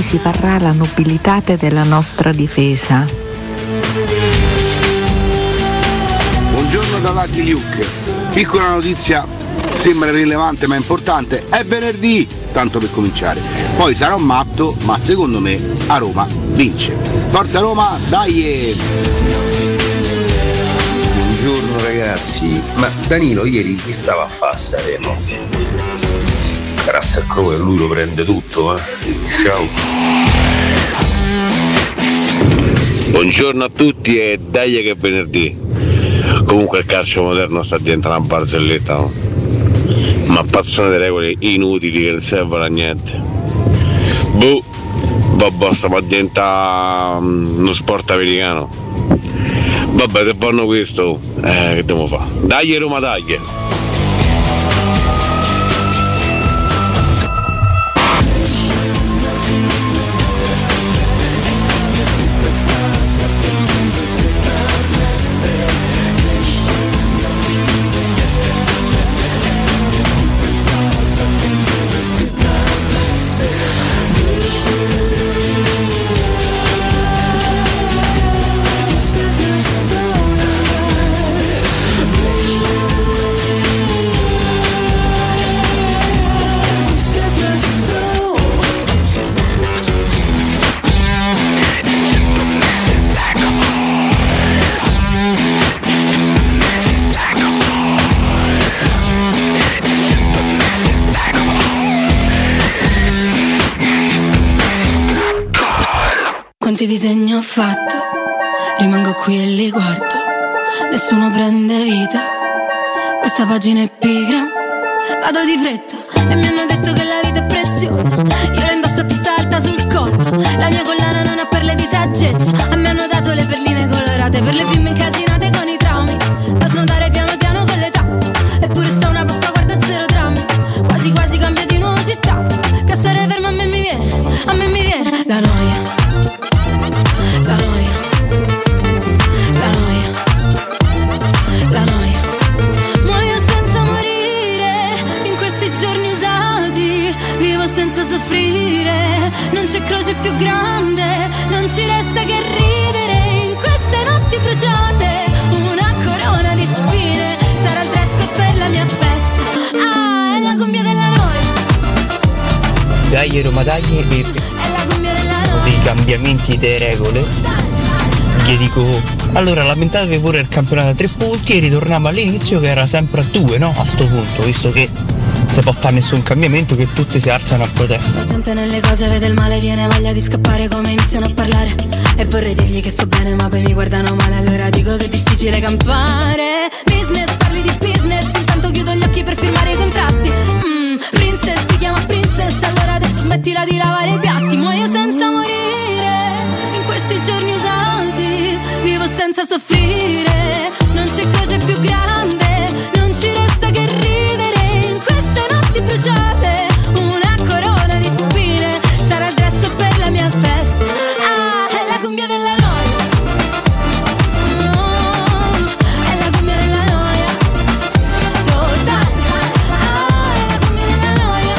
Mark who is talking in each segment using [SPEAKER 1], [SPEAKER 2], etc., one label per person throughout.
[SPEAKER 1] si parrà la nobilitate della nostra difesa.
[SPEAKER 2] Buongiorno da Lucky Luke. Piccola notizia, sembra rilevante ma importante. È venerdì, tanto per cominciare. Poi sarà un matto, ma secondo me a Roma vince. Forza Roma, dai!
[SPEAKER 3] Buongiorno ragazzi, ma Danilo ieri chi stava a fare a Sanremo? Carasso a Crowe, lui lo prende tutto, eh. Ciao.
[SPEAKER 4] Buongiorno a tutti e dai che è venerdì. Comunque il calcio moderno sta diventando una barzelletta, no? ma passano delle regole inutili che non servono a niente. Boh, vabbè, stiamo a diventare mm, uno sport americano. Vabbè, se vanno questo, eh, che devo fare? Dai Roma, dai!
[SPEAKER 5] disegno ho fatto, rimango qui e li guardo, nessuno prende vita, questa pagina è pigra, vado di fretta e mi hanno detto che la vita è preziosa, io la indosso a testa alta sul collo, la mia collana non ha perle di saggezza, a me hanno dato le perline colorate per le bimbe incasinate con i traumi, da snodare piano piano con l'età, eppure sta una pasqua guarda zero drammi, quasi quasi cambio di nuovo città, che stare fermo a me mi viene, a me mi viene la noia. soffrire, non c'è croce più grande, non ci resta che ridere in queste notti bruciate, una corona di spine, sarà il fresco per la mia festa, ah, è la cumbia della noia.
[SPEAKER 6] Dai Roma dai e
[SPEAKER 5] è la cumbia della noia.
[SPEAKER 6] dei cambiamenti delle regole, gli dico allora lamentatevi pure il campionato a tre punti e ritorniamo all'inizio che era sempre a due no? a sto punto visto che non si può fare nessun cambiamento che tutti si alzano a protesta
[SPEAKER 5] La gente nelle cose vede il male, viene voglia di scappare come iniziano a parlare. E vorrei dirgli che sto bene, ma poi mi guardano male, allora dico che è difficile campare. Business, parli di business, intanto chiudo gli occhi per firmare i contratti. Mm, princess, ti chiama princess, allora adesso smettila di lavare i piatti. Muoio senza morire, in questi giorni usati, vivo senza soffrire. Non c'è croce più grande, non ci resta che ridere. In queste notti bruciate, una corona di spine, sarà il dress code per la mia festa. Ah, è la cumbia della noia. Oh, è la cumbia della noia. Totale. Ah, è la cumbia della noia.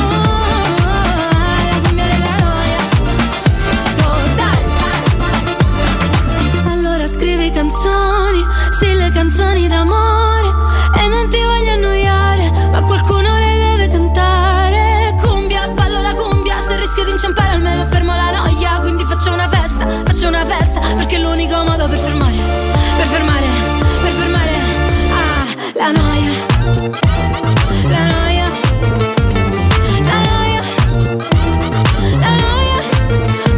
[SPEAKER 5] Oh, è la cumbia della noia. Totale. Allora scrivi canzoni, sì le canzoni d'amore E non ti voglio annoiare, ma qualcuno le deve cantare Cumbia, ballo la cumbia, se rischio di inciampare almeno fermo la noia Quindi faccio una festa, faccio una festa, perché è l'unico modo per fermare Per fermare, per fermare, ah, la noia La noia, la noia, la noia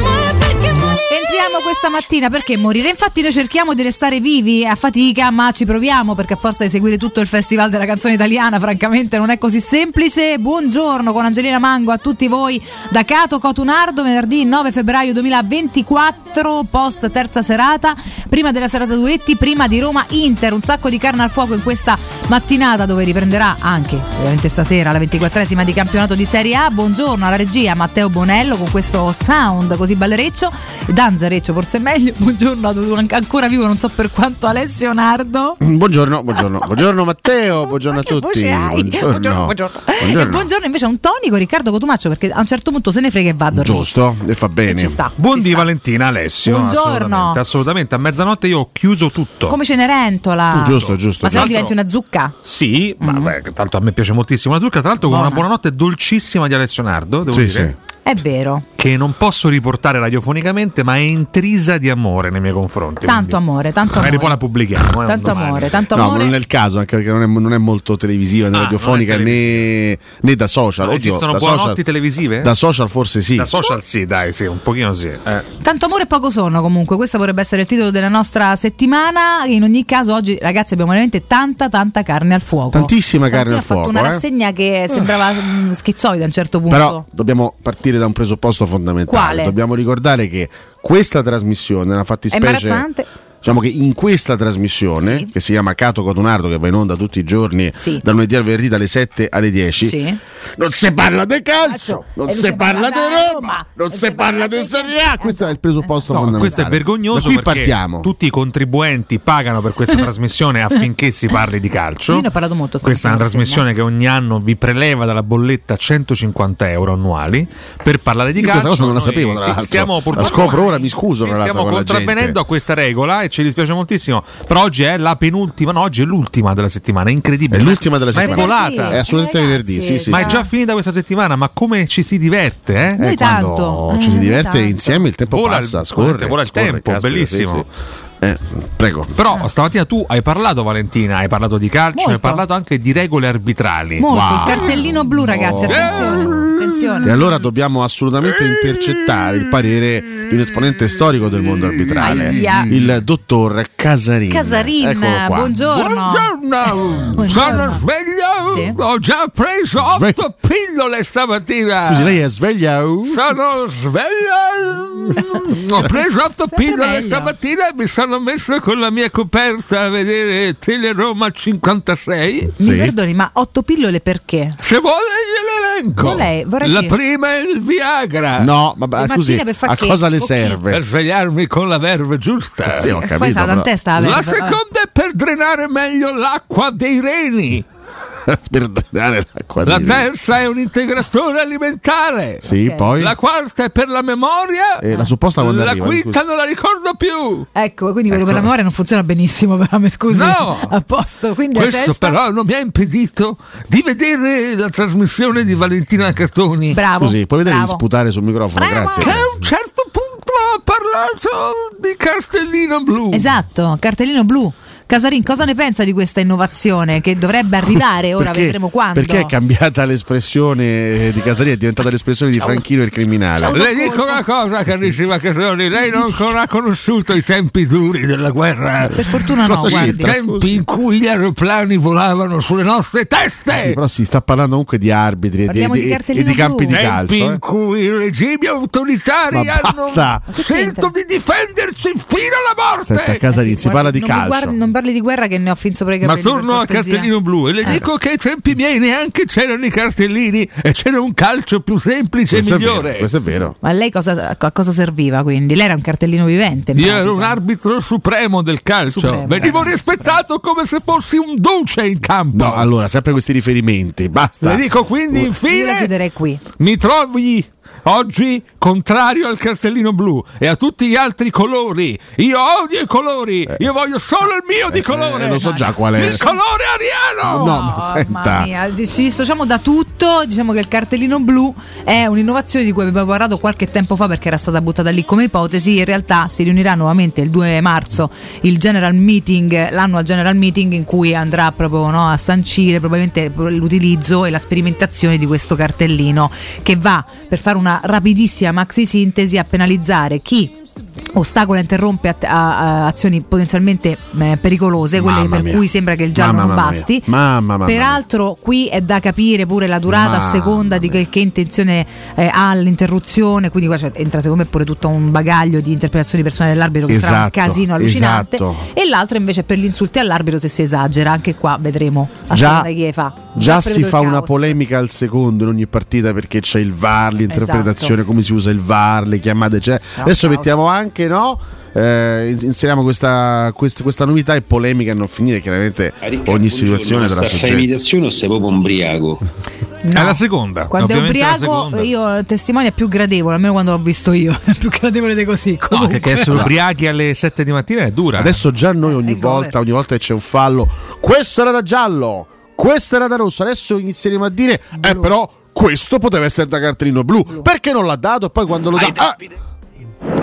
[SPEAKER 5] Muore perché morire
[SPEAKER 7] Entriamo questa mattina perché morire? Infatti noi cerchiamo di restare vivi a fatica, ma ci proviamo perché a forza di seguire tutto il Festival della canzone italiana, francamente non è così semplice. Buongiorno con Angelina Mango a tutti voi da Cato Cotunardo, venerdì 9 febbraio 2024, post terza serata, prima della serata duetti, prima di Roma Inter, un sacco di carne al fuoco in questa mattinata dove riprenderà anche ovviamente stasera la 24esima di campionato di Serie A. Buongiorno alla regia Matteo Bonello con questo sound così ballereccio, danzareccio forse è meglio. Buongiorno a tu- anche- ancora vivo, non so per quanto Alessio Nardo.
[SPEAKER 8] Mm, Buongiorno, buongiorno, buongiorno Matteo, buongiorno a
[SPEAKER 7] Che
[SPEAKER 8] tutti.
[SPEAKER 7] voce hai?
[SPEAKER 8] Buongiorno.
[SPEAKER 7] buongiorno. E
[SPEAKER 8] Buongiorno.
[SPEAKER 7] buongiorno invece a un tonico Riccardo Cotumaccio perché a un certo punto se ne frega e va a dormire.
[SPEAKER 8] Giusto, e fa bene.
[SPEAKER 7] Ci sta.
[SPEAKER 9] Buondì
[SPEAKER 7] ci sta.
[SPEAKER 9] Valentina Alessio.
[SPEAKER 7] Buongiorno.
[SPEAKER 9] Assolutamente, assolutamente. a mezzanotte io ho chiuso tutto.
[SPEAKER 7] Come Cenerentola.
[SPEAKER 8] Giusto, giusto. esatto.
[SPEAKER 7] Ma se no
[SPEAKER 8] giusto.
[SPEAKER 7] diventi una zucca.
[SPEAKER 9] Sì, ma beh, tanto a me piace moltissimo la zucca. Tra l'altro, con una
[SPEAKER 7] Mm. Buona.
[SPEAKER 9] buonanotte dolcissima di Alessio Nardo, devo
[SPEAKER 8] Sì,
[SPEAKER 9] dire.
[SPEAKER 8] sì.
[SPEAKER 7] È vero.
[SPEAKER 9] Che non posso riportare radiofonicamente, ma è intrisa di amore nei miei confronti.
[SPEAKER 7] Tanto
[SPEAKER 9] quindi
[SPEAKER 7] amore, tanto
[SPEAKER 9] Magari poi la
[SPEAKER 7] amore.
[SPEAKER 9] pubblichiamo. eh,
[SPEAKER 7] Tanto
[SPEAKER 9] domani.
[SPEAKER 7] amore, tanto
[SPEAKER 8] No,
[SPEAKER 7] amore.
[SPEAKER 8] non è il caso, anche perché non è, non è molto televisiva né
[SPEAKER 9] Ah,
[SPEAKER 8] radiofonica
[SPEAKER 9] non è
[SPEAKER 8] né, né da social.
[SPEAKER 9] Ma
[SPEAKER 8] Oddio,
[SPEAKER 9] esistono
[SPEAKER 8] da
[SPEAKER 9] buonanotti
[SPEAKER 8] social-
[SPEAKER 9] televisive?
[SPEAKER 8] Da social forse sì.
[SPEAKER 9] Da social sì, dai, sì, un pochino sì. Eh.
[SPEAKER 7] Tanto amore e poco sonno comunque, questo vorrebbe essere il titolo della nostra settimana. In ogni caso oggi ragazzi abbiamo veramente tanta tanta carne al fuoco.
[SPEAKER 8] Tantissima
[SPEAKER 7] Santina
[SPEAKER 8] carne al
[SPEAKER 7] ha
[SPEAKER 8] fuoco,
[SPEAKER 7] fatto una
[SPEAKER 8] eh.
[SPEAKER 7] rassegna che sembrava mm, schizzoide a un certo punto.
[SPEAKER 8] Però dobbiamo partire da un presupposto fondamentale.
[SPEAKER 7] Quale?
[SPEAKER 8] Dobbiamo ricordare che questa trasmissione, la fattispecie...
[SPEAKER 7] imbarazzante.
[SPEAKER 8] Diciamo che in questa trasmissione,
[SPEAKER 7] Sì.
[SPEAKER 8] che si chiama Cato Cotonardo, che va in onda tutti i giorni,
[SPEAKER 7] Sì.
[SPEAKER 8] da lunedì al venerdì dalle 7 alle 10,
[SPEAKER 7] Sì.
[SPEAKER 8] non si parla di calcio,
[SPEAKER 7] Calcio,
[SPEAKER 8] non
[SPEAKER 7] e
[SPEAKER 8] si parla di
[SPEAKER 7] da
[SPEAKER 8] Roma,
[SPEAKER 7] Roma,
[SPEAKER 8] non
[SPEAKER 7] e
[SPEAKER 8] si parla di
[SPEAKER 7] Esatto.
[SPEAKER 8] Serie A. Questo è il presupposto
[SPEAKER 9] No,
[SPEAKER 8] fondamentale.
[SPEAKER 9] questo è vergognoso
[SPEAKER 8] Da qui
[SPEAKER 9] perché
[SPEAKER 8] partiamo.
[SPEAKER 9] tutti i contribuenti pagano per questa trasmissione affinché si parli di calcio.
[SPEAKER 7] Io ne ho parlato molto
[SPEAKER 9] Questa è una
[SPEAKER 7] stamattina,
[SPEAKER 9] trasmissione che ogni anno vi preleva dalla bolletta 150 euro annuali per parlare di
[SPEAKER 8] Io
[SPEAKER 9] calcio.
[SPEAKER 8] questa cosa non la
[SPEAKER 9] Noi-
[SPEAKER 8] sapevo, tra
[SPEAKER 9] sì,
[SPEAKER 8] l'altro.
[SPEAKER 9] stiamo
[SPEAKER 8] La
[SPEAKER 9] purtroppo-
[SPEAKER 8] scopro ora, mi scuso,
[SPEAKER 9] sì,
[SPEAKER 8] tra l'altro,
[SPEAKER 9] Stiamo
[SPEAKER 8] con la gente.
[SPEAKER 9] contravvenendo a questa regola e ci dispiace moltissimo. Però oggi è la penultima, no, oggi è l'ultima della settimana, è incredibile.
[SPEAKER 8] È l'ultima della
[SPEAKER 9] Ma
[SPEAKER 8] settimana.
[SPEAKER 9] È volata.
[SPEAKER 8] È assolutamente
[SPEAKER 7] Ragazzi,
[SPEAKER 8] venerdì, sì, sì,
[SPEAKER 9] Ma è
[SPEAKER 8] sì.
[SPEAKER 9] già finita questa settimana, ma come ci si diverte, eh?
[SPEAKER 7] Noi
[SPEAKER 8] Eh, quando
[SPEAKER 7] tanto,
[SPEAKER 8] ci si
[SPEAKER 7] eh,
[SPEAKER 8] diverte
[SPEAKER 7] tanto.
[SPEAKER 8] insieme, il tempo
[SPEAKER 9] Vola il-
[SPEAKER 8] passa, scorre.
[SPEAKER 9] vola il
[SPEAKER 8] scorre,
[SPEAKER 9] tempo,
[SPEAKER 8] caspita,
[SPEAKER 9] bellissimo.
[SPEAKER 8] sì, sì. Eh, prego.
[SPEAKER 9] Però stamattina tu hai parlato Valentina, hai parlato di calcio,
[SPEAKER 7] Molto.
[SPEAKER 9] hai parlato anche di regole arbitrali.
[SPEAKER 7] Molto,
[SPEAKER 8] Eh, Wow. Eh.
[SPEAKER 7] il cartellino blu ragazzi, attenzione.
[SPEAKER 8] E
[SPEAKER 7] attenzione.
[SPEAKER 8] allora dobbiamo assolutamente intercettare il parere di un esponente storico del mondo arbitrale,
[SPEAKER 7] Aia.
[SPEAKER 8] il dottor Casarin.
[SPEAKER 7] Casarin,
[SPEAKER 8] Eccolo qua.
[SPEAKER 7] buongiorno.
[SPEAKER 9] Buongiorno,
[SPEAKER 7] Buongiorno.
[SPEAKER 9] sono sveglio,
[SPEAKER 7] Sì.
[SPEAKER 9] ho già preso
[SPEAKER 8] Sve-
[SPEAKER 9] otto pillole stamattina.
[SPEAKER 8] Scusi, lei è sveglia? Uh?
[SPEAKER 9] Sono sveglio, ho preso otto
[SPEAKER 7] Sempre
[SPEAKER 9] pillole
[SPEAKER 7] meglio.
[SPEAKER 9] stamattina e mi sono messo con la mia coperta a vedere Teleroma 56.
[SPEAKER 7] Mi
[SPEAKER 8] Sì.
[SPEAKER 7] perdoni, ma otto pillole perché?
[SPEAKER 9] Se vuole gliel'elenco.
[SPEAKER 7] Vorrei- vorrei
[SPEAKER 9] la
[SPEAKER 7] sì.
[SPEAKER 9] prima è il Viagra.
[SPEAKER 8] No, ma- ma
[SPEAKER 7] Mattina
[SPEAKER 8] scusi,
[SPEAKER 7] per far
[SPEAKER 8] a
[SPEAKER 7] che?
[SPEAKER 8] cosa le
[SPEAKER 7] Ok.
[SPEAKER 8] serve?
[SPEAKER 9] Per svegliarmi con la verve giusta.
[SPEAKER 8] Sì, ho
[SPEAKER 7] Poi
[SPEAKER 8] capito.
[SPEAKER 7] Eh, fa
[SPEAKER 8] però-
[SPEAKER 7] la testa
[SPEAKER 9] La
[SPEAKER 7] vabbè, vabbè.
[SPEAKER 9] seconda è per drenare meglio l'acqua dei reni.
[SPEAKER 8] per dare l'acqua
[SPEAKER 9] La
[SPEAKER 8] di-
[SPEAKER 9] terza è un integratore alimentare.
[SPEAKER 8] Sì,
[SPEAKER 7] Ok.
[SPEAKER 8] poi
[SPEAKER 9] La quarta è per la memoria.
[SPEAKER 8] Eh, la supposta quando
[SPEAKER 9] La
[SPEAKER 8] arriva,
[SPEAKER 9] quinta
[SPEAKER 8] scusi.
[SPEAKER 9] non la ricordo più.
[SPEAKER 7] Ecco, quindi quello per la memoria non funziona benissimo, però mi scusi.
[SPEAKER 9] No!
[SPEAKER 7] A posto, quindi la
[SPEAKER 9] Questo
[SPEAKER 7] sesta.
[SPEAKER 9] però non mi ha impedito di vedere la trasmissione di Valentina Cattoni.
[SPEAKER 7] Bravo.
[SPEAKER 8] Scusi, puoi vedere di
[SPEAKER 7] bravo.
[SPEAKER 8] sputare sul microfono,
[SPEAKER 7] Bravo.
[SPEAKER 8] grazie.
[SPEAKER 9] Che a un certo punto ha parlato di cartellino blu.
[SPEAKER 7] Esatto, cartellino blu. Casarin, cosa ne pensa di questa innovazione che dovrebbe arrivare? Ora
[SPEAKER 8] Perché-
[SPEAKER 7] vedremo quando.
[SPEAKER 8] Perché è cambiata l'espressione di Casarini, è diventata l'espressione di Franchino il criminale.
[SPEAKER 9] Le dico una cosa, carissima Casoni, lei non ancora ha conosciuto i tempi duri della guerra. Per
[SPEAKER 7] fortuna
[SPEAKER 8] no, Cosa guardi. c'entra,
[SPEAKER 9] tempi in cui gli aeroplani volavano sulle nostre teste.
[SPEAKER 8] Eh
[SPEAKER 7] Eh.
[SPEAKER 8] Sì, però si sta parlando comunque di arbitri e di,
[SPEAKER 9] Parliamo di
[SPEAKER 8] e di- e
[SPEAKER 9] cartellino
[SPEAKER 8] di campi
[SPEAKER 9] blu.
[SPEAKER 8] di
[SPEAKER 9] Tempi
[SPEAKER 8] calcio.
[SPEAKER 9] in
[SPEAKER 8] eh.
[SPEAKER 9] cui i regimi autoritari
[SPEAKER 8] Ma
[SPEAKER 9] hanno
[SPEAKER 8] basta. Ma che
[SPEAKER 9] scelto di difendersi fino alla morte.
[SPEAKER 7] Eh,
[SPEAKER 8] Senta, Casarini, si parla di
[SPEAKER 7] non, mi guardi-
[SPEAKER 8] calcio.
[SPEAKER 7] non parli di guerra che ne ho fin sopra i
[SPEAKER 9] Ma
[SPEAKER 7] capelli.
[SPEAKER 9] torno
[SPEAKER 7] per
[SPEAKER 9] a
[SPEAKER 7] cortesia.
[SPEAKER 9] Cartellino Blu e le
[SPEAKER 7] Eh.
[SPEAKER 9] dico che ai tempi miei neanche c'erano i cartellini e c'era un calcio più semplice
[SPEAKER 8] Questo
[SPEAKER 9] e
[SPEAKER 8] è vero,
[SPEAKER 9] migliore.
[SPEAKER 8] questo è vero.
[SPEAKER 7] Ma a lei cosa, a cosa serviva quindi? Lei era un cartellino vivente.
[SPEAKER 9] Io ero un arbitro supremo del calcio, venivo rispettato come se fossi un duce in campo.
[SPEAKER 8] No, allora, sempre questi riferimenti, basta.
[SPEAKER 9] Le dico quindi,
[SPEAKER 7] Io la
[SPEAKER 9] infine,
[SPEAKER 7] chiuderei qui.
[SPEAKER 9] mi trovi oggi contrario al cartellino blu e a tutti gli altri colori. Io odio i colori, io voglio solo il mio di colore.
[SPEAKER 8] Eh. lo so già qual è.
[SPEAKER 9] Il colore ariano!
[SPEAKER 8] No,
[SPEAKER 7] Oh,
[SPEAKER 8] ma
[SPEAKER 7] Mamma
[SPEAKER 8] senta.
[SPEAKER 7] mia, ci dissociamo da tutto. Diciamo che il cartellino blu è un'innovazione di cui avevo parlato qualche tempo fa perché era stata buttata lì come ipotesi. In realtà si riunirà nuovamente il 2 marzo il General Meeting, l'annual General Meeting, in cui andrà proprio no, a sancire probabilmente l'utilizzo e la sperimentazione di questo cartellino che va per fare una rapidissima maxi sintesi a penalizzare chi ostacola e interrompe att- a- a- azioni potenzialmente eh, pericolose, quelle
[SPEAKER 8] Mamma
[SPEAKER 7] per
[SPEAKER 8] mia.
[SPEAKER 7] cui sembra che il giallo
[SPEAKER 8] Mamma,
[SPEAKER 7] non
[SPEAKER 8] mamma mia.
[SPEAKER 7] basti.
[SPEAKER 8] Mamma, mamma mia.
[SPEAKER 7] Peraltro qui è da capire pure la durata a
[SPEAKER 8] Mamma
[SPEAKER 7] seconda di che, che intenzione eh, ha l'interruzione, quindi qua c'è- entra secondo me pure tutto un bagaglio di interpretazioni personali dell'arbitro che sarà un
[SPEAKER 8] Esatto,
[SPEAKER 7] casino allucinante.
[SPEAKER 8] esatto.
[SPEAKER 7] E l'altro invece è per gli insulti all'arbitro se si esagera, anche qua vedremo a
[SPEAKER 8] Già-
[SPEAKER 7] seconda di chi fa.
[SPEAKER 8] Già si
[SPEAKER 7] prevedo il
[SPEAKER 8] fa una
[SPEAKER 7] caos.
[SPEAKER 8] polemica al secondo in ogni partita perché c'è il VAR, l'interpretazione,
[SPEAKER 7] Esatto.
[SPEAKER 8] come si usa il VAR, le chiamate. Cioè,
[SPEAKER 7] No,
[SPEAKER 8] adesso
[SPEAKER 7] caos.
[SPEAKER 8] mettiamo anche, no? Eh, ins- inseriamo questa, quest- questa novità e polemica a non finire. Chiaramente ogni situazione sarà
[SPEAKER 3] Buongiorno, ma sta fai
[SPEAKER 8] soggetta.
[SPEAKER 3] imitazione o sei proprio ubriaco?
[SPEAKER 7] No.
[SPEAKER 9] È la seconda.
[SPEAKER 7] Quando è
[SPEAKER 9] ovviamente è la
[SPEAKER 7] ubriaco,
[SPEAKER 9] seconda.
[SPEAKER 7] io testimone è più gradevole, almeno quando l'ho visto io, è più gradevole di così.
[SPEAKER 9] No,
[SPEAKER 7] comunque.
[SPEAKER 9] perché essere Eh, ubriachi alle 7 di mattina è dura.
[SPEAKER 8] Adesso già noi ogni volta, ogni volta che c'è un fallo, questo era da giallo, questo era da rosso. Adesso inizieremo a dire, eh, però questo poteva essere da cartellino blu. Perché non l'ha dato? E poi quando lo dà. ah,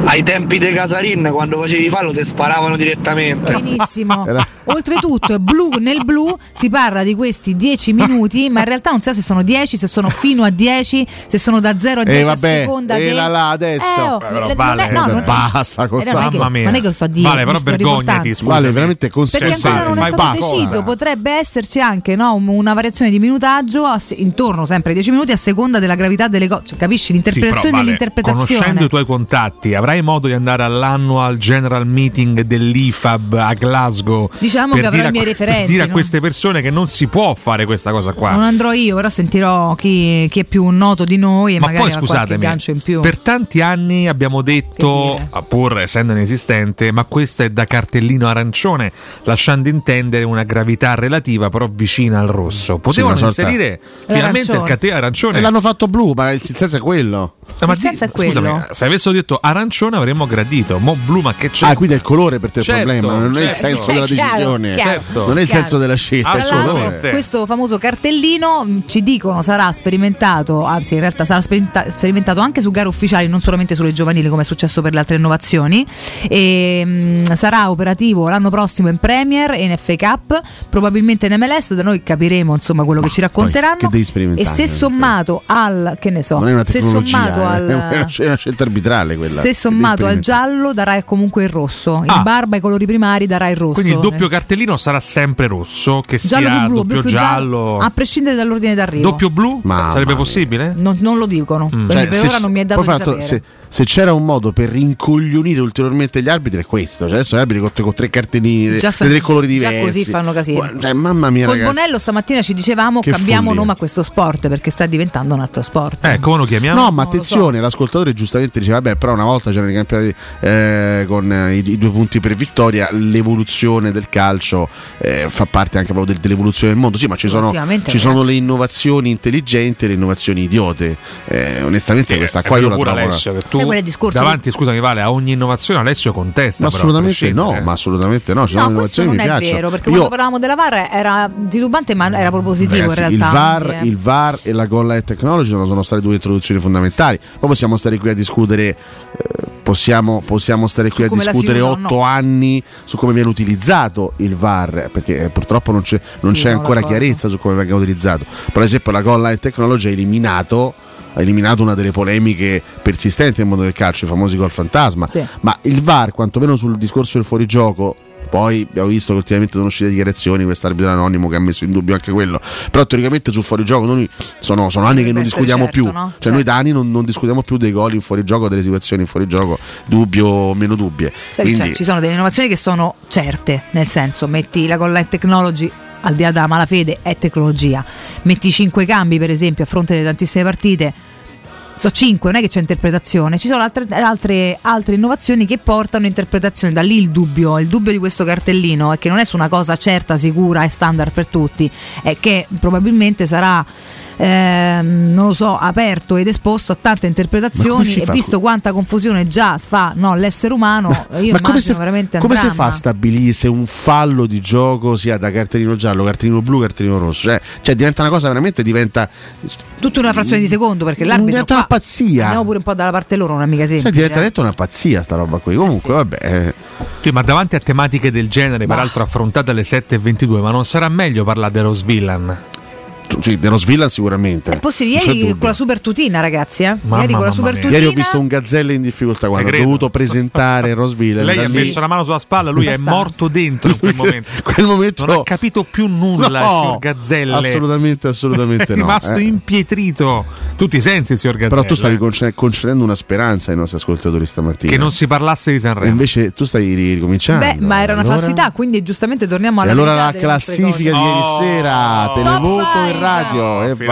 [SPEAKER 10] Ai tempi dei Casarin, quando facevi fallo, ti sparavano direttamente.
[SPEAKER 7] Benissimo. Oltretutto, blu nel blu si parla di questi 10 minuti, ma in realtà non si sa se sono 10, se sono fino a 10, se sono da 0 a 10 a
[SPEAKER 8] E Eh, vabbè,
[SPEAKER 7] seconda
[SPEAKER 8] e
[SPEAKER 7] che
[SPEAKER 8] là là adesso.
[SPEAKER 7] Eh, oh,
[SPEAKER 8] Eh, però
[SPEAKER 7] le- non
[SPEAKER 8] vale,
[SPEAKER 7] è- no, non-
[SPEAKER 8] basta con
[SPEAKER 7] Eh, no, non è che-
[SPEAKER 8] sta- Mamma
[SPEAKER 7] non è
[SPEAKER 8] mia.
[SPEAKER 7] che sto a dire,
[SPEAKER 8] Vale,
[SPEAKER 7] mi
[SPEAKER 8] però
[SPEAKER 7] sto
[SPEAKER 8] vergognati,
[SPEAKER 7] riportando.
[SPEAKER 8] scusami. Vale, veramente
[SPEAKER 7] cioè, Perché ancora non è
[SPEAKER 8] consensati,
[SPEAKER 7] stato
[SPEAKER 8] fai basta.
[SPEAKER 7] deciso, potrebbe esserci anche no, un- una variazione di minutaggio a se- intorno sempre ai 10 minuti a seconda della gravità delle cose. Cioè, capisci
[SPEAKER 9] Sì, però,
[SPEAKER 7] l'interpretazione
[SPEAKER 9] Vale,
[SPEAKER 7] dell'interpretazione?
[SPEAKER 9] Conoscendo i tuoi contatti, avrai modo di andare all'annual general meeting dell'IFAB a Glasgow.
[SPEAKER 7] Diciamo
[SPEAKER 9] per
[SPEAKER 7] che avrò
[SPEAKER 9] dire
[SPEAKER 7] i miei
[SPEAKER 9] a-
[SPEAKER 7] referenti,
[SPEAKER 9] Per dire
[SPEAKER 7] no?
[SPEAKER 9] a queste persone che non si può fare questa cosa qua.
[SPEAKER 7] Non andrò io, però sentirò chi, chi è più noto di noi e
[SPEAKER 9] Ma
[SPEAKER 7] magari
[SPEAKER 9] poi
[SPEAKER 7] ha qualche
[SPEAKER 9] scusatemi,
[SPEAKER 7] gancio in più.
[SPEAKER 9] per tanti anni abbiamo detto, ah, pur essendo inesistente, ma questo è da cartellino arancione, lasciando intendere una gravità relativa però vicina al rosso. Potevano
[SPEAKER 8] una sorta-
[SPEAKER 9] inserire finalmente il
[SPEAKER 8] L'arancione.
[SPEAKER 9] cartellino arancione.
[SPEAKER 8] E Eh, l'hanno fatto blu, ma il senso è quello.
[SPEAKER 9] Eh, ma di- scusami, se avessero detto arancione avremmo gradito, mo blu ma che c'è?
[SPEAKER 8] Ah, quindi è il colore per te il
[SPEAKER 9] Certo,
[SPEAKER 8] problema, non è il
[SPEAKER 9] certo.
[SPEAKER 8] senso della
[SPEAKER 9] Eh, chiaro,
[SPEAKER 8] decisione,
[SPEAKER 9] chiaro, Certo.
[SPEAKER 8] non è il
[SPEAKER 9] chiaro.
[SPEAKER 8] senso della scelta, è il
[SPEAKER 7] Tra l'altro,
[SPEAKER 8] colore.
[SPEAKER 7] questo famoso cartellino mh, ci dicono sarà sperimentato, anzi in realtà sarà sperimenta- sperimentato anche su gare ufficiali, non solamente sulle giovanili come è successo per le altre innovazioni. E, mh, sarà operativo l'anno prossimo in Premier e in FA Cup, probabilmente in MLS, da noi capiremo insomma quello che ci racconteranno.
[SPEAKER 8] che devi sperimentare,
[SPEAKER 7] e se
[SPEAKER 8] perché-
[SPEAKER 7] sommato al che ne so,
[SPEAKER 8] Non è una
[SPEAKER 7] se
[SPEAKER 8] tecnologia,
[SPEAKER 7] sommato
[SPEAKER 8] eh,
[SPEAKER 7] al
[SPEAKER 8] è una sc- è una scelta arbitrale quella.
[SPEAKER 7] se sommato al
[SPEAKER 8] Devi sperimentare.
[SPEAKER 7] giallo darà comunque il rosso, in barba ai colori primari darà il rosso.
[SPEAKER 9] Ah.
[SPEAKER 7] Eh.
[SPEAKER 9] Quindi il doppio cartellino sarà sempre rosso, che
[SPEAKER 7] giallo Ah,
[SPEAKER 9] sia
[SPEAKER 7] più blu,
[SPEAKER 9] doppio
[SPEAKER 7] più
[SPEAKER 9] giallo,
[SPEAKER 7] a prescindere dall'ordine d'arrivo.
[SPEAKER 9] doppio blu, sarebbe possibile? Mm.
[SPEAKER 7] Non, non lo dicono, perché
[SPEAKER 8] Cioè,
[SPEAKER 7] per
[SPEAKER 8] se-
[SPEAKER 7] ora non mi è dato
[SPEAKER 8] poi
[SPEAKER 7] di
[SPEAKER 8] fatto,
[SPEAKER 7] sapere.
[SPEAKER 8] se, se c'era un modo per rincoglionire ulteriormente gli arbitri è questo. Cioè, adesso gli arbitri con, con tre cartellini,
[SPEAKER 7] Già
[SPEAKER 8] di
[SPEAKER 7] sono-
[SPEAKER 8] tre colori
[SPEAKER 7] già
[SPEAKER 8] diversi.
[SPEAKER 7] così fanno casino.
[SPEAKER 8] Guarda, Cioè, mamma mia,
[SPEAKER 7] Con
[SPEAKER 8] ragazzi.
[SPEAKER 7] Bonello stamattina ci dicevamo
[SPEAKER 8] Che
[SPEAKER 7] cambiamo
[SPEAKER 8] follia.
[SPEAKER 7] nome a questo sport perché sta diventando un altro sport.
[SPEAKER 9] Eh, come lo chiamiamo?
[SPEAKER 8] No, ma attenzione, l'ascoltatore giustamente diceva: Vabbè, però una volta c'erano i campionati eh, con eh, i, i due punti per vittoria. L'evoluzione del calcio eh, fa parte anche proprio del- dell'evoluzione del mondo. Sì, ma ci sono,
[SPEAKER 9] ultimamente,
[SPEAKER 8] ci sono
[SPEAKER 9] ragazzi.
[SPEAKER 8] le innovazioni intelligenti e le innovazioni idiote. Eh, onestamente, questa qua io la
[SPEAKER 9] pure
[SPEAKER 8] trovo. una-
[SPEAKER 9] Alessio, che tu
[SPEAKER 7] Sai qual è il discorso?
[SPEAKER 9] davanti, scusami, vale a ogni innovazione Alessio contesta.
[SPEAKER 8] Ma
[SPEAKER 9] però,
[SPEAKER 8] assolutamente
[SPEAKER 9] a
[SPEAKER 8] no,
[SPEAKER 9] prescindere.
[SPEAKER 8] ma assolutamente no. Ci sono
[SPEAKER 7] No, questo
[SPEAKER 8] innovazioni
[SPEAKER 7] non
[SPEAKER 8] che
[SPEAKER 7] è
[SPEAKER 8] mi piacciono.
[SPEAKER 7] vero, perché
[SPEAKER 8] Io-
[SPEAKER 7] quando parlavamo della VAR era dilubante ma era propositivo
[SPEAKER 8] Ragazzi,
[SPEAKER 7] in realtà.
[SPEAKER 8] Il VAR,
[SPEAKER 7] quindi, eh.
[SPEAKER 8] il VAR e la goal line technology sono, sono state due introduzioni fondamentali. Poi possiamo stare qui a discutere eh, possiamo, possiamo stare qui a
[SPEAKER 11] come la si
[SPEAKER 8] discutere
[SPEAKER 11] usa o
[SPEAKER 8] otto
[SPEAKER 11] no.
[SPEAKER 8] anni su come viene utilizzato il VAR, perché eh, purtroppo non c'è, non
[SPEAKER 11] Sì,
[SPEAKER 8] c'è
[SPEAKER 11] sono
[SPEAKER 8] ancora
[SPEAKER 11] d'accordo.
[SPEAKER 8] chiarezza su come venga utilizzato. Per esempio la Goal Line Technology ha eliminato ha eliminato una delle polemiche persistenti nel mondo del calcio, i famosi gol fantasma. Ma il VAR, quantomeno sul discorso del fuorigioco, poi abbiamo visto che ultimamente sono uscite dichiarazioni, quest'arbitro anonimo che ha messo in dubbio anche quello. Però teoricamente sul fuorigioco noi sono, sono anni che non
[SPEAKER 11] Dovrebbe essere
[SPEAKER 8] discutiamo
[SPEAKER 11] certo,
[SPEAKER 8] più.
[SPEAKER 11] no?
[SPEAKER 8] Cioè noi da anni non, non discutiamo più dei gol in fuorigioco, delle situazioni in fuorigioco, dubbio o meno dubbie.
[SPEAKER 7] Sai che
[SPEAKER 8] Quindi,
[SPEAKER 7] c'è? ci sono delle innovazioni che sono certe, nel senso metti la goal line technology al di là della malafede è tecnologia, metti 5 cambi per esempio a fronte di tantissime partite, so 5, non è che c'è interpretazione, ci sono altre, altre- altre innovazioni che portano interpretazione, da lì il dubbio, il dubbio di questo cartellino è che non è su una cosa certa, sicura e standard per tutti, è che probabilmente sarà... ehm, non lo so, aperto ed esposto a tante interpretazioni
[SPEAKER 8] si
[SPEAKER 7] e
[SPEAKER 8] fa?
[SPEAKER 7] visto quanta confusione già fa no, l'essere umano, io
[SPEAKER 8] ma
[SPEAKER 7] immagino
[SPEAKER 8] come si,
[SPEAKER 7] veramente un
[SPEAKER 8] come si
[SPEAKER 7] dramma.
[SPEAKER 8] fa a stabilire se un fallo di gioco sia da cartellino giallo, cartellino blu, cartellino rosso? Cioè, cioè diventa una cosa veramente diventa
[SPEAKER 7] Tutto in una frazione di secondo perché l'arbitro
[SPEAKER 8] Diventa
[SPEAKER 7] qua,
[SPEAKER 8] una pazzia.
[SPEAKER 7] andiamo pure un po' dalla parte loro, non è mica
[SPEAKER 8] Cioè,
[SPEAKER 7] semplice. eh.
[SPEAKER 8] direttamente una pazzia sta roba qui. Comunque, vabbè. eh.
[SPEAKER 9] Sì, ma davanti a tematiche del genere, peraltro affrontate alle 7.22, ma non sarà meglio parlare dello Svillan?
[SPEAKER 8] Sì, dello Svillan sicuramente.
[SPEAKER 7] È possibile,
[SPEAKER 8] Non c'è
[SPEAKER 7] ieri
[SPEAKER 8] dubbio.
[SPEAKER 7] con la super tutina, ragazzi, eh? ieri con la super tutina.
[SPEAKER 8] Ieri ho visto un gazzelle in difficoltà quando
[SPEAKER 9] Eh,
[SPEAKER 8] ho
[SPEAKER 9] credo.
[SPEAKER 8] dovuto presentare Rosville.
[SPEAKER 9] Lei ha messo la mano sulla spalla, lui è
[SPEAKER 8] Abbastanza.
[SPEAKER 9] morto dentro in quel momento.
[SPEAKER 8] quel momento
[SPEAKER 9] non ha capito più nulla, il signor Gazzelle.
[SPEAKER 8] Assolutamente, assolutamente no.
[SPEAKER 9] è rimasto
[SPEAKER 8] eh.
[SPEAKER 9] impietrito. Tutti i sensi, signor Gazzelle.
[SPEAKER 8] Però tu stavi conce- concedendo una speranza ai nostri ascoltatori stamattina.
[SPEAKER 9] eh. Che non si parlasse di
[SPEAKER 8] E
[SPEAKER 9] Sanremo.
[SPEAKER 8] invece tu stai ricominciando.
[SPEAKER 7] Beh, ma era una
[SPEAKER 8] Allora-
[SPEAKER 7] falsità, quindi giustamente torniamo
[SPEAKER 8] E
[SPEAKER 7] alla
[SPEAKER 8] allora
[SPEAKER 7] verità
[SPEAKER 8] la
[SPEAKER 7] delle nostre
[SPEAKER 8] classifica di
[SPEAKER 7] cose.
[SPEAKER 8] ieri sera, televoto e radio. e
[SPEAKER 9] Oh. Finalmente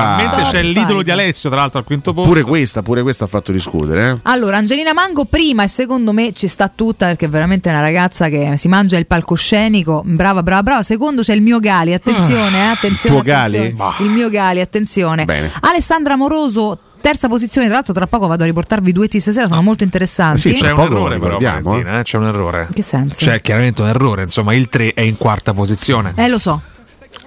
[SPEAKER 8] va.
[SPEAKER 9] c'è l'idolo di Alessio, tra l'altro, al quinto posto.
[SPEAKER 8] Pure questa, pure questa ha fatto discutere. Eh?
[SPEAKER 7] Allora, Angelina Mango prima e secondo me ci sta tutta perché è veramente una ragazza che si mangia il palcoscenico. Brava, brava, brava. Secondo c'è il mio Gali, attenzione, eh, attenzione.
[SPEAKER 8] Ah, tuo Gali?
[SPEAKER 7] attenzione.
[SPEAKER 8] Bah.
[SPEAKER 7] Il mio Gali, attenzione.
[SPEAKER 8] Bene.
[SPEAKER 7] Alessandra Moroso, terza posizione. Tra l'altro, tra poco vado a riportarvi due questi stasera, sono molto interessanti.
[SPEAKER 9] Sì, c'è un errore però, Valentina, eh, c'è un errore.
[SPEAKER 7] che senso?
[SPEAKER 9] C'è chiaramente un errore, insomma, il 3 è in quarta posizione.
[SPEAKER 7] Eh, lo so.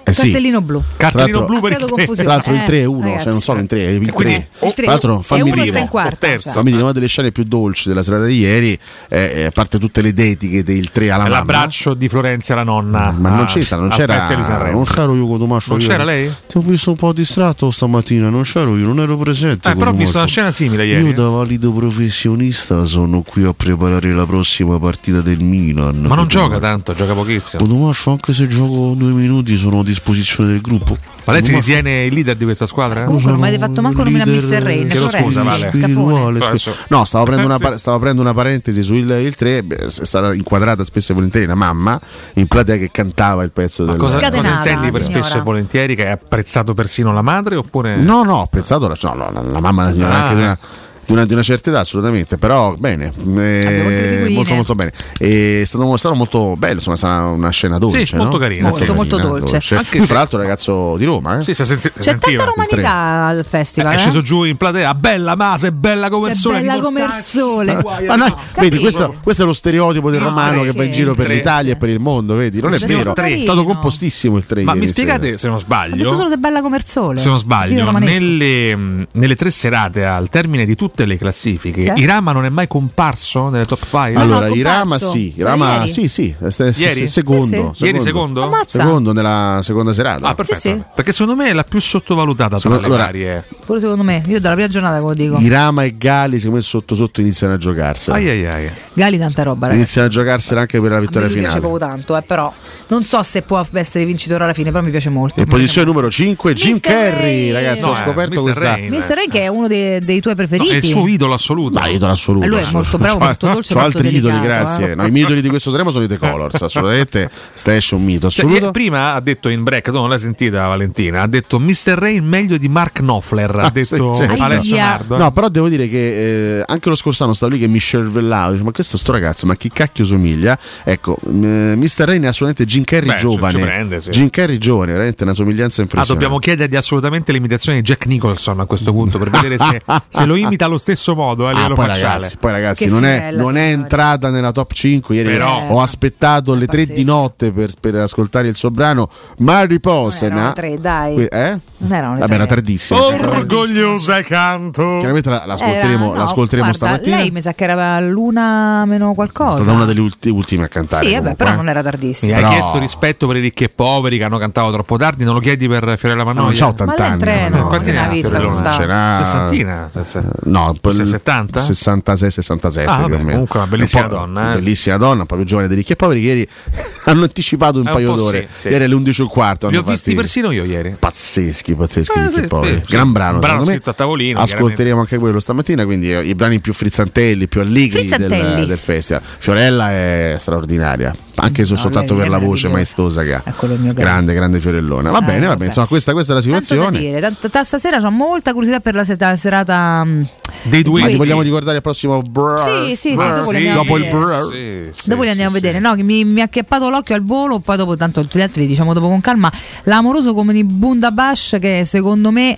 [SPEAKER 9] Eh sì.
[SPEAKER 7] Cartellino blu.
[SPEAKER 9] Cartellino blu per
[SPEAKER 7] Ha creato
[SPEAKER 9] il tre.
[SPEAKER 7] confusione.
[SPEAKER 8] Tra l'altro il
[SPEAKER 7] Eh,
[SPEAKER 8] 3 è 1,
[SPEAKER 7] ragazzi.
[SPEAKER 8] cioè non solo in 3, il 3.
[SPEAKER 7] il tre.
[SPEAKER 8] Tra l'altro fammi
[SPEAKER 7] E uno sta
[SPEAKER 8] dire,
[SPEAKER 7] in quarta,
[SPEAKER 8] fammi
[SPEAKER 7] cioè.
[SPEAKER 8] dire, una delle scene più dolci della serata di ieri, eh, eh, a parte tutte le dediche del 3
[SPEAKER 9] Ah,
[SPEAKER 8] alla mamma.
[SPEAKER 9] L'abbraccio di Florenzi alla nonna.
[SPEAKER 8] Ma non
[SPEAKER 9] ah, a-
[SPEAKER 8] c'era, non
[SPEAKER 9] al
[SPEAKER 8] c'era,
[SPEAKER 9] Festival di Sanremo.
[SPEAKER 8] non c'ero io con Tomascio.
[SPEAKER 9] Non
[SPEAKER 8] io-
[SPEAKER 9] c'era lei?
[SPEAKER 8] Ti ho visto un po' distratto stamattina, non c'ero io, non ero presente.
[SPEAKER 9] Eh, però ho
[SPEAKER 8] con
[SPEAKER 9] visto
[SPEAKER 8] Tomascio.
[SPEAKER 9] una scena simile ieri. eh.
[SPEAKER 8] Io da valido professionista sono qui a preparare la prossima partita del Milan.
[SPEAKER 9] Ma non gioca tanto, gioca pochissimo.
[SPEAKER 8] Con Tomascio, anche se gioco due minuti, sono a disposizione del gruppo.
[SPEAKER 9] Ma lei si
[SPEAKER 8] Tomascio-
[SPEAKER 9] ritiene il leader di questa squadra?
[SPEAKER 7] Comunque non mi avete fatto manco nominare Mr. Rain.
[SPEAKER 9] Chiedo scusa, Vale.
[SPEAKER 8] Spirituale,
[SPEAKER 9] Eh. Cioè, Adesso- Eh,
[SPEAKER 8] spi- No, stavo aprendo, una,
[SPEAKER 9] Sì.
[SPEAKER 8] par- stavo aprendo una parentesi sul 3, è stata inquadrata spesso e volentieri la mamma in platea che cantava il pezzo del
[SPEAKER 9] Cosa, cosa
[SPEAKER 8] Scatenata,
[SPEAKER 9] intendi per
[SPEAKER 8] signora.
[SPEAKER 9] spesso e volentieri? Che è apprezzato persino la madre? Oppure
[SPEAKER 8] No, no, ho apprezzato la, no, no, la, la mamma della signora
[SPEAKER 9] Ah.
[SPEAKER 8] anche di una, di una- di una certa età, assolutamente. Però bene, eh,
[SPEAKER 9] figurine.
[SPEAKER 8] molto molto bene. E è stato, è stato molto bello, insomma, è stata una scena dolce.
[SPEAKER 9] Sì, molto
[SPEAKER 8] no?
[SPEAKER 9] carina, Molto, sì. molto dolce. Anche
[SPEAKER 8] Lui,
[SPEAKER 9] se-
[SPEAKER 8] tra l'altro, è un ragazzo di Roma. Eh?
[SPEAKER 9] Sì, si senti- si
[SPEAKER 7] C'è tanta eh?
[SPEAKER 9] sentiva.
[SPEAKER 7] romanità al festival.
[SPEAKER 9] È
[SPEAKER 7] eh?
[SPEAKER 9] sceso giù in platea, bella ma sei bella come
[SPEAKER 7] Se
[SPEAKER 9] il
[SPEAKER 7] è
[SPEAKER 9] sole.
[SPEAKER 7] bella come il sole.
[SPEAKER 8] Ma noi- vedi, questo, questo è lo stereotipo del romano che va in giro per
[SPEAKER 9] Tre.
[SPEAKER 8] l'Italia e per il mondo, vedi? Non è
[SPEAKER 9] Scusa, sono
[SPEAKER 8] vero,
[SPEAKER 9] tre.
[SPEAKER 8] è stato compostissimo il 3.
[SPEAKER 9] Ma mi spiegate se non
[SPEAKER 7] Ha detto solo
[SPEAKER 9] sbaglio?
[SPEAKER 7] se è bella come il sole.
[SPEAKER 9] Se non
[SPEAKER 7] Io
[SPEAKER 9] sbaglio,
[SPEAKER 7] romanesco.
[SPEAKER 9] nelle, mh, nelle tre serate al termine di tutte le classifiche,
[SPEAKER 7] Sì. Ah,
[SPEAKER 9] Irama non è mai comparso nelle top 5?
[SPEAKER 8] Allora, Irama sì, Irama sì, sì, eh, se- se-
[SPEAKER 9] Ieri?
[SPEAKER 8] secondo,
[SPEAKER 9] Sì, sì. Ieri secondo? Ammazza.
[SPEAKER 8] Secondo nella seconda serata.
[SPEAKER 9] Ah, perfetto. Perché secondo me è la più sottovalutata
[SPEAKER 8] Secondo-
[SPEAKER 9] tra le
[SPEAKER 8] allora,
[SPEAKER 9] varie.
[SPEAKER 7] Pure secondo me, io dalla prima giornata che lo dico.
[SPEAKER 8] Irama e Gali, secondo me sotto sotto iniziano a giocarsela.
[SPEAKER 9] Ai, ai, ai.
[SPEAKER 7] Gali tanta roba, ragazzi.
[SPEAKER 8] Iniziano a giocarsela anche per la
[SPEAKER 7] A me
[SPEAKER 8] vittoria
[SPEAKER 7] lui piace
[SPEAKER 8] finale.
[SPEAKER 7] proprio tanto, eh, però non so se può essere vincitore alla fine, però mi piace molto.
[SPEAKER 8] In posizione numero 5 Jim
[SPEAKER 7] Mr.
[SPEAKER 8] Carrey,
[SPEAKER 7] Rain.
[SPEAKER 8] ragazzi,
[SPEAKER 9] No,
[SPEAKER 8] ho
[SPEAKER 9] eh,
[SPEAKER 8] scoperto
[SPEAKER 9] Mr.
[SPEAKER 8] questa
[SPEAKER 9] Rain. eh.
[SPEAKER 7] Mister Rain che è uno dei, dei tuoi
[SPEAKER 9] No, è il
[SPEAKER 7] preferiti.
[SPEAKER 9] suo idolo assoluto.
[SPEAKER 8] Ma idolo assoluto.
[SPEAKER 7] Eh, lui è molto bravo, molto dolce,
[SPEAKER 8] Sono
[SPEAKER 7] molto
[SPEAKER 8] Cioè, altri idoli,
[SPEAKER 7] delicato,
[SPEAKER 8] grazie.
[SPEAKER 7] eh.
[SPEAKER 8] No, I miei idoli di questo Sanremo sono i The Colors, assolutamente. Stash è un mito,
[SPEAKER 9] Cioè,
[SPEAKER 8] assoluto.
[SPEAKER 9] ieri prima ha detto in break, tu non l'hai sentita Valentina, ha detto Mr. Rain meglio di Mark Knopfler, ha
[SPEAKER 8] Ah,
[SPEAKER 9] detto
[SPEAKER 8] sì, certo.
[SPEAKER 9] Ecco, Alessio Nardo.
[SPEAKER 8] No, però devo dire che eh, anche lo scorso anno stavo lì che mi scervellavo. dicevo, Ma questo sto ragazzo, ma chi cacchio somiglia? Ecco, m- Mr. Rain è assolutamente Jim Carrey
[SPEAKER 9] Beh, ci-
[SPEAKER 8] giovane.
[SPEAKER 9] ci prende, sì.
[SPEAKER 8] Jim Carrey giovane, veramente una somiglianza
[SPEAKER 9] Ah,
[SPEAKER 8] impressionante.
[SPEAKER 9] dobbiamo chiedergli assolutamente l'imitazione di Jack Nicholson a questo punto per vedere se, se lo imita lo allo stesso modo eh, a
[SPEAKER 8] Ah,
[SPEAKER 9] livello
[SPEAKER 8] poi,
[SPEAKER 9] facciale.
[SPEAKER 8] ragazzi, poi ragazzi, non, è, non è entrata nella top 5. Ieri
[SPEAKER 9] Però-
[SPEAKER 8] ho aspettato le 3 di notte per, per ascoltare il suo brano. Ma riposena.
[SPEAKER 11] Erano tre, dai.
[SPEAKER 8] Eh, Que- eh?
[SPEAKER 11] Non erano le
[SPEAKER 8] Vabbè,
[SPEAKER 11] tre.
[SPEAKER 8] era tardissimo.
[SPEAKER 9] Oh, Orgogliosa e canto.
[SPEAKER 8] Chiaramente la, l'ascolteremo,
[SPEAKER 7] Era- Eh, no,
[SPEAKER 8] l'ascolteremo
[SPEAKER 7] guarda,
[SPEAKER 8] stamattina.
[SPEAKER 7] Lei mi sa che era l'una meno
[SPEAKER 8] È
[SPEAKER 7] qualcosa.
[SPEAKER 8] stata una delle ulti- ultime a cantare.
[SPEAKER 7] sì, vabbè,
[SPEAKER 8] comunque,
[SPEAKER 7] però
[SPEAKER 8] eh.
[SPEAKER 7] non era tardissimo.
[SPEAKER 9] Mi hai chiesto rispetto per i ricchi e poveri che hanno cantato troppo tardi, non lo chiedi per Fiorella Mannoia?
[SPEAKER 8] No, non c'ha 80 Ma lei in anni, treno, no,
[SPEAKER 9] Quanti
[SPEAKER 8] non
[SPEAKER 9] ne ha
[SPEAKER 8] l'ha vista
[SPEAKER 9] Fiorella Mannoia?
[SPEAKER 8] quest'anno. Ce n'ha-
[SPEAKER 9] Sessantina? sessantina.
[SPEAKER 8] Eh, No, poi
[SPEAKER 9] Forse
[SPEAKER 8] il
[SPEAKER 9] 70?
[SPEAKER 8] 66, 67
[SPEAKER 9] Ah, vabbè,
[SPEAKER 8] più o meno.
[SPEAKER 9] comunque una bellissima
[SPEAKER 8] Un po'-
[SPEAKER 9] donna, eh.
[SPEAKER 8] Bellissima donna, proprio giovane dei ricchi e poveri. che Ieri hanno anticipato un
[SPEAKER 9] Eh, un
[SPEAKER 8] paio
[SPEAKER 9] po'
[SPEAKER 8] d'ore.
[SPEAKER 9] sì, sì.
[SPEAKER 8] Ieri alle 11.15.
[SPEAKER 9] Li ho visti persino io ieri.
[SPEAKER 8] Pazzeschi, pazzeschi
[SPEAKER 9] Eh,
[SPEAKER 8] ricchi
[SPEAKER 9] sì,
[SPEAKER 8] e poveri.
[SPEAKER 9] sì, sì.
[SPEAKER 8] Gran brano.
[SPEAKER 9] Un brano
[SPEAKER 8] secondo me.
[SPEAKER 9] scritto a tavolino,
[SPEAKER 8] Ascolteremo anche quello stamattina. Quindi eh, i brani più frizzantelli, più allegri del,
[SPEAKER 9] Frizzantelli.
[SPEAKER 8] del festival. Fiorella è straordinaria. Anche se
[SPEAKER 9] No,
[SPEAKER 8] soltanto
[SPEAKER 9] lei-
[SPEAKER 8] per la
[SPEAKER 9] lei è
[SPEAKER 8] voce maestosa che ha. Grande, grande Fiorellona. Va
[SPEAKER 7] Ah,
[SPEAKER 8] bene, va bene. Insomma, questa, questa è la
[SPEAKER 7] Tanto da
[SPEAKER 8] situazione.
[SPEAKER 7] dire, tanto- ta- stasera ho molta curiosità per la se- la serata mm,
[SPEAKER 9] Dei
[SPEAKER 7] due.
[SPEAKER 8] Ma ti vogliamo ricordare il prossimo brr?
[SPEAKER 7] Sì, sì, sì,
[SPEAKER 8] Brr.
[SPEAKER 7] dopo li andiamo a
[SPEAKER 8] dopo il
[SPEAKER 7] vedere.
[SPEAKER 8] brr.
[SPEAKER 7] dopo li andiamo a vedere. No, che mi, mi ha chiappato l'occhio al volo, poi dopo tanto gli altri li diciamo dopo con calma. L'amoroso come di Bundabash che secondo me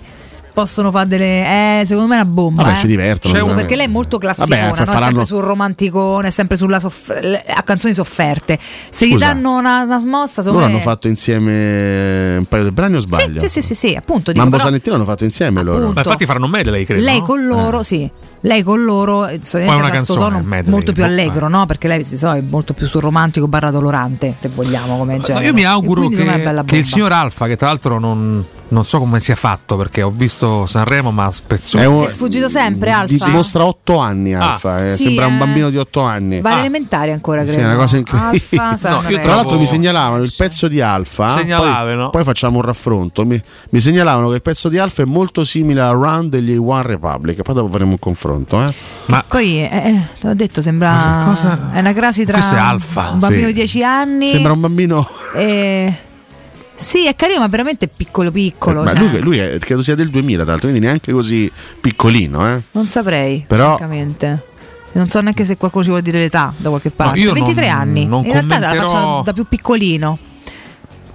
[SPEAKER 7] possono fare delle eh, secondo me è una bomba,
[SPEAKER 8] Vabbè,
[SPEAKER 7] eh.
[SPEAKER 8] si divertono,
[SPEAKER 7] Certo,
[SPEAKER 8] sicuramente.
[SPEAKER 7] perché lei è molto classicona,
[SPEAKER 8] Vabbè, fa-
[SPEAKER 7] no? È
[SPEAKER 8] faranno-
[SPEAKER 7] sempre sul romanticone, è sempre sulla soff- le- a canzoni sofferte. Se gli
[SPEAKER 8] Scusa.
[SPEAKER 7] danno una, una smossa, secondo
[SPEAKER 8] Loro
[SPEAKER 7] me
[SPEAKER 8] hanno fatto insieme un paio di brani o
[SPEAKER 7] sì,
[SPEAKER 8] sbaglio?
[SPEAKER 7] sì, sì, sì, sì, appunto, dico,
[SPEAKER 8] Mambo
[SPEAKER 7] però-
[SPEAKER 8] Sanettino l'hanno fatto insieme loro.
[SPEAKER 7] Appunto. Ma infatti
[SPEAKER 9] faranno medley,
[SPEAKER 7] lei
[SPEAKER 9] Eh.
[SPEAKER 7] con loro, sì. Lei con loro eh, solitamente
[SPEAKER 8] Poi una
[SPEAKER 7] fa sto
[SPEAKER 8] canzone,
[SPEAKER 7] tono
[SPEAKER 8] medley,
[SPEAKER 7] molto più
[SPEAKER 8] boh,
[SPEAKER 7] allegro, no? Perché lei si so, è molto più sul romantico barra dolorante, se vogliamo, come genere.
[SPEAKER 9] io mi
[SPEAKER 7] Cioè, E
[SPEAKER 9] auguro
[SPEAKER 7] quindi secondo me è
[SPEAKER 9] che,
[SPEAKER 7] bella
[SPEAKER 9] che il
[SPEAKER 7] bomba.
[SPEAKER 9] signor Alfa, che tra l'altro non, non so come sia fatto perché ho visto Sanremo, ma spesso Ah,
[SPEAKER 8] È
[SPEAKER 7] Ti è sfuggito sempre,
[SPEAKER 8] Di-
[SPEAKER 7] Alfa?
[SPEAKER 8] dimostra 8 anni Alfa, eh,
[SPEAKER 7] Sì,
[SPEAKER 8] sembra
[SPEAKER 7] eh.
[SPEAKER 8] un bambino di 8 anni. Ah.
[SPEAKER 7] Vale elementare ancora,
[SPEAKER 8] Sì,
[SPEAKER 7] credo.
[SPEAKER 8] è una cosa incredibile.
[SPEAKER 7] Alfa, Sanremo.
[SPEAKER 8] Tra l'altro mi segnalavano il pezzo di Alfa, poi,
[SPEAKER 9] Segnalavano.
[SPEAKER 8] poi facciamo un raffronto, mi, mi segnalavano che il pezzo di Alfa è molto simile a Round degli One Republic, poi dopo faremo un confronto. Eh.
[SPEAKER 9] Ma
[SPEAKER 7] Poi, eh, eh, te l'ho detto, sembra è una crasi tra
[SPEAKER 8] Questo è Alfa.
[SPEAKER 7] un bambino di
[SPEAKER 8] Sì.
[SPEAKER 7] 10 anni.
[SPEAKER 8] sembra un bambino...
[SPEAKER 7] e- Sì, è carino, ma veramente piccolo piccolo.
[SPEAKER 8] Ma
[SPEAKER 7] cioè,
[SPEAKER 8] lui, lui è, credo sia del 2000, tra l'altro, quindi neanche così piccolino. Eh.
[SPEAKER 7] Non saprei,
[SPEAKER 8] Però-
[SPEAKER 7] francamente. Non so neanche se qualcuno ci vuole dire l'età da qualche parte.
[SPEAKER 9] io non-
[SPEAKER 7] 23 anni.
[SPEAKER 9] non
[SPEAKER 7] In realtà la
[SPEAKER 9] commenterò-
[SPEAKER 7] faccia da più piccolino.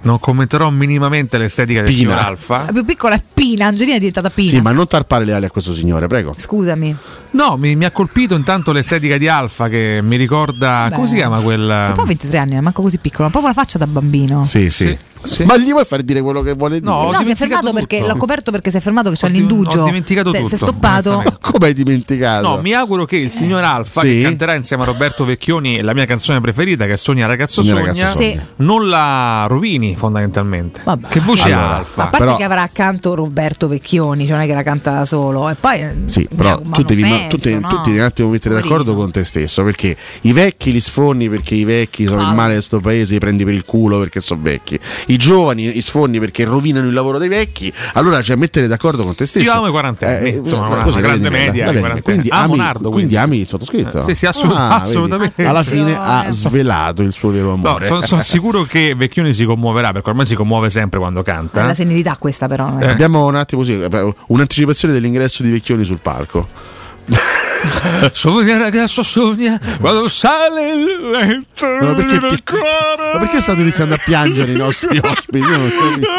[SPEAKER 9] non commenterò minimamente l'estetica del
[SPEAKER 8] Pina.
[SPEAKER 9] signor
[SPEAKER 7] La
[SPEAKER 9] Alfa.
[SPEAKER 7] più piccola è Pina, Angelina è diventata Pina.
[SPEAKER 8] Sì, ma non tarpare le ali a questo signore, prego.
[SPEAKER 7] Scusami.
[SPEAKER 9] No, mi, mi ha colpito intanto l'estetica di Alfa che mi ricorda. Come si chiama um, quella.
[SPEAKER 7] Ma poi 23 anni, è manco così piccolo, ma proprio la faccia da bambino.
[SPEAKER 8] Ah. Sì, sì. Ma gli vuoi far dire quello che vuole dire?
[SPEAKER 7] No, si è fermato perché l'ho coperto perché si è fermato che c'è l'indugio.
[SPEAKER 9] ho dimenticato
[SPEAKER 7] si, è-
[SPEAKER 9] tutto,
[SPEAKER 7] Si è stoppato.
[SPEAKER 9] onestamente.
[SPEAKER 8] Come hai dimenticato?
[SPEAKER 9] No, mi auguro che il signor Alfa,
[SPEAKER 8] Sì.
[SPEAKER 9] che canterà insieme a Roberto Vecchioni la mia canzone preferita, che è Sogna ragazzo
[SPEAKER 8] Sogna,
[SPEAKER 9] sogna,
[SPEAKER 8] ragazzo, sogna. Sì.
[SPEAKER 9] non la rovini fondamentalmente. Che voce ha
[SPEAKER 8] Allora,
[SPEAKER 9] Alfa?
[SPEAKER 7] A parte che avrà accanto Roberto Vecchioni, cioè non è che la canta da solo. E poi eh,
[SPEAKER 8] Sì,
[SPEAKER 7] mi
[SPEAKER 8] però
[SPEAKER 7] auguro- ma
[SPEAKER 8] tu
[SPEAKER 7] non
[SPEAKER 8] devi,
[SPEAKER 7] penso,
[SPEAKER 8] tu devi-
[SPEAKER 7] no?
[SPEAKER 8] tu devi un attimo mettere
[SPEAKER 7] Poverino.
[SPEAKER 8] d'accordo con te stesso perché i vecchi li sfondi perché i vecchi sono
[SPEAKER 7] Ah.
[SPEAKER 8] il male di sto paese, li prendi per il culo perché sono vecchi, i giovani li sfondi perché rovinano il lavoro dei vecchi. Allora, cioè, mettere d'accordo con te stesso. Eh,
[SPEAKER 9] Io amo i quarantenni, insomma, una- una grande
[SPEAKER 8] vedi,
[SPEAKER 9] media
[SPEAKER 8] la
[SPEAKER 9] di
[SPEAKER 8] vedi,
[SPEAKER 9] quarantenni.
[SPEAKER 8] Quindi
[SPEAKER 9] Amo
[SPEAKER 8] ami,
[SPEAKER 9] Nardo,
[SPEAKER 8] quindi
[SPEAKER 9] quindi.
[SPEAKER 8] ami il sottoscritto.
[SPEAKER 9] Eh, sì, sì, assolut-
[SPEAKER 8] Ah, vedi,
[SPEAKER 9] assolutamente.
[SPEAKER 8] Alla fine ha
[SPEAKER 9] Attenzione.
[SPEAKER 8] svelato il suo vero
[SPEAKER 9] No,
[SPEAKER 8] amore.
[SPEAKER 9] sono, sono sicuro che Vecchioni si commuoverà perché ormai si commuove sempre quando
[SPEAKER 7] È
[SPEAKER 9] canta.
[SPEAKER 7] la senilità questa però. non è-
[SPEAKER 8] Eh? Abbiamo un attimo così, eh, un'anticipazione dell'ingresso di Vecchioni sul palco.
[SPEAKER 9] Sogna ragazzo sogna quando sale il vento
[SPEAKER 8] Ma perché,
[SPEAKER 9] nel cuore.
[SPEAKER 8] ma perché stanno iniziando a piangere i nostri ospiti? Io non capisco.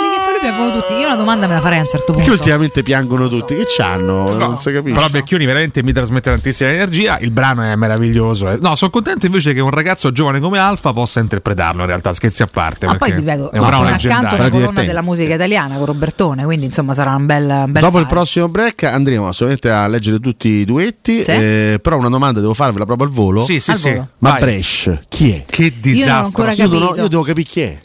[SPEAKER 7] Quelli che fa lui piangono tutti. Io una domanda me la farei a un certo
[SPEAKER 8] Perché
[SPEAKER 7] punto.
[SPEAKER 8] ultimamente piangono tutti? Che c'hanno?
[SPEAKER 9] No,
[SPEAKER 8] non si capisce.
[SPEAKER 9] Però Vecchioni veramente mi trasmette tantissima energia. Il brano è meraviglioso. eh. No, sono contento invece che un ragazzo giovane come Alfa possa interpretarlo. In realtà, scherzi a parte.
[SPEAKER 7] Ma poi
[SPEAKER 9] perché
[SPEAKER 7] ti prego,
[SPEAKER 9] è un brano
[SPEAKER 7] sono accanto
[SPEAKER 9] leggendario.
[SPEAKER 7] alla colonna della musica italiana con Robertone, quindi insomma sarà un bel, un bel
[SPEAKER 8] Dopo
[SPEAKER 7] fare.
[SPEAKER 8] il prossimo break andremo assolutamente a leggere tutti i duetti.
[SPEAKER 7] Sì.
[SPEAKER 8] eh, però una domanda devo farvela proprio al volo.
[SPEAKER 9] Sì, sì, Al sì. volo.
[SPEAKER 8] Ma
[SPEAKER 9] Vai.
[SPEAKER 8] Brescia chi è?
[SPEAKER 9] Che
[SPEAKER 7] disastro. non ho ancora
[SPEAKER 8] Io, non ho-
[SPEAKER 7] capito.
[SPEAKER 8] io devo capire chi è.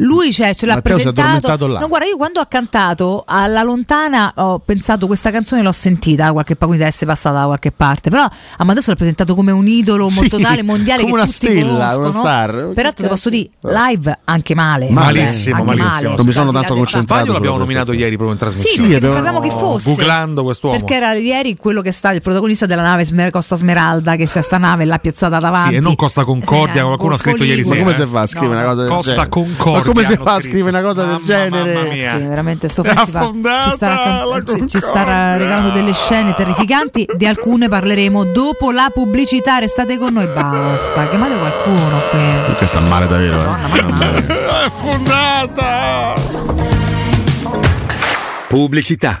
[SPEAKER 7] Lui cioè, ce l'ha
[SPEAKER 8] Matteo si è
[SPEAKER 7] presentato.
[SPEAKER 8] addormentato là.
[SPEAKER 7] No, guarda, io quando ha cantato alla lontana ho pensato questa canzone l'ho sentita da qualche parte, quindi deve essere passata da qualche parte. Però a Matteo l'ha presentato come un idolo
[SPEAKER 8] Sì,
[SPEAKER 7] totale mondiale
[SPEAKER 8] come
[SPEAKER 7] che
[SPEAKER 8] una
[SPEAKER 7] tutti
[SPEAKER 8] stella, una
[SPEAKER 7] conoscono.
[SPEAKER 8] star. Eh.
[SPEAKER 7] Peraltro ti posso dire, live anche male.
[SPEAKER 9] Malissimo,
[SPEAKER 7] Cioè, anche
[SPEAKER 9] malissimo.
[SPEAKER 7] male.
[SPEAKER 8] Non mi sono tanto
[SPEAKER 9] Sbaglio
[SPEAKER 8] concentrato.
[SPEAKER 9] l'abbiamo
[SPEAKER 8] sulla
[SPEAKER 9] nominato
[SPEAKER 8] prestazione.
[SPEAKER 9] ieri proprio in
[SPEAKER 7] Sì,
[SPEAKER 9] trasmissione.
[SPEAKER 7] perché sapevamo chi fosse.
[SPEAKER 9] Googlando quest'uomo.
[SPEAKER 7] Perché era ieri quello che sta il protagonista della nave Smer- Costa Smeralda, che c'è sta nave l'ha piazzata davanti.
[SPEAKER 9] Sì, e non Costa
[SPEAKER 7] eh,
[SPEAKER 9] Concordia, qualcuno ha scritto ieri
[SPEAKER 8] Ma
[SPEAKER 9] sera.
[SPEAKER 8] come
[SPEAKER 9] eh.
[SPEAKER 8] si fa a scrivere una cosa del
[SPEAKER 9] Costa
[SPEAKER 8] genere?
[SPEAKER 9] Concordia
[SPEAKER 8] Ma come si
[SPEAKER 9] hanno
[SPEAKER 8] fa a
[SPEAKER 9] scritto.
[SPEAKER 8] scrivere una cosa del genere?
[SPEAKER 9] mamma mia.
[SPEAKER 7] Sì, veramente sto
[SPEAKER 8] È
[SPEAKER 7] festival ci sta, raccon- ci- ci sta ra- regalando delle scene terrificanti, di alcune parleremo dopo la pubblicità, restate con noi, basta, chiamate qualcuno qui.
[SPEAKER 8] Perché sta male davvero? eh.
[SPEAKER 9] È fondata!
[SPEAKER 12] Pubblicità.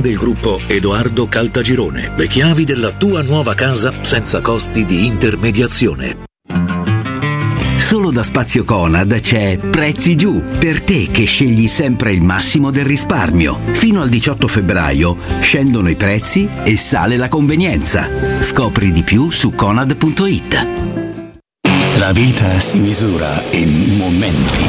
[SPEAKER 13] del gruppo Edoardo Caltagirone. Le chiavi della tua nuova casa senza costi di intermediazione.
[SPEAKER 2] Solo da Spazio Conad c'è Prezzi Giù, per te che scegli sempre il massimo del risparmio. Fino al 18 febbraio scendono i prezzi e sale la convenienza. Scopri di più su conad.it.
[SPEAKER 4] La vita si misura in momenti.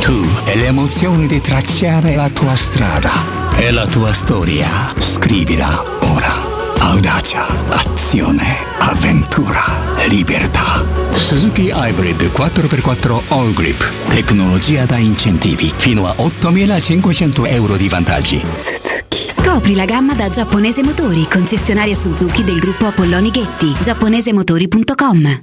[SPEAKER 4] Tu e le emozioni di tracciare la tua strada. È la tua storia. Scrivila ora. Audacia, azione, avventura, libertà. Suzuki Hybrid 4x4 All Grip. Tecnologia da incentivi. Fino a 8.500 euro di vantaggi.
[SPEAKER 14] Scopri la gamma da Giapponese Motori, concessionaria Suzuki del gruppo Apolloni Ghetti, giapponesemotori.com.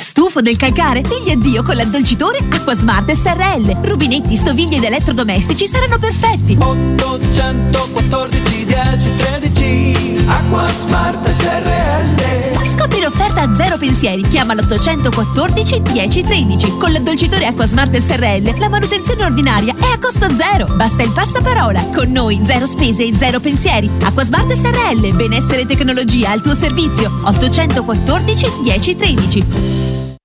[SPEAKER 15] Stufo del calcare? Digli addio con l'addolcitore Acquasmart SRL. Rubinetti, stoviglie ed elettrodomestici saranno perfetti.
[SPEAKER 1] 814 10 13 Acquasmart SRL
[SPEAKER 15] Scopri l'offerta a zero pensieri. Chiama l'814 1013. Con l'addolcitore Acquasmart SRL la manutenzione ordinaria è a costo zero. Basta il passaparola. Con noi zero spese e zero pensieri. Acquasmart SRL, benessere e tecnologia al tuo servizio. 814 1013.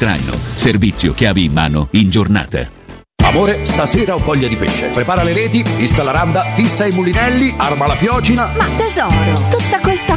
[SPEAKER 16] traino. Servizio chiavi in mano in giornata.
[SPEAKER 17] Amore, stasera ho voglia di pesce. Prepara le reti, fissa la randa, fissa i mulinelli, arma la fiocina.
[SPEAKER 6] Ma tesoro, tutta questa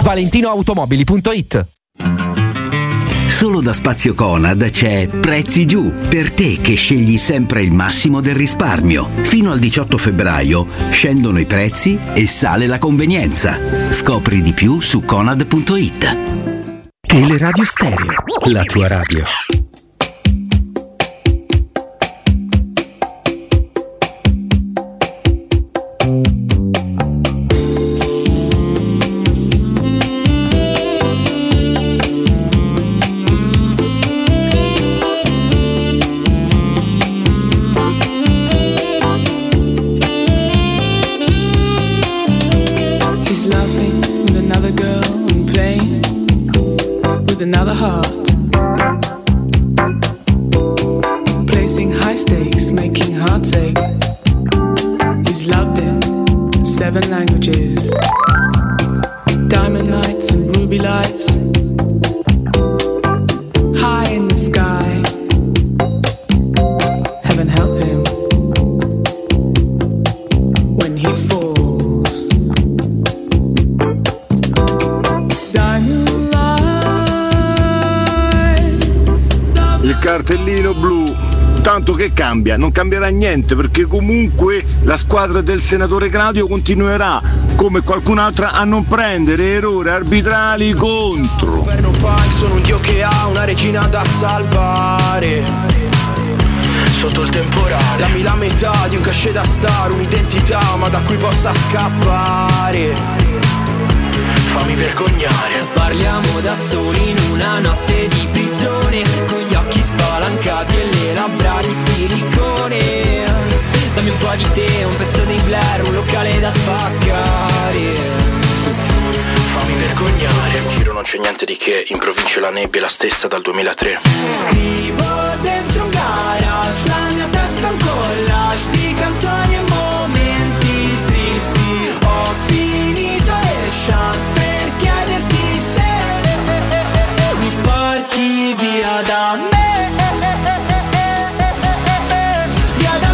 [SPEAKER 18] ValentinoAutomobili.it
[SPEAKER 2] Solo da Spazio Conad c'è Prezzi Giù, per te che scegli sempre il massimo del risparmio. Fino al 18 febbraio scendono i prezzi e sale la convenienza. Scopri di più su conad.it.
[SPEAKER 19] Teleradio Stereo, la tua radio.
[SPEAKER 20] He's laughing with another girl and playing with another heart. Placing high stakes, making hearts ache. He's loved in seven languages. Diamond lights and ruby lights. High in the sky.
[SPEAKER 21] cartellino blu. Tanto che cambia, non cambierà niente perché comunque la squadra del senatore Claudio continuerà come qualcun'altra a non prendere errori arbitrali contro.
[SPEAKER 4] Inferno Pike, sono un dio che ha una regina da salvare. Sotto il temporale Dammi la metà di un cachet da star Un'identità ma da cui possa scappare Fammi vergognare
[SPEAKER 1] Parliamo da soli in una notte di prigione Con gli occhi spalancati e le labbra di silicone Dammi un po' di te, un pezzo di Blair, un locale da spaccare
[SPEAKER 4] Fammi vergognare In giro non c'è niente di che In provincia la nebbia è la stessa dal 2003
[SPEAKER 1] Scrivo dentro un garage, la mia testa è un collage di canzoni e momenti tristi. Ho finito le chance per chiederti se mi porti via da me. Via da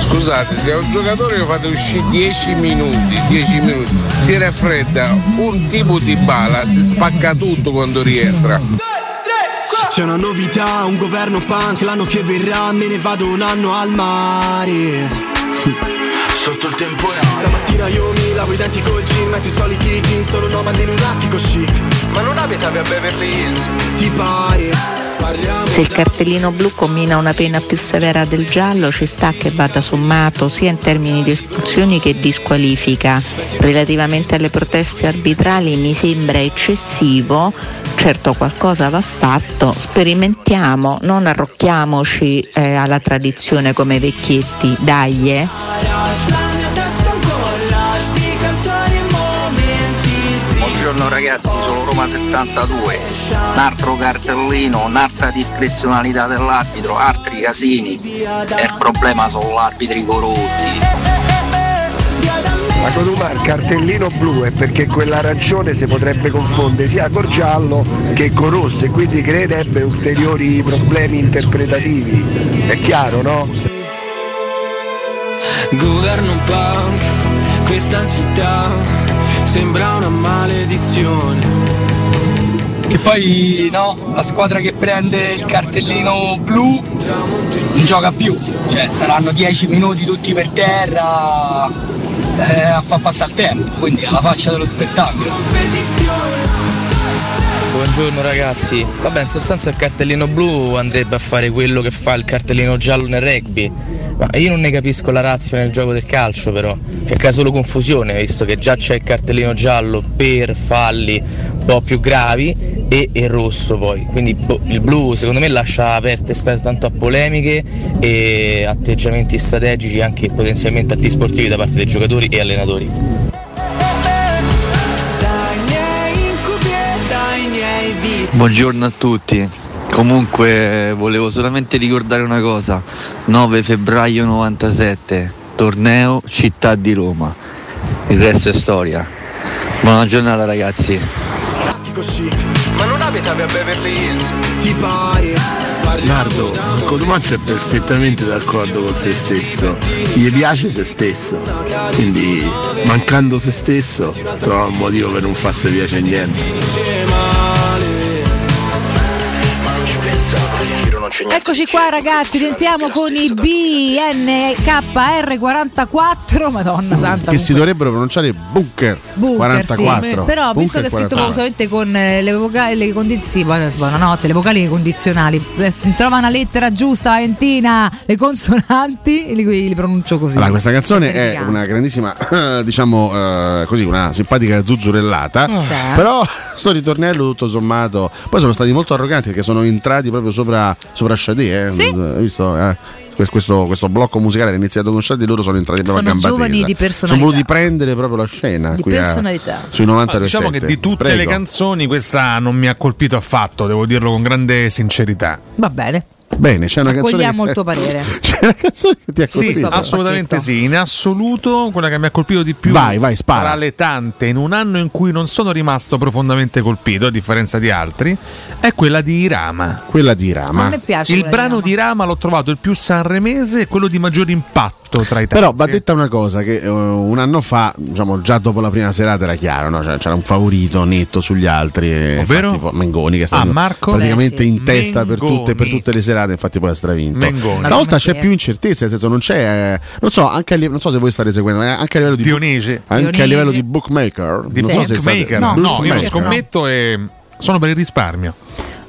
[SPEAKER 22] Scusate, se a un giocatore lo fate uscire 10 minuti, 10 minuti, si raffredda, un tipo di bala si spacca tutto quando rientra.
[SPEAKER 4] C'è una novità, un governo punk L'anno che verrà me ne vado un anno al mare Sotto il temporale Stamattina io mi lavo i denti col gin Metto i soliti jeans, sono nomade in un attico chic Ma non abitavi a Beverly Hills Ti pare? Parliamo
[SPEAKER 6] Se il cartellino blu combina una pena più severa del giallo, ci sta che vada sommato sia in termini di espulsioni che di squalifica. Relativamente alle proteste arbitrali mi sembra eccessivo, certo qualcosa va fatto, sperimentiamo, non arrocchiamoci eh, alla tradizione come i vecchietti, dai. eh.
[SPEAKER 1] La mia testa è un collage di canzoni e momenti
[SPEAKER 2] Buongiorno ragazzi, sono Roma 72. Un altro cartellino, un'altra discrezionalità dell'arbitro, altri casini. E il problema sono arbitri corrotti.
[SPEAKER 23] La Codumar cartellino blu è perché quell'arancione si potrebbe confondere sia col giallo che con rosso e quindi creerebbe ulteriori problemi interpretativi. È chiaro, no?
[SPEAKER 1] Governo punk, questa città sembra una maledizione.
[SPEAKER 24] Che poi no, la squadra che prende il cartellino blu non gioca più, cioè saranno 10 minuti tutti per terra eh, a far passare il tempo, quindi alla faccia dello spettacolo.
[SPEAKER 25] Buongiorno ragazzi, vabbè in sostanza il cartellino blu andrebbe a fare quello che fa il cartellino giallo nel rugby, ma io non ne capisco la razza nel gioco del calcio però, c'è caso solo confusione visto che già c'è il cartellino giallo per falli un po' più gravi e il rosso poi, quindi boh, il blu secondo me lascia aperte tanto a polemiche e atteggiamenti strategici anche potenzialmente antisportivi da parte dei giocatori e allenatori.
[SPEAKER 1] Dai miei incubi e dai miei vizi.
[SPEAKER 26] Buongiorno a tutti. Comunque volevo solamente ricordare una cosa. 9 febbraio 97, torneo città di Roma. Il resto è storia. Buona giornata ragazzi.
[SPEAKER 4] Attico chic Ma non abitavi a Beverly Hills Ti pare?
[SPEAKER 23] Nardo, Cotumaccio è perfettamente d'accordo con se stesso, gli piace se stesso, quindi mancando se stesso trova un motivo per non farsi piacere niente.
[SPEAKER 7] Eccoci qua ragazzi, rientriamo con i BNKR44, Madonna Santa.
[SPEAKER 8] Che si dovrebbero pronunciare bunker,
[SPEAKER 7] Bunker, sì.
[SPEAKER 8] 44.
[SPEAKER 7] Però visto che è
[SPEAKER 8] Bunker
[SPEAKER 7] scritto
[SPEAKER 8] 44.
[SPEAKER 7] solamente con eh, le vocali le condi- sì, buona- buonanotte, le vocali condizionali. Eh, si Trova una lettera giusta, Valentina, le consonanti, e li, li pronuncio così.
[SPEAKER 8] Allora, questa canzone è
[SPEAKER 7] Elegante.
[SPEAKER 8] una grandissima, diciamo eh, così, una simpatica zuzzurellata.
[SPEAKER 7] Sì.
[SPEAKER 8] Però sto ritornello tutto sommato. Poi sono stati molto arroganti perché sono entrati proprio sopra, sopra Shadé. eh.
[SPEAKER 7] Sì.
[SPEAKER 8] Hai visto? eh? Que- Questo, questo blocco musicale era iniziato con Shadé, loro sono entrati proprio
[SPEAKER 7] Sono
[SPEAKER 8] a gamba
[SPEAKER 7] giovani
[SPEAKER 8] tesa.
[SPEAKER 7] di personalità.
[SPEAKER 8] Sono voluti prendere proprio la scena
[SPEAKER 7] Di
[SPEAKER 8] qui a-
[SPEAKER 7] personalità.
[SPEAKER 8] sui 90
[SPEAKER 9] Ah, Diciamo che di tutte le canzoni questa non mi ha colpito affatto, devo dirlo con grande sincerità.
[SPEAKER 7] Va bene.
[SPEAKER 8] Bene, c'è una canzone.
[SPEAKER 7] Accogliamo
[SPEAKER 8] che-
[SPEAKER 7] il tuo parere.
[SPEAKER 8] C'è una canzone che ti ha colpito.
[SPEAKER 9] Sì, assolutamente sì, in assoluto quella che mi ha colpito di più
[SPEAKER 8] Vai, vai, spara.
[SPEAKER 9] tra le tante in un anno in cui non sono rimasto profondamente colpito, a differenza di altri, è quella di Irama.
[SPEAKER 8] Quella di Irama.
[SPEAKER 7] A me piace
[SPEAKER 9] Il
[SPEAKER 7] quella di
[SPEAKER 9] brano di Irama l'ho trovato il più sanremese e quello di maggior impatto tra i tanti.
[SPEAKER 8] Però va detta una cosa che eh, un anno fa, diciamo già dopo la prima serata era chiaro, no? Cioè, c'era un favorito netto sugli altri, eh,
[SPEAKER 9] Ovvero?
[SPEAKER 8] infatti, poi Mengoni che è stato
[SPEAKER 9] Ah, Marco?
[SPEAKER 8] praticamente
[SPEAKER 9] Beh, sì.
[SPEAKER 8] in testa per
[SPEAKER 9] Mengoni.
[SPEAKER 8] tutte, per tutte le serate, infatti poi ha stravinto.
[SPEAKER 9] Mengoni.
[SPEAKER 8] Stavolta
[SPEAKER 9] Madonna,
[SPEAKER 8] c'è
[SPEAKER 9] sì,
[SPEAKER 8] più
[SPEAKER 9] eh.
[SPEAKER 8] incertezza, nel senso non c'è, eh, non so, anche a, live- non so se voi state seguendo, ma anche a livello di
[SPEAKER 9] Dionisi.
[SPEAKER 8] anche a
[SPEAKER 9] Dionisi.
[SPEAKER 8] livello di bookmaker,
[SPEAKER 9] Di
[SPEAKER 8] non so se state-
[SPEAKER 9] bookmaker. no, no, io
[SPEAKER 8] bookmaker,
[SPEAKER 9] lo scommetto e sono per il risparmio.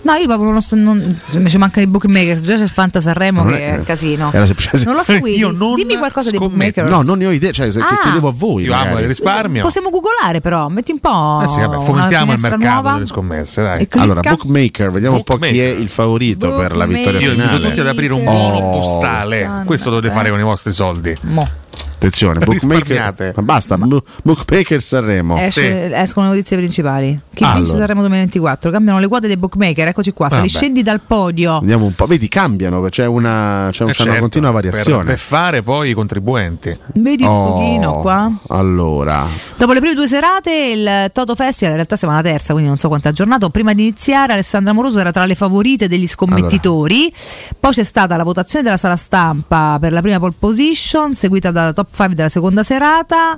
[SPEAKER 7] No, io proprio non so. Non, mi ci mancano i bookmaker. Già c'è il Fanta Sanremo
[SPEAKER 8] Non
[SPEAKER 7] che
[SPEAKER 8] è-
[SPEAKER 7] è un casino.
[SPEAKER 8] era semplice-
[SPEAKER 7] Non lo seguito.
[SPEAKER 8] Io
[SPEAKER 7] Dimmi qualcosa dei bookmaker.
[SPEAKER 8] No, non ne ho idea, cioè se- che
[SPEAKER 7] Ah.
[SPEAKER 8] chiedevo a voi.
[SPEAKER 9] Io amo
[SPEAKER 8] magari.
[SPEAKER 9] il risparmio.
[SPEAKER 7] Possiamo googolare, però. Metti un po'.
[SPEAKER 9] Eh sì, vabbè,
[SPEAKER 7] una
[SPEAKER 9] fomentiamo il
[SPEAKER 7] finestra
[SPEAKER 9] mercato
[SPEAKER 7] nuova.
[SPEAKER 9] delle scommesse. Dai.
[SPEAKER 7] E clicca.
[SPEAKER 8] Allora, bookmaker, vediamo un po' chi è il favorito per la vittoria
[SPEAKER 9] Io
[SPEAKER 8] finale.
[SPEAKER 9] invito tutti ad aprire un
[SPEAKER 8] Oh,
[SPEAKER 9] buono postale. Questo dovete fare con i vostri soldi.
[SPEAKER 8] Attenzione, bookmaker. Ma basta, bu- bookmaker Sanremo.
[SPEAKER 7] Esce- Escono le notizie principali. Chi
[SPEAKER 8] Allora.
[SPEAKER 7] vince Sanremo 2024? Cambiano le quote dei bookmaker. Eccoci qua. Se
[SPEAKER 8] Vabbè.
[SPEAKER 7] li scendi dal podio.
[SPEAKER 8] Vediamo un po'. Vedi, cambiano, c'è una, c'è un-
[SPEAKER 9] Eh
[SPEAKER 8] c'è una
[SPEAKER 9] certo,
[SPEAKER 8] continua
[SPEAKER 9] Per,
[SPEAKER 8] variazione.
[SPEAKER 9] per fare poi i contribuenti.
[SPEAKER 7] Vedi un
[SPEAKER 8] Oh.
[SPEAKER 7] pochino qua.
[SPEAKER 8] Allora,
[SPEAKER 7] Dopo le prime due serate, il Toto Festival, in realtà siamo alla terza, quindi non so quanto è aggiornato. Prima di iniziare, Alessandra Moroso era tra le favorite degli scommettitori. Poi c'è stata la votazione della sala stampa per la prima pole position, seguita dalla top 5 della seconda serata.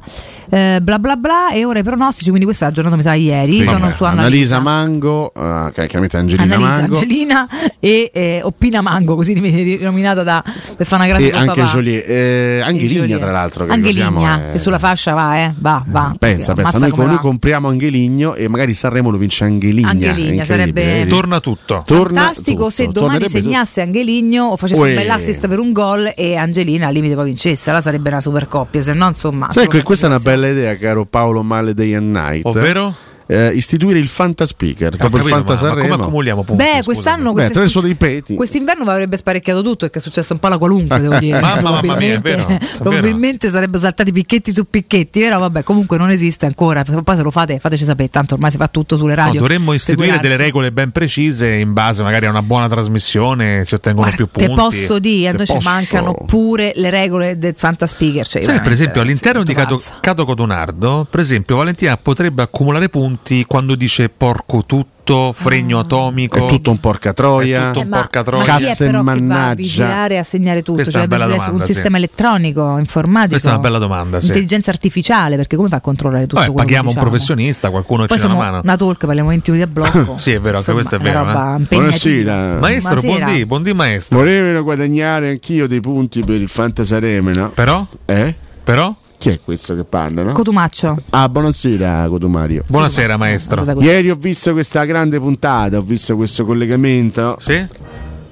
[SPEAKER 7] eh, bla bla bla. E ora i pronostici, quindi questa è aggiornata, mi sa, ieri.
[SPEAKER 8] Sì,
[SPEAKER 7] Sono
[SPEAKER 8] vabbè,
[SPEAKER 7] su
[SPEAKER 8] Annalisa Mango, eh, che è chiaramente Angelina
[SPEAKER 7] Annalisa,
[SPEAKER 8] Mango.
[SPEAKER 7] Angelina e eh, Oppina Mango, così ri- rinominata da per fare una grande
[SPEAKER 8] E anche
[SPEAKER 7] papà.
[SPEAKER 8] Joliet, eh, Angeligna, tra l'altro. Che ricordiamo
[SPEAKER 7] Angeligna,
[SPEAKER 8] è-
[SPEAKER 7] che sulla fascia va, eh, va, va.
[SPEAKER 8] Pensa, pensa,
[SPEAKER 7] Ammazza
[SPEAKER 8] noi,
[SPEAKER 7] come
[SPEAKER 8] noi
[SPEAKER 7] va.
[SPEAKER 8] compriamo Angheligno e magari Sanremo lo vince Angheligna.
[SPEAKER 7] Angeligna,
[SPEAKER 8] È incredibile,
[SPEAKER 7] sarebbe-
[SPEAKER 8] vedi?
[SPEAKER 9] Torna tutto.
[SPEAKER 8] Torna
[SPEAKER 7] Fantastico se
[SPEAKER 8] tutto,
[SPEAKER 7] domani
[SPEAKER 8] tornerebbe
[SPEAKER 7] segnasse Angeligno o facesse
[SPEAKER 8] Uè.
[SPEAKER 7] un bell'assist per un gol e Angelina al limite poi vincesse, la sarebbe una super coppia, se no insomma...
[SPEAKER 8] Sai, que- questa è una bella idea, caro Paolo Male Day and Night.
[SPEAKER 9] Ovvero? Ah,
[SPEAKER 8] Eh, istituire il Fanta Speaker dopo il
[SPEAKER 9] capito,
[SPEAKER 8] Fanta
[SPEAKER 9] ma- ma come
[SPEAKER 8] Sanremo.
[SPEAKER 9] accumuliamo
[SPEAKER 7] Beh, quest'anno
[SPEAKER 8] Beh,
[SPEAKER 7] quest-
[SPEAKER 8] attraverso dei peti.
[SPEAKER 7] quest'inverno avrebbe sparecchiato tutto perché è successo un po' la qualunque, devo dire.
[SPEAKER 8] Mamma, mamma mia,
[SPEAKER 7] Probabilmente-
[SPEAKER 8] è vero, è vero.
[SPEAKER 7] probabilmente sarebbero saltati picchetti su picchetti, però vabbè, comunque non esiste ancora. Poi se lo fate, fateci sapere, tanto ormai si fa tutto sulle
[SPEAKER 9] No,
[SPEAKER 7] radio.
[SPEAKER 9] dovremmo istituire
[SPEAKER 7] Figurarsi.
[SPEAKER 9] delle regole ben precise in base magari a una buona trasmissione, si ottengono più punti.
[SPEAKER 7] Te posso dire, a
[SPEAKER 9] Te
[SPEAKER 7] noi ci
[SPEAKER 9] posso.
[SPEAKER 7] mancano pure le regole del Fantaspeaker. Cioè,
[SPEAKER 9] Sai, per
[SPEAKER 7] veramente,
[SPEAKER 9] esempio,
[SPEAKER 7] ragazzi,
[SPEAKER 9] all'interno di
[SPEAKER 7] tutto
[SPEAKER 9] Cato, Cato Cotonardo, per esempio, Valentina potrebbe accumulare punti quando dice porco tutto, fregno atomico.
[SPEAKER 8] È tutto un porca troia.
[SPEAKER 9] È tutto un
[SPEAKER 7] Ah. Eh, ma-
[SPEAKER 9] porca
[SPEAKER 7] ma
[SPEAKER 9] troia.
[SPEAKER 7] chi è però che va a vigilare e a segnare tutto?
[SPEAKER 9] Questa è
[SPEAKER 7] cioè,
[SPEAKER 9] una bella
[SPEAKER 7] deve essere un
[SPEAKER 9] domanda,
[SPEAKER 7] sistema elettronico, informatico.
[SPEAKER 9] Questa è una bella domanda, sì.
[SPEAKER 7] Intelligenza artificiale, perché come fa a controllare tutto
[SPEAKER 9] Vabbè,
[SPEAKER 7] quello
[SPEAKER 9] paghiamo
[SPEAKER 7] che
[SPEAKER 9] un
[SPEAKER 7] diciamo?
[SPEAKER 9] professionista, qualcuno
[SPEAKER 7] Poi
[SPEAKER 9] ci dà una
[SPEAKER 7] siamo
[SPEAKER 9] mano.
[SPEAKER 7] una talk, parliamo 20 minuti a blocco.
[SPEAKER 9] Sì, è vero, anche questo è
[SPEAKER 7] Insomma,
[SPEAKER 9] vero.
[SPEAKER 7] una roba
[SPEAKER 9] eh.
[SPEAKER 7] impegnativa.
[SPEAKER 9] Maestro,
[SPEAKER 7] Buonasera.
[SPEAKER 9] buondì, buondì maestro.
[SPEAKER 8] Volevano guadagnare anch'io dei punti per il Fanta Sanremo, no?
[SPEAKER 9] Però?
[SPEAKER 8] Eh?
[SPEAKER 9] Però?
[SPEAKER 8] Chi è questo che parla, no?
[SPEAKER 7] Cotumaccio.
[SPEAKER 8] Ah, buonasera, Cotumario.
[SPEAKER 9] Buonasera Ah, maestro.
[SPEAKER 8] Ieri ho visto questa grande puntata, ho visto questo collegamento.
[SPEAKER 9] Sì?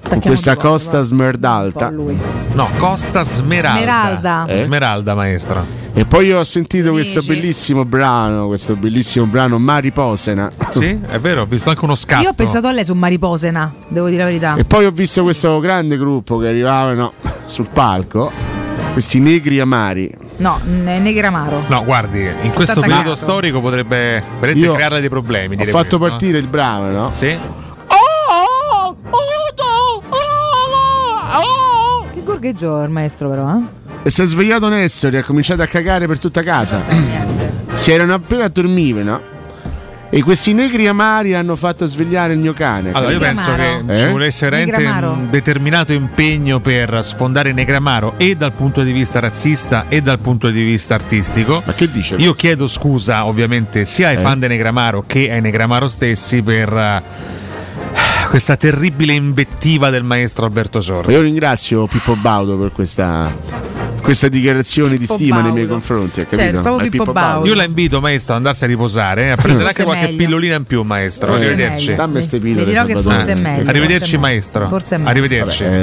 [SPEAKER 8] Con questa costa smerdalta.
[SPEAKER 9] No, Costa Smeralda.
[SPEAKER 7] Smeralda.
[SPEAKER 8] Eh?
[SPEAKER 9] Smeralda, maestro.
[SPEAKER 8] E poi ho sentito questo
[SPEAKER 9] Amici.
[SPEAKER 8] bellissimo brano, questo bellissimo brano Mari Posena.
[SPEAKER 9] Sì, è vero, ho visto anche uno scatto.
[SPEAKER 7] Io ho pensato a lei su Mariposena, devo dire la verità.
[SPEAKER 8] E poi ho visto questo grande gruppo che arrivavano sul palco, questi negri amari.
[SPEAKER 7] No, ne- Negramaro.
[SPEAKER 9] No, guardi, in questo
[SPEAKER 7] Attaccato.
[SPEAKER 9] periodo storico potrebbe veramente
[SPEAKER 8] Io
[SPEAKER 9] crearle dei problemi.
[SPEAKER 8] Ho
[SPEAKER 9] dire
[SPEAKER 8] fatto
[SPEAKER 9] questo, eh.
[SPEAKER 8] partire il brano, no?
[SPEAKER 9] Sì.
[SPEAKER 8] Oh, oh,
[SPEAKER 7] Che gorgheggio il maestro, però, eh?
[SPEAKER 8] E si è svegliato Nessori, ha cominciato a cagare per tutta casa. Si erano appena a dormire, no? E questi negri amari hanno fatto svegliare il mio cane.
[SPEAKER 9] Allora, io penso che ci
[SPEAKER 8] Eh?
[SPEAKER 9] volesse veramente
[SPEAKER 8] Negramaro.
[SPEAKER 9] un determinato impegno per sfondare Negramaro e dal punto di vista razzista e dal punto di vista artistico.
[SPEAKER 8] Ma che dice?
[SPEAKER 9] Io chiedo scusa ovviamente sia ai
[SPEAKER 8] Eh?
[SPEAKER 9] fan di Negramaro che ai Negramaro stessi per eh, questa terribile invettiva del maestro Alberto Sordi.
[SPEAKER 8] Io ringrazio Pippo Baudo per questa, questa dichiarazione di
[SPEAKER 9] Pippo
[SPEAKER 8] stima nei
[SPEAKER 9] Baudo.
[SPEAKER 8] miei
[SPEAKER 7] Certo,
[SPEAKER 8] confronti, hai
[SPEAKER 7] Cioè,
[SPEAKER 8] capito? È
[SPEAKER 9] Io la invito, maestro, ad andarsi a riposare, eh, a prendere anche
[SPEAKER 7] fosse
[SPEAKER 9] qualche
[SPEAKER 7] meglio.
[SPEAKER 9] pillolina in più, maestro.
[SPEAKER 8] Forse
[SPEAKER 9] Arrivederci.
[SPEAKER 8] meglio. Dammi ste
[SPEAKER 7] Le pillole, dirò che Salvatore. forse è meglio, forse
[SPEAKER 9] Arrivederci,
[SPEAKER 7] è meglio.
[SPEAKER 9] maestro.
[SPEAKER 7] Forse è meglio.
[SPEAKER 9] Arrivederci.
[SPEAKER 8] Vabbè, eh,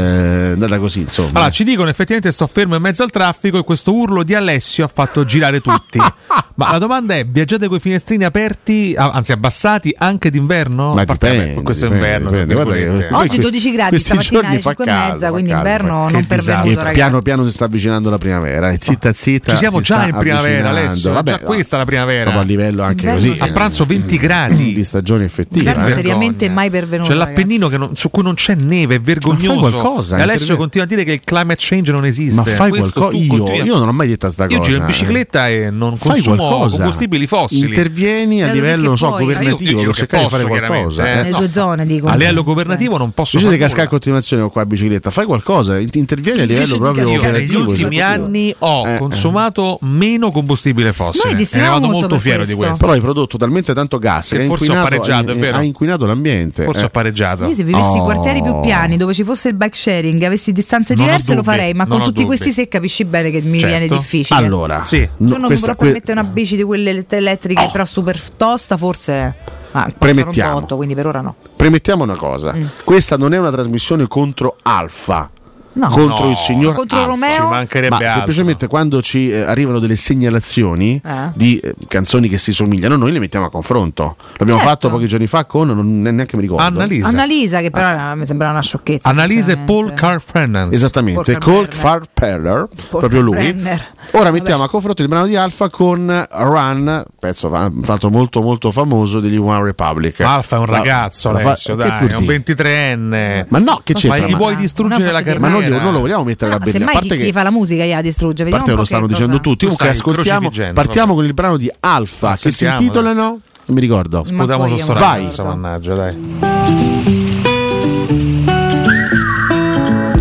[SPEAKER 8] è andata così, insomma.
[SPEAKER 9] Allora, ci dicono effettivamente sto fermo in mezzo al traffico e questo urlo di Alessio ha fatto girare tutti. Ma la domanda è: viaggiate con i finestrini aperti, ah, anzi abbassati anche d'inverno?
[SPEAKER 8] Ma
[SPEAKER 9] Partiamo-
[SPEAKER 8] dipende,
[SPEAKER 9] questo
[SPEAKER 8] dipende,
[SPEAKER 9] è inverno.
[SPEAKER 8] dipende,
[SPEAKER 9] tra
[SPEAKER 8] guarda che-
[SPEAKER 9] virgolette.
[SPEAKER 7] Oggi 12 gradi,
[SPEAKER 8] Questi
[SPEAKER 7] stamattina alle
[SPEAKER 8] giorni fa
[SPEAKER 7] 5 e mezza,
[SPEAKER 8] caldo,
[SPEAKER 7] quindi
[SPEAKER 8] fa caldo,
[SPEAKER 7] inverno
[SPEAKER 8] fa-
[SPEAKER 7] non Ah.
[SPEAKER 8] che
[SPEAKER 7] pervenuto,
[SPEAKER 8] disastro.
[SPEAKER 7] ragazzi.
[SPEAKER 8] Piano piano si sta avvicinando la primavera, eh. zitta zitta.
[SPEAKER 9] Ci siamo
[SPEAKER 8] si
[SPEAKER 9] già
[SPEAKER 8] sta
[SPEAKER 9] in primavera,
[SPEAKER 8] avvicinando.
[SPEAKER 9] Alessio.
[SPEAKER 8] Vabbè,
[SPEAKER 9] già
[SPEAKER 8] no,
[SPEAKER 9] questa è la primavera.
[SPEAKER 8] proprio a livello anche
[SPEAKER 9] Inverno
[SPEAKER 8] così.
[SPEAKER 9] a pranzo 20 gradi.
[SPEAKER 8] Di stagione effettiva.
[SPEAKER 9] Inverno
[SPEAKER 8] eh.
[SPEAKER 7] seriamente mai pervenuto.
[SPEAKER 9] C'è
[SPEAKER 7] ragazzi.
[SPEAKER 9] l'Appennino che non- su cui non c'è neve, è vergognoso.
[SPEAKER 8] Ma fai qualcosa,
[SPEAKER 9] e Alessio
[SPEAKER 8] intervieni.
[SPEAKER 9] continua a dire che il climate change non esiste.
[SPEAKER 8] Ma fai
[SPEAKER 9] Questo
[SPEAKER 8] qualcosa.
[SPEAKER 9] tu
[SPEAKER 8] Io,
[SPEAKER 9] continui a-
[SPEAKER 8] io non ho mai detto sta
[SPEAKER 9] Io
[SPEAKER 8] cosa.
[SPEAKER 9] giro in
[SPEAKER 8] eh.
[SPEAKER 9] bicicletta e non
[SPEAKER 8] Fai
[SPEAKER 9] consumo
[SPEAKER 8] qualcosa.
[SPEAKER 9] combustibili fossili.
[SPEAKER 8] Intervieni a
[SPEAKER 9] Eh,
[SPEAKER 8] livello,
[SPEAKER 9] che
[SPEAKER 8] non so,
[SPEAKER 9] puoi.
[SPEAKER 8] governativo
[SPEAKER 9] Ah, io- io
[SPEAKER 8] per
[SPEAKER 9] che
[SPEAKER 8] cercare
[SPEAKER 9] posso,
[SPEAKER 8] di fare qualcosa.
[SPEAKER 9] chiaramente, eh.
[SPEAKER 8] eh.
[SPEAKER 9] Nelle
[SPEAKER 8] No.
[SPEAKER 9] due
[SPEAKER 7] zone, dico.
[SPEAKER 9] A livello governativo non posso
[SPEAKER 8] Invece di
[SPEAKER 9] far
[SPEAKER 8] cascare in continuazione qua a bicicletta, fai qualcosa, int- intervieni a livello proprio
[SPEAKER 9] Io negli
[SPEAKER 8] operativo. Eh.
[SPEAKER 9] ultimi
[SPEAKER 8] esattivo.
[SPEAKER 9] anni ho consumato meno combustibile fossile.
[SPEAKER 8] ti
[SPEAKER 9] e ne vado molto, fiero di questo.
[SPEAKER 8] Però hai prodotto talmente tanto gas
[SPEAKER 9] Che
[SPEAKER 8] che, hai
[SPEAKER 9] forse ho
[SPEAKER 8] inquinato,
[SPEAKER 9] pareggiato, è
[SPEAKER 8] hai-
[SPEAKER 9] vero.
[SPEAKER 8] hai inquinato l'ambiente. eh.
[SPEAKER 9] Forse ho
[SPEAKER 8] Esatto.
[SPEAKER 9] pareggiato.
[SPEAKER 7] Io se vivessi in quartieri più piani dove ci fosse il bike sharing, avessi distanze
[SPEAKER 8] Oh. Non ho
[SPEAKER 7] diverse, lo
[SPEAKER 8] dubbi,
[SPEAKER 7] farei, ma
[SPEAKER 8] non
[SPEAKER 7] con
[SPEAKER 8] ho
[SPEAKER 7] tutti
[SPEAKER 8] dubbi. Certo.
[SPEAKER 7] questi se capisci bene che mi viene difficile.
[SPEAKER 8] Allora, sì.
[SPEAKER 7] Un giorno mi provo a mettere una bici di quelle elett- elettriche, però super tosta, forse. Ma costano
[SPEAKER 8] Oh. Premettiamo.
[SPEAKER 7] un botto, quindi per ora no.
[SPEAKER 8] Premettiamo una cosa:
[SPEAKER 7] Mm.
[SPEAKER 8] questa non è una trasmissione contro Alfa.
[SPEAKER 7] No.
[SPEAKER 8] Contro
[SPEAKER 7] No.
[SPEAKER 8] il signor
[SPEAKER 7] Contro
[SPEAKER 8] Alfa.
[SPEAKER 7] Romeo? Ci mancherebbe
[SPEAKER 8] ma
[SPEAKER 7] altro.
[SPEAKER 8] semplicemente quando ci eh, arrivano delle segnalazioni
[SPEAKER 7] Eh.
[SPEAKER 8] di eh, canzoni che si somigliano, noi le mettiamo a confronto. L'abbiamo
[SPEAKER 7] Certo.
[SPEAKER 8] fatto pochi giorni fa con non ne- neanche mi ricordo.
[SPEAKER 7] Annalisa, che però era- mi sembrava una sciocchezza.
[SPEAKER 8] Annalisa
[SPEAKER 7] sinceramente.
[SPEAKER 8] Paul Carpenter. Esattamente,
[SPEAKER 7] Paul
[SPEAKER 8] Paul Carpenter,
[SPEAKER 7] Paul
[SPEAKER 8] proprio lui.
[SPEAKER 7] Carpenter.
[SPEAKER 8] Ora mettiamo a confronto il brano di Alfa con Run, pezzo fa- fatto molto molto famoso degli One Republic.
[SPEAKER 9] Ma Alfa è Ah, un
[SPEAKER 8] La-
[SPEAKER 9] ragazzo,
[SPEAKER 8] la fa-
[SPEAKER 9] Alessio,
[SPEAKER 8] che
[SPEAKER 9] dai,
[SPEAKER 8] vuol
[SPEAKER 9] è un
[SPEAKER 8] dire?
[SPEAKER 9] 23enne.
[SPEAKER 8] Ma no, che c'entra?
[SPEAKER 9] Ma gli
[SPEAKER 8] Ma-
[SPEAKER 9] vuoi
[SPEAKER 8] Ma-
[SPEAKER 9] distruggere la carriera?
[SPEAKER 8] Ma non, gli- non lo vogliamo mettere la
[SPEAKER 7] Ma
[SPEAKER 8] bellezza.
[SPEAKER 7] semmai
[SPEAKER 8] A
[SPEAKER 7] chi,
[SPEAKER 8] parte che
[SPEAKER 7] chi fa la musica gli ha distrugge.
[SPEAKER 8] a
[SPEAKER 7] Vediamo un
[SPEAKER 8] parte
[SPEAKER 7] cioè.
[SPEAKER 8] lo
[SPEAKER 7] po'
[SPEAKER 8] stanno
[SPEAKER 7] che
[SPEAKER 8] dicendo
[SPEAKER 7] cosa-
[SPEAKER 8] tutti. Comunque,
[SPEAKER 9] stai
[SPEAKER 8] ascoltiamo.
[SPEAKER 9] crocifiggendola.
[SPEAKER 8] Partiamo con il brano di Alfa che si
[SPEAKER 9] sentiamola.
[SPEAKER 8] intitola no? Non mi ricordo.
[SPEAKER 9] Sputiamo
[SPEAKER 8] Vai.
[SPEAKER 9] questo ragazzo, mannaggia, dai.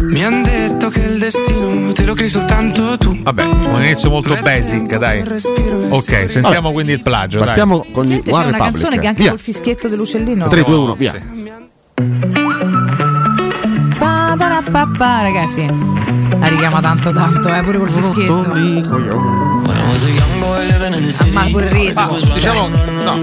[SPEAKER 20] Mi han detto che il destino te lo crei soltanto tu.
[SPEAKER 9] Vabbè, un inizio molto basic, dai. Ok, sentiamo
[SPEAKER 8] Vabbè.
[SPEAKER 9] quindi il plagio.
[SPEAKER 8] Partiamo con
[SPEAKER 7] Gente,
[SPEAKER 8] il
[SPEAKER 7] C'è una
[SPEAKER 8] One
[SPEAKER 7] canzone
[SPEAKER 8] Republic.
[SPEAKER 7] che anche
[SPEAKER 8] Via.
[SPEAKER 7] col fischietto dell'uccellino.
[SPEAKER 8] 3, 2, 1, via.
[SPEAKER 7] Pa, pa, ra, pa, pa, ragazzi. La richiama tanto tanto, eh, pure col fischietto. Ma pure il ritmo.
[SPEAKER 9] Diciamo, no, no,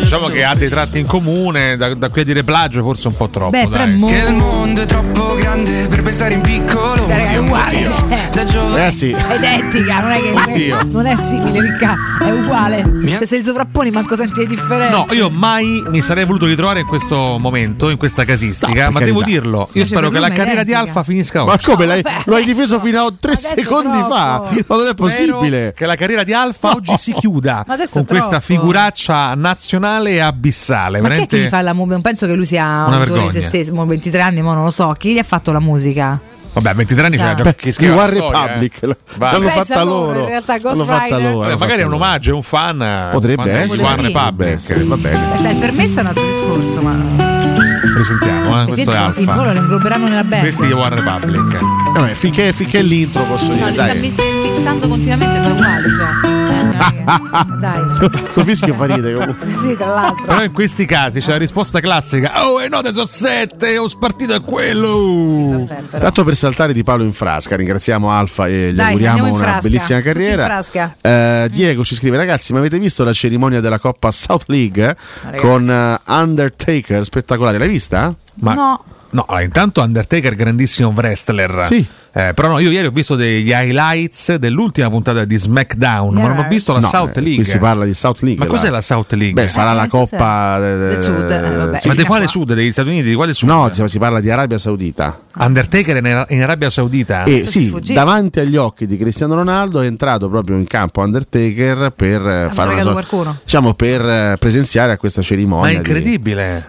[SPEAKER 9] diciamo che ha dei tratti in comune, da, da qui a dire plagio forse un po' troppo.
[SPEAKER 20] Beh,
[SPEAKER 9] dai.
[SPEAKER 20] Che il mondo è troppo grande per pensare in piccolo.
[SPEAKER 7] Dai, raga, è uguale.
[SPEAKER 20] Da giovane.
[SPEAKER 8] Eh sì.
[SPEAKER 7] È identica, non è
[SPEAKER 9] Oddio.
[SPEAKER 7] che non è simile, ricca, è uguale. Se se li sovrapponi manco senti le differenze.
[SPEAKER 9] No, io mai mi sarei voluto ritrovare in questo momento, in questa casistica,
[SPEAKER 8] per
[SPEAKER 9] ma devo
[SPEAKER 8] carità.
[SPEAKER 9] dirlo.
[SPEAKER 8] Sì,
[SPEAKER 9] Io
[SPEAKER 8] ma
[SPEAKER 9] spero
[SPEAKER 8] per
[SPEAKER 9] che
[SPEAKER 8] me
[SPEAKER 9] la
[SPEAKER 8] è
[SPEAKER 9] carriera di
[SPEAKER 8] identica.
[SPEAKER 9] Alfa finisca oggi.
[SPEAKER 8] Ma come l'hai, lo hai difeso fino a 3 secondi fa? Ma non è possibile.
[SPEAKER 9] Che la carriera di Alfa oggi si chiuda
[SPEAKER 7] Ma adesso
[SPEAKER 9] con questa
[SPEAKER 7] troppo.
[SPEAKER 9] figuraccia nazionale e abissale.
[SPEAKER 7] Ma chi è
[SPEAKER 9] veramente
[SPEAKER 7] che gli fa la musica? Non penso che lui sia un autore di se
[SPEAKER 9] vergogna.
[SPEAKER 7] stesso, mo 23 anni, ma non lo so. Chi gli ha fatto la musica?
[SPEAKER 9] Vabbè, a 23 anni c'era
[SPEAKER 7] Sì.
[SPEAKER 9] già
[SPEAKER 7] Beh,
[SPEAKER 9] chi scriveva
[SPEAKER 8] One
[SPEAKER 9] la storia,
[SPEAKER 8] Republic,
[SPEAKER 9] eh.
[SPEAKER 8] l-
[SPEAKER 9] Vai.
[SPEAKER 8] l'hanno Beh, fatta c'è loro, loro. in
[SPEAKER 7] realtà Ghost
[SPEAKER 9] L'hanno fatta
[SPEAKER 7] Rider.
[SPEAKER 9] loro. Vabbè, magari è un omaggio, è un fan. eh,
[SPEAKER 8] Potrebbe
[SPEAKER 9] un fan
[SPEAKER 8] essere.
[SPEAKER 9] Di One
[SPEAKER 8] Potrebbe
[SPEAKER 9] Republic.
[SPEAKER 8] Va bene.
[SPEAKER 7] Eh, Se è il permesso è un altro discorso, ma.
[SPEAKER 9] Risentiamo, eh,
[SPEAKER 7] Perché
[SPEAKER 9] questo è
[SPEAKER 7] sono
[SPEAKER 9] Alfa.
[SPEAKER 7] simbolo, lo ingloberanno nella band.
[SPEAKER 9] Questi di One Republic.
[SPEAKER 8] Vabbè, finché, finché l'intro posso
[SPEAKER 7] No,
[SPEAKER 8] dire.
[SPEAKER 7] li sta
[SPEAKER 8] Dai.
[SPEAKER 7] mix- mixando continuamente, sono uguali. Cioè. Dai.
[SPEAKER 8] Sto, sto fischio fa ridere comunque.
[SPEAKER 7] Eh, sì, tra l'altro.
[SPEAKER 9] Però in questi casi c'è la risposta classica: Oh, e note sono 7, ho spartito è quello.
[SPEAKER 8] Tanto per saltare di Paolo in frasca, ringraziamo Alfa e gli
[SPEAKER 7] Dai,
[SPEAKER 8] auguriamo
[SPEAKER 7] andiamo in
[SPEAKER 8] una
[SPEAKER 7] frasca.
[SPEAKER 8] bellissima
[SPEAKER 7] Tutti in
[SPEAKER 8] carriera.
[SPEAKER 7] frasca.
[SPEAKER 8] Eh, Diego ci scrive: Ragazzi, ma avete visto la cerimonia della Coppa South League
[SPEAKER 9] ragazzi.
[SPEAKER 8] con eh, Undertaker? Spettacolare, l'hai vista?
[SPEAKER 9] Ma- No. No, allora, intanto Undertaker, grandissimo wrestler.
[SPEAKER 8] Sì.
[SPEAKER 9] Eh, però no, io ieri ho visto degli highlights dell'ultima puntata di SmackDown, ma non ho visto la
[SPEAKER 8] No,
[SPEAKER 9] South
[SPEAKER 8] eh,
[SPEAKER 9] League.
[SPEAKER 8] Qui si parla di South League.
[SPEAKER 9] Ma cos'è la South League?
[SPEAKER 8] Beh, sarà la Coppa eh,
[SPEAKER 9] Del Sud, eh, vabbè,
[SPEAKER 8] sì.
[SPEAKER 9] Ma di quale sud? Degli Stati Uniti? Di quale sud?
[SPEAKER 8] No, si si parla di Arabia Saudita.
[SPEAKER 9] Undertaker in, Ara- in Arabia
[SPEAKER 7] Ah,
[SPEAKER 9] Saudita?
[SPEAKER 8] E Eh, sì, davanti agli occhi di Cristiano Ronaldo è entrato proprio in campo Undertaker per eh, fare una
[SPEAKER 7] fregato
[SPEAKER 8] sorta-
[SPEAKER 7] qualcuno.
[SPEAKER 8] diciamo per eh, presenziare a questa cerimonia.
[SPEAKER 9] Ma è
[SPEAKER 8] di-
[SPEAKER 9] incredibile.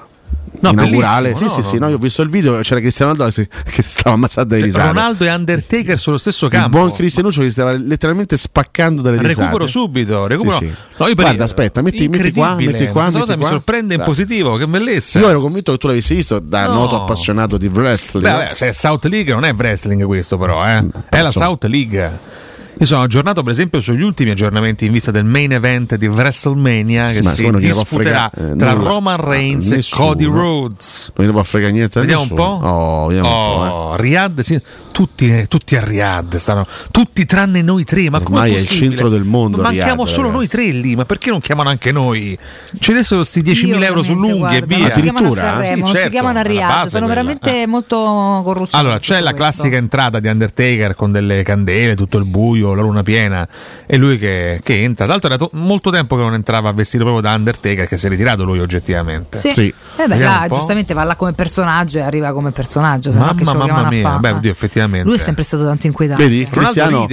[SPEAKER 8] inaugurale, sì,
[SPEAKER 9] bellissimo,
[SPEAKER 8] sì, sì, no, io ho visto il video, c'era Cristiano Ronaldo che si- che si stava ammazzando dai risate.
[SPEAKER 9] Ronaldo e Undertaker sullo stesso
[SPEAKER 8] il
[SPEAKER 9] campo.
[SPEAKER 8] buon Cristianuccio che si stava letteralmente spaccando dalle risate.
[SPEAKER 9] Recupero subito, recupero.
[SPEAKER 8] Sì, sì.
[SPEAKER 9] No, io per-
[SPEAKER 8] Guarda, aspetta, metti, metti qua,
[SPEAKER 9] Incredibile.
[SPEAKER 8] metti qua, metti
[SPEAKER 9] Questa cosa mi
[SPEAKER 8] qua.
[SPEAKER 9] sorprende in
[SPEAKER 8] Dai.
[SPEAKER 9] positivo, che bellezza.
[SPEAKER 8] Io ero convinto che tu l'avessi visto da
[SPEAKER 9] No.
[SPEAKER 8] noto appassionato di wrestling.
[SPEAKER 9] Beh, vabbè, se è South League non è wrestling questo però,
[SPEAKER 8] Mm,
[SPEAKER 9] eh. è la South League. Io sono aggiornato per esempio sugli ultimi aggiornamenti in vista del main event di WrestleMania
[SPEAKER 8] Sì,
[SPEAKER 9] che
[SPEAKER 8] ma
[SPEAKER 9] si
[SPEAKER 8] secondo me gliela può
[SPEAKER 9] disputerà
[SPEAKER 8] fregare, eh,
[SPEAKER 9] tra
[SPEAKER 8] nulla.
[SPEAKER 9] Roman Reigns e
[SPEAKER 8] Nessuno.
[SPEAKER 9] Cody Rhodes.
[SPEAKER 8] Non ne può fregare niente. a
[SPEAKER 9] Vediamo un
[SPEAKER 8] nessuno.
[SPEAKER 9] po'.
[SPEAKER 8] Oh, vediamo un po'. eh.
[SPEAKER 9] Oh, Riyadh, sì, tutti, eh, tutti a Riyadh stanno, tutti tranne noi tre. Ma come
[SPEAKER 8] Ormai è il centro del mondo,
[SPEAKER 9] Manchiamo
[SPEAKER 8] Riyadh,
[SPEAKER 9] solo
[SPEAKER 8] ragazzi.
[SPEAKER 9] noi tre lì, ma perché non chiamano anche noi? Ci adesso questi 10.000 euro sull'unghia e
[SPEAKER 7] guarda,
[SPEAKER 9] via.
[SPEAKER 7] non si chiamano a Sanremo, Eh, non
[SPEAKER 9] certo,
[SPEAKER 7] si chiamano a Riyadh, sono
[SPEAKER 9] Eh.
[SPEAKER 7] veramente molto corruzioni.
[SPEAKER 9] Allora, c'è la classica entrata di Undertaker con delle candele, tutto il buio, Mario, la luna piena, e lui che, che entra. Tra l'altro era to- molto tempo che non entrava vestito proprio da Undertaker, che si è ritirato lui oggettivamente.
[SPEAKER 7] Sì. Eh beh,
[SPEAKER 9] Vediamo
[SPEAKER 7] là,
[SPEAKER 9] un po'.
[SPEAKER 7] giustamente va là come personaggio e arriva come personaggio, se no che ce
[SPEAKER 9] Mamma,
[SPEAKER 7] lo
[SPEAKER 9] mamma
[SPEAKER 7] chiamano a
[SPEAKER 9] mia,
[SPEAKER 7] fare.
[SPEAKER 9] beh, cioè. oddio, effettivamente.
[SPEAKER 7] Lui è sempre stato tanto inquietante.
[SPEAKER 8] eh. Vedi, Cristiano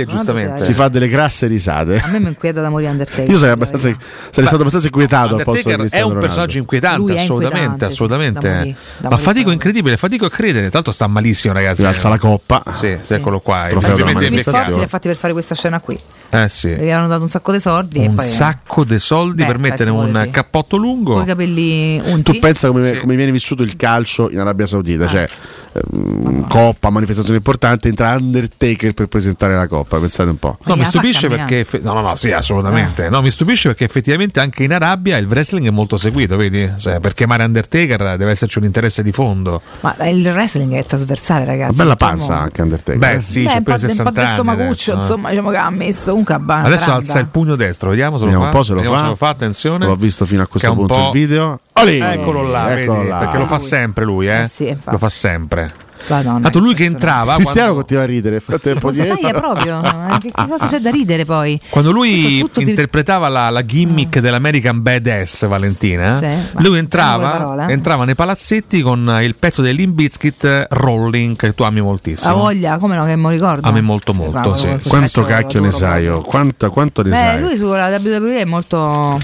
[SPEAKER 8] si fa delle grasse
[SPEAKER 7] A
[SPEAKER 8] risate.
[SPEAKER 7] me mi inquieta da morire Undertaker.
[SPEAKER 8] Io sarei, abbastanza, sarei stato abbastanza inquietato al posto di
[SPEAKER 9] Undertaker è
[SPEAKER 8] Cristiano
[SPEAKER 9] un
[SPEAKER 8] Ronaldo.
[SPEAKER 9] personaggio inquietante,
[SPEAKER 7] Lui è
[SPEAKER 9] assolutamente,
[SPEAKER 7] inquietante, sì,
[SPEAKER 9] assolutamente.
[SPEAKER 7] da morire, da
[SPEAKER 9] Ma
[SPEAKER 7] morire
[SPEAKER 9] fatico incredibile, fatico a credere. Tanto sta malissimo, ragazzi.
[SPEAKER 8] Si alza la coppa.
[SPEAKER 9] Sì, eccolo qua.
[SPEAKER 8] Trofeo della
[SPEAKER 9] Evidentemente
[SPEAKER 7] Gli
[SPEAKER 9] è
[SPEAKER 7] sforzi li ha
[SPEAKER 9] beccato.
[SPEAKER 7] fatti per fare questa scena qui.
[SPEAKER 9] Eh sì.
[SPEAKER 7] Gli hanno dato un sacco di soldi e
[SPEAKER 9] Un
[SPEAKER 7] poi
[SPEAKER 9] sacco di soldi
[SPEAKER 7] Beh,
[SPEAKER 9] per mettere
[SPEAKER 7] penso
[SPEAKER 9] un
[SPEAKER 7] di sì.
[SPEAKER 9] cappotto lungo.
[SPEAKER 7] con i capelli unti.
[SPEAKER 8] Tu pensa come, come viene vissuto il calcio in Arabia Saudita, cioè
[SPEAKER 9] Ah.
[SPEAKER 8] ehm, coppa, manifestazione importante, entra Undertaker per presentare la coppa, pensate un po'.
[SPEAKER 9] No, mi stupisce perché. effe- No, no, no, sì, assolutamente.
[SPEAKER 7] Eh.
[SPEAKER 9] No, mi stupisce perché effettivamente anche in Arabia il wrestling è molto seguito, vedi? Cioè, per chiamare Undertaker deve esserci un interesse di fondo.
[SPEAKER 7] Ma il wrestling è trasversale, ragazzi.
[SPEAKER 9] Bella
[SPEAKER 7] in quel
[SPEAKER 9] panza
[SPEAKER 7] modo.
[SPEAKER 9] anche Undertaker. Beh,
[SPEAKER 7] Eh,
[SPEAKER 9] sì, c'è
[SPEAKER 7] un po',
[SPEAKER 9] per
[SPEAKER 7] un po'
[SPEAKER 9] 60
[SPEAKER 7] di
[SPEAKER 9] anni
[SPEAKER 7] stomacuccio,
[SPEAKER 9] adesso, eh.
[SPEAKER 7] insomma, diciamo che ha messo un cabana.
[SPEAKER 9] Adesso
[SPEAKER 7] grande.
[SPEAKER 9] alza il pugno destro, vediamo se lo
[SPEAKER 8] Vediamo
[SPEAKER 9] fa.
[SPEAKER 8] un po' se lo
[SPEAKER 9] Vediamo
[SPEAKER 8] fa.
[SPEAKER 9] attenzione.
[SPEAKER 8] L'ho visto fino a questo
[SPEAKER 9] Che è un
[SPEAKER 8] punto il
[SPEAKER 9] po'-
[SPEAKER 8] video. Olì!
[SPEAKER 9] Eccolo là,
[SPEAKER 8] Eccolo
[SPEAKER 9] vedi?
[SPEAKER 8] là.
[SPEAKER 9] perché lo fa sempre lui, eh?
[SPEAKER 8] Eh sì, infatti.
[SPEAKER 9] lo fa sempre.
[SPEAKER 7] Madonna,
[SPEAKER 9] Tanto lui che entrava
[SPEAKER 8] Cristiano
[SPEAKER 9] quando,
[SPEAKER 8] continua a ridere, nel frattempo
[SPEAKER 7] Cosa taglia
[SPEAKER 8] dietro.
[SPEAKER 7] proprio? Ma Che, che cosa c'è da ridere poi?
[SPEAKER 9] quando lui
[SPEAKER 7] Questo tutto ti-
[SPEAKER 9] interpretava la, la gimmick dell'American Badass Valentina,
[SPEAKER 7] Sì,
[SPEAKER 9] eh,
[SPEAKER 7] ma
[SPEAKER 9] lui
[SPEAKER 7] non vuole
[SPEAKER 9] entrava,
[SPEAKER 7] parole, eh.
[SPEAKER 9] entrava nei palazzetti con il pezzo dell'Inbizkit Rolling che tu ami
[SPEAKER 7] Ha
[SPEAKER 9] moltissimo.
[SPEAKER 7] voglia, come no, che mi ricordo.
[SPEAKER 9] A me molto molto,
[SPEAKER 7] Bravo,
[SPEAKER 9] sì.
[SPEAKER 7] questo pezzo
[SPEAKER 8] Quanto cacchio ne
[SPEAKER 7] adoro
[SPEAKER 8] sai?
[SPEAKER 7] proprio.
[SPEAKER 8] oh? Quanto, quanto ne
[SPEAKER 7] Beh,
[SPEAKER 8] sai?
[SPEAKER 7] lui sulla WWE è molto,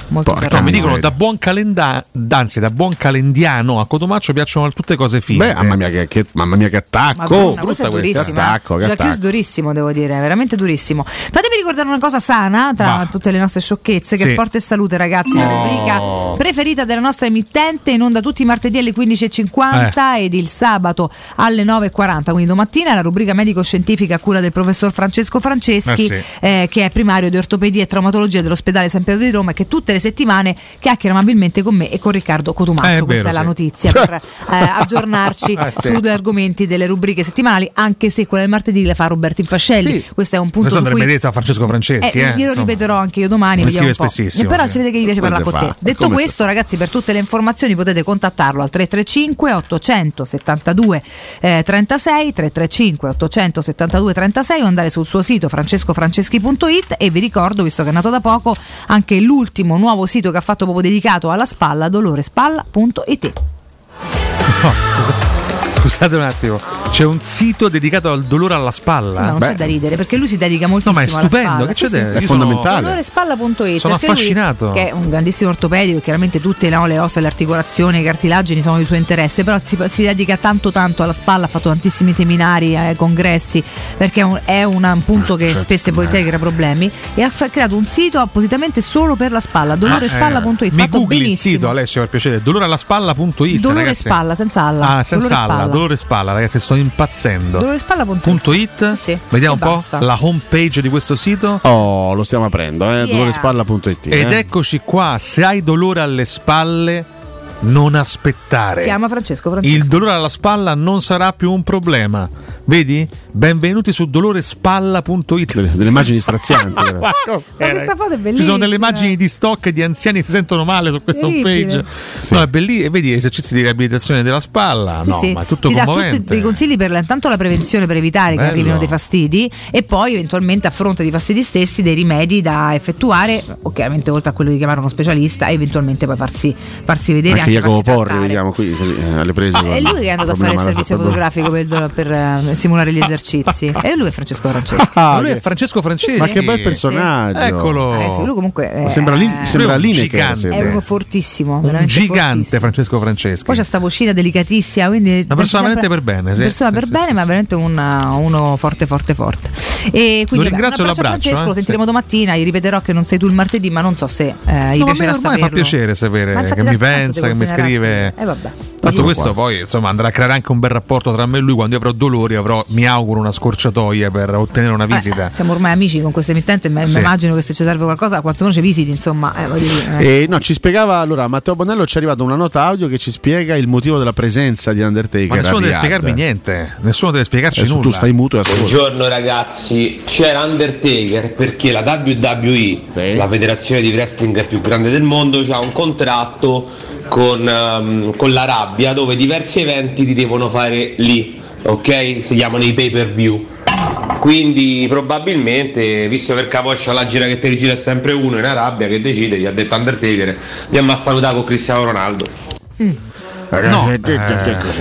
[SPEAKER 7] molto
[SPEAKER 9] No,
[SPEAKER 7] ferrato.
[SPEAKER 9] mi dicono da buon calenda- anzi, da buon calendiano a Cotomaccio piacciono tutte cose finte.
[SPEAKER 8] Beh, mamma mia che, che- mamma mia che attacco!
[SPEAKER 7] Madonna, questo è
[SPEAKER 9] questa.
[SPEAKER 7] durissimo.
[SPEAKER 8] Attacco, che
[SPEAKER 7] Giacchius
[SPEAKER 8] attacco.
[SPEAKER 7] durissimo, devo dire, veramente durissimo. Fatemi ricordare una cosa sana tra tutte le nostre sciocchezze, che
[SPEAKER 3] Sì.
[SPEAKER 7] Sport e Salute, ragazzi, la
[SPEAKER 3] Oh.
[SPEAKER 7] rubrica preferita della nostra emittente in onda tutti i martedì alle 15.50
[SPEAKER 3] Eh.
[SPEAKER 7] ed il sabato alle 9.40. Quindi domattina la rubrica medico-scientifica a cura del professor Francesco Franceschi,
[SPEAKER 3] Eh sì.
[SPEAKER 7] eh, che è primario di ortopedia e traumatologia dell'ospedale San Pietro di Roma e che tutte le settimane chiacchiera amabilmente con me e con Riccardo Cotumaccio.
[SPEAKER 3] Eh, è
[SPEAKER 7] Questa
[SPEAKER 3] vero,
[SPEAKER 7] è la
[SPEAKER 3] sì.
[SPEAKER 7] notizia per eh, aggiornarci
[SPEAKER 3] Eh, sì.
[SPEAKER 7] su due argomenti delle rubriche settimanali, anche se quella del martedì la fa Roberto Infascelli. Questo è un punto
[SPEAKER 9] Questo
[SPEAKER 7] su
[SPEAKER 9] andrebbe
[SPEAKER 7] cui
[SPEAKER 9] detto a Francesco
[SPEAKER 7] eh,
[SPEAKER 9] Franceschi. eh,
[SPEAKER 7] glielo
[SPEAKER 9] insomma.
[SPEAKER 7] ripeterò anche io domani.
[SPEAKER 9] Mi
[SPEAKER 7] vediamo un
[SPEAKER 9] scrive
[SPEAKER 7] po'.
[SPEAKER 9] spessissimo,
[SPEAKER 7] Eh, Però
[SPEAKER 9] sì.
[SPEAKER 7] si vede che gli piace
[SPEAKER 9] Come
[SPEAKER 7] parlare con
[SPEAKER 9] si
[SPEAKER 7] te.
[SPEAKER 9] fa?
[SPEAKER 7] Detto
[SPEAKER 9] Come si
[SPEAKER 7] questo, ragazzi, per tutte le informazioni potete contattarlo al 335 872 eh, 36 335 872 36 o andare sul suo sito francescofranceschi.it e vi ricordo, visto che è nato da poco, anche l'ultimo nuovo sito che ha fatto proprio dedicato alla spalla, dolorespalla.it.
[SPEAKER 9] Scusate un attimo, c'è un sito dedicato al dolore alla spalla.
[SPEAKER 7] Sì, ma non c'è
[SPEAKER 9] Beh.
[SPEAKER 7] da ridere perché lui si dedica moltissimo
[SPEAKER 9] No, ma è
[SPEAKER 7] alla
[SPEAKER 9] stupendo,
[SPEAKER 7] spalla.
[SPEAKER 9] che c'è
[SPEAKER 7] Sì,
[SPEAKER 9] da-
[SPEAKER 7] sì.
[SPEAKER 9] È io sono- fondamentale.
[SPEAKER 7] DoloreSpalla.it,
[SPEAKER 9] Sono
[SPEAKER 7] perché cioè, lui,
[SPEAKER 9] affascinato.
[SPEAKER 7] che è un grandissimo ortopedico, chiaramente tutte no, le ossa, le articolazioni, le cartilagini sono di suo interesse, però si, si dedica tanto tanto alla spalla, ha fatto tantissimi seminari, eh, congressi, perché è un, è un- un
[SPEAKER 9] Ah,
[SPEAKER 7] punto che
[SPEAKER 3] Certo,
[SPEAKER 7] spesso e
[SPEAKER 9] Eh.
[SPEAKER 7] volentieri crea problemi e ha fa- creato un sito appositamente solo per la spalla,
[SPEAKER 9] Ah, eh,
[SPEAKER 7] dolorespalla.it,
[SPEAKER 9] mi
[SPEAKER 7] fatto
[SPEAKER 9] googli il
[SPEAKER 7] benissimo.
[SPEAKER 9] sito Alessio per piacere, doloreallaspalla.it.
[SPEAKER 7] Dolore
[SPEAKER 9] ragazzi.
[SPEAKER 7] spalla, senza alla.
[SPEAKER 9] Ah, senza
[SPEAKER 7] Dolore
[SPEAKER 9] alla,
[SPEAKER 7] spalla.
[SPEAKER 9] dolore spalla, ragazzi, sto impazzendo.
[SPEAKER 7] Dolorespalla.it.
[SPEAKER 9] Punto it. Vediamo
[SPEAKER 7] e
[SPEAKER 9] un po'
[SPEAKER 7] basta.
[SPEAKER 9] la home page di questo sito.
[SPEAKER 8] Oh, lo stiamo aprendo, eh? dolorespalla.it.
[SPEAKER 9] Ed
[SPEAKER 8] eh.
[SPEAKER 9] eccoci qua, se hai dolore alle spalle, non aspettare.
[SPEAKER 7] Chiama Francesco Francesco.
[SPEAKER 9] Il dolore alla spalla non sarà più un problema. Vedi? Benvenuti su dolorespalla.it. Delle,
[SPEAKER 8] immagini strazianti.
[SPEAKER 9] Ma
[SPEAKER 7] questa foto è
[SPEAKER 9] Ci
[SPEAKER 7] bellissima.
[SPEAKER 9] sono delle immagini di stock di anziani che si sentono male su questa
[SPEAKER 7] Terribile.
[SPEAKER 9] homepage. No, è bellissimo. Vedi esercizi di riabilitazione della spalla.
[SPEAKER 7] Sì,
[SPEAKER 9] no,
[SPEAKER 7] sì.
[SPEAKER 9] ma è tutto
[SPEAKER 7] ti dà
[SPEAKER 9] commovente.
[SPEAKER 7] tutti dei consigli per la- intanto la prevenzione per evitare che
[SPEAKER 9] Bello.
[SPEAKER 7] arrivino dei fastidi e poi eventualmente a fronte dei fastidi stessi dei rimedi da effettuare o chiaramente oltre a quello di chiamare uno specialista e eventualmente poi farsi, farsi vedere
[SPEAKER 8] Anche
[SPEAKER 7] anche
[SPEAKER 8] Jacopo
[SPEAKER 7] farsi
[SPEAKER 8] Porri,
[SPEAKER 7] trattare.
[SPEAKER 8] vediamo qui così, eh, alle prese.
[SPEAKER 7] Ah, è lui che è andato a fare il servizio fotografico per, il dolo- per, eh, simulare gli esercizi e lui è Francesco Franceschi
[SPEAKER 9] Ma lui è Francesco Franceschi.
[SPEAKER 8] Ma che bel personaggio.
[SPEAKER 9] Sì. Eccolo.
[SPEAKER 7] Eh, sì, lui comunque
[SPEAKER 8] Ma
[SPEAKER 7] eh,
[SPEAKER 8] sembra lì-
[SPEAKER 7] è-
[SPEAKER 8] sembra Lineker,
[SPEAKER 9] gigante.
[SPEAKER 7] è uno fortissimo
[SPEAKER 9] Un
[SPEAKER 7] veramente
[SPEAKER 9] gigante
[SPEAKER 7] fortissimo.
[SPEAKER 9] Francesco Franceschi.
[SPEAKER 7] Poi c'è sta vocina delicatissima, quindi
[SPEAKER 9] Una persona
[SPEAKER 7] sempre-
[SPEAKER 9] veramente per bene, sì.
[SPEAKER 7] Una persona
[SPEAKER 9] Sì,
[SPEAKER 7] per bene, ma veramente una- uno forte, forte, forte. E quindi vabbè,
[SPEAKER 9] ringrazio
[SPEAKER 7] un abbraccio a
[SPEAKER 9] l'abbraccio,
[SPEAKER 7] Francesco,
[SPEAKER 9] eh,
[SPEAKER 7] lo sentiremo
[SPEAKER 9] sì.
[SPEAKER 7] domattina, gli ripeterò che non sei tu il martedì, ma non so se eh, gli
[SPEAKER 9] No, ma a me
[SPEAKER 7] piacerà
[SPEAKER 9] ormai
[SPEAKER 7] saperlo.
[SPEAKER 9] fa piacere
[SPEAKER 7] Ma
[SPEAKER 9] sapere
[SPEAKER 7] infatti
[SPEAKER 9] che
[SPEAKER 7] da
[SPEAKER 9] mi
[SPEAKER 7] tanto
[SPEAKER 9] pensa,
[SPEAKER 7] devo
[SPEAKER 9] che mi
[SPEAKER 7] continuare a
[SPEAKER 9] scrive.
[SPEAKER 7] scrivere. Eh, vabbè.
[SPEAKER 9] Tanto
[SPEAKER 7] Voglio-
[SPEAKER 9] questo poi insomma andrà a creare anche un bel rapporto tra me e lui quando io avrò dolori, avrò, mi auguro, una scorciatoia per ottenere una
[SPEAKER 7] Vabbè,
[SPEAKER 9] visita.
[SPEAKER 7] Eh, siamo ormai amici con questa emittente, ma
[SPEAKER 9] Sì.
[SPEAKER 7] mi immagino che se ci serve qualcosa, quantomeno ci visiti, insomma. eh, voglio dire, eh.
[SPEAKER 8] E no, ci spiegava allora Matteo Bonello ci è arrivata una nota audio che ci spiega il motivo della presenza di Undertaker.
[SPEAKER 9] Ma nessuno
[SPEAKER 8] a
[SPEAKER 9] deve
[SPEAKER 8] Riyadh.
[SPEAKER 9] spiegarmi niente, nessuno deve spiegarci
[SPEAKER 8] Adesso
[SPEAKER 9] nulla.
[SPEAKER 8] tu stai muto e ascolti.
[SPEAKER 5] Buongiorno ragazzi, c'era Undertaker perché la WWE, la federazione di wrestling più grande del mondo, ha un contratto con, ehm, con l'Arabia dove diversi eventi ti devono fare lì, ok? Si chiamano i pay per view.
[SPEAKER 27] Quindi probabilmente, visto che il capoccia la gira che te rigira è sempre uno in Arabia che decide, gli ha detto Undertaker, mi ha salutato con Cristiano Ronaldo.
[SPEAKER 9] No, eh,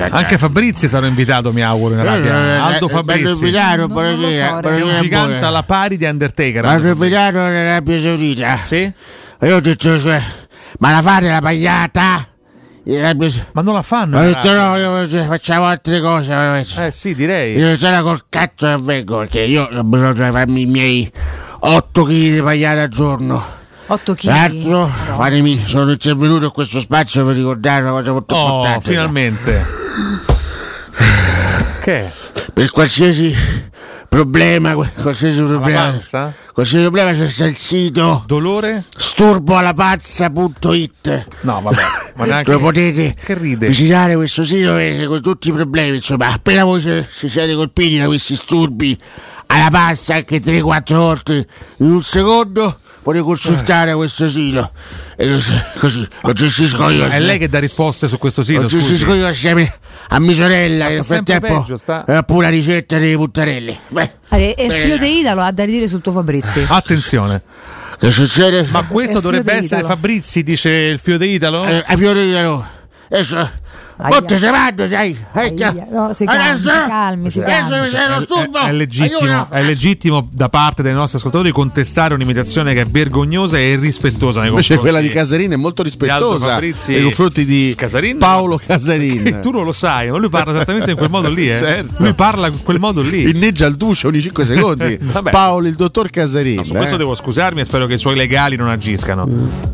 [SPEAKER 9] anche Fabrizio sarà invitato, mi auguro. In
[SPEAKER 28] Eh,
[SPEAKER 9] Arabia. Aldo Fabrizio.
[SPEAKER 28] Milano,
[SPEAKER 9] Che
[SPEAKER 28] buonasera.
[SPEAKER 9] è un
[SPEAKER 28] buonasera a voi.
[SPEAKER 9] gigante alla pari di Undertaker.
[SPEAKER 28] Aldo Milano nell'Arabia Saudita. Sì. Io ho detto, "Scusa, ma la fate la pagliata?
[SPEAKER 9] Ma non la fanno.
[SPEAKER 28] Ho
[SPEAKER 9] in
[SPEAKER 28] detto
[SPEAKER 9] Arabia.
[SPEAKER 28] no, io facciamo altre cose. veramente."
[SPEAKER 9] Eh sì, direi.
[SPEAKER 28] Io sono col cazzo che vengo, perché io ho bisogno di farmi i miei 8 kg di pagliata al giorno.
[SPEAKER 7] 8
[SPEAKER 28] Tra l'altro, fatemi, sono intervenuto in questo spazio per ricordare una cosa molto
[SPEAKER 9] Oh,
[SPEAKER 28] importante.
[SPEAKER 9] finalmente. Che?
[SPEAKER 28] Per qualsiasi problema, qualsiasi problema,
[SPEAKER 9] panza?
[SPEAKER 28] qualsiasi problema c'è sta il sito
[SPEAKER 9] dolore
[SPEAKER 28] sturboalapazza.it.
[SPEAKER 9] No, vabbè, ma neanche-
[SPEAKER 28] lo potete
[SPEAKER 9] Che ride?
[SPEAKER 28] visitare questo sito eh, con tutti i problemi, insomma, appena voi se, se siete colpiti da questi disturbi alla pazza anche 3-4 volte in un secondo potete
[SPEAKER 9] Eh.
[SPEAKER 28] consultare questo sito e lo, così lo gestisco io.
[SPEAKER 9] È lei che dà risposte su questo sito.
[SPEAKER 28] Lo
[SPEAKER 9] scusi.
[SPEAKER 28] gestisco io assieme a mia sorella
[SPEAKER 9] Ma
[SPEAKER 28] che nel
[SPEAKER 9] sta sempre
[SPEAKER 28] frattempo
[SPEAKER 9] peggio, sta-
[SPEAKER 28] ha Eh, pure la ricetta delle puttarelle. Beh,
[SPEAKER 7] Allora, e il
[SPEAKER 28] bene.
[SPEAKER 7] figlio di Italo ha da ridire sul tuo Fabrizio.
[SPEAKER 9] Attenzione.
[SPEAKER 28] Che succede?
[SPEAKER 9] Ma
[SPEAKER 7] È
[SPEAKER 9] questo
[SPEAKER 7] il
[SPEAKER 9] dovrebbe
[SPEAKER 7] figlio di
[SPEAKER 9] essere
[SPEAKER 7] Italo.
[SPEAKER 9] Fabrizi, dice il figlio di Italo?
[SPEAKER 28] Eh, a Fiore Italo. Adesso. Molto se vado, sai. Eh, Aia.
[SPEAKER 7] No, si calmi, si calmi, si
[SPEAKER 28] Adesso
[SPEAKER 7] calmi.
[SPEAKER 28] mi sei Cioè, lo
[SPEAKER 9] Cioè, È-
[SPEAKER 28] sturbo.
[SPEAKER 9] È legittimo,
[SPEAKER 28] Aiuto.
[SPEAKER 9] è legittimo da parte dei nostri ascoltatori contestare un'imitazione che è vergognosa e irrispettosa nei
[SPEAKER 8] Invece
[SPEAKER 9] confronti
[SPEAKER 8] quella di Casarini è molto
[SPEAKER 9] Aldo
[SPEAKER 8] rispettosa Ecco,
[SPEAKER 9] Fabrizi.
[SPEAKER 8] nei confronti di Paolo Casarini.
[SPEAKER 9] E tu non lo sai, ma lui parla esattamente in quel modo lì, eh.
[SPEAKER 8] Certo.
[SPEAKER 9] Lui parla in quel modo lì.
[SPEAKER 8] Inneggia il duce ogni 5 secondi.
[SPEAKER 9] Vabbè.
[SPEAKER 8] Paolo, il dottor Casarini.
[SPEAKER 9] No, su questo
[SPEAKER 8] eh. Mm.
[SPEAKER 9] devo scusarmi e spero che i suoi legali non agiscano.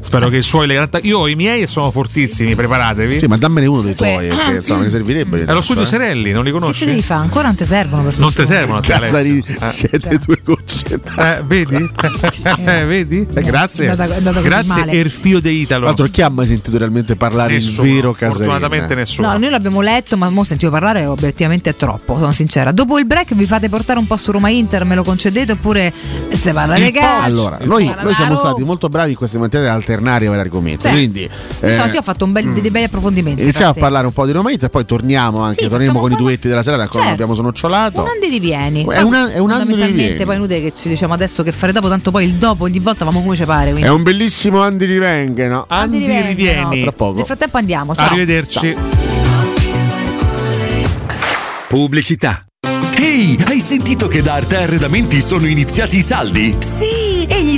[SPEAKER 9] Spero che i suoi legali. Io ho i miei e sono fortissimi, preparatevi.
[SPEAKER 8] Sì, ma dammene uno dei tuoi, eh.
[SPEAKER 9] Comunque-
[SPEAKER 8] perché insomma mi servirebbe.
[SPEAKER 9] È lo studio Serelli, non li
[SPEAKER 7] Che ce
[SPEAKER 9] conosci?
[SPEAKER 7] devi fare? Ancora non ti servono per
[SPEAKER 9] Non te servono, te
[SPEAKER 8] Casarini,
[SPEAKER 9] Alessio. Eh.
[SPEAKER 8] siete due concentrati.
[SPEAKER 9] Eh, vedi? Eh, vedi? Eh, grazie.
[SPEAKER 8] è andata- è andata così
[SPEAKER 9] grazie,
[SPEAKER 8] male.
[SPEAKER 9] Erfio De Italo.
[SPEAKER 8] Tra l'altro, chi ha mai sentito realmente parlare
[SPEAKER 9] Nessuno,
[SPEAKER 8] in vero Casarini?
[SPEAKER 9] fortunatamente nessuno.
[SPEAKER 7] No, noi l'abbiamo letto, ma mo sentivo parlare eh, obiettivamente è troppo, sono sincera. Dopo il break vi fate portare un po' su Roma Inter, me lo concedete oppure se parla di calcio.
[SPEAKER 8] Allora,
[SPEAKER 7] se
[SPEAKER 8] noi,
[SPEAKER 7] parla
[SPEAKER 8] noi
[SPEAKER 7] da
[SPEAKER 8] siamo
[SPEAKER 7] Roma.
[SPEAKER 8] stati molto bravi in queste materie ad alternare i vari argomenti.
[SPEAKER 7] Beh,
[SPEAKER 8] quindi,
[SPEAKER 7] Io so,
[SPEAKER 8] eh,
[SPEAKER 7] ti ho fatto un bel- dei bei approfondimenti.
[SPEAKER 8] iniziamo a
[SPEAKER 7] tra sé.
[SPEAKER 8] parlare un po' di Roma Inter, poi torniamo anche, torniamo con i duetti della serata, ancora non
[SPEAKER 7] Certo.
[SPEAKER 8] abbiamo snocciolato.
[SPEAKER 7] Un anno di rivieni.
[SPEAKER 8] È una- è un anno di
[SPEAKER 7] Fondamentalmente,
[SPEAKER 8] rivieni.
[SPEAKER 7] poi è inutile che ci diciamo adesso che fare dopo, tanto poi il dopo ogni volta vamo come ci pare. Quindi.
[SPEAKER 8] È un bellissimo Andi Rivenghe, no?
[SPEAKER 7] Andi rivieni, no?
[SPEAKER 8] Tra poco.
[SPEAKER 7] Nel frattempo andiamo. Ciao.
[SPEAKER 9] Arrivederci.
[SPEAKER 13] Pubblicità. Ehi, hai sentito che da Arte Arredamenti sono iniziati i saldi?
[SPEAKER 11] Sì, e gli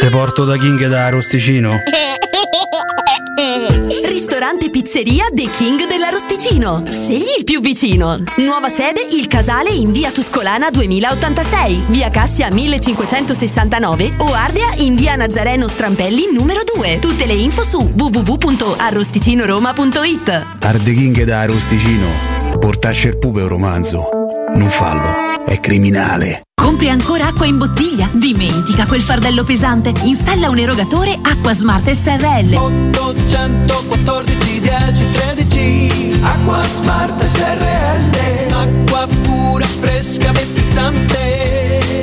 [SPEAKER 4] Te porto da King da Arosticino?
[SPEAKER 15] Ristorante Pizzeria The King dell'Arosticino. Scegli il più vicino. Nuova sede Il Casale in via Tuscolana 2086, via Cassia 1569 o Ardea in via Nazareno Strampelli numero 2. Tutte le info su www.arrosticinoroma.it.
[SPEAKER 4] Arde King da Arosticino? Portasce il pupe un romanzo. Non fallo, è criminale.
[SPEAKER 15] Compri ancora acqua in bottiglia? Dimentica quel fardello pesante. Installa un erogatore Acqua Smart SRL.
[SPEAKER 1] 814 10 13 Acqua Smart SRL Acqua pura, fresca, frizzante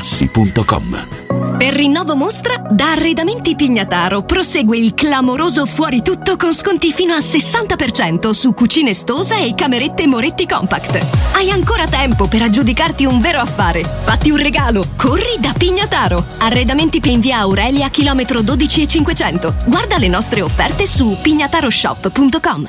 [SPEAKER 16] artigianamaterassi.com.
[SPEAKER 29] Per rinnovo mostra, da Arredamenti Pignataro prosegue il clamoroso fuori tutto con sconti fino al 60% su cucine Stosa e camerette Moretti Compact. Hai ancora tempo per aggiudicarti un vero affare. Fatti un regalo, corri da Pignataro. Arredamenti in via Aurelia, chilometro 12 e 500. Guarda le nostre offerte su pignataroshop.com.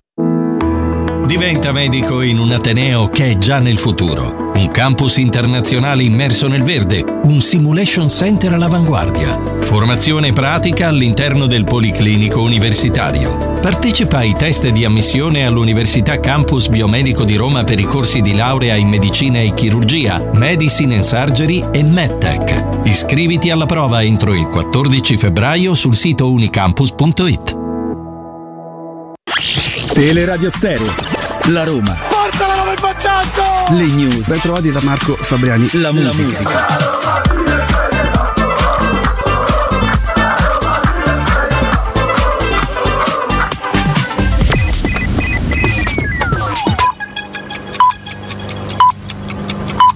[SPEAKER 30] Diventa medico in un Ateneo che è già nel futuro. Un campus internazionale immerso nel verde, un simulation center all'avanguardia. Formazione pratica all'interno del Policlinico Universitario. Partecipa ai test di ammissione all'Università Campus Biomedico di Roma per i corsi di laurea in medicina e chirurgia, medicine and surgery e medtech. Iscriviti alla prova entro il 14 febbraio sul sito unicampus.it.
[SPEAKER 17] Teleradio Stereo. La Roma.
[SPEAKER 1] Porta la Roma in vantaggio!
[SPEAKER 17] Le news. Ben trovati da Marco Fabriani. La musica.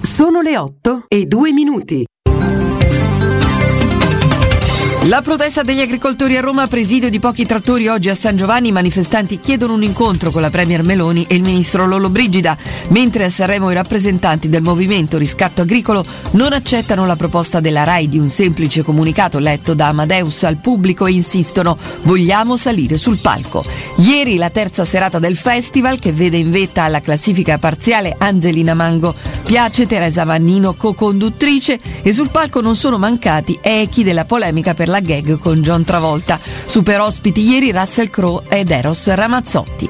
[SPEAKER 7] Sono le 8 e 2 minuti.
[SPEAKER 31] La protesta degli agricoltori a Roma a presidio di pochi trattori oggi a San Giovanni, i manifestanti chiedono un incontro con la Premier Meloni e il ministro Lollobrigida, mentre a Sanremo i rappresentanti del movimento Riscatto Agricolo non accettano la proposta della RAI di un semplice comunicato letto da Amadeus al pubblico e insistono vogliamo salire sul palco. Ieri la terza serata del festival che vede in vetta alla classifica parziale Angelina Mango, piace Teresa Vannino co-conduttrice e sul palco non sono mancati echi della polemica per la gag con John Travolta. Super ospiti ieri Russell Crowe ed Eros Ramazzotti.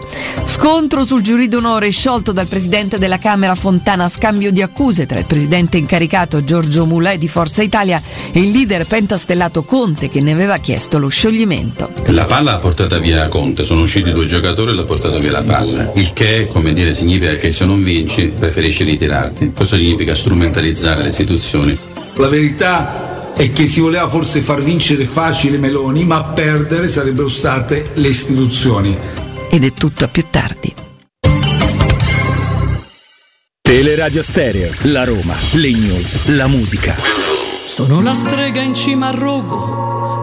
[SPEAKER 31] Scontro sul giurì d'onore sciolto dal presidente della Camera Fontana, scambio di accuse tra il presidente incaricato Giorgio Mulè di Forza Italia e il leader pentastellato Conte che ne aveva chiesto lo scioglimento.
[SPEAKER 32] La palla l'ha portata via Conte, sono usciti due giocatori e l'ha portata via la palla. Il che, come dire, significa che se non vinci preferisci ritirarti. Questo significa strumentalizzare le istituzioni.
[SPEAKER 33] La verità è che si voleva forse far vincere facile Meloni, ma a perdere sarebbero state le istituzioni.
[SPEAKER 31] Ed è tutto a più tardi.
[SPEAKER 17] Teleradio Stereo. La Roma. Le news. La musica.
[SPEAKER 34] Sono la strega in cima al rogo,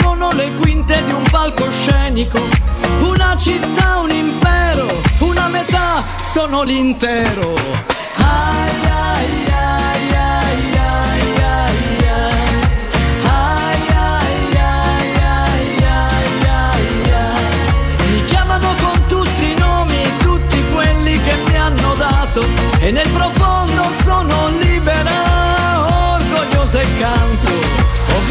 [SPEAKER 34] Sono le quinte di un palcoscenico Una città, un impero Una metà, sono l'intero Ai, ai, ai, ai, ai, ai, ai. Ai, ai, ai, ai, ai, ai, ai. Mi chiamano con tutti i nomi Tutti quelli che mi hanno dato E nel profondo sono libera Orgogliosa e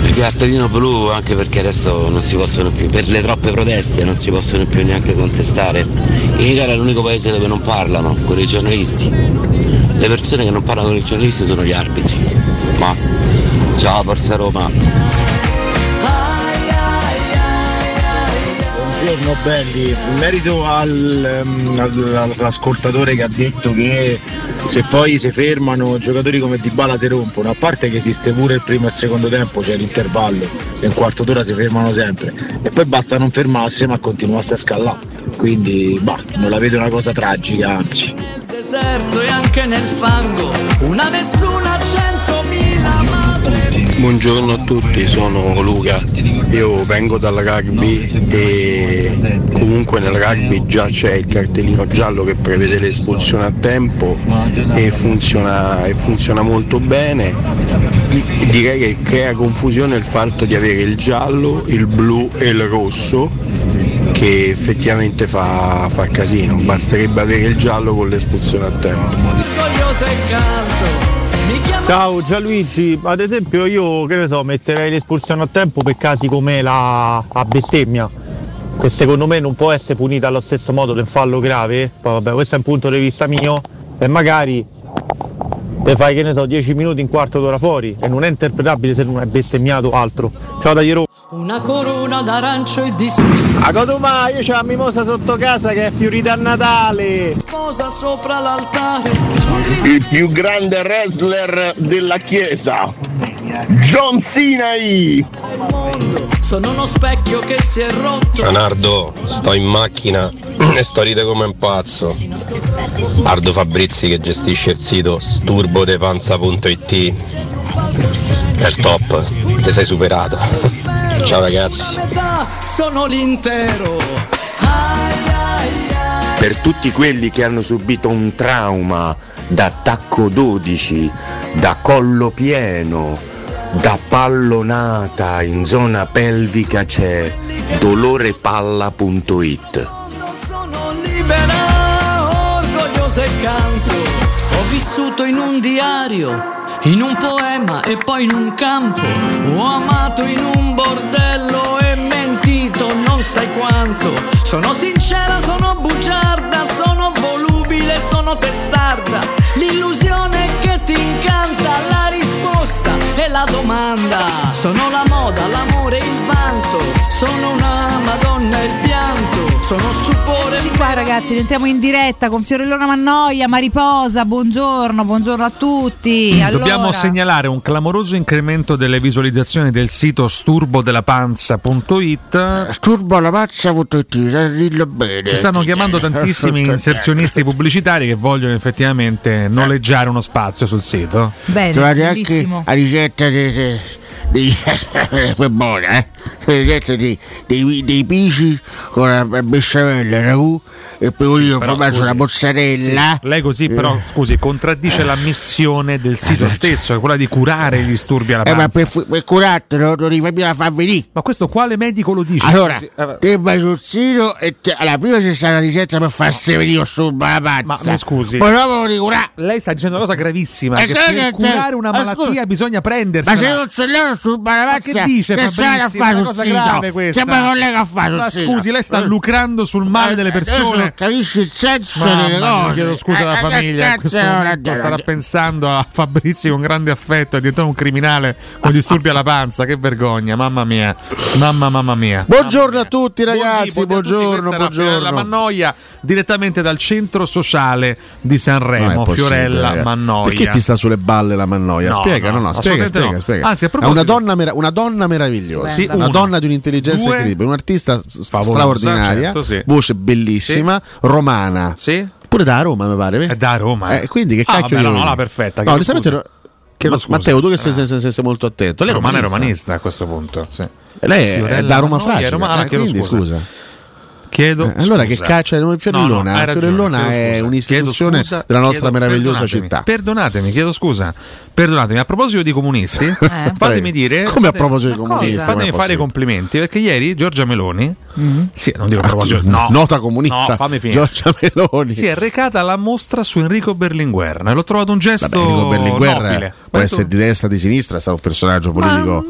[SPEAKER 35] Il cartellino blu anche perché adesso non si possono più, per le troppe proteste non si possono più neanche contestare. In Italia è l'unico paese dove non parlano con i giornalisti. Le persone che non parlano con i giornalisti sono gli arbitri. Ma ciao Forza Roma.
[SPEAKER 1] Buongiorno belli, in merito al, ehm, al- all'ascoltatore che ha detto che se poi si fermano giocatori come Dybala si rompono, a parte che esiste pure il primo e il secondo tempo, c'è l'intervallo, e un quarto d'ora si fermano sempre e poi basta non fermarsi ma continuasse a scalare, quindi bah, non la vedo una cosa tragica, anzi.
[SPEAKER 34] deserto e anche nel fango. Una nessuna, centomila madre.
[SPEAKER 4] Buongiorno a tutti, sono Luca, io vengo dalla rugby e comunque nel rugby già c'è il cartellino giallo che prevede l'espulsione a tempo e funziona, e funziona molto bene. Direi che crea confusione il fatto di avere il giallo, il blu e il rosso che effettivamente fa, fa casino, basterebbe avere il giallo con l'espulsione a tempo.
[SPEAKER 34] Orgoglioso e canto.
[SPEAKER 5] Ciao Gianluigi, ad esempio io che ne so, metterei l'espulsione a tempo per casi come la, la bestemmia, che secondo me non può essere punita allo stesso modo del fallo grave, poi vabbè questo è un punto di vista mio, e magari te fai che ne so 10 minuti in quarto d'ora fuori e non è interpretabile se non è bestemmiato altro. Ciao da Ierò.
[SPEAKER 34] Una corona d'arancio e di spina.
[SPEAKER 5] A Cotumà io c'ho la mimosa sotto casa che è fiorita a Natale.
[SPEAKER 34] Sposa sopra l'altare.
[SPEAKER 6] Il più grande wrestler della chiesa. John Sinai.
[SPEAKER 34] Sono uno specchio che si è rotto. Leonardo, Cioè, sto in macchina e sto ride come un pazzo. Ardo Fabrizi che gestisce il sito sturbodepanza.it è il top, ti sei superato. Ciao ragazzi. Metà sono l'intero.
[SPEAKER 20] Per tutti quelli che hanno subito un trauma da tacco 12, da collo pieno, da pallonata in zona pelvica c'è dolorepalla.it.
[SPEAKER 34] libera, orgogliosa e canto. Ho vissuto in un diario, in un poema e poi in un campo. Ho amato in un bordello e mentito non sai quanto. Sono sincera, sono bugiarda, sono volubile, sono testarda. L'illusione che ti incanta, la risposta è la domanda. Sono la moda, l'amore, il vanto. Sono una madonna e il pianto. Sono stupore
[SPEAKER 7] Eccoci qua ragazzi, rientriamo in diretta con Fiorellona Mannoia, Mariposa, buongiorno, buongiorno a tutti. Allora,
[SPEAKER 9] Mm, Dobbiamo segnalare un clamoroso incremento delle visualizzazioni del sito
[SPEAKER 3] Eh,
[SPEAKER 9] sturbodelapanza.it.
[SPEAKER 3] Sturbodelapanza.it, eh, dillo bene.
[SPEAKER 9] Ci stanno chiamando tantissimi inserzionisti pubblicitari che vogliono effettivamente noleggiare uno spazio sul sito.
[SPEAKER 7] Bene,
[SPEAKER 3] Trovate anche
[SPEAKER 7] bellissimo.
[SPEAKER 3] la ricetta dei.
[SPEAKER 28] Eh,
[SPEAKER 3] dei- dei- È buona, eh? La ricetta dei, dei, dei pici con la besciamella, ragù e poi io
[SPEAKER 9] però,
[SPEAKER 3] faccio
[SPEAKER 9] scusi.
[SPEAKER 3] la mozzarella.
[SPEAKER 9] Sì, lei così però,
[SPEAKER 3] Eh.
[SPEAKER 9] scusi, contraddice la missione del sito stesso, che è quella di curare i disturbi alla
[SPEAKER 3] Eh, ma
[SPEAKER 9] panza.
[SPEAKER 3] per, fu- per curartelo non devi farmi la far venire.
[SPEAKER 9] Ma questo quale medico lo dice?
[SPEAKER 3] Allora,
[SPEAKER 9] Scusi, eh,
[SPEAKER 3] te vai sul sito e te- allora, prima c'è stata la ricetta per farsi venire sul la
[SPEAKER 9] Ma
[SPEAKER 3] pazza.
[SPEAKER 9] mi scusi,
[SPEAKER 3] Poi dopo devi curare.
[SPEAKER 9] lei sta dicendo una cosa gravissima:
[SPEAKER 3] Eh,
[SPEAKER 9] che
[SPEAKER 3] sai
[SPEAKER 9] per
[SPEAKER 3] che-
[SPEAKER 9] curare una
[SPEAKER 3] eh, scusi.
[SPEAKER 9] malattia bisogna prendersela.
[SPEAKER 3] Ma se non ce l'ho sul
[SPEAKER 9] Ma che
[SPEAKER 3] barabazza,
[SPEAKER 9] dice
[SPEAKER 3] Eh, che
[SPEAKER 9] Fabrizio?
[SPEAKER 3] sarà a
[SPEAKER 9] È
[SPEAKER 3] fare
[SPEAKER 9] una
[SPEAKER 3] sul
[SPEAKER 9] cosa grave
[SPEAKER 3] sito?
[SPEAKER 9] questa.
[SPEAKER 3] Che ma non lei che ha fatto
[SPEAKER 9] Ma
[SPEAKER 3] sul sito?
[SPEAKER 9] scusi, lei sta
[SPEAKER 3] Eh,
[SPEAKER 9] lucrando sul male delle
[SPEAKER 3] adesso
[SPEAKER 9] persone.
[SPEAKER 3] Capisci il senso
[SPEAKER 9] Mamma
[SPEAKER 3] delle
[SPEAKER 9] mia,
[SPEAKER 3] cose?
[SPEAKER 9] Chiedo scusa alla
[SPEAKER 3] Eh,
[SPEAKER 9] famiglia.
[SPEAKER 3] cazzo,
[SPEAKER 9] In questo
[SPEAKER 3] allora,
[SPEAKER 9] momento
[SPEAKER 3] allora,
[SPEAKER 9] starà pensando a Fabrizio con grande affetto, è diventato un criminale con disturbi alla panza. Che vergogna, mamma mia, mamma, mamma mia.
[SPEAKER 8] Buongiorno a tutti
[SPEAKER 9] ragazzi, buongiorno, La Mannoia direttamente dal centro sociale di
[SPEAKER 8] Non è
[SPEAKER 9] Sanremo,
[SPEAKER 8] possibile,
[SPEAKER 9] Fiorella
[SPEAKER 8] ragazzi.
[SPEAKER 9] Mannoia.
[SPEAKER 8] Perché ti sta sulle balle la Mannoia?
[SPEAKER 9] No,
[SPEAKER 8] spiega, no, no,
[SPEAKER 9] no,
[SPEAKER 8] spiega,
[SPEAKER 9] assolutamente
[SPEAKER 8] spiega,
[SPEAKER 9] no.
[SPEAKER 8] spiega.
[SPEAKER 9] Anzi, a
[SPEAKER 8] è una
[SPEAKER 9] proposito-
[SPEAKER 8] donna, mera- una donna meravigliosa,
[SPEAKER 9] Sì,
[SPEAKER 8] una
[SPEAKER 9] uno.
[SPEAKER 8] donna di un'intelligenza
[SPEAKER 9] Due.
[SPEAKER 8] incredibile, un'artista s-
[SPEAKER 9] Favolosa,
[SPEAKER 8] straordinaria,
[SPEAKER 9] certo, sì.
[SPEAKER 8] voce bellissima, romana.
[SPEAKER 9] Sì.
[SPEAKER 8] Pure da Roma, mi pare.
[SPEAKER 9] È da Roma.
[SPEAKER 8] Eh, quindi che
[SPEAKER 9] Ah,
[SPEAKER 8] cacchio
[SPEAKER 9] vabbè,
[SPEAKER 8] di
[SPEAKER 9] no, no,
[SPEAKER 8] Roma?
[SPEAKER 9] la perfetta,
[SPEAKER 8] No,
[SPEAKER 9] chiedo
[SPEAKER 8] onestamente
[SPEAKER 9] scusa.
[SPEAKER 8] no-
[SPEAKER 9] Chiedo
[SPEAKER 8] Ma-
[SPEAKER 9] scusa.
[SPEAKER 8] Matteo, tu che sei, sei- sei- sei molto attento. Lei è
[SPEAKER 9] Romana Eh. è
[SPEAKER 8] romanista.
[SPEAKER 9] romanista a questo punto. sì.
[SPEAKER 8] Lei è
[SPEAKER 9] Fiorella
[SPEAKER 8] da Roma
[SPEAKER 9] Mannoia,
[SPEAKER 8] Fragica,
[SPEAKER 9] Roma- ah,
[SPEAKER 8] eh,
[SPEAKER 9] chiedo
[SPEAKER 8] quindi, scusa.
[SPEAKER 9] Chiedo
[SPEAKER 8] Eh, allora che
[SPEAKER 9] scusa.
[SPEAKER 8] caccia Fiorellona?
[SPEAKER 9] No, no, hai ragione,
[SPEAKER 8] Fiorellona
[SPEAKER 9] chiedo
[SPEAKER 8] è
[SPEAKER 9] scusa.
[SPEAKER 8] un'istituzione
[SPEAKER 9] Chiedo scusa,
[SPEAKER 8] della nostra
[SPEAKER 9] chiedo-
[SPEAKER 8] meravigliosa
[SPEAKER 9] perdonatemi,
[SPEAKER 8] città.
[SPEAKER 9] Perdonatemi, chiedo scusa. Perdonatemi, a proposito di comunisti, fatemi
[SPEAKER 8] Eh, Prego.
[SPEAKER 9] dire
[SPEAKER 8] Come a proposito di comunisti? Come
[SPEAKER 9] Fatemi
[SPEAKER 8] è
[SPEAKER 9] fare i
[SPEAKER 8] possibile?
[SPEAKER 9] complimenti perché ieri Giorgia Meloni Sì, non dico a proposito,
[SPEAKER 8] no.
[SPEAKER 9] no.
[SPEAKER 8] Ah, Nota comunista.
[SPEAKER 9] No, fammi finire.
[SPEAKER 8] Giorgia Meloni.
[SPEAKER 9] si è recata alla mostra su Enrico Berlinguer. L'ho trovato un gesto
[SPEAKER 8] Vabbè, Enrico Berlinguer
[SPEAKER 9] nobile.
[SPEAKER 8] può
[SPEAKER 9] Ma
[SPEAKER 8] essere di destra, di sinistra, è stato un personaggio politico.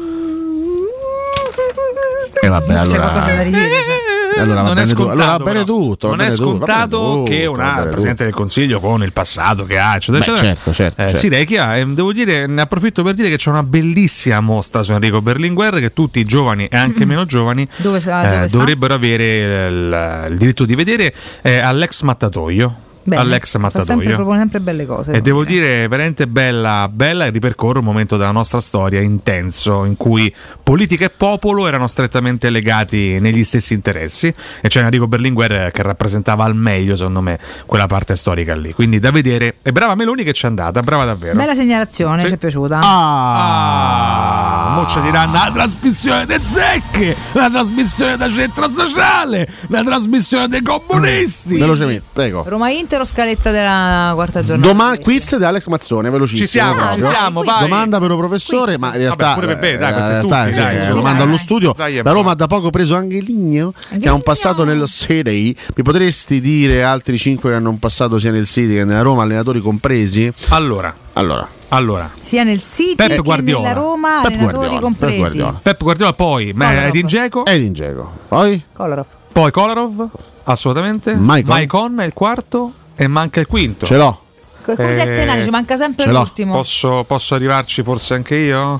[SPEAKER 8] E vabbè,
[SPEAKER 9] C'è
[SPEAKER 8] allora.
[SPEAKER 9] qualcosa da
[SPEAKER 7] cioè,
[SPEAKER 8] Allora va
[SPEAKER 9] Eh, Non è
[SPEAKER 8] bene tutto.
[SPEAKER 9] scontato,
[SPEAKER 8] Allora va bene
[SPEAKER 9] però.
[SPEAKER 8] tutto. va
[SPEAKER 9] non è
[SPEAKER 8] bene tutto, va bene
[SPEAKER 9] scontato
[SPEAKER 8] tutto,
[SPEAKER 9] che
[SPEAKER 8] va
[SPEAKER 9] una
[SPEAKER 8] bene
[SPEAKER 9] Presidente del Consiglio con il passato che ha, eccetera,
[SPEAKER 8] Beh,
[SPEAKER 9] eccetera,
[SPEAKER 8] certo, certo,
[SPEAKER 9] eh,
[SPEAKER 8] certo.
[SPEAKER 9] si recchia. E devo dire, ne approfitto per dire che c'è una bellissima mostra su Enrico Berlinguer che tutti i giovani e anche
[SPEAKER 8] Mm.
[SPEAKER 9] meno giovani
[SPEAKER 7] Dove,
[SPEAKER 8] Ah,
[SPEAKER 7] sa-
[SPEAKER 9] eh,
[SPEAKER 7] dove sta?
[SPEAKER 9] dovrebbero avere il, il diritto di vedere eh, all'ex mattatoio.
[SPEAKER 7] Bene.
[SPEAKER 9] All'ex
[SPEAKER 7] Fa sempre,
[SPEAKER 9] mattatoio.
[SPEAKER 7] propone sempre belle cose.
[SPEAKER 9] E devo dire, veramente bella, bella e ripercorre un momento della nostra storia intenso in cui politica e popolo erano strettamente legati negli stessi interessi e c'è Enrico Berlinguer eh, che rappresentava al meglio, secondo me, quella parte storica lì. Quindi da vedere. E brava Meloni che c'è andata, brava davvero.
[SPEAKER 7] Bella segnalazione, ci è piaciuta.
[SPEAKER 9] Ah, mo ci diranno la trasmissione dei secche, la trasmissione da centro sociale, la trasmissione dei comunisti.
[SPEAKER 8] Velocemente, prego.
[SPEAKER 7] Roma Inter o scaletta della quarta giornata?
[SPEAKER 8] Domani quiz di Alex Mazzone, velocissimo.
[SPEAKER 7] Ci siamo,
[SPEAKER 8] proprio.
[SPEAKER 7] ci siamo, vai.
[SPEAKER 8] Domanda per un professore, ma in realtà.
[SPEAKER 9] Vabbè, pure per me, dai,
[SPEAKER 8] eh,
[SPEAKER 9] per te
[SPEAKER 8] in
[SPEAKER 9] tutti,
[SPEAKER 8] realtà,
[SPEAKER 9] dai,
[SPEAKER 8] eh,
[SPEAKER 9] su.
[SPEAKER 8] domanda allo studio.
[SPEAKER 9] Dai, è
[SPEAKER 8] La Roma ha da poco preso anche Ligno, che ha un passato nel Serie A. Mi potresti dire altri 5 che hanno un passato sia nel City che nella Roma, allenatori compresi?
[SPEAKER 9] Allora.
[SPEAKER 8] Allora.
[SPEAKER 9] Allora.
[SPEAKER 7] Sia nel City
[SPEAKER 9] Pep
[SPEAKER 7] che
[SPEAKER 9] Guardiola.
[SPEAKER 7] nella Roma,
[SPEAKER 9] Pep
[SPEAKER 7] allenatori
[SPEAKER 9] Guardiola,
[SPEAKER 7] compresi.
[SPEAKER 9] Pep Guardiola. Pep Guardiola poi, ma Edin Dzeko?
[SPEAKER 8] Edin Dzeko. Poi?
[SPEAKER 7] Kolarov.
[SPEAKER 9] Poi Kolarov, assolutamente.
[SPEAKER 8] Maicon.
[SPEAKER 9] Maicon è il quarto e manca il quinto.
[SPEAKER 8] Ce l'ho.
[SPEAKER 7] Co- Come
[SPEAKER 9] Eh,
[SPEAKER 7] si attenani? Ci manca sempre
[SPEAKER 9] ce l'ho.
[SPEAKER 7] l'ultimo.
[SPEAKER 9] Posso, posso arrivarci forse anche io?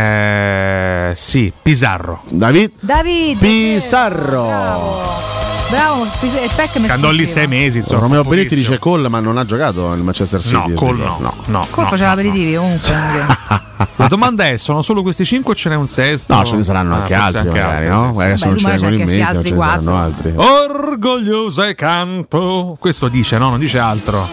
[SPEAKER 9] Eh, sì, Pizarro.
[SPEAKER 8] David?
[SPEAKER 7] David
[SPEAKER 8] Pizarro.
[SPEAKER 7] Bravo, Pis- e Peck mi
[SPEAKER 9] Andò lì
[SPEAKER 7] sfuggiva.
[SPEAKER 9] sei mesi, insomma.
[SPEAKER 8] Romeo Benetti
[SPEAKER 9] pochissimo.
[SPEAKER 8] dice Cole, ma non ha giocato al Manchester
[SPEAKER 9] No,
[SPEAKER 8] City.
[SPEAKER 9] Cole
[SPEAKER 8] no. no.
[SPEAKER 7] Col faceva aperitivi comunque. anche.
[SPEAKER 9] La domanda è: sono solo questi cinque o ce n'è un sesto?
[SPEAKER 8] No, ce ne saranno
[SPEAKER 9] Ah,
[SPEAKER 8] anche
[SPEAKER 9] forse
[SPEAKER 8] altri, magari, no?
[SPEAKER 9] sì, sì.
[SPEAKER 8] Adesso non ce ne vengono in mente, non ce ne saranno altri.
[SPEAKER 9] Orgogliosa e canto. Questo dice, no, non dice altro.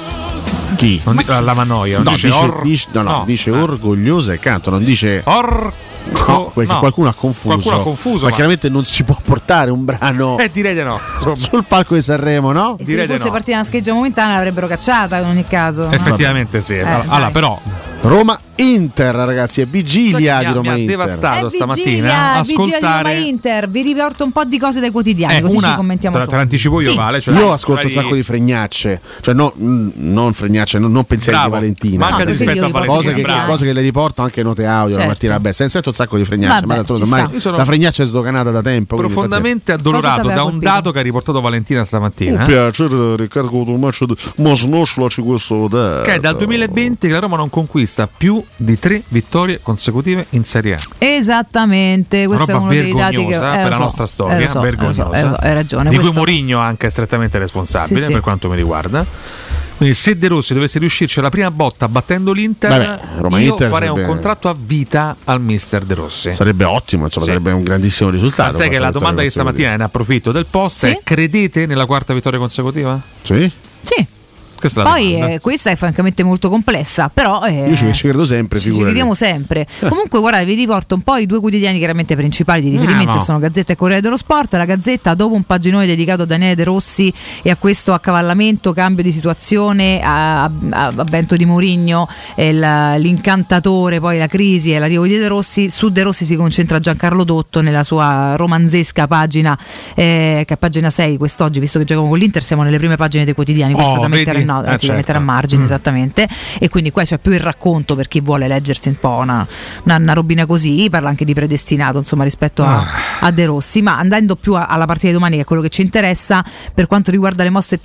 [SPEAKER 8] Chi?
[SPEAKER 9] Non di- la Manoia.
[SPEAKER 8] No,
[SPEAKER 9] Non
[SPEAKER 8] dice,
[SPEAKER 9] dice, Ah. or-
[SPEAKER 8] dice- no, no, dice orgoglioso e canto, non dice No, perché
[SPEAKER 9] no.
[SPEAKER 8] qualcuno ha confuso.
[SPEAKER 9] Qualcuno ha confuso,
[SPEAKER 8] Ma,
[SPEAKER 9] ma-
[SPEAKER 8] chiaramente non si può portare un brano
[SPEAKER 9] Eh, direi di no.
[SPEAKER 8] sul palco di Sanremo, no?
[SPEAKER 7] E se fosse partita una scheggia momentanea l'avrebbero cacciata in ogni caso.
[SPEAKER 9] Effettivamente
[SPEAKER 7] Eh,
[SPEAKER 9] sì. allora,
[SPEAKER 7] dai.
[SPEAKER 9] però
[SPEAKER 8] Ah, Roma Inter, ragazzi, è vigilia di
[SPEAKER 9] Sai che mi ha-
[SPEAKER 8] Roma
[SPEAKER 9] mi ha
[SPEAKER 8] Inter.
[SPEAKER 9] devastato È stamattina
[SPEAKER 7] Eh, Vigilia, vigilia di Roma
[SPEAKER 9] ascoltare-
[SPEAKER 7] Inter, vi riporto un po' di cose dai quotidiani,
[SPEAKER 8] Eh,
[SPEAKER 7] così
[SPEAKER 8] una-
[SPEAKER 7] ci commentiamo
[SPEAKER 8] tra-
[SPEAKER 7] su.
[SPEAKER 8] tra l'anticipo
[SPEAKER 7] Sì.
[SPEAKER 9] cioè
[SPEAKER 8] io ascolto un sacco di fregnacce, cioè no, mm, non fregnacce, non, non pensieri
[SPEAKER 9] Bravo.
[SPEAKER 8] di Valentina,
[SPEAKER 9] Manca No, rispetto pensieri a di Valentina,
[SPEAKER 8] cose che,
[SPEAKER 9] bravo.
[SPEAKER 8] cose che le riporto anche in note audio la
[SPEAKER 9] Certo.
[SPEAKER 8] mattina. Vabbè, senza un sacco di fregnacce,
[SPEAKER 9] Vabbè,
[SPEAKER 8] ma d'altronde
[SPEAKER 9] ci
[SPEAKER 8] ormai
[SPEAKER 9] sta. Io sono
[SPEAKER 8] la fregnaccia è sdoganata da tempo. quindi
[SPEAKER 9] profondamente
[SPEAKER 8] pazienza.
[SPEAKER 9] addolorato da un dato che ha riportato Valentina stamattina. eh?
[SPEAKER 8] Un piacere Riccardo Tomaccio, ma snocciolaci questo
[SPEAKER 9] Che è dal 2020 che la Roma non conquista più di tre vittorie consecutive in Serie A.
[SPEAKER 7] Esattamente,
[SPEAKER 9] Una
[SPEAKER 7] questo è
[SPEAKER 9] roba
[SPEAKER 7] uno dei
[SPEAKER 9] vergognosa
[SPEAKER 7] dati che eh,
[SPEAKER 9] per
[SPEAKER 7] lo
[SPEAKER 9] la
[SPEAKER 7] so,
[SPEAKER 9] nostra
[SPEAKER 7] eh,
[SPEAKER 9] storia,
[SPEAKER 7] lo so, eh, lo so,
[SPEAKER 9] vergognosa.
[SPEAKER 7] eh, lo so, Hai ragione,
[SPEAKER 9] Di
[SPEAKER 7] questo-
[SPEAKER 9] cui Mourinho è anche strettamente responsabile
[SPEAKER 7] Sì, sì.
[SPEAKER 9] per quanto mi riguarda. Quindi se De Rossi dovesse riuscirci alla prima botta battendo l'Inter,
[SPEAKER 8] Vabbè, Roma
[SPEAKER 9] io
[SPEAKER 8] Inter
[SPEAKER 9] farei
[SPEAKER 8] sarebbe-
[SPEAKER 9] un contratto a vita al mister De Rossi.
[SPEAKER 8] Sarebbe ottimo, insomma, sarebbe un grandissimo risultato.
[SPEAKER 9] Tant'è che
[SPEAKER 8] questa
[SPEAKER 9] la
[SPEAKER 8] vittoria
[SPEAKER 9] domanda di
[SPEAKER 8] consecutiva.
[SPEAKER 9] stamattina, ne approfitto del post, è credete nella quarta vittoria consecutiva?
[SPEAKER 8] Sì.
[SPEAKER 7] Sì.
[SPEAKER 9] Questa è la
[SPEAKER 7] Poi
[SPEAKER 9] domanda.
[SPEAKER 7] eh, questa è francamente molto complessa, però eh,
[SPEAKER 8] Io ci, ci credo sempre,
[SPEAKER 7] ci
[SPEAKER 8] figurati.
[SPEAKER 7] vediamo sempre. Comunque, guardate, vi riporto un po' i due quotidiani chiaramente principali di riferimento,
[SPEAKER 8] Ah, no.
[SPEAKER 7] sono Gazzetta e Corriere dello Sport. La Gazzetta, dopo un paginone dedicato a Daniele De Rossi e a questo accavallamento, cambio di situazione a, a- a Bento di Mourinho, e la- l'incantatore, poi la crisi e l'arrivo di De Rossi, su De Rossi si concentra Giancarlo Dotto nella sua romanzesca pagina, eh, che è pagina 6 quest'oggi, visto che giochiamo con l'Inter, siamo nelle prime pagine dei quotidiani, questa
[SPEAKER 10] Oh,
[SPEAKER 7] è da mettere,
[SPEAKER 10] vedi?
[SPEAKER 7] no, anzi,
[SPEAKER 10] Ah,
[SPEAKER 7] da
[SPEAKER 10] certo.
[SPEAKER 7] mettere a margine
[SPEAKER 10] Mm.
[SPEAKER 7] esattamente e quindi qua c'è più il racconto per chi vuole leggersi un po' una, una- una robina così parla anche di predestinato insomma rispetto a,
[SPEAKER 10] Ah.
[SPEAKER 7] a De Rossi ma andando più a- alla partita di domani che è quello che ci interessa per quanto riguarda le mosse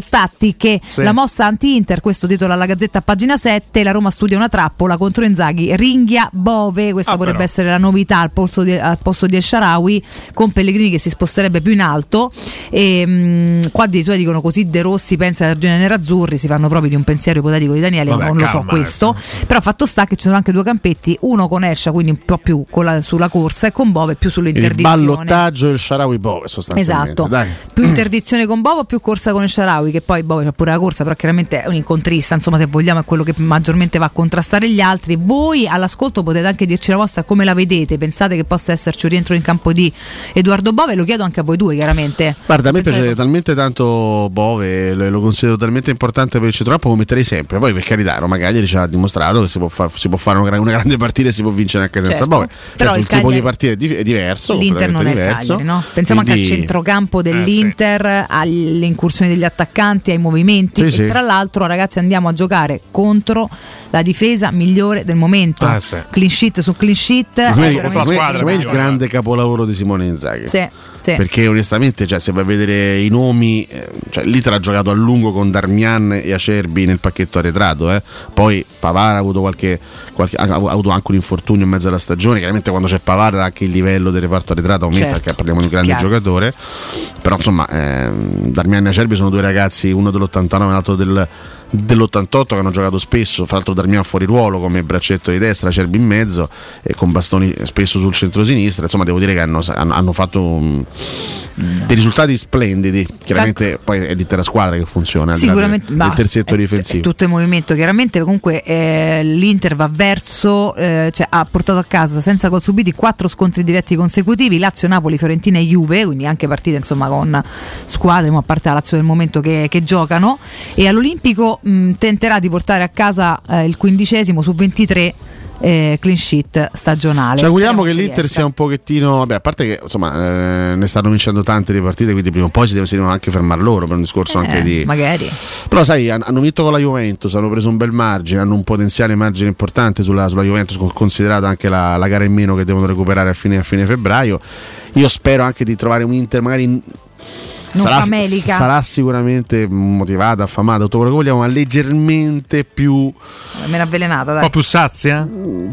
[SPEAKER 7] tecnico-tattiche
[SPEAKER 10] Sì.
[SPEAKER 7] la mossa anti-Inter questo titolo alla Gazzetta a pagina 7 la Roma studia una trappola contro Inzaghi Ringhia Bove questa
[SPEAKER 10] Ah,
[SPEAKER 7] potrebbe
[SPEAKER 10] però.
[SPEAKER 7] essere la novità al posto di, al posto di El Shaarawy con Pellegrini Ehm, che si sposterebbe più in alto e mh, qua addirittura dicono così De Rossi pensa al genere nerazzurro Azzurri si fanno proprio di un pensiero ipotetico di Daniele,
[SPEAKER 10] Vabbè,
[SPEAKER 7] non lo so
[SPEAKER 10] calma,
[SPEAKER 7] questo, però fatto sta che ci sono anche due campetti, uno con Escia, quindi un po' più con la- sulla corsa e con Bove più
[SPEAKER 8] Il
[SPEAKER 7] sull'interdizione.
[SPEAKER 8] ballottaggio del Sharawi Bove sostanzialmente.
[SPEAKER 7] Esatto,
[SPEAKER 8] Dai.
[SPEAKER 7] più interdizione con Bovo, più corsa con Esharawi, che poi Bovo c'ha pure la corsa, però chiaramente è un incontrista, insomma se vogliamo è quello che maggiormente va a contrastare gli altri. Voi all'ascolto potete anche dirci la vostra come la vedete, pensate che possa esserci un rientro in campo di Edoardo Bove, lo chiedo anche a voi due chiaramente.
[SPEAKER 8] Guarda, a me
[SPEAKER 7] Pensate-
[SPEAKER 8] piace talmente tanto Bove, lo, lo considero talmente importante per il centrocampo che lo metterei sempre. Poi, per carità, Roma Cagliari ci ha dimostrato che si può, fa- si può fare una, gra- una grande partita e si può vincere anche senza
[SPEAKER 7] Certo.
[SPEAKER 8] Bove.
[SPEAKER 7] Però
[SPEAKER 8] Certo,
[SPEAKER 7] il
[SPEAKER 8] il tipo
[SPEAKER 7] Cagliari-
[SPEAKER 8] di partita è, di- è diverso.
[SPEAKER 7] L'Inter non è il
[SPEAKER 8] completamente diverso.
[SPEAKER 7] Cagliari, no? Pensiamo anche al
[SPEAKER 8] Quindi- Eh,
[SPEAKER 7] centrocampo dell'Inter, alle incursioni degli attaccanti, ai movimenti.
[SPEAKER 8] Sì,
[SPEAKER 7] e
[SPEAKER 8] sì.
[SPEAKER 7] tra l'altro, ragazzi, andiamo a giocare contro la difesa migliore del momento.
[SPEAKER 8] Ah, sì.
[SPEAKER 7] Clean sheet su clean sheet. è
[SPEAKER 8] Secondo me-
[SPEAKER 7] veramente-
[SPEAKER 8] secondo me- secondo me è il grande capolavoro di Simone Inzaghi.
[SPEAKER 7] Sì, sì.
[SPEAKER 8] Perché onestamente, cioè, se vai a vedere i nomi, eh, cioè, l'Inter ha giocato a lungo con Darmian e Acerbi nel pacchetto arretrato. eh. Poi Pavara ha avuto, qualche, qualche- ha ha avuto anche un infortunio in mezzo alla stagione. Chiaramente quando c'è Pavara anche il livello del reparto arretrato aumenta,
[SPEAKER 11] Certo.
[SPEAKER 8] perché parliamo di un grande
[SPEAKER 11] Chiaro.
[SPEAKER 8] giocatore. Però insomma, ehm, Darmian e Acerbi sono due ragazzi, uno dell'89 e l'altro del- dell'88 che hanno giocato spesso, fra l'altro Darmian fuori ruolo come braccetto di destra, Acerbi in mezzo e con bastoni spesso sul centro-sinistra, insomma devo dire che hanno, hanno- hanno fatto mm, dei risultati splendidi, chiaramente poi è l'intera squadra che funziona, al di là
[SPEAKER 7] Sicuramente,
[SPEAKER 8] del,
[SPEAKER 7] ma-
[SPEAKER 8] del terzetto
[SPEAKER 7] è
[SPEAKER 8] difensivo.
[SPEAKER 7] tutto in movimento chiaramente comunque eh, l'Inter va verso eh, cioè, ha portato a casa senza gol subiti quattro scontri diretti consecutivi Lazio, Napoli, Fiorentina e Juve quindi anche partite insomma con squadre ma a parte la Lazio del momento che, che giocano e all'Olimpico mh, tenterà di portare a casa eh, il quindicesimo su 23 eh, clean sheet stagionale
[SPEAKER 8] Ci
[SPEAKER 7] Speriamo
[SPEAKER 8] auguriamo che
[SPEAKER 7] ci
[SPEAKER 8] l'Inter
[SPEAKER 7] riesca.
[SPEAKER 8] sia un pochettino. Vabbè, a parte che insomma, eh, ne stanno vincendo tante di partite, quindi prima o poi si devono, si devono anche fermare loro per un discorso
[SPEAKER 7] Eh,
[SPEAKER 8] anche di.
[SPEAKER 7] magari
[SPEAKER 8] Però sai, han- hanno vinto con la Juventus, hanno preso un bel margine, hanno un potenziale margine importante sulla, sulla Juventus, con- considerata anche la, la gara in meno che devono recuperare a fine, a fine febbraio. Io spero anche di trovare un Inter magari. in-
[SPEAKER 7] Non famelica.
[SPEAKER 8] sarà sicuramente motivata, affamata, tutto quello che vogliamo, ma leggermente più
[SPEAKER 7] meno avvelenata dai.
[SPEAKER 8] sazia?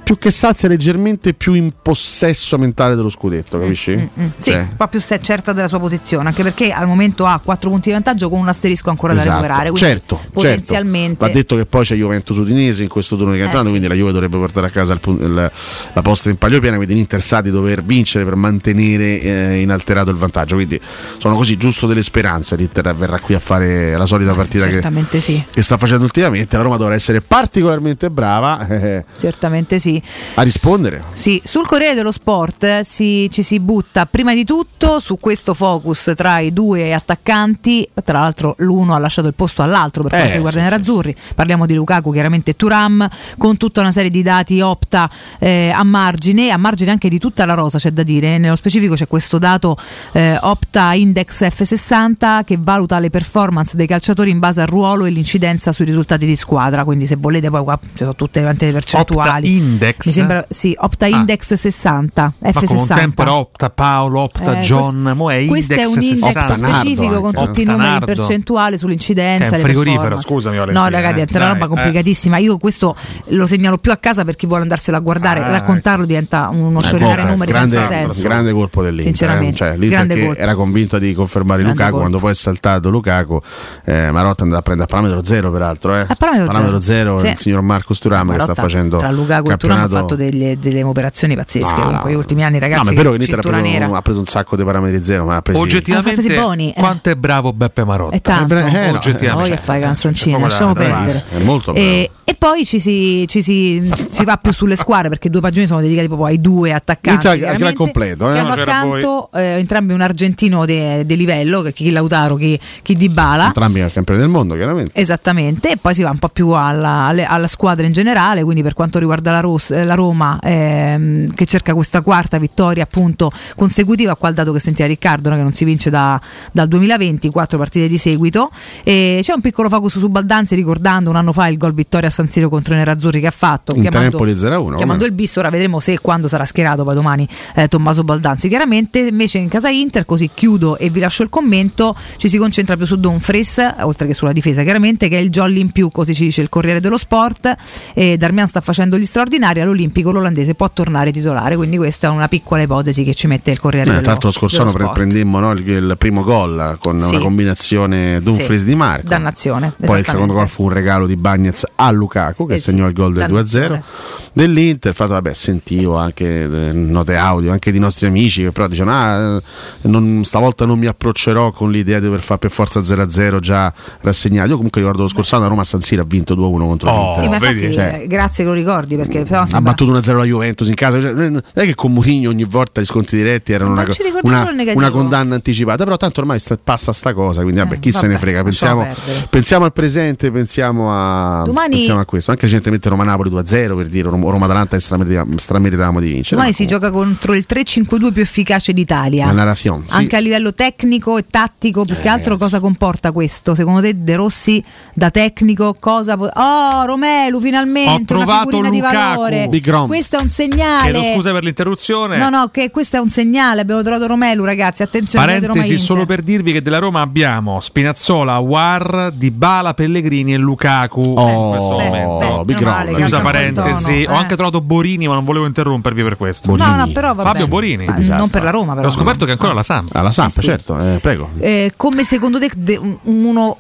[SPEAKER 8] Più che sazia, leggermente più in possesso mentale dello scudetto, capisci?
[SPEAKER 7] Mm, Sì,
[SPEAKER 8] Cioè,
[SPEAKER 7] un po' più se- certa della sua posizione, anche perché al momento ha 4 punti di vantaggio con un asterisco ancora da
[SPEAKER 8] esatto.
[SPEAKER 7] recuperare. Quindi
[SPEAKER 8] certo, certo.
[SPEAKER 7] potenzialmente Eh
[SPEAKER 8] Va detto che poi c'è Juventus Udinese in questo turno di campionato,
[SPEAKER 7] sì.
[SPEAKER 8] quindi la Juve dovrebbe portare a casa il pun- il- la posta in palio piena, quindi l'Inter sa di dover vincere per mantenere eh, inalterato il vantaggio. Quindi sono così giusto delle speranze. L'Inter verrà qui a fare la solita partita che,
[SPEAKER 7] Eh certamente sì.
[SPEAKER 8] che sta facendo ultimamente. La Roma dovrà essere particolarmente brava eh,
[SPEAKER 7] Certamente sì.
[SPEAKER 8] a rispondere.
[SPEAKER 7] Sì, sul Corriere dello Sport eh, si- ci si butta prima di tutto su questo focus tra i due attaccanti, tra l'altro l'uno ha lasciato il posto all'altro per
[SPEAKER 10] Eh,
[SPEAKER 7] quanto riguarda
[SPEAKER 10] sì,
[SPEAKER 7] i nerazzurri, parliamo di Lukaku chiaramente e Turam, con tutta una serie di dati opta eh, a margine, a margine anche di tutta la rosa c'è da dire, nello specifico c'è questo dato eh, opta index F60 che valuta le performance dei calciatori in base al ruolo e l'incidenza sui risultati di squadra, quindi se volete poi qua ci sono tutte quante le percentuali.
[SPEAKER 9] Opta index?
[SPEAKER 7] Mi sembra sì, Opta
[SPEAKER 9] Ah.
[SPEAKER 7] Index 60,
[SPEAKER 9] Ma con un tempo era
[SPEAKER 7] F60.
[SPEAKER 9] Opta Paolo, Opta
[SPEAKER 7] Eh,
[SPEAKER 9] John, mo è Index
[SPEAKER 7] questo è un index
[SPEAKER 9] 60.
[SPEAKER 7] specifico con tutti i
[SPEAKER 9] Opta
[SPEAKER 7] numeri in
[SPEAKER 9] Nardo.
[SPEAKER 7] percentuale
[SPEAKER 9] Che
[SPEAKER 7] sull'incidenza.
[SPEAKER 9] è un
[SPEAKER 7] le
[SPEAKER 9] frigorifero,
[SPEAKER 7] performance.
[SPEAKER 9] scusami,
[SPEAKER 7] No,
[SPEAKER 9] Valentina,
[SPEAKER 7] ragazzi,
[SPEAKER 9] eh.
[SPEAKER 7] è una roba
[SPEAKER 9] Dai, eh.
[SPEAKER 7] complicatissima. Io questo lo segnalo più a casa per chi vuole andarselo a guardare.
[SPEAKER 8] Ah,
[SPEAKER 9] ecco.
[SPEAKER 7] Raccontarlo diventa uno
[SPEAKER 8] Eh,
[SPEAKER 7] sciorinare
[SPEAKER 8] boh,
[SPEAKER 7] numeri
[SPEAKER 8] grande,
[SPEAKER 7] senza senso.
[SPEAKER 8] grande colpo dell'Inter.
[SPEAKER 7] Sinceramente,
[SPEAKER 8] eh. Cioè, L'Inter
[SPEAKER 7] grande
[SPEAKER 8] che
[SPEAKER 7] colpo.
[SPEAKER 8] era convinta di confermare
[SPEAKER 7] Grande
[SPEAKER 8] Lukaku,
[SPEAKER 7] colpo.
[SPEAKER 8] quando poi è saltato Lukaku, eh, Marotta andrà a prendere a parametro zero peraltro. Eh.
[SPEAKER 7] A parametro
[SPEAKER 8] zero,
[SPEAKER 7] zero. Sì.
[SPEAKER 8] il signor Marco Sturama che
[SPEAKER 7] Marotta,
[SPEAKER 8] sta facendo
[SPEAKER 7] tra Lukaku e Turan ha
[SPEAKER 8] campionato...
[SPEAKER 7] fatto delle, delle operazioni pazzesche
[SPEAKER 8] No,
[SPEAKER 7] comunque
[SPEAKER 8] no.
[SPEAKER 7] gli ultimi anni ragazzi
[SPEAKER 8] no, ma è vero che l'Inter ha
[SPEAKER 7] cintura
[SPEAKER 8] preso,
[SPEAKER 7] nera
[SPEAKER 8] ha preso un sacco di parametri zero, ma ha preso
[SPEAKER 7] Ah, fa
[SPEAKER 9] Oggettivamente,
[SPEAKER 7] Fasi Boni, eh.
[SPEAKER 9] quanto è bravo Beppe Marotta? Eh,
[SPEAKER 7] è eh, tanto
[SPEAKER 9] Oggettivamente.
[SPEAKER 7] Poi a fare canzoncine
[SPEAKER 9] Cioè,
[SPEAKER 7] lasciamo
[SPEAKER 9] proprio da-
[SPEAKER 7] perdere
[SPEAKER 9] È molto bravo.
[SPEAKER 7] E, e poi ci si, ci si- si va più sulle squadre perché due pagioni sono dedicate proprio ai due attaccanti.
[SPEAKER 8] L'Inter al
[SPEAKER 7] chiaramente,
[SPEAKER 8] gran completo, eh.
[SPEAKER 7] Che hanno
[SPEAKER 8] Buonasera a voi.
[SPEAKER 7] accanto eh, entrambi un argentino de- di livello, che- chi Lautaro, chi, chi Dybala.
[SPEAKER 8] entrambi i campioni del mondo, chiaramente.
[SPEAKER 7] Esattamente, e poi si va un po' più alla, alle- alla squadra in generale, quindi per quanto riguarda la, Ros- eh, la Roma ehm, che cerca questa quarta vittoria appunto consecutiva, qua il dato che sentiva Riccardo no, che non si vince da- dal 2020, quattro partite di seguito, e c'è un piccolo focus su Baldanzi ricordando un anno fa il gol vittoria a San Siro contro i Nerazzurri che ha fatto,
[SPEAKER 8] Inter Empoli 0-1,
[SPEAKER 7] chiamando
[SPEAKER 8] come?
[SPEAKER 7] il bis, ora vedremo se e quando sarà schierato poi domani eh, Tommaso Baldanzi, chiaramente invece in casa Inter, così chiudo e vi lascio il commento commento ci si concentra più su Dumfries, oltre che sulla difesa chiaramente, che è il jolly in più, così ci dice il Corriere dello Sport. E Darmian sta facendo gli straordinari all'Olimpico, l'olandese può tornare titolare, quindi questa è una piccola ipotesi che ci mette il Corriere
[SPEAKER 8] Eh,
[SPEAKER 7] dello,
[SPEAKER 8] tra l'altro lo scorso
[SPEAKER 7] dello
[SPEAKER 8] anno pre-
[SPEAKER 7] Sport.
[SPEAKER 8] prendemmo no, il, il primo gol eh, con
[SPEAKER 7] Sì.
[SPEAKER 8] una combinazione Dumfries
[SPEAKER 7] Sì,
[SPEAKER 8] di Marco.
[SPEAKER 7] Dannazione.
[SPEAKER 8] Poi il
[SPEAKER 7] esattamente.
[SPEAKER 8] secondo gol fu un regalo di Bagnez a Lukaku che
[SPEAKER 7] Eh sì,
[SPEAKER 8] segnò il gol del
[SPEAKER 7] dannazione.
[SPEAKER 8] 2-0 dell'Inter. Fatto, vabbè, sentivo anche eh, note audio anche di nostri amici che però dicono: ah, eh, non- stavolta non mi approccerò con l'idea di dover fare per forza 0-0 già rassegnato. Io comunque ricordo lo scorso anno a Roma a San Siro ha vinto 2-1 contro
[SPEAKER 7] Oh, Sì, ma
[SPEAKER 8] l'Inter.
[SPEAKER 7] infatti,
[SPEAKER 8] Oh, Cioè,
[SPEAKER 7] eh, grazie che lo ricordi perché sennò
[SPEAKER 8] ha
[SPEAKER 7] sembra-
[SPEAKER 8] battuto 1-0 la Juventus in casa. Cioè, non è che con Mourinho ogni volta gli scontri diretti erano
[SPEAKER 7] Ma
[SPEAKER 8] una,
[SPEAKER 7] ci ricordiamo
[SPEAKER 8] una,
[SPEAKER 7] solo il negativo. Eh,
[SPEAKER 8] una condanna anticipata, però tanto ormai sta- passa sta cosa, quindi vabbè, chi se ne
[SPEAKER 7] vabbè,
[SPEAKER 8] frega.
[SPEAKER 7] lasciamo
[SPEAKER 8] Pensiamo,
[SPEAKER 7] perdere.
[SPEAKER 8] pensiamo al presente, pensiamo a,
[SPEAKER 7] Domani-
[SPEAKER 8] pensiamo a questo. Anche recentemente Roma-Napoli 2-0 per dire, Rom- Roma-Atalanta e stramerita- strameritavamo di vincere.
[SPEAKER 7] Ormai si gioca contro il 3-5-2 più efficace d'Italia.
[SPEAKER 8] La narrazione, sì.
[SPEAKER 7] Anche a livello tecnico e tattico,
[SPEAKER 9] Eh,
[SPEAKER 7] più che altro cosa comporta questo? Secondo te De Rossi da tecnico cosa po- Oh, Romelu finalmente
[SPEAKER 9] Ho
[SPEAKER 7] una
[SPEAKER 9] trovato
[SPEAKER 7] figurina di
[SPEAKER 9] Lukaku.
[SPEAKER 7] valore.
[SPEAKER 9] Big Rom.
[SPEAKER 7] Questo è un segnale.
[SPEAKER 9] Chiedo scusa per l'interruzione.
[SPEAKER 7] No, no, che questo è un segnale, abbiamo trovato Romelu, ragazzi, attenzione,
[SPEAKER 9] Parentesi
[SPEAKER 7] vedete Roma
[SPEAKER 9] solo per dirvi che della Roma abbiamo Spinazzola, War, Dibala, Pellegrini e Lukaku Eh, in questo
[SPEAKER 8] beh,
[SPEAKER 9] momento.
[SPEAKER 8] beh, Oh, Big meno male round. che
[SPEAKER 9] Chiusa
[SPEAKER 8] abbiamo
[SPEAKER 9] parentesi.
[SPEAKER 8] il tono,
[SPEAKER 9] Ho
[SPEAKER 8] eh.
[SPEAKER 9] anche trovato Borini, ma non volevo interrompervi per questo.
[SPEAKER 8] Borini. No, no,
[SPEAKER 7] però vabbè.
[SPEAKER 9] Fabio Borini.
[SPEAKER 7] Ma non per la Roma, però.
[SPEAKER 9] Ho scoperto che è ancora la Samp.
[SPEAKER 8] Alla Samp, certo, eh, prego.
[SPEAKER 7] Eh, come secondo te de- un- uno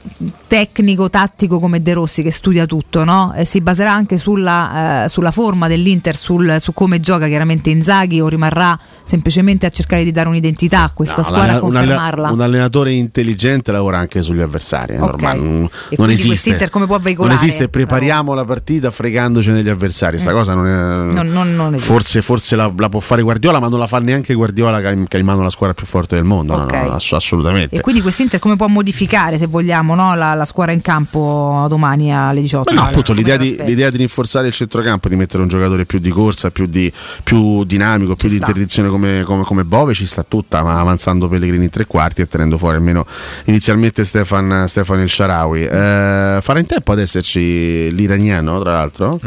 [SPEAKER 7] tecnico, tattico come De Rossi che studia tutto, no? Eh, si baserà anche sulla, eh, sulla forma dell'Inter, sul- su come gioca chiaramente Inzaghi o rimarrà semplicemente a cercare di dare un'identità a questa
[SPEAKER 8] No,
[SPEAKER 7] squadra, a
[SPEAKER 8] l'allena- un alle-
[SPEAKER 7] confermarla?
[SPEAKER 8] Un allenatore intelligente lavora anche sugli avversari. È normale. Non, non
[SPEAKER 7] quindi
[SPEAKER 8] esiste.
[SPEAKER 7] quest'Inter come può veicolare?
[SPEAKER 8] Non esiste. Prepariamo la partita fregandoci negli avversari. Sta
[SPEAKER 7] Mm.
[SPEAKER 8] cosa non è.
[SPEAKER 7] Non- non- non esiste.
[SPEAKER 8] forse forse la, la può fare Guardiola, ma non la fa neanche Guardiola che ha in, che ha in mano la squadra più forte del mondo. No,
[SPEAKER 7] Ok.
[SPEAKER 8] no, no, ass- assolutamente.
[SPEAKER 7] E quindi quest'Inter come può modificare, se vogliamo, no? la, la squadra in campo domani alle 18?
[SPEAKER 8] Beh, no, appunto,
[SPEAKER 7] Come
[SPEAKER 8] l'idea
[SPEAKER 7] te
[SPEAKER 8] di,
[SPEAKER 7] l'aspetti?
[SPEAKER 8] l'idea di rinforzare il centrocampo, di mettere un giocatore più di corsa, più, di- più dinamico, più di
[SPEAKER 7] sta.
[SPEAKER 8] interdizione come, come- come Bove ci sta tutta, ma avanzando Pellegrini in tre quarti e tenendo fuori almeno inizialmente Stefan, Stefan El Sharawi. Eh, farà in tempo ad esserci l'iraniano, tra l'altro?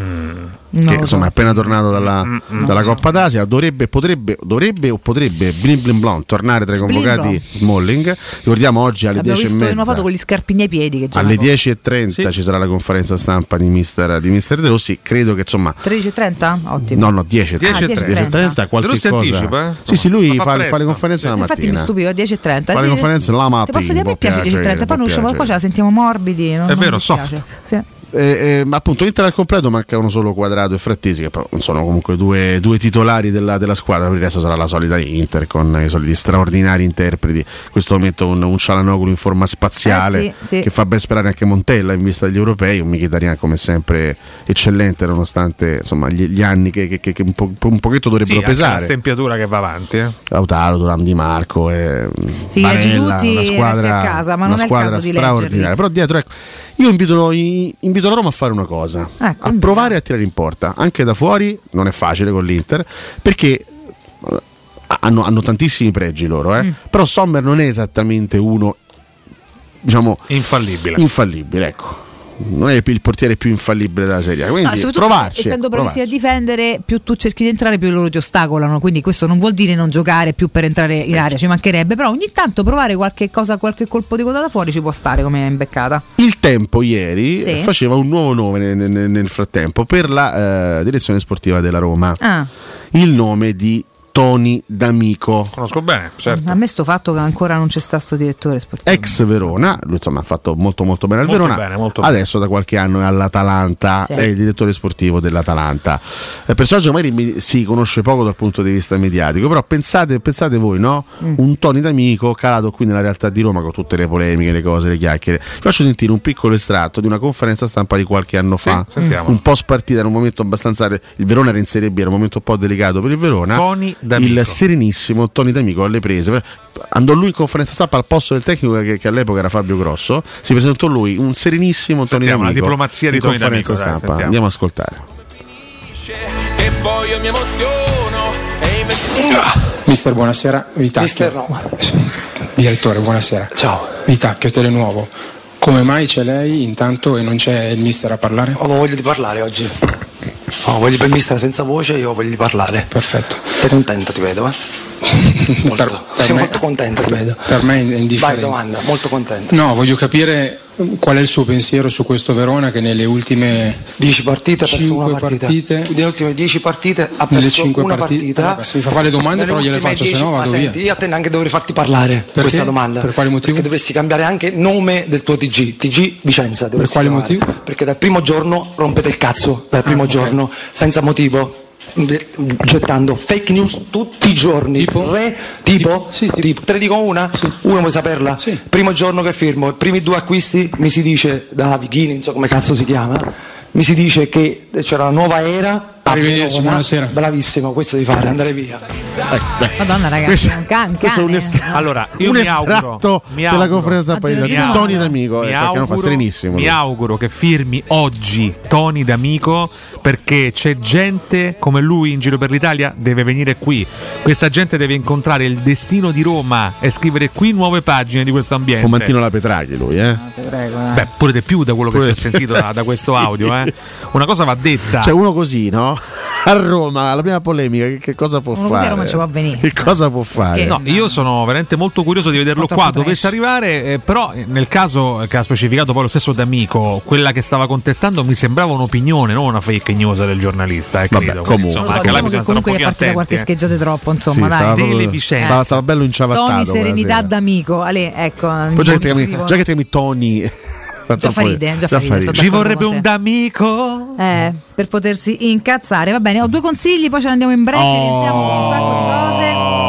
[SPEAKER 7] Non
[SPEAKER 8] Che
[SPEAKER 7] lo
[SPEAKER 8] insomma
[SPEAKER 7] so.
[SPEAKER 8] è appena tornato dalla,
[SPEAKER 9] Mm,
[SPEAKER 8] dalla Coppa d'Asia, dovrebbe, potrebbe, dovrebbe o potrebbe blin blin blon tornare tra i
[SPEAKER 7] Splin
[SPEAKER 8] convocati
[SPEAKER 7] blon.
[SPEAKER 8] Smalling. Ricordiamo oggi alle
[SPEAKER 7] Abbiamo
[SPEAKER 8] 10
[SPEAKER 7] visto una foto con gli scarpini ai piedi che
[SPEAKER 8] alle
[SPEAKER 7] giocano.
[SPEAKER 8] 10.30 ci sarà la conferenza stampa di mister, di mister De Rossi. Credo che insomma.
[SPEAKER 7] 13.30? Ottimo.
[SPEAKER 8] No, no, 10.30.
[SPEAKER 7] Ah, 10.30.
[SPEAKER 8] 10.30, qualche
[SPEAKER 9] De Rossi
[SPEAKER 8] cosa.
[SPEAKER 9] anticipa, eh?
[SPEAKER 8] Sì, sì, lui
[SPEAKER 9] Ma fa
[SPEAKER 8] fa, fa le
[SPEAKER 9] presto.
[SPEAKER 8] conferenze la
[SPEAKER 7] Infatti mi
[SPEAKER 8] mattina.
[SPEAKER 7] stupivo, a 10.30.
[SPEAKER 8] Fa le
[SPEAKER 7] Eh, Sì,
[SPEAKER 8] conferenze la
[SPEAKER 7] Ti
[SPEAKER 8] mattina,
[SPEAKER 7] posso dire, a me
[SPEAKER 8] può
[SPEAKER 7] piace
[SPEAKER 8] piacere,
[SPEAKER 7] 10.30, poi
[SPEAKER 8] può
[SPEAKER 7] non usciamo qua,
[SPEAKER 8] piacere.
[SPEAKER 7] ce la sentiamo morbidi. non-
[SPEAKER 8] È
[SPEAKER 7] non
[SPEAKER 8] vero,
[SPEAKER 7] mi
[SPEAKER 8] soft.
[SPEAKER 7] piace. Sì.
[SPEAKER 8] Eh, eh, ma appunto Inter al completo mancano solo Quadrado e Frattesi che però sono comunque due, due titolari della, della squadra per il resto sarà la solita Inter con i soliti straordinari interpreti in questo momento un, un Cialanoglu in forma spaziale
[SPEAKER 10] Eh sì, sì.
[SPEAKER 8] che fa ben sperare anche Montella in vista degli europei un Mkhitaryan come sempre eccellente nonostante insomma, gli, gli anni che, che- che- che un, po- un pochetto
[SPEAKER 9] Sì,
[SPEAKER 8] dovrebbero
[SPEAKER 9] anche la
[SPEAKER 8] pesare
[SPEAKER 9] stempiatura che va avanti. eh.
[SPEAKER 8] Lautaro, Duran Di Marco e mm,
[SPEAKER 9] Sì,
[SPEAKER 8] Barella,
[SPEAKER 9] Giroud
[SPEAKER 8] una
[SPEAKER 9] resti
[SPEAKER 8] squadra,
[SPEAKER 9] a casa,
[SPEAKER 8] una
[SPEAKER 9] ma non è il
[SPEAKER 8] squadra
[SPEAKER 9] caso di
[SPEAKER 8] straordinaria.
[SPEAKER 9] leggerli.
[SPEAKER 8] Però dietro, ecco, io invito, i- invito la Roma a fare una cosa,
[SPEAKER 9] Ecco,
[SPEAKER 8] a provare a tirare in porta, anche da fuori non è facile con l'Inter, perché eh, hanno, hanno tantissimi pregi loro, eh.
[SPEAKER 9] Mm.
[SPEAKER 8] però Sommer non è esattamente uno diciamo
[SPEAKER 9] Infallibile.
[SPEAKER 8] infallibile, ecco. Non è il portiere più infallibile della serie, A,
[SPEAKER 7] No,
[SPEAKER 8] quindi
[SPEAKER 7] e soprattutto
[SPEAKER 8] provarci.
[SPEAKER 7] essendo
[SPEAKER 8] ecco,
[SPEAKER 7] bravissimi a difendere, più tu cerchi di entrare, più loro ti ostacolano. Quindi questo non vuol dire non giocare più per entrare
[SPEAKER 8] Ecco.
[SPEAKER 7] in area, ci mancherebbe. Però ogni tanto provare qualche cosa, qualche colpo di coda da fuori ci può stare come imbeccata.
[SPEAKER 8] Il tempo ieri
[SPEAKER 7] Sì.
[SPEAKER 8] eh, faceva un nuovo nome ne- ne- nel, frattempo per la eh, direzione sportiva della Roma.
[SPEAKER 7] Ah.
[SPEAKER 8] Il nome di Tony D'Amico.
[SPEAKER 9] Conosco bene, certo.
[SPEAKER 7] A me sto fatto che ancora non c'è sta sto direttore sportivo.
[SPEAKER 8] Ex Verona, lui insomma ha fatto molto molto bene al
[SPEAKER 9] Molto
[SPEAKER 8] Verona,
[SPEAKER 9] bene, molto bene.
[SPEAKER 8] adesso da qualche anno è all'Atalanta,
[SPEAKER 9] Sì.
[SPEAKER 8] è il direttore sportivo dell'Atalanta. Eh, personaggio che magari mi- si conosce poco dal punto di vista mediatico, però pensate, pensate voi, no? Un Tony D'Amico calato qui nella realtà di Roma con tutte le polemiche, le cose, le chiacchiere. Vi faccio sentire un piccolo estratto di una conferenza stampa di qualche anno fa,
[SPEAKER 9] sentiamo.
[SPEAKER 8] un po' spartita, era un momento abbastanza... Il Verona era in Serie B, era un momento un po' delicato per il Verona.
[SPEAKER 9] Tony D'Amico.
[SPEAKER 8] il serenissimo Tony D'Amico alle prese. Andò lui in conferenza stampa al posto del tecnico che, che all'epoca era Fabio Grosso. Si presentò lui, un serenissimo Tony
[SPEAKER 9] Sentiamo la
[SPEAKER 8] D'Amico.
[SPEAKER 9] diplomazia di
[SPEAKER 8] in
[SPEAKER 9] Tony
[SPEAKER 8] conferenza
[SPEAKER 9] D'Amico,
[SPEAKER 8] stampa.
[SPEAKER 9] dai, sentiamo.
[SPEAKER 8] Andiamo a ascoltare.
[SPEAKER 11] E poi io mi emoziono e
[SPEAKER 12] Ah, Mister, buonasera. Vitacchio.
[SPEAKER 11] Mister Roma.
[SPEAKER 12] Direttore, buonasera. Ciao. Vitacchio, Telenuovo. Come mai c'è lei intanto e non c'è il mister a parlare?
[SPEAKER 11] Ho voglia di parlare oggi. Ho voglia per mister senza voce, io ho voglia di parlare.
[SPEAKER 12] Perfetto.
[SPEAKER 11] Sei contento, ti vedo, eh?
[SPEAKER 12] Molto.
[SPEAKER 10] Sono molto contento, credo.
[SPEAKER 12] Per me è
[SPEAKER 10] Vai
[SPEAKER 12] indifferente.
[SPEAKER 10] domanda, molto contento.
[SPEAKER 12] No, voglio capire qual è il suo pensiero su questo Verona che nelle ultime
[SPEAKER 10] 10 partite ha perso
[SPEAKER 12] Cinque
[SPEAKER 10] una partita. Nelle ultime 10 partite ha
[SPEAKER 12] Nelle
[SPEAKER 10] perso
[SPEAKER 12] cinque
[SPEAKER 10] una
[SPEAKER 12] partite-
[SPEAKER 10] partita.
[SPEAKER 12] Vabbè, se mi fa fare le domande,
[SPEAKER 10] Nelle
[SPEAKER 12] però gliele
[SPEAKER 10] ultime
[SPEAKER 12] faccio, se no
[SPEAKER 10] ma
[SPEAKER 12] vado
[SPEAKER 10] senti,
[SPEAKER 12] via.
[SPEAKER 10] Io a te neanche dovrei farti parlare
[SPEAKER 12] Perché?
[SPEAKER 10] questa domanda.
[SPEAKER 12] Per quale motivo?
[SPEAKER 10] Perché dovresti cambiare anche nome del tuo TG, TG Vicenza. dovresti
[SPEAKER 12] quale
[SPEAKER 10] chiamare. Perché dal primo giorno rompete il cazzo, dal
[SPEAKER 8] Ah,
[SPEAKER 10] primo giorno, senza motivo. de- Gettando fake news tutti i giorni, tipo? Re, tipo, Tipo. te ne dico una? Uno vuoi saperla? Primo giorno che firmo, i primi due acquisti mi si dice da Vichini, non so come cazzo si chiama. Mi si dice che c'era una nuova era. Arrivederci, buonasera. Bravissimo, questo devi fare, andare via.
[SPEAKER 7] Madonna ragazzi,
[SPEAKER 10] Questo-
[SPEAKER 7] è un can,
[SPEAKER 10] questo è un
[SPEAKER 7] cane. eh.
[SPEAKER 10] estratto.
[SPEAKER 9] Allora, io
[SPEAKER 8] Eh, un
[SPEAKER 9] mi auguro-
[SPEAKER 8] estratto
[SPEAKER 9] mi
[SPEAKER 8] della
[SPEAKER 9] auguro-
[SPEAKER 8] conferenza
[SPEAKER 9] Ah,
[SPEAKER 8] stampa di
[SPEAKER 9] Gino
[SPEAKER 8] Tony
[SPEAKER 9] Gino.
[SPEAKER 8] D'Amico, eh,
[SPEAKER 9] mi
[SPEAKER 8] perché è un fa
[SPEAKER 9] auguro-
[SPEAKER 8] serenissimo.
[SPEAKER 9] Mi
[SPEAKER 8] lui.
[SPEAKER 9] auguro che firmi oggi Tony D'Amico perché c'è gente come lui in giro per l'Italia, deve venire qui. Questa gente deve incontrare il destino di Roma e scrivere qui nuove pagine di questo ambiente.
[SPEAKER 8] Fumantino la Petraghi lui, eh.
[SPEAKER 9] Beh, pure di più da quello che si è sentito da, da questo
[SPEAKER 8] Sì.
[SPEAKER 9] audio, eh. Una cosa va detta.
[SPEAKER 8] Cioè uno così, no? A Roma, la prima polemica, che, che cosa può
[SPEAKER 9] Uno così a
[SPEAKER 8] fare?
[SPEAKER 9] Roma ci può venire.
[SPEAKER 8] Che cosa può fare?
[SPEAKER 9] No, io sono veramente molto curioso di vederlo
[SPEAKER 8] Molto
[SPEAKER 9] qua,
[SPEAKER 8] trash.
[SPEAKER 9] dovesse arrivare, eh, però eh, nel caso che ha specificato poi lo stesso D'Amico, quella che stava contestando mi sembrava un'opinione, non una fake news del giornalista. Eh, credo. Quindi,
[SPEAKER 8] comunque. Non
[SPEAKER 9] insomma,
[SPEAKER 8] lo so,
[SPEAKER 9] anche là
[SPEAKER 8] diciamo
[SPEAKER 9] bisogna
[SPEAKER 8] che
[SPEAKER 9] stare un
[SPEAKER 7] Comunque gli è
[SPEAKER 9] pochino
[SPEAKER 7] partita qualche
[SPEAKER 9] attenti. eh.
[SPEAKER 7] scheggia troppo, insomma,
[SPEAKER 8] stava,
[SPEAKER 7] dai.
[SPEAKER 8] proprio- stava, stava bello inciavattato.
[SPEAKER 7] Tony
[SPEAKER 8] quella
[SPEAKER 7] Serenità
[SPEAKER 8] sera.
[SPEAKER 7] d'amico, Ale, ecco, mi
[SPEAKER 8] eh. Poi già che ti chiami,
[SPEAKER 7] scrivo.
[SPEAKER 8] già che ti chiami Tony. fa
[SPEAKER 7] Già fa
[SPEAKER 8] troppo-
[SPEAKER 7] ridere, già fa
[SPEAKER 8] fa
[SPEAKER 7] ridere,
[SPEAKER 8] ridere.
[SPEAKER 7] sono d'accordo con te.
[SPEAKER 9] d'amico.
[SPEAKER 7] Eh, per potersi incazzare. Va bene, ho due consigli, poi ce ne andiamo in break
[SPEAKER 9] Oh.
[SPEAKER 7] e rientriamo con un sacco di cose.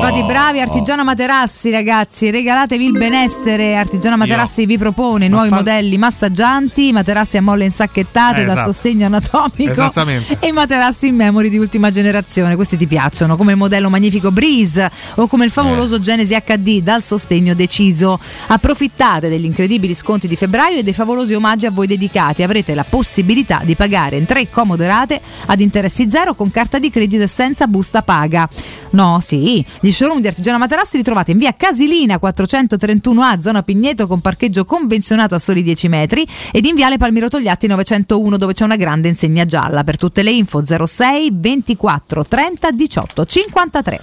[SPEAKER 7] Fate i bravi, Artigiana Materassi, ragazzi, regalatevi il benessere. Artigiana Materassi vi propone nuovi modelli massaggianti, materassi a molle insacchettate
[SPEAKER 9] Eh,
[SPEAKER 7] da
[SPEAKER 9] esatto.
[SPEAKER 7] sostegno anatomico
[SPEAKER 9] Esattamente.
[SPEAKER 7] e materassi in memory di ultima generazione. Questi ti piacciono, come il modello magnifico Breeze o come il favoloso Genesi HD dal sostegno deciso. Approfittate degli incredibili sconti di febbraio e dei favolosi omaggi a voi dedicati. Avrete la possibilità di pagare in tre comode rate ad interessi zero con carta di credito e senza busta paga. No, sì, gli showroom di Artigiana Materassi li trovate in via Casilina 431A, zona Pigneto con parcheggio convenzionato a soli 10 metri ed in viale Palmiro Togliatti 901 dove c'è una grande insegna gialla. Per tutte le info 06 24 30 18 53.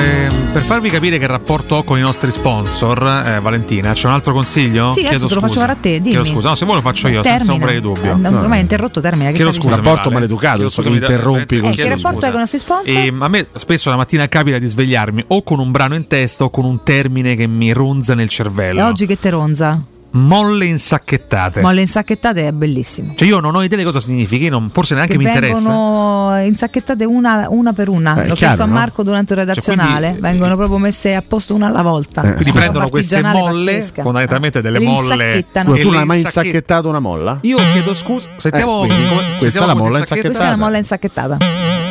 [SPEAKER 9] Eh, per farvi capire che rapporto ho con i nostri sponsor, eh, Valentina, c'è un altro consiglio?
[SPEAKER 7] Sì, adesso
[SPEAKER 9] Chiedo
[SPEAKER 7] te lo faccio
[SPEAKER 9] scusa.
[SPEAKER 7] fare a te,
[SPEAKER 9] Chiedo
[SPEAKER 7] dimmi.
[SPEAKER 9] scusa, no, se vuoi lo faccio io, senza ombra di dubbio.
[SPEAKER 7] Eh, Ormai è interrotto termina. Che
[SPEAKER 9] Chiedo
[SPEAKER 7] stai
[SPEAKER 9] scusa, eh.
[SPEAKER 7] dicendo?
[SPEAKER 8] Rapporto maleducato, insomma,
[SPEAKER 9] mi dà-
[SPEAKER 8] interrompi i
[SPEAKER 9] chiedo
[SPEAKER 7] Eh, che rapporto
[SPEAKER 9] scusa.
[SPEAKER 7] hai con i nostri sponsor?
[SPEAKER 9] E Ehm, a me spesso la mattina capita di svegliarmi o con un brano in testa o con un termine che mi ronza nel
[SPEAKER 7] E
[SPEAKER 9] cervello.
[SPEAKER 7] oggi che te ronza?
[SPEAKER 9] Molle insacchettate.
[SPEAKER 7] Molle insacchettate è bellissimo.
[SPEAKER 9] Cioè io non ho idea di cosa significhi, non- forse neanche
[SPEAKER 7] che
[SPEAKER 9] mi interessa.
[SPEAKER 7] vengono insacchettate una, una per una.
[SPEAKER 9] Eh, è
[SPEAKER 7] L'ho
[SPEAKER 9] chiaro,
[SPEAKER 7] chiesto a
[SPEAKER 9] no? Cioè, eh,
[SPEAKER 7] Marco durante il redazionale. vengono proprio messe a posto una alla volta.
[SPEAKER 8] Eh.
[SPEAKER 9] Quindi
[SPEAKER 7] Una
[SPEAKER 9] prendono queste
[SPEAKER 7] partigianale
[SPEAKER 9] molle,
[SPEAKER 7] pazzesca.
[SPEAKER 9] fondamentalmente delle
[SPEAKER 7] Le
[SPEAKER 9] molle.
[SPEAKER 7] insacchettano.
[SPEAKER 9] e
[SPEAKER 8] tu non
[SPEAKER 9] le
[SPEAKER 8] hai mai
[SPEAKER 9] insacche-
[SPEAKER 8] insacchettato una molla?
[SPEAKER 9] Io chiedo scusa. Sentiamo,
[SPEAKER 8] quindi
[SPEAKER 9] come-
[SPEAKER 8] questa
[SPEAKER 9] sentiamo
[SPEAKER 8] è la
[SPEAKER 9] come si
[SPEAKER 8] molla
[SPEAKER 9] insacchetta.
[SPEAKER 7] Questa è una molla insacchettata.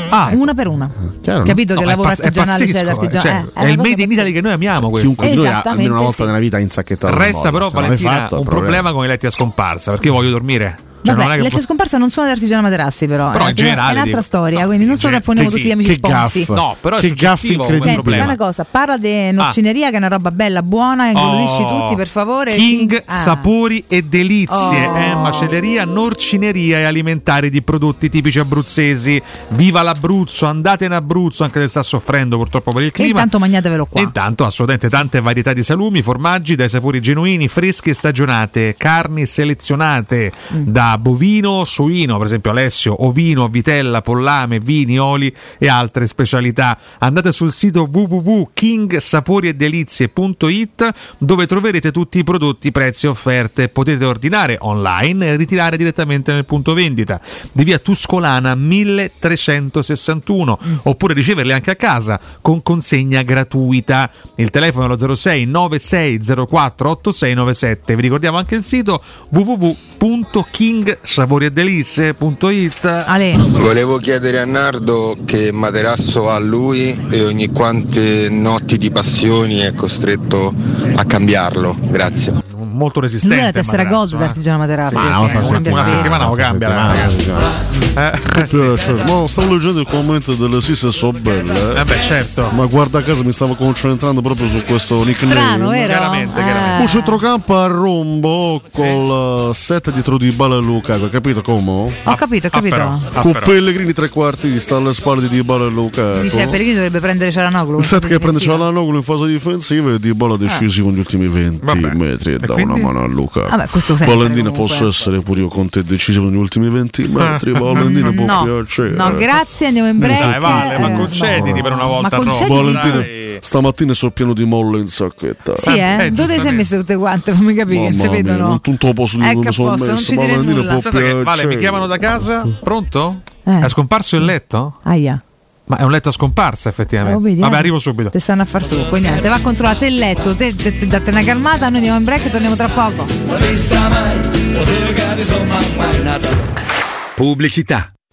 [SPEAKER 9] Ah, ecco.
[SPEAKER 7] una per una.
[SPEAKER 8] Chiaro, no?
[SPEAKER 7] Capito che
[SPEAKER 9] No,
[SPEAKER 7] il
[SPEAKER 9] ma è
[SPEAKER 7] lavoro
[SPEAKER 9] pazz- è
[SPEAKER 7] artigianale c'è
[SPEAKER 9] pazzesco, eh,
[SPEAKER 7] l'artigianale.
[SPEAKER 9] cioè, è il made in Italy che noi amiamo questo.
[SPEAKER 8] Chiunque di noi ha almeno una
[SPEAKER 7] Esattamente,
[SPEAKER 8] volta
[SPEAKER 7] sì.
[SPEAKER 8] nella vita ha insacchettato una
[SPEAKER 9] Resta
[SPEAKER 8] molla,
[SPEAKER 9] però
[SPEAKER 8] se non l'hai
[SPEAKER 9] Valentina
[SPEAKER 8] fatto, è
[SPEAKER 9] un problema con i letti a scomparsa, perché io voglio dormire. Cioè, non è
[SPEAKER 7] Vabbè,
[SPEAKER 9] che
[SPEAKER 7] le tue
[SPEAKER 9] posso-
[SPEAKER 7] scomparsa non sono di artigiano materassi, però.
[SPEAKER 9] Però
[SPEAKER 7] eh,
[SPEAKER 9] in generale,
[SPEAKER 7] è un'altra
[SPEAKER 9] dico.
[SPEAKER 7] storia, quindi non sovrapponiamo tutti gli amici sponsi.
[SPEAKER 9] No, però
[SPEAKER 8] Che
[SPEAKER 9] è successivo
[SPEAKER 8] gaff
[SPEAKER 9] come
[SPEAKER 7] Senti, fai
[SPEAKER 9] problema. Ah.
[SPEAKER 7] una cosa, parla di norcineria che è una roba bella, buona, ingolodisci
[SPEAKER 9] Oh,
[SPEAKER 7] tutti per favore.
[SPEAKER 9] King
[SPEAKER 7] Ah. Oh.
[SPEAKER 9] Sapori e Delizie è macelleria, norcineria e alimentari di prodotti tipici abruzzesi. Viva l'Abruzzo, andate in Abruzzo, anche se sta soffrendo purtroppo per il
[SPEAKER 7] E
[SPEAKER 9] clima.
[SPEAKER 7] intanto magnatevelo qua.
[SPEAKER 9] E Intanto assolutamente tante varietà di salumi, formaggi dai sapori genuini, fresche e stagionate, carni selezionate
[SPEAKER 7] Mm.
[SPEAKER 9] da bovino, suino, per esempio Alessio, ovino, vitella, pollame, vini, oli e altre specialità. Andate sul sito www.kingsaporiedelizie.it dove troverete tutti i prodotti, prezzi e offerte. Potete ordinare online e ritirare direttamente nel punto vendita di via Tuscolana 1361 oppure riceverli anche a casa con consegna gratuita. Il telefono è lo 06 9604 8697. Vi ricordiamo anche il sito www.kingsavoriedelice.it.
[SPEAKER 4] Volevo chiedere a Nardo che materasso ha lui e ogni quante notti di passioni è costretto a cambiarlo. Grazie.
[SPEAKER 9] molto resistente.
[SPEAKER 7] Lui è la tessera
[SPEAKER 9] Materazzo,
[SPEAKER 7] gold dell'artigiano Materazzi.
[SPEAKER 9] Ma
[SPEAKER 7] che
[SPEAKER 9] no,
[SPEAKER 7] cambia
[SPEAKER 9] fa sempre-
[SPEAKER 7] spesso.
[SPEAKER 9] eh. una settimana lo cambia, ragazzi.
[SPEAKER 8] eh, No, stavo leggendo il commento delle Sise so belle.
[SPEAKER 9] Eh beh, certo.
[SPEAKER 8] Ma guarda caso mi stavo concentrando proprio su questo nickname.
[SPEAKER 7] Strano, vero? Eh.
[SPEAKER 8] Un centrocampo a rombo col 7 dietro di Bala e Lukaku, hai capito come?
[SPEAKER 7] Ho capito, ho capito.
[SPEAKER 8] Con Pellegrini trequartista alle spalle di Bala e Lukaku.
[SPEAKER 7] Dice Pellegrini dovrebbe prendere Cialanoglu.
[SPEAKER 8] Il set che prende
[SPEAKER 7] Difensiva.
[SPEAKER 8] Cialanoglu in fase difensiva e di Bola decisivo negli ultimi 20 metri e dà una
[SPEAKER 7] Ah. quindi?
[SPEAKER 8] mano a Luca.
[SPEAKER 7] Vabbè, questo sempre
[SPEAKER 8] Valendina
[SPEAKER 7] comunque.
[SPEAKER 8] posso essere pure io con te decisivo negli ultimi 20 metri. Valendina può
[SPEAKER 7] No,
[SPEAKER 8] piacere.
[SPEAKER 7] no, grazie, andiamo in break.
[SPEAKER 8] eh. Dai, Vale,
[SPEAKER 7] Eh,
[SPEAKER 8] ma
[SPEAKER 9] Concediti per una volta.
[SPEAKER 7] Ma
[SPEAKER 9] a Roma.
[SPEAKER 7] concediti-
[SPEAKER 8] Valentina, stamattina sto pieno di molle in sacchetta.
[SPEAKER 7] Sì, eh? Dove te sei messo tutte quante? Fammi capire,
[SPEAKER 8] Mamma
[SPEAKER 7] si
[SPEAKER 8] mia,
[SPEAKER 7] vedono.
[SPEAKER 8] non tutto posso dire
[SPEAKER 7] Ecco,
[SPEAKER 8] dove sono
[SPEAKER 7] apposta, non
[SPEAKER 8] messo.
[SPEAKER 7] ci dire
[SPEAKER 8] Valendina
[SPEAKER 7] nulla.
[SPEAKER 8] può
[SPEAKER 9] Aspetta che- vale, mi
[SPEAKER 8] piacere.
[SPEAKER 9] chiamano da casa? Pronto?
[SPEAKER 7] Eh.
[SPEAKER 9] È scomparso il letto?
[SPEAKER 7] Aia.
[SPEAKER 9] Ma è un letto a scomparsa, effettivamente.
[SPEAKER 7] Oh, vediamo.
[SPEAKER 9] Vabbè, arrivo subito.
[SPEAKER 7] Te stanno a far tu, quindi niente, va a controllare il letto, te, te, te date una calmata, noi andiamo in break e torniamo tra poco.
[SPEAKER 13] Pubblicità.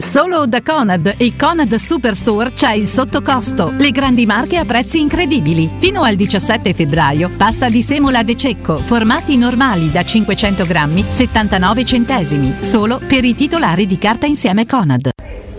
[SPEAKER 36] Solo da Conad e Conad Superstore c'è il sottocosto. Le grandi marche a prezzi incredibili. Fino al 17 febbraio, pasta di semola De Cecco, formati normali da 500 grammi, 79 centesimi. Solo per i titolari di carta insieme Conad.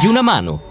[SPEAKER 36] di una mano.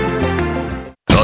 [SPEAKER 37] Ho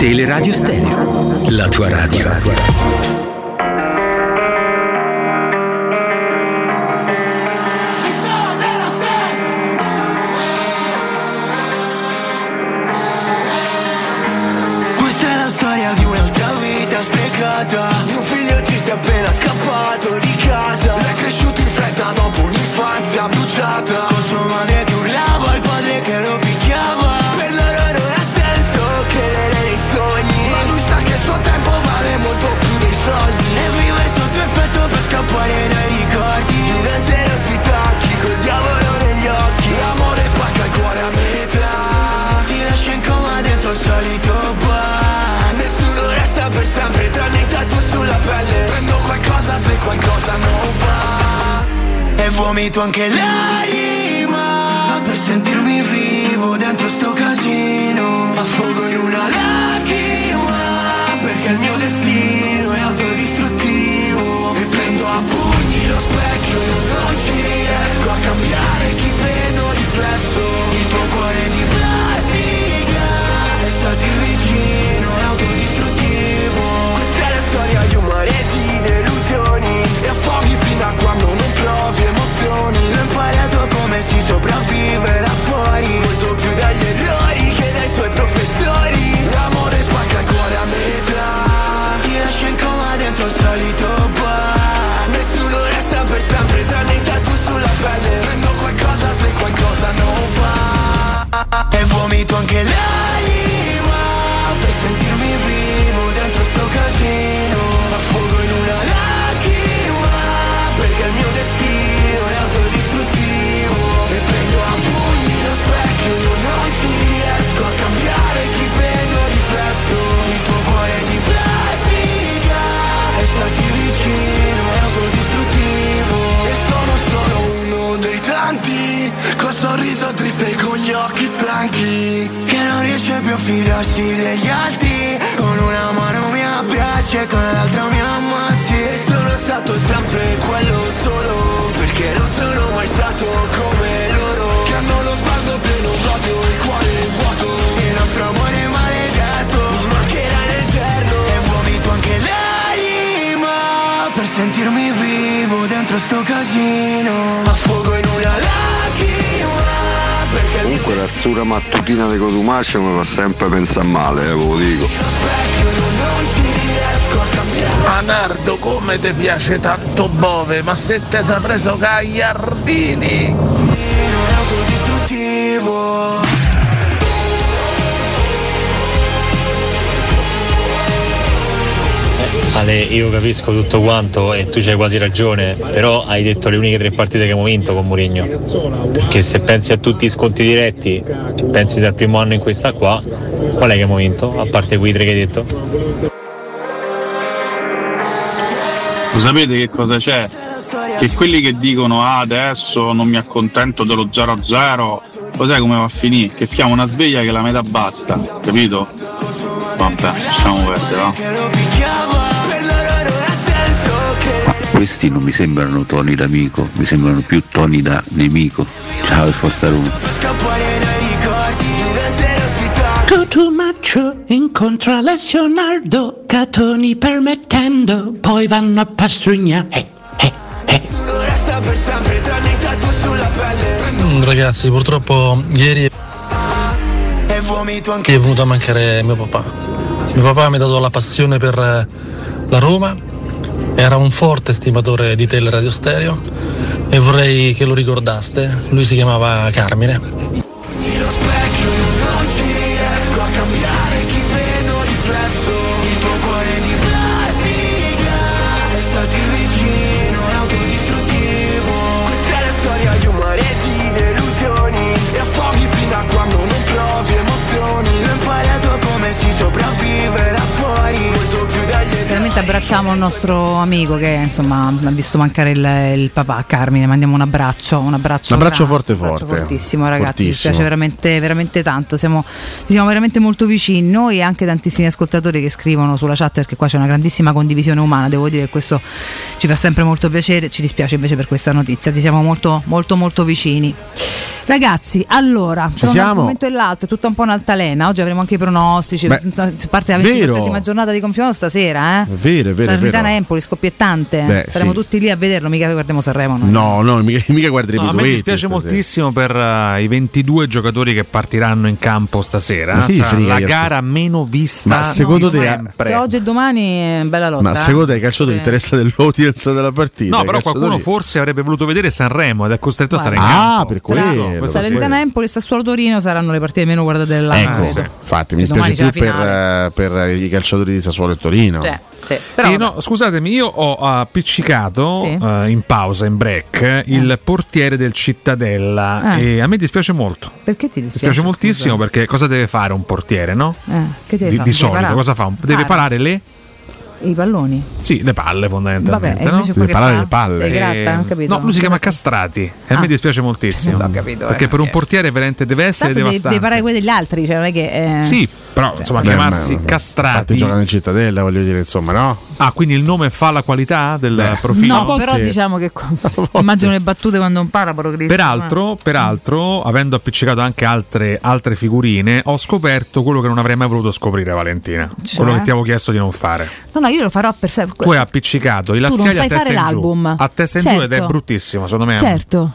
[SPEAKER 13] Teleradio Stereo, la tua radio.
[SPEAKER 1] Questa è la storia di un'altra vita spiegata Di un figlio triste appena scappato di casa È cresciuto in fretta dopo un'infanzia bruciata Con sua madre che urlava, il padre che lo picchiava Per loro non ha senso credere nei sogni Ma lui sa che il suo tempo vale molto più dei soldi E vive sotto effetto per scappare dai ricordi Di un angelo sui tacchi, col diavolo negli occhi L'amore spacca il cuore a metà ti lascio in coma dentro il solito bar Nessuno resta per sempre tranne i tatu sulla pelle Prendo qualcosa se qualcosa non fa E vomito anche l'anima Ma per sentirmi vivo dentro sto casino Affogo in una lacrima Perché il mio destino è autodistruttivo E prendo a pugni lo specchio Non ci riesco a cambiare chi vedo riflesso Il tuo cuore di plastica È stato vicino è autodistruttivo Questa è la storia di un mare di delusioni E affoghi fino a quando non provi emozioni L'ho imparato come si sopravvive là fuori Molto più dagli errori che dai suoi professori L'amore spacca il cuore a metà Ti lascio in coma dentro il solito bar Nessuno resta per sempre tranne i tatu sulla pelle Prendo qualcosa se qualcosa non va E vomito anche l'anima Per sentirmi vivo dentro sto casino Affogo in una lacrima Perché il mio destino è autodistruttivo E prendo a pugni lo specchio Non ci riesco a cambiare chi vedo riflesso Il tuo cuore di plastica E starti vicino è autodistruttivo E sono solo uno dei tanti Col sorriso triste e con gli occhi stanchi Che non riesce più a fidarsi degli altri Con una mano mi abbracci e con l'altra mi ammazzi E sono stato sempre quello solo Perché non sono mai stato come loro Che hanno lo sguardo pieno d'odio e il cuore vuoto Il nostro amore maledetto mi mancherà in eterno E vomito anche l'anima Per sentirmi vivo dentro sto casino Affogo in una lacrima Perché il
[SPEAKER 23] Comunque l'arsura mattutina di Cotumaccio mi fa sempre pensare male, eh, ve lo dico.
[SPEAKER 22] Anardo come ti piace tanto Bove, ma se te sei preso Gagliardini!
[SPEAKER 1] autodistruttivo
[SPEAKER 4] Ale, io capisco tutto quanto e tu c'hai quasi ragione, però hai detto le uniche tre partite che abbiamo vinto con Mourinho. Perché se pensi a tutti i sconti diretti, e pensi dal primo anno in questa qua, qual è che abbiamo vinto? A parte quei tre che hai detto?
[SPEAKER 38] Lo sapete che cosa c'è? Che quelli che dicono ah, adesso non mi accontento dello 0-0, lo sai come va a finire? Che fiamo una sveglia che la metà basta, capito? Vabbè, lasciamo perdere, va.
[SPEAKER 16] Questi non mi sembrano toni d'amico, mi sembrano più toni da nemico. Ciao e forza Roma.
[SPEAKER 11] Cotumaccio incontra Alessio Nardo, Catoni permettendo, poi vanno a pastrugna. Eh,
[SPEAKER 1] Resta per sempre tranne i tatu sulla pelle
[SPEAKER 10] Mm, Ragazzi, purtroppo ieri
[SPEAKER 1] E vomito anche
[SPEAKER 10] è venuto a mancare mio papà. Mio papà mi ha dato la passione per eh, la Roma, era un forte stimatore di Teleradio Stereo e vorrei che lo ricordaste. Lui si chiamava Carmine.
[SPEAKER 1] Non ci riesco a cambiare chi vedo riflesso Il tuo cuore di plastica E starti vicino è autodistruttivo Questa è la storia di un mare di delusioni E affoghi fino a quando non provi emozioni L'ho imparato come si sopravvive là fuori Molto più dagli
[SPEAKER 7] Veramente Conosciamo un nostro amico che insomma ha visto mancare il, il papà Carmine, mandiamo un abbraccio, un abbraccio,
[SPEAKER 15] Un abbraccio
[SPEAKER 7] grande,
[SPEAKER 15] forte,
[SPEAKER 7] un abbraccio
[SPEAKER 15] forte.
[SPEAKER 7] fortissimo ragazzi, ci
[SPEAKER 15] Fortissimo.
[SPEAKER 7] piace veramente, veramente tanto, siamo, ci siamo veramente molto vicini noi e anche tantissimi ascoltatori che scrivono sulla chat perché qua c'è una grandissima condivisione umana, devo dire che questo ci fa sempre molto piacere, ci dispiace invece per questa notizia, ti siamo molto molto molto vicini. Ragazzi, allora, tra un
[SPEAKER 15] siamo?
[SPEAKER 7] momento e l'altro è tutta un po' un'altalena, oggi avremo anche i pronostici,
[SPEAKER 15] Beh,
[SPEAKER 7] insomma, si parte la
[SPEAKER 15] vero.
[SPEAKER 7] 24esima giornata di campionato stasera, eh?
[SPEAKER 15] È vero, è vero, è vero.
[SPEAKER 7] Salernitana Empoli scoppiettante.
[SPEAKER 15] Beh,
[SPEAKER 7] Saremo
[SPEAKER 15] sì.
[SPEAKER 7] tutti lì a vederlo, mica guardiamo Sanremo. noi.
[SPEAKER 15] No, no, mica, mica guarderemo
[SPEAKER 9] No, a me dispiace moltissimo per eh, i 22 giocatori che partiranno in campo
[SPEAKER 15] Ma
[SPEAKER 9] stasera.
[SPEAKER 15] chi gli
[SPEAKER 9] Sarà
[SPEAKER 15] frega
[SPEAKER 9] la
[SPEAKER 15] gli
[SPEAKER 9] gara meno vista.
[SPEAKER 15] Ma secondo
[SPEAKER 9] di
[SPEAKER 15] te-
[SPEAKER 9] sempre.
[SPEAKER 7] Tra oggi e domani è bella lotta.
[SPEAKER 15] Ma secondo te ai calciatori
[SPEAKER 7] Sì.
[SPEAKER 15] interessa dell'audience della partita?
[SPEAKER 9] No,
[SPEAKER 15] Ai
[SPEAKER 9] però
[SPEAKER 15] calciatori-
[SPEAKER 9] qualcuno forse avrebbe voluto vedere Sanremo ed è costretto a stare in
[SPEAKER 15] Guarda.
[SPEAKER 9] campo.
[SPEAKER 15] Ah, per quello,
[SPEAKER 9] Questo sì.
[SPEAKER 7] Salernitana Empoli e Sassuolo Torino saranno le partite meno guardate dell'anno.
[SPEAKER 15] Ecco,
[SPEAKER 7] credo.
[SPEAKER 15] infatti mi
[SPEAKER 7] Cioè, domani
[SPEAKER 15] dispiace più
[SPEAKER 7] c'è la
[SPEAKER 15] per, eh, per i calciatori di Sassuolo e Torino.
[SPEAKER 7] Cioè, sì.
[SPEAKER 9] Sì, no, scusatemi, io ho appiccicato eh, in pausa, in break, il portiere del Cittadella
[SPEAKER 7] Eh.
[SPEAKER 9] e a me dispiace molto.
[SPEAKER 7] Perché ti
[SPEAKER 9] Mi dispiace
[SPEAKER 7] dispiace?
[SPEAKER 9] moltissimo perché cosa deve fare un portiere, no?
[SPEAKER 7] Eh, che deve
[SPEAKER 9] Di,
[SPEAKER 7] fare?
[SPEAKER 9] di
[SPEAKER 7] Deve
[SPEAKER 9] solito
[SPEAKER 7] parare.
[SPEAKER 9] cosa fa? Deve
[SPEAKER 7] Para.
[SPEAKER 9] parare le,
[SPEAKER 7] I palloni.
[SPEAKER 9] sì, le palle fondamentalmente.
[SPEAKER 7] Vabbè, e
[SPEAKER 9] no?
[SPEAKER 7] invece quello Deve che parare fa? le palle. Si gratta, ho capito.
[SPEAKER 9] Eh, No, lui si chiama Castrati e a
[SPEAKER 7] Ah.
[SPEAKER 9] me dispiace moltissimo.
[SPEAKER 7] capito,
[SPEAKER 9] perché
[SPEAKER 7] eh,
[SPEAKER 9] per un portiere veramente deve essere
[SPEAKER 7] Tanto devi,
[SPEAKER 9] devastante.
[SPEAKER 7] devi parlare quelli degli altri, cioè non è che. eh,
[SPEAKER 9] Sì, però insomma
[SPEAKER 15] Beh,
[SPEAKER 9] chiamarsi
[SPEAKER 15] ma- Infatti
[SPEAKER 9] Castrati.
[SPEAKER 15] giocano in cittadella, voglio dire, insomma, no?
[SPEAKER 9] Ah, quindi il nome fa la qualità del profilo?
[SPEAKER 7] No, però diciamo che qua- immagino le battute quando impara progresso.
[SPEAKER 9] Peraltro, peraltro, avendo appiccicato anche altre, altre figurine, ho scoperto quello che non avrei mai voluto scoprire, Valentina.
[SPEAKER 7] Cioè?
[SPEAKER 9] Quello che ti avevo chiesto di non fare.
[SPEAKER 7] No, no, io lo farò per sempre.
[SPEAKER 9] Tu hai appiccicato i
[SPEAKER 7] non
[SPEAKER 9] laziali a
[SPEAKER 7] sai
[SPEAKER 9] testa
[SPEAKER 7] fare
[SPEAKER 9] in
[SPEAKER 7] l'album.
[SPEAKER 9] giù. A testa in giù ed è
[SPEAKER 7] Certo.
[SPEAKER 9] bruttissimo, secondo me.
[SPEAKER 7] Certo.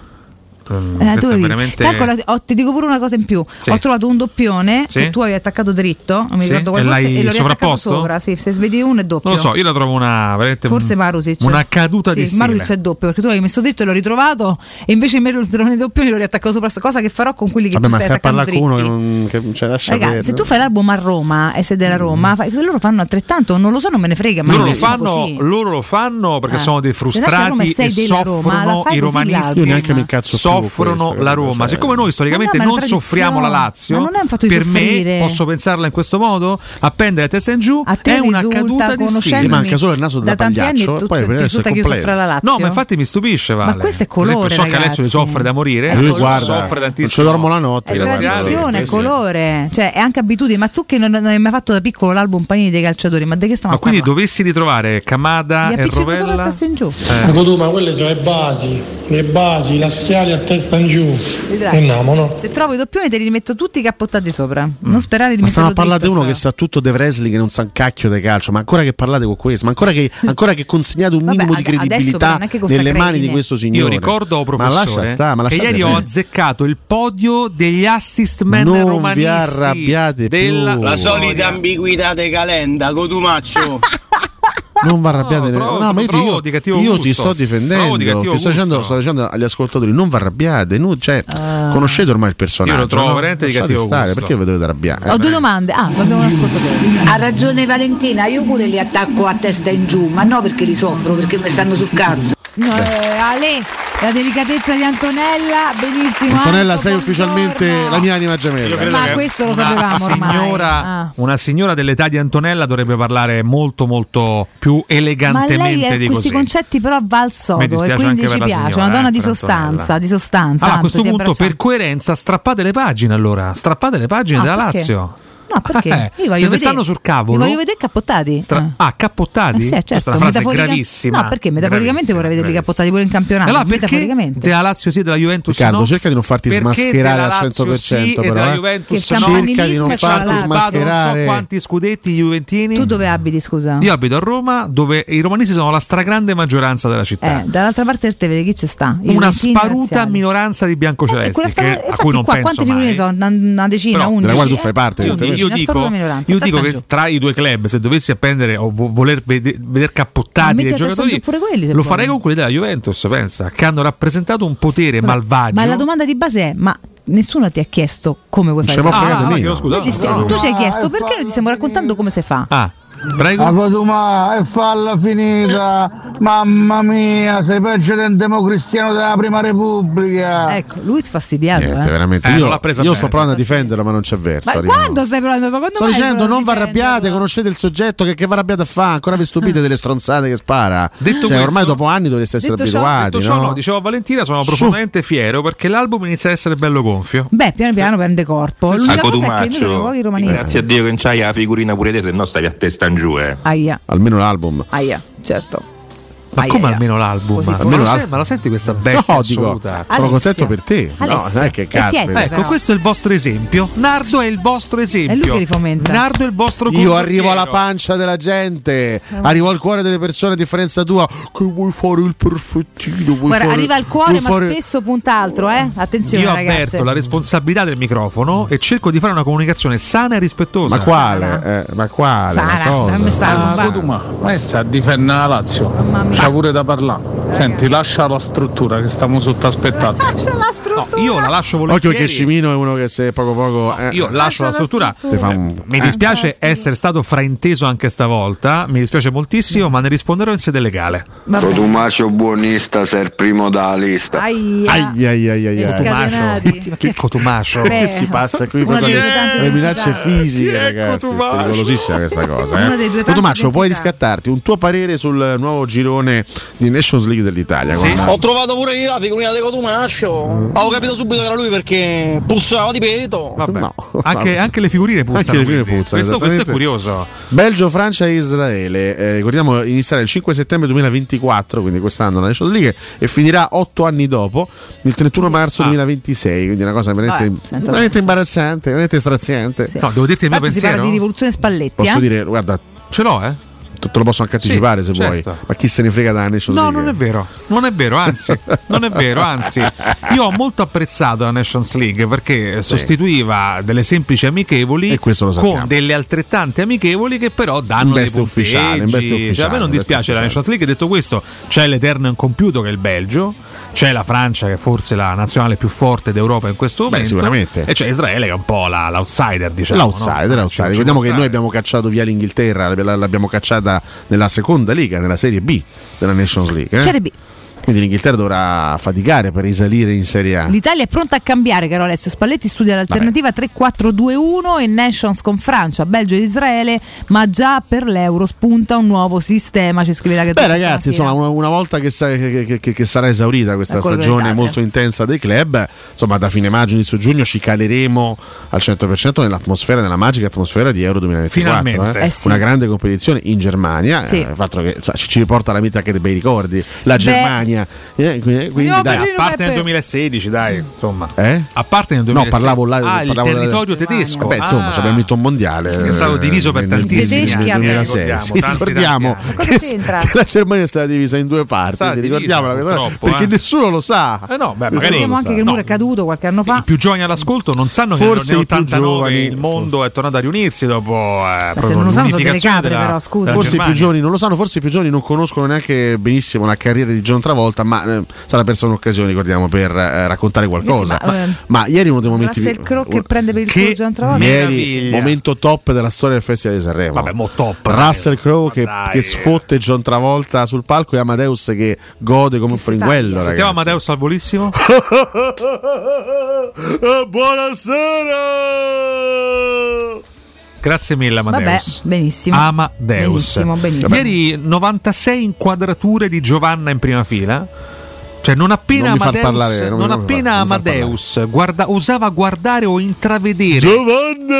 [SPEAKER 7] Eh, tu
[SPEAKER 9] Mm, questo è
[SPEAKER 7] avevi-
[SPEAKER 9] veramente.
[SPEAKER 7] Calcola, ho- ti dico pure una cosa in più.
[SPEAKER 9] Sì.
[SPEAKER 7] Ho trovato un doppione
[SPEAKER 9] Sì.
[SPEAKER 7] che tu avevi attaccato dritto, non mi
[SPEAKER 9] Sì.
[SPEAKER 7] ricordo
[SPEAKER 9] E
[SPEAKER 7] quale fosse,
[SPEAKER 9] l'hai
[SPEAKER 7] e l'ho riattaccato
[SPEAKER 9] sovrapposto?
[SPEAKER 7] sopra. Sì, se svedi uno è doppio.
[SPEAKER 9] Non lo so, io la trovo una veramente
[SPEAKER 7] Forse
[SPEAKER 9] un-
[SPEAKER 7] Marusic.
[SPEAKER 9] una caduta
[SPEAKER 7] sì,
[SPEAKER 9] di stile.
[SPEAKER 7] Marusic è doppio perché tu l'hai messo dritto e l'ho ritrovato e invece me lo trovo nei doppioni e l'ho riattaccato sopra. sta Cosa che farò con quelli che
[SPEAKER 15] Vabbè,
[SPEAKER 7] tu
[SPEAKER 15] ma stai
[SPEAKER 7] stai
[SPEAKER 15] a
[SPEAKER 7] attaccando
[SPEAKER 15] parlare con
[SPEAKER 7] dritti.
[SPEAKER 15] uno che non che non ce lascia
[SPEAKER 7] Raga,
[SPEAKER 15] perdere.
[SPEAKER 7] se tu fai l'album a Roma e sei della Roma, fai- se loro fanno altrettanto, non lo so, non me ne frega. Ma
[SPEAKER 9] Mm. Loro lo,
[SPEAKER 7] io sono
[SPEAKER 9] fanno,
[SPEAKER 7] così.
[SPEAKER 9] loro lo fanno perché
[SPEAKER 7] Eh.
[SPEAKER 9] sono dei
[SPEAKER 7] Se lasci Roma
[SPEAKER 9] frustrati
[SPEAKER 7] e sei
[SPEAKER 9] e
[SPEAKER 7] della Roma, la
[SPEAKER 9] soffrono
[SPEAKER 7] fai
[SPEAKER 9] i
[SPEAKER 7] così
[SPEAKER 9] romanisti.
[SPEAKER 7] l'album. Io neanche mi
[SPEAKER 15] cazzo più con
[SPEAKER 9] soffrono
[SPEAKER 15] questo,
[SPEAKER 9] la
[SPEAKER 15] capito?
[SPEAKER 9] Roma.
[SPEAKER 15] Cioè-
[SPEAKER 9] Siccome noi storicamente
[SPEAKER 7] Ma no, ma è
[SPEAKER 9] non
[SPEAKER 7] una
[SPEAKER 9] soffriamo la
[SPEAKER 7] tradizione.
[SPEAKER 9] Lazio,
[SPEAKER 7] Ma non è un fatto di
[SPEAKER 9] per me
[SPEAKER 7] soffrire.
[SPEAKER 9] posso pensarla in questo modo? Appendere la testa in giù
[SPEAKER 7] te
[SPEAKER 9] è una
[SPEAKER 7] risulta,
[SPEAKER 9] caduta di stile.
[SPEAKER 7] conoscendomi, Manca solo il naso da da tanti anni Pagliaccio, tu- poi ti per il resto è risulta che io completo. soffra la Lazio?
[SPEAKER 9] No, ma infatti mi stupisce, Vale.
[SPEAKER 7] questo è
[SPEAKER 9] Per esempio,
[SPEAKER 7] colore,
[SPEAKER 9] So che Alessio ne
[SPEAKER 7] ragazzi.
[SPEAKER 9] soffre da
[SPEAKER 7] Eh,
[SPEAKER 9] morire.
[SPEAKER 15] Lui
[SPEAKER 9] Alessio
[SPEAKER 15] guarda,
[SPEAKER 9] soffre
[SPEAKER 15] non
[SPEAKER 9] tantissimo.
[SPEAKER 15] ci dormo la notte,
[SPEAKER 9] È
[SPEAKER 15] io guardo.
[SPEAKER 7] tradizione,
[SPEAKER 9] Sì, sì.
[SPEAKER 7] colore, cioè è anche abitudine, ma tu che non, non hai mai fatto da piccolo l'album panini dei calciatori, ma di che stiamo
[SPEAKER 9] Ma
[SPEAKER 7] a parlare?
[SPEAKER 9] quindi dovessi ritrovare Camada
[SPEAKER 7] Mi
[SPEAKER 9] e
[SPEAKER 7] appiccico solo la
[SPEAKER 9] Rovella?
[SPEAKER 7] testa in giù.
[SPEAKER 9] Eh.
[SPEAKER 23] Ma quelle sono le basi, le basi, laziali a testa in giù.
[SPEAKER 7] Vedrai.
[SPEAKER 23] E namono.
[SPEAKER 7] Se trovo i doppioni te li rimetto tutti cappottati sopra.
[SPEAKER 9] Mm.
[SPEAKER 7] Non sperare di
[SPEAKER 15] Ma stiamo
[SPEAKER 7] metterlo
[SPEAKER 15] a parlare di
[SPEAKER 7] dritto,
[SPEAKER 15] uno che
[SPEAKER 7] so.
[SPEAKER 15] sa tutto De Wrestling che non sa un cacchio di calcio, ma ancora che parlate con questo, ma ancora che, ancora che consegnate un
[SPEAKER 7] Vabbè,
[SPEAKER 15] minimo di
[SPEAKER 7] ad- adesso
[SPEAKER 15] credibilità
[SPEAKER 7] però non è che costa
[SPEAKER 15] nelle mani di
[SPEAKER 7] credine.
[SPEAKER 15] questo signore.
[SPEAKER 9] Io ricordo,
[SPEAKER 15] ma
[SPEAKER 9] professore,
[SPEAKER 15] lascia sta, ma
[SPEAKER 9] che
[SPEAKER 15] lasciate
[SPEAKER 9] ieri ho
[SPEAKER 15] perdere.
[SPEAKER 9] azzeccato il podio degli assist man
[SPEAKER 15] Non vi
[SPEAKER 9] romanisti.
[SPEAKER 15] arrabbiate più.
[SPEAKER 9] della
[SPEAKER 15] La
[SPEAKER 9] storia.
[SPEAKER 3] ambiguità di calenda, Cotumaccio.
[SPEAKER 15] Non va arrabbiate,
[SPEAKER 3] No,
[SPEAKER 15] no,
[SPEAKER 3] trovo-
[SPEAKER 15] no, ma io,
[SPEAKER 3] trovo
[SPEAKER 15] io-
[SPEAKER 3] di cattivo
[SPEAKER 15] io ti
[SPEAKER 3] gusto.
[SPEAKER 15] sto
[SPEAKER 3] Trovo
[SPEAKER 15] difendendo,
[SPEAKER 3] di
[SPEAKER 15] ti sto
[SPEAKER 3] cattivo
[SPEAKER 15] dicendo, sto dicendo agli ascoltatori, non va arrabbiate, nu- cioè,
[SPEAKER 7] Ah.
[SPEAKER 15] conoscete ormai il personaggio.
[SPEAKER 9] Io lo trovo
[SPEAKER 15] no?
[SPEAKER 9] veramente di
[SPEAKER 15] Lasciate
[SPEAKER 9] cattivo
[SPEAKER 15] stare,
[SPEAKER 9] gusto.
[SPEAKER 15] perché vi dovete arrabbiare?
[SPEAKER 7] Ho due domande. Ah, abbiamo un ascoltatore.
[SPEAKER 5] Ha ragione Valentina, io pure li attacco a testa in giù, ma no perché li soffro, perché mi stanno sul cazzo.
[SPEAKER 7] No, eh, Ale, la delicatezza di Antonella, benissimo.
[SPEAKER 15] Antonella,
[SPEAKER 7] Anto,
[SPEAKER 15] sei ufficialmente la mia anima
[SPEAKER 9] Io
[SPEAKER 15] gemella.
[SPEAKER 9] credo
[SPEAKER 7] Ma
[SPEAKER 9] che
[SPEAKER 7] questo lo
[SPEAKER 9] una
[SPEAKER 7] sapevamo ormai.
[SPEAKER 9] signora-
[SPEAKER 7] Ah.
[SPEAKER 9] Una signora dell'età di Antonella dovrebbe parlare molto molto più
[SPEAKER 7] Ah. Ma lei
[SPEAKER 9] elegantemente
[SPEAKER 7] ha
[SPEAKER 9] di
[SPEAKER 7] questi
[SPEAKER 9] così.
[SPEAKER 7] concetti però va al sodo
[SPEAKER 9] dispiace
[SPEAKER 7] e quindi
[SPEAKER 9] anche
[SPEAKER 7] ci
[SPEAKER 9] per la
[SPEAKER 7] piace,
[SPEAKER 9] signora,
[SPEAKER 7] una donna
[SPEAKER 9] eh,
[SPEAKER 7] di
[SPEAKER 9] per
[SPEAKER 7] sostanza,
[SPEAKER 9] Antonella.
[SPEAKER 7] di sostanza.
[SPEAKER 9] Allora, a
[SPEAKER 7] Anto,
[SPEAKER 9] questo
[SPEAKER 7] ti
[SPEAKER 9] punto,
[SPEAKER 7] abbracciamo.
[SPEAKER 9] per coerenza, strappate le pagine allora. Strappate le pagine
[SPEAKER 7] Ah,
[SPEAKER 9] della
[SPEAKER 7] perché?
[SPEAKER 9] Lazio.
[SPEAKER 7] No, perché?
[SPEAKER 9] Eh,
[SPEAKER 7] Io voglio
[SPEAKER 9] se vi
[SPEAKER 7] vedere-
[SPEAKER 9] stanno sul cavolo-
[SPEAKER 7] Li voglio vedere cappottati.
[SPEAKER 9] Stra- ah, cappottati?
[SPEAKER 7] Eh sì, certo.
[SPEAKER 9] Questa è una frase
[SPEAKER 7] metaforica-
[SPEAKER 9] gravissima.
[SPEAKER 7] No, perché metaforicamente vorrei vederli cappottati pure in campionato.
[SPEAKER 9] Allora, perché
[SPEAKER 7] metaforicamente.
[SPEAKER 9] della Lazio sì, della Juventus
[SPEAKER 15] Riccardo,
[SPEAKER 9] no?
[SPEAKER 15] cerca di non farti
[SPEAKER 9] Perché
[SPEAKER 15] smascherare al
[SPEAKER 9] della
[SPEAKER 15] 100%,
[SPEAKER 9] Lazio sì e
[SPEAKER 15] però,
[SPEAKER 9] della
[SPEAKER 15] eh?
[SPEAKER 9] Juventus
[SPEAKER 15] Che
[SPEAKER 9] no?
[SPEAKER 15] scampanilismo Cerca di non
[SPEAKER 9] Che
[SPEAKER 15] farti
[SPEAKER 9] ha rubato non so
[SPEAKER 15] smascherare.
[SPEAKER 9] quanti scudetti juventini
[SPEAKER 7] Tu dove abiti, scusa?
[SPEAKER 9] io abito a Roma dove i romanisti sono la stragrande maggioranza della città
[SPEAKER 7] Eh, dall'altra parte del Tevere chi ci sta? I
[SPEAKER 9] una
[SPEAKER 7] vicini
[SPEAKER 9] sparuta
[SPEAKER 7] razziali.
[SPEAKER 9] minoranza di
[SPEAKER 7] E
[SPEAKER 9] biancocelesti
[SPEAKER 7] quella
[SPEAKER 9] che-
[SPEAKER 7] sparuta-
[SPEAKER 9] a
[SPEAKER 7] infatti
[SPEAKER 9] cui non
[SPEAKER 7] qua
[SPEAKER 9] penso
[SPEAKER 7] quante figurine
[SPEAKER 9] mai
[SPEAKER 7] sono? Una, una decina,
[SPEAKER 9] Però-
[SPEAKER 7] undici.
[SPEAKER 9] io,
[SPEAKER 7] Eh,
[SPEAKER 9] io
[SPEAKER 7] una sparuta
[SPEAKER 9] dico,
[SPEAKER 7] minoranza,
[SPEAKER 9] io
[SPEAKER 7] testa
[SPEAKER 9] dico
[SPEAKER 7] in
[SPEAKER 9] che
[SPEAKER 7] giù.
[SPEAKER 9] tra i due club se dovessi appendere o vo- voler vede- veder cappottati
[SPEAKER 7] Metti
[SPEAKER 9] dei
[SPEAKER 7] a testa in
[SPEAKER 9] giocatori
[SPEAKER 7] giù pure quelli, se
[SPEAKER 9] lo
[SPEAKER 7] vuoi.
[SPEAKER 9] farei con quelli della Juventus pensa che hanno rappresentato un potere malvagio
[SPEAKER 7] Ma la domanda di base è: ma nessuno ti ha chiesto come vuoi
[SPEAKER 9] Non
[SPEAKER 7] fare?
[SPEAKER 9] ce l'ho
[SPEAKER 7] il
[SPEAKER 9] fregato
[SPEAKER 7] lavoro?
[SPEAKER 9] Ah, io. no, chiedo scusa,
[SPEAKER 7] Noi ti
[SPEAKER 9] no,
[SPEAKER 7] stiamo-
[SPEAKER 9] no.
[SPEAKER 7] Tu ci hai chiesto perché noi ti stiamo raccontando come si fa.
[SPEAKER 9] Ah, Prego.
[SPEAKER 28] La Codumà e falla finita. Mamma mia, sei peggio del democristiano della prima repubblica.
[SPEAKER 7] Ecco, lui sfastidiato.
[SPEAKER 8] Niente,
[SPEAKER 9] Cioè,
[SPEAKER 7] eh.
[SPEAKER 8] veramente.
[SPEAKER 7] Eh,
[SPEAKER 8] io
[SPEAKER 7] non l'ha presa
[SPEAKER 8] io
[SPEAKER 7] bene,
[SPEAKER 8] sto provando a difenderla, ma non c'è verso.
[SPEAKER 7] Ma
[SPEAKER 8] arrivo.
[SPEAKER 7] quando stai provando? Ma quando
[SPEAKER 8] Sto
[SPEAKER 7] mai
[SPEAKER 8] dicendo,
[SPEAKER 7] provi-
[SPEAKER 8] non vi arrabbiate, conoscete il soggetto che, che vi arrabbiate a fare, ancora vi stupite delle stronzate che spara.
[SPEAKER 9] Detto
[SPEAKER 8] cioè,
[SPEAKER 9] questo-
[SPEAKER 8] ormai dopo anni dovreste essere
[SPEAKER 9] detto ciò-
[SPEAKER 8] abituati.
[SPEAKER 9] detto ciò,
[SPEAKER 8] no?
[SPEAKER 9] no, dicevo a Valentina, sono profondamente fiero perché l'album inizia ad essere bello gonfio.
[SPEAKER 7] Beh, piano piano prende corpo. L'unica cosa è che noi siamo pochi romanisti.
[SPEAKER 16] grazie a Dio che non c'hai la figurina pure te, se no stavi a testa in giù. Eh.
[SPEAKER 7] Aia,
[SPEAKER 8] Almeno l'album.
[SPEAKER 7] aia, certo.
[SPEAKER 9] Ma
[SPEAKER 7] Aia,
[SPEAKER 9] come
[SPEAKER 7] aia.
[SPEAKER 9] almeno l'album?
[SPEAKER 7] Così
[SPEAKER 9] Ma,
[SPEAKER 7] forse.
[SPEAKER 9] lo sai- Cioè, ma lo senti questa bestia
[SPEAKER 8] No, dico,
[SPEAKER 9] assoluta?
[SPEAKER 8] sono Alessio. contento per te. No, Alessio. sai che E caspita. tienitela,
[SPEAKER 9] Ecco,
[SPEAKER 8] però.
[SPEAKER 9] questo è il vostro esempio. Nardo è il vostro esempio.
[SPEAKER 8] È lui che li
[SPEAKER 7] fomenta.
[SPEAKER 9] Nardo è il vostro
[SPEAKER 8] Io arrivo
[SPEAKER 9] condottiero.
[SPEAKER 8] alla pancia della gente, arrivo al cuore delle persone a differenza tua. Che vuoi fare il perfettino? Vuoi
[SPEAKER 7] Guarda,
[SPEAKER 8] fare-
[SPEAKER 7] arriva al cuore,
[SPEAKER 8] vuoi
[SPEAKER 7] ma
[SPEAKER 8] fare-
[SPEAKER 7] spesso punta altro, eh? Attenzione,
[SPEAKER 9] Io
[SPEAKER 7] ragazzi.
[SPEAKER 9] avverto la responsabilità del microfono e cerco di fare una comunicazione sana e rispettosa.
[SPEAKER 8] Ma quale? Eh, ma quale?
[SPEAKER 7] Sara,
[SPEAKER 8] Ma cosa?
[SPEAKER 7] dammi sta-
[SPEAKER 8] Ma-
[SPEAKER 7] va.
[SPEAKER 4] Codumà, ma sta a difendere la Lazio. C'ha pure da parlare. Senti, lascia la struttura che stiamo sotto aspettati.
[SPEAKER 9] No, io la lascio volentieri.
[SPEAKER 8] Occhio che Scimino è uno che se poco poco. eh,
[SPEAKER 9] Io lascio la struttura. Eh,
[SPEAKER 8] Te fa un- eh,
[SPEAKER 9] Mi dispiace essere stato frainteso anche stavolta. Mi dispiace moltissimo, ma ne risponderò in sede legale.
[SPEAKER 23] Cotumaccio buonista, sei il primo da lista.
[SPEAKER 7] Aia.
[SPEAKER 8] Ai ai ai ai, ai.
[SPEAKER 9] Ma che cotumacio?
[SPEAKER 8] Che si passa qui
[SPEAKER 7] Una
[SPEAKER 8] proprio
[SPEAKER 7] delle
[SPEAKER 8] le,
[SPEAKER 7] tante
[SPEAKER 8] le
[SPEAKER 7] identità.
[SPEAKER 8] minacce fisiche, ragazzi.
[SPEAKER 7] Cotumaccio?
[SPEAKER 8] È pericolosissima questa cosa.
[SPEAKER 7] Una delle tue
[SPEAKER 8] Eh.
[SPEAKER 7] tante
[SPEAKER 8] Cotumaccio, vuoi
[SPEAKER 7] identità.
[SPEAKER 8] riscattarti un tuo parere sul nuovo girone di Nations League dell'Italia?
[SPEAKER 39] Sì,
[SPEAKER 8] Guarda.
[SPEAKER 39] ho trovato pure io la figurina di Cotumaccio. Ho capito subito che era lui perché pussava di peto.
[SPEAKER 8] No.
[SPEAKER 9] Anche, anche le figurine puzzano.
[SPEAKER 8] Anche le figurine
[SPEAKER 9] quindi.
[SPEAKER 8] puzzano,
[SPEAKER 9] Questo, questo è
[SPEAKER 8] esattamente.
[SPEAKER 9] curioso.
[SPEAKER 8] Belgio, Francia e Israele, eh, ricordiamo iniziare il 5 settembre 2024, quindi quest'anno la Nations League, e finirà 8 anni dopo, il 31 marzo
[SPEAKER 9] Ah.
[SPEAKER 8] 2026, quindi una cosa veramente,
[SPEAKER 7] Vabbè, senza
[SPEAKER 8] veramente imbarazzante, veramente straziante.
[SPEAKER 9] No, devo dirti il mio
[SPEAKER 7] Infatti si parla
[SPEAKER 9] pensiero.
[SPEAKER 7] di rivoluzione Spalletti,
[SPEAKER 8] Posso
[SPEAKER 7] eh?
[SPEAKER 8] dire, guarda,
[SPEAKER 9] ce l'ho, eh?
[SPEAKER 8] Te lo posso anche anticipare se
[SPEAKER 9] certo.
[SPEAKER 8] vuoi, ma chi se ne frega da Nations
[SPEAKER 9] No,
[SPEAKER 8] League?
[SPEAKER 9] non è vero, non è vero, anzi, non è vero, anzi, io ho molto apprezzato la Nations League perché sostituiva delle semplici amichevoli
[SPEAKER 8] questo lo sappiamo.
[SPEAKER 9] con delle altrettante amichevoli che però
[SPEAKER 8] In
[SPEAKER 9] danno dei
[SPEAKER 8] veste
[SPEAKER 9] punteggi.
[SPEAKER 8] ufficiale, in veste
[SPEAKER 9] Cioè, a
[SPEAKER 8] ufficiale,
[SPEAKER 9] me non
[SPEAKER 8] in veste
[SPEAKER 9] dispiace la
[SPEAKER 8] ufficiale.
[SPEAKER 9] Nations League, detto questo, c'è l'eterno incompiuto che è il Belgio, c'è la Francia che è forse la nazionale più forte d'Europa in questo momento
[SPEAKER 8] sicuramente.
[SPEAKER 9] e c'è Israele che è un po' la- l'outsider, diciamo, no?
[SPEAKER 8] L'outsider, l'outsider.
[SPEAKER 9] Ci- ci
[SPEAKER 8] Ricordiamo
[SPEAKER 9] può
[SPEAKER 8] che
[SPEAKER 9] stare.
[SPEAKER 8] noi abbiamo cacciato via l'Inghilterra, la- l'abbiamo cacciata nella seconda liga, nella Serie B della Nations League. eh.
[SPEAKER 7] Serie B.
[SPEAKER 8] Quindi l'Inghilterra dovrà faticare per risalire in Serie A.
[SPEAKER 7] L'Italia è pronta a cambiare, caro Alessio. Spalletti studia l'alternativa 3-4-2-1 e Nations con Francia, Belgio ed Israele, ma già per l'Euro spunta un nuovo sistema, ci scrive la
[SPEAKER 8] Beh
[SPEAKER 7] Gazzetta
[SPEAKER 8] ragazzi,
[SPEAKER 7] stamattina.
[SPEAKER 8] insomma, una, una volta che, sa- che- che- che sarà esaurita questa
[SPEAKER 7] La
[SPEAKER 9] Ecco,
[SPEAKER 7] colpa
[SPEAKER 8] stagione
[SPEAKER 7] dell'Italia.
[SPEAKER 8] molto intensa dei club, insomma, da fine maggio, inizio giugno ci caleremo al 100% nell'atmosfera, nella magica atmosfera di Euro 2024.
[SPEAKER 9] Finalmente. Eh sì.
[SPEAKER 8] Una grande competizione in Germania,
[SPEAKER 9] Sì.
[SPEAKER 8] eh, fatto che insomma, ci, ci riporta alla mente anche dei bei ricordi, la
[SPEAKER 9] Beh.
[SPEAKER 8] Germania. eh, quindi, quindi,
[SPEAKER 9] No,
[SPEAKER 8] dai,
[SPEAKER 9] a parte nel 2016, dai, insomma.
[SPEAKER 8] Eh?
[SPEAKER 9] A parte nel 2016.
[SPEAKER 8] No, parlavo là,
[SPEAKER 9] Ah,
[SPEAKER 8] parlavo
[SPEAKER 9] il
[SPEAKER 8] della-
[SPEAKER 9] territorio tedesco.
[SPEAKER 8] Beh, insomma,
[SPEAKER 9] Ah.
[SPEAKER 8] ci abbiamo vinto un mondiale.
[SPEAKER 9] Che è stato
[SPEAKER 8] eh,
[SPEAKER 9] diviso per
[SPEAKER 8] nel-
[SPEAKER 9] tantissimi
[SPEAKER 8] nel-
[SPEAKER 9] anni,
[SPEAKER 8] nel 2006.
[SPEAKER 9] ricordiamo,
[SPEAKER 8] Sì,
[SPEAKER 9] tanti,
[SPEAKER 8] ricordiamo
[SPEAKER 9] tanti
[SPEAKER 8] che, che la Germania è stata divisa in due parti.
[SPEAKER 9] Stata
[SPEAKER 8] sì,
[SPEAKER 9] divisa,
[SPEAKER 8] ricordiamola,
[SPEAKER 9] purtroppo,
[SPEAKER 8] perché
[SPEAKER 9] eh.
[SPEAKER 8] nessuno lo sa.
[SPEAKER 9] Eh no,
[SPEAKER 8] Nessuno
[SPEAKER 9] beh, magari-
[SPEAKER 8] lo
[SPEAKER 7] Sappiamo
[SPEAKER 8] sa.
[SPEAKER 7] anche che il muro è caduto qualche anno fa.
[SPEAKER 9] I più giovani all'ascolto non sanno
[SPEAKER 8] Forse
[SPEAKER 9] che nel
[SPEAKER 8] i più
[SPEAKER 9] 89
[SPEAKER 8] giovani.
[SPEAKER 9] il mondo è tornato a riunirsi dopo eh,
[SPEAKER 7] se
[SPEAKER 9] proprio
[SPEAKER 7] non lo sanno sono delle
[SPEAKER 9] l'unificazione
[SPEAKER 7] capre,
[SPEAKER 9] della,
[SPEAKER 7] però, scusa.
[SPEAKER 9] della
[SPEAKER 8] Forse i più
[SPEAKER 9] Germania.
[SPEAKER 8] giovani non lo sanno, forse i più giovani non conoscono neanche benissimo la carriera di John Travolta, ma eh, sarà persa un'occasione, ricordiamo, per eh, raccontare qualcosa.
[SPEAKER 7] Ragazzi, ma,
[SPEAKER 8] ma,
[SPEAKER 7] ehm,
[SPEAKER 8] ma ieri uno dei momenti
[SPEAKER 7] Russell Crowe che prende per il
[SPEAKER 8] Che
[SPEAKER 7] culo Gian Travolta.
[SPEAKER 8] Ieri, momento top della storia del Festival di Sanremo.
[SPEAKER 9] Vabbè, mo top.
[SPEAKER 8] Russell Crowe che,
[SPEAKER 9] dai.
[SPEAKER 8] che sfotte John Travolta sul palco e Amadeus che gode come un fringuello.
[SPEAKER 9] Sentiamo
[SPEAKER 8] ragazzi.
[SPEAKER 9] Amadeus al volissimo.
[SPEAKER 8] Buonasera!
[SPEAKER 9] Grazie mille
[SPEAKER 7] Vabbè,
[SPEAKER 9] Amadeus.
[SPEAKER 7] benissimo.
[SPEAKER 9] Amadeus.
[SPEAKER 7] Benissimo, benissimo.
[SPEAKER 9] Ieri 96 inquadrature di Giovanna in prima fila. Cioè, non appena
[SPEAKER 8] Non mi far
[SPEAKER 9] Amadeus,
[SPEAKER 8] parlare, non mi-
[SPEAKER 9] non
[SPEAKER 8] non mi
[SPEAKER 9] appena
[SPEAKER 8] far- non mi far
[SPEAKER 9] Amadeus guarda- osava guardare o intravedere
[SPEAKER 8] Giovanna!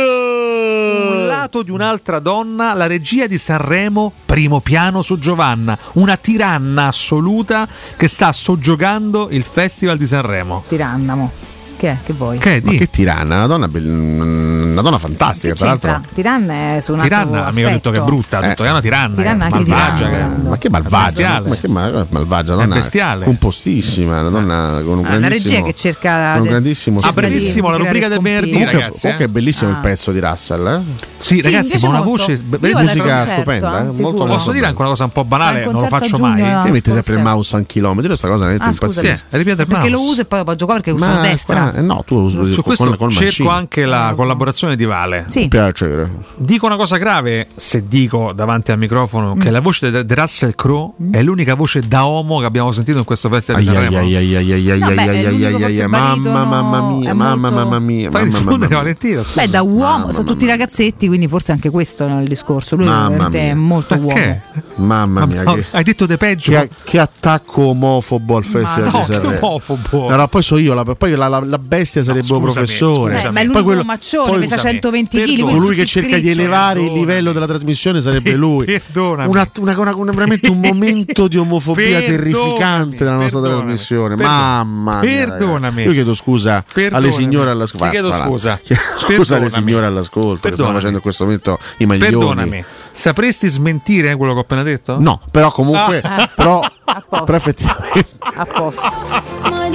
[SPEAKER 9] un lato di un'altra donna, la regia di Sanremo, primo piano su Giovanna, una tiranna assoluta che sta soggiogando il Festival di Sanremo.
[SPEAKER 7] Tiranna, mo. Che è? Che vuoi?
[SPEAKER 9] Che è?
[SPEAKER 8] Ma
[SPEAKER 9] Di-
[SPEAKER 8] che tiranna, una donna, bell- una donna fantastica, tra
[SPEAKER 7] C'entra.
[SPEAKER 8] l'altro.
[SPEAKER 7] Tiranna è su un
[SPEAKER 9] Tiranna,
[SPEAKER 7] altro
[SPEAKER 9] amico, ho detto
[SPEAKER 7] aspetto.
[SPEAKER 9] che è brutta, ho detto che è una tiranna,
[SPEAKER 7] Tiranna
[SPEAKER 9] che è
[SPEAKER 7] anche
[SPEAKER 9] malvagia,
[SPEAKER 7] tiranna,
[SPEAKER 9] che è-
[SPEAKER 7] guarda.
[SPEAKER 8] Ma che malvagia,
[SPEAKER 9] Bestiale.
[SPEAKER 8] ma che ma- malvagia donna,
[SPEAKER 9] bestiale.
[SPEAKER 8] compostissima, una donna con un
[SPEAKER 7] Ah, una
[SPEAKER 8] grandissimo
[SPEAKER 7] regia che cerca
[SPEAKER 8] con un
[SPEAKER 7] de-
[SPEAKER 8] grandissimo
[SPEAKER 7] cerca di- Ah,
[SPEAKER 9] Aprissimo
[SPEAKER 7] di
[SPEAKER 9] la
[SPEAKER 7] creare
[SPEAKER 9] rubrica del
[SPEAKER 7] scompiglio.
[SPEAKER 9] venerdì,
[SPEAKER 8] Comunque,
[SPEAKER 9] ragazzi,
[SPEAKER 8] comunque
[SPEAKER 9] eh.
[SPEAKER 8] è bellissimo il pezzo di Russell, eh?
[SPEAKER 9] Sì, ragazzi, ma una voce be- be-
[SPEAKER 8] musica stupenda, eh? molto
[SPEAKER 9] Posso
[SPEAKER 8] molto
[SPEAKER 9] dire
[SPEAKER 8] bella.
[SPEAKER 9] anche una cosa un po' banale,
[SPEAKER 7] C'è un
[SPEAKER 9] non lo
[SPEAKER 7] concerto
[SPEAKER 9] faccio
[SPEAKER 7] a giugno,
[SPEAKER 9] mai.
[SPEAKER 7] eh?
[SPEAKER 8] Te metti sempre
[SPEAKER 7] forse-
[SPEAKER 8] il mouse a un chilometro, sta cosa è
[SPEAKER 7] Ah, scusa,
[SPEAKER 8] impazzisce.
[SPEAKER 7] perché lo uso e poi lo gioco perché uso
[SPEAKER 8] Ma
[SPEAKER 7] destra.
[SPEAKER 8] qua- Eh no, tu lo usi
[SPEAKER 9] Su
[SPEAKER 8] con,
[SPEAKER 9] questo
[SPEAKER 8] con col
[SPEAKER 9] cerco
[SPEAKER 8] mancino.
[SPEAKER 9] anche la
[SPEAKER 7] Certo.
[SPEAKER 9] collaborazione di Vale.
[SPEAKER 8] Mi piace.
[SPEAKER 9] Dico una cosa grave se dico davanti al microfono
[SPEAKER 8] Mm.
[SPEAKER 9] che la voce di- di Russell Crowe è l'unica vovoce da homo che abbiamo sentito in questo festival di
[SPEAKER 8] Ai,
[SPEAKER 9] Sanremo.
[SPEAKER 8] ai, ai, ai, ai, ai, No, ai, beh, ai, è ai, l'unico ai, forse ai, mamma, baritono, mamma mia, è mamma, molto- mamma mia,
[SPEAKER 9] Fai
[SPEAKER 8] mamma,
[SPEAKER 9] rispondere
[SPEAKER 8] mamma.
[SPEAKER 9] Valentino. scusa.
[SPEAKER 7] Beh, da uomo, sono tutti ragazzetti, quindi forse anche questo è il discorso. Lui
[SPEAKER 8] Mamma
[SPEAKER 7] veramente
[SPEAKER 8] mia.
[SPEAKER 7] è molto uomo.
[SPEAKER 8] Mamma mia,
[SPEAKER 9] no,
[SPEAKER 8] che,
[SPEAKER 9] hai detto de peggio.
[SPEAKER 8] Che, che attacco omofobo al festival
[SPEAKER 9] no,
[SPEAKER 8] di
[SPEAKER 9] che
[SPEAKER 8] Sanremo.
[SPEAKER 9] omofobo.
[SPEAKER 8] No, no, poi so io, la, poi la, la- la bestia sarebbe un
[SPEAKER 9] scusami,
[SPEAKER 8] professore.
[SPEAKER 7] ma
[SPEAKER 9] scusami.
[SPEAKER 7] è
[SPEAKER 8] Poi
[SPEAKER 7] l'unico
[SPEAKER 8] quello-
[SPEAKER 7] maccione,
[SPEAKER 8] poi-
[SPEAKER 7] pesa 120 kg.
[SPEAKER 8] Perdona.
[SPEAKER 7] quindi
[SPEAKER 8] Colui che
[SPEAKER 7] tutti
[SPEAKER 8] cerca di
[SPEAKER 7] scriccioli.
[SPEAKER 8] elevare il livello della trasmissione sarebbe lui.
[SPEAKER 9] Perdonami.
[SPEAKER 8] Una, una- una- una- veramente un momento di omofobia
[SPEAKER 9] Perdonami,
[SPEAKER 8] terrificante della nostra trasmissione.
[SPEAKER 9] perdonami.
[SPEAKER 8] Mamma mia, ragazzi.
[SPEAKER 9] Perdonami.
[SPEAKER 8] Io chiedo scusa
[SPEAKER 9] Perdonami.
[SPEAKER 8] alle signore all'ascolto.
[SPEAKER 9] Ti chiedo
[SPEAKER 8] Fra l'altro,
[SPEAKER 9] scusa.
[SPEAKER 8] chiedo Scusa alle
[SPEAKER 9] Perdonami.
[SPEAKER 8] signore all'ascolto che stanno
[SPEAKER 9] Perdonami.
[SPEAKER 8] facendo in questo momento i maglioni.
[SPEAKER 9] Perdonami, sapresti smentire quello che ho appena detto?
[SPEAKER 8] No, però comunque,
[SPEAKER 9] Ah.
[SPEAKER 8] però, però effettivamente.
[SPEAKER 7] A posto.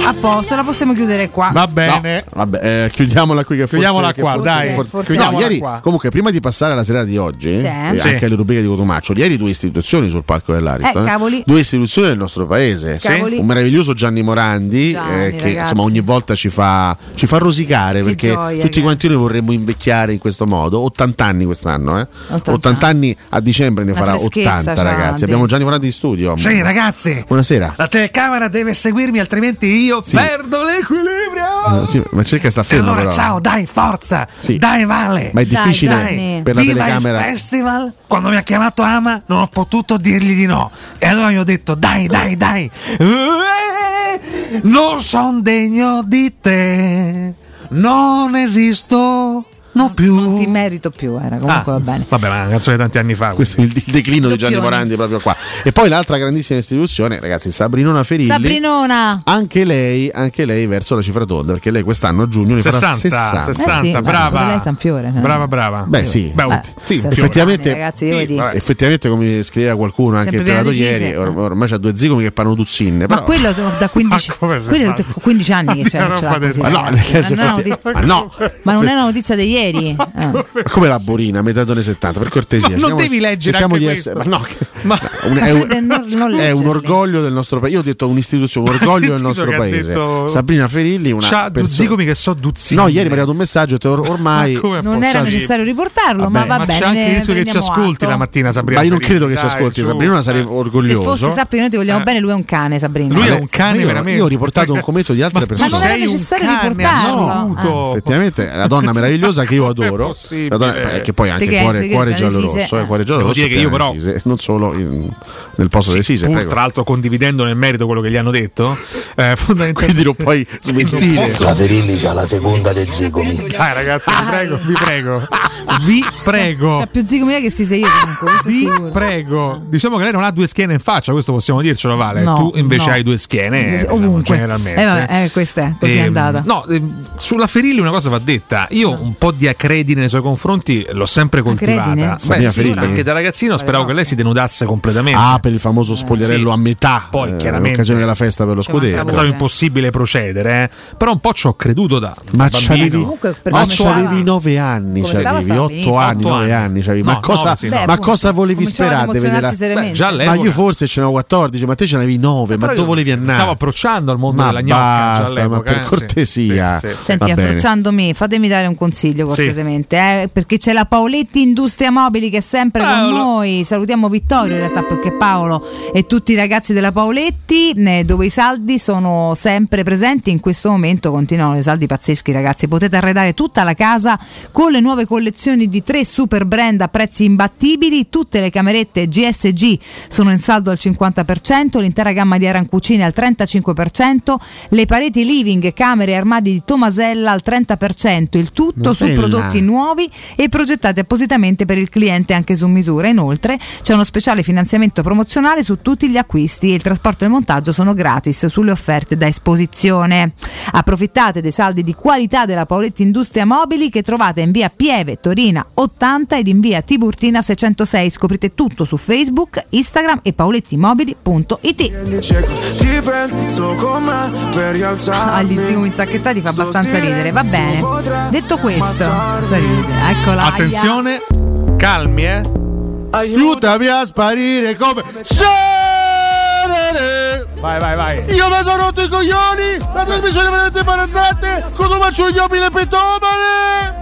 [SPEAKER 7] A posto, la possiamo chiudere qua.
[SPEAKER 8] Ah. No, vabbè, eh, chiudiamola qui. Che
[SPEAKER 9] Chiudiamola
[SPEAKER 8] forse, che
[SPEAKER 9] qua,
[SPEAKER 8] forse-
[SPEAKER 9] dai.
[SPEAKER 8] forse- no,
[SPEAKER 9] Chiudiamola
[SPEAKER 8] ieri,
[SPEAKER 9] qua.
[SPEAKER 8] Comunque, prima di passare alla serata di oggi,
[SPEAKER 7] Sì.
[SPEAKER 8] eh,
[SPEAKER 7] Sì.
[SPEAKER 8] anche alle rubriche di Cotumaccio, ieri due istituzioni sul palco dell'Ariston.
[SPEAKER 7] Eh, cavoli.
[SPEAKER 8] Due istituzioni del nostro paese.
[SPEAKER 7] Sì. Cavoli.
[SPEAKER 8] Un meraviglioso Gianni Morandi,
[SPEAKER 7] Gianni,
[SPEAKER 8] eh, che
[SPEAKER 7] ragazzi.
[SPEAKER 8] insomma ogni volta ci fa, ci fa rosicare perché
[SPEAKER 7] gioia,
[SPEAKER 8] tutti
[SPEAKER 7] ragazzi.
[SPEAKER 8] quanti noi vorremmo invecchiare in questo modo. 80 anni quest'anno, eh.
[SPEAKER 7] 80.
[SPEAKER 8] 80, anni a dicembre ne
[SPEAKER 9] Una
[SPEAKER 8] farà
[SPEAKER 9] freschezza,
[SPEAKER 8] 80,
[SPEAKER 9] Gianni.
[SPEAKER 8] ragazzi. Abbiamo Gianni Morandi in studio.
[SPEAKER 9] Sì, Cioè, ragazzi.
[SPEAKER 8] Buonasera.
[SPEAKER 9] La telecamera deve seguirmi, altrimenti io
[SPEAKER 8] Sì.
[SPEAKER 9] perdo l'equilibrio.
[SPEAKER 8] Eh, sì, ma cerca sta
[SPEAKER 9] E
[SPEAKER 8] fermo.
[SPEAKER 9] allora,
[SPEAKER 8] però.
[SPEAKER 9] ciao, dai, forza!
[SPEAKER 8] Sì.
[SPEAKER 9] Dai, Vale!
[SPEAKER 8] Ma è difficile per la
[SPEAKER 9] Viva
[SPEAKER 8] telecamera.
[SPEAKER 9] il festival! Quando mi ha chiamato Ama, non ho potuto dirgli di no. E allora gli ho detto, dai, dai, dai! Eh, Non son degno di te! Non esisto! Non più. Non ti
[SPEAKER 7] merito più, era comunque va bene.
[SPEAKER 9] Vabbè, ma è una canzone di tanti anni fa.
[SPEAKER 8] Questo è il, il declino di Gianni
[SPEAKER 7] Doppione.
[SPEAKER 8] Morandi proprio qua. E poi l'altra grandissima istituzione, ragazzi, Sabrinona Ferilli.
[SPEAKER 7] Sabrinona.
[SPEAKER 8] Anche lei, anche lei verso la cifra tonda, perché lei quest'anno a giugno ne farà 60.
[SPEAKER 7] Eh sì, secondo Lei è San Fiore. no?
[SPEAKER 9] brava.
[SPEAKER 8] Beh, sì.
[SPEAKER 7] Beh,
[SPEAKER 8] Beh,
[SPEAKER 7] sì,
[SPEAKER 8] sì,
[SPEAKER 7] sì,
[SPEAKER 8] effettivamente,
[SPEAKER 7] ragazzi, devo dire.
[SPEAKER 8] vabbè. effettivamente, come scriveva qualcuno anche il
[SPEAKER 7] Sempre
[SPEAKER 8] telato
[SPEAKER 7] piena di sise.
[SPEAKER 8] ieri, or- ormai c'ha due zigomi che parlano tuzzinne.
[SPEAKER 7] Ma
[SPEAKER 8] Però...
[SPEAKER 7] quello sono da 15, quello è da 15 anni che c'è.
[SPEAKER 8] Ma
[SPEAKER 7] non ce l'ha così,
[SPEAKER 8] no, nel
[SPEAKER 7] ragazzi.
[SPEAKER 8] senso,
[SPEAKER 7] Ma non è
[SPEAKER 8] effetti-
[SPEAKER 7] notizia-
[SPEAKER 8] ma no,
[SPEAKER 7] Ma non è una notizia di ieri. Ah.
[SPEAKER 8] Ma come la Borina, metà degli anni 70, per
[SPEAKER 7] Ma
[SPEAKER 8] cortesia.
[SPEAKER 7] non
[SPEAKER 8] cerchiamo-
[SPEAKER 7] devi leggere
[SPEAKER 8] cerchiamo
[SPEAKER 7] anche
[SPEAKER 8] di
[SPEAKER 7] questo.
[SPEAKER 8] essere- ma no, che- no, un-
[SPEAKER 7] Ma
[SPEAKER 8] è,
[SPEAKER 7] sarebbe non- non
[SPEAKER 8] un, è un
[SPEAKER 7] leggerli.
[SPEAKER 8] orgoglio del nostro paese. Io ho detto un'istituzione, un
[SPEAKER 9] Ma
[SPEAKER 8] orgoglio del
[SPEAKER 9] hai sentito
[SPEAKER 8] nostro
[SPEAKER 9] che ha
[SPEAKER 8] paese.
[SPEAKER 9] detto-
[SPEAKER 8] Sabrina Ferilli, una
[SPEAKER 9] C'ha
[SPEAKER 8] persona-
[SPEAKER 9] duzzigomi che so duzzini.
[SPEAKER 8] No, ieri mi è arrivato un messaggio, ho detto, or- ormai
[SPEAKER 7] Non era necessario riportarlo,
[SPEAKER 8] Vabbè,
[SPEAKER 7] ma va
[SPEAKER 8] ma
[SPEAKER 7] bene.
[SPEAKER 9] C'è anche
[SPEAKER 7] ne
[SPEAKER 9] Ezio che ci
[SPEAKER 7] prendiamo
[SPEAKER 9] ascolti la
[SPEAKER 7] atto.
[SPEAKER 9] mattina, Sabrina.
[SPEAKER 8] Ma io non
[SPEAKER 9] Ferilli,
[SPEAKER 8] credo che ci
[SPEAKER 9] dai,
[SPEAKER 8] ascolti,
[SPEAKER 9] su.
[SPEAKER 8] Sabrina sarei
[SPEAKER 7] Se
[SPEAKER 8] orgoglioso.
[SPEAKER 7] fosse sappi che noi ti vogliamo bene, lui è un cane, Sabrina.
[SPEAKER 8] Vabbè, io- Io ho riportato un commento di altre
[SPEAKER 7] Ma
[SPEAKER 8] persone.
[SPEAKER 7] non era necessario riportarlo.
[SPEAKER 9] assoluto.
[SPEAKER 7] Ah.
[SPEAKER 8] Effettivamente è una donna meravigliosa che io adoro. La donna- eh, che poi anche
[SPEAKER 7] Te che- te
[SPEAKER 8] cuore,
[SPEAKER 7] che-
[SPEAKER 8] cuore
[SPEAKER 7] te che-
[SPEAKER 8] giallo
[SPEAKER 7] sì, sì.
[SPEAKER 8] rosso. eh, cuore giallo
[SPEAKER 9] Devo
[SPEAKER 8] rosso
[SPEAKER 9] dire che io
[SPEAKER 8] piena di
[SPEAKER 9] però-
[SPEAKER 8] sise, non solo in- nel posto delle Sise.
[SPEAKER 9] Pur
[SPEAKER 8] prego.
[SPEAKER 9] tra l'altro condividendo nel merito quello che gli hanno detto, eh, fondamentalmente
[SPEAKER 8] non puoi
[SPEAKER 13] La Ferilli c'ha la seconda dei zigomi.
[SPEAKER 9] Ah, ragazzi, vi prego, vi prego, vi prego.
[SPEAKER 7] C'ha più zigomi che si sei io comunque, questo è sicuro.
[SPEAKER 9] Prego, diciamo che lei non ha due schiene in faccia, questo possiamo dircelo, Vale.
[SPEAKER 7] No,
[SPEAKER 9] tu invece
[SPEAKER 7] no.
[SPEAKER 9] hai due schiene, eh,
[SPEAKER 7] Ovunque.
[SPEAKER 9] generalmente.
[SPEAKER 7] Eh, vabbè, eh, questa è, così è
[SPEAKER 9] Ehm,
[SPEAKER 7] andata.
[SPEAKER 9] No, ehm, sulla Ferilli una cosa va detta. Io un po' di acredine nei suoi confronti l'ho sempre
[SPEAKER 8] Acredine?
[SPEAKER 9] coltivata.
[SPEAKER 8] Sabina
[SPEAKER 9] sì,
[SPEAKER 8] Ferilli?
[SPEAKER 9] anche da ragazzino speravo che lei si denudasse completamente.
[SPEAKER 8] Ah, per il famoso spogliarello
[SPEAKER 9] Sì.
[SPEAKER 8] a metà.
[SPEAKER 9] Poi,
[SPEAKER 8] eh,
[SPEAKER 9] chiaramente,
[SPEAKER 8] l'occasione della festa per lo
[SPEAKER 9] Sarebbe stato
[SPEAKER 8] scudetto.
[SPEAKER 9] impossibile procedere, eh. però un po' ci ho creduto da
[SPEAKER 8] Ma
[SPEAKER 9] da
[SPEAKER 8] c'avevi,
[SPEAKER 9] bambino.
[SPEAKER 8] ma c'avevi 9 anni,
[SPEAKER 9] Come stava,
[SPEAKER 8] c'avevi
[SPEAKER 9] stava
[SPEAKER 8] 8
[SPEAKER 9] benissimo.
[SPEAKER 8] anni,
[SPEAKER 9] Otto
[SPEAKER 8] 9
[SPEAKER 9] anni.
[SPEAKER 8] anni, c'avevi.
[SPEAKER 9] No,
[SPEAKER 8] ma cosa,
[SPEAKER 9] nove, sì, no.
[SPEAKER 8] ma
[SPEAKER 9] Beh,
[SPEAKER 8] cosa
[SPEAKER 9] appunto,
[SPEAKER 8] volevi
[SPEAKER 9] cominciavano
[SPEAKER 8] sperare?
[SPEAKER 9] ad
[SPEAKER 8] di vedere
[SPEAKER 9] emozionarsi
[SPEAKER 8] la-
[SPEAKER 9] seriamente. Beh, già
[SPEAKER 8] ma
[SPEAKER 9] all'epoca.
[SPEAKER 8] io forse ce n'avo 14, ma te ce n'avevi 9, ma
[SPEAKER 9] Però
[SPEAKER 8] dove
[SPEAKER 9] io
[SPEAKER 8] volevi andare?
[SPEAKER 9] Stavo approcciando al mondo
[SPEAKER 8] ma
[SPEAKER 9] della gnocca. già
[SPEAKER 8] basta,
[SPEAKER 9] all'epoca,
[SPEAKER 8] ma per
[SPEAKER 9] eh, sì.
[SPEAKER 8] cortesia.
[SPEAKER 9] Sì, sì, sì.
[SPEAKER 7] Senti,
[SPEAKER 8] Va bene.
[SPEAKER 7] approcciando me, fatemi dare un consiglio
[SPEAKER 8] Sì.
[SPEAKER 7] cortesemente, eh, perché c'è la Paoletti Industria Mobili che è sempre con
[SPEAKER 31] Paolo.
[SPEAKER 7] noi. Salutiamo Vittorio, in realtà più che Paolo e tutti i ragazzi della Paoletti, eh, dove i saldi sono sempre presenti. In questo momento continuano i saldi pazzeschi, ragazzi. Potete arredare tutta la casa con le nuove collezioni di tre super brand a prezzi imbattibili. Tutte le camerette GSG sono in saldo al 50%, l'intera gamma di Arancucine al 35%, le pareti living, camere e armadi di Tomasella al 30%, il tutto su
[SPEAKER 31] Bella.
[SPEAKER 7] prodotti nuovi e progettati appositamente per il cliente anche su misura. Inoltre c'è uno speciale finanziamento promozionale su tutti gli acquisti e il trasporto e il montaggio sono gratis sulle offerte da esposizione. Approfittate dei saldi di qualità della Paoletti Industria Mobili che trovate in via Pieve Torina 80 ed in via Tiburtina 606. Scoprite tutto su Facebook, Instagram e paolettimobili.it.
[SPEAKER 1] Ti penso come per rialzarmi
[SPEAKER 7] Ah, Agli zigomi inzacchettati fa abbastanza ridere, va bene. Detto questo, fa ridere. eccola. aia.
[SPEAKER 9] Attenzione, calmi, eh.
[SPEAKER 8] Aiutami a sparire come cenere.
[SPEAKER 9] Vai, vai, vai.
[SPEAKER 8] Io mi sono rotto i coglioni! La trasmissione è veramente imbarazzante! Cosa faccio gli opini petomane?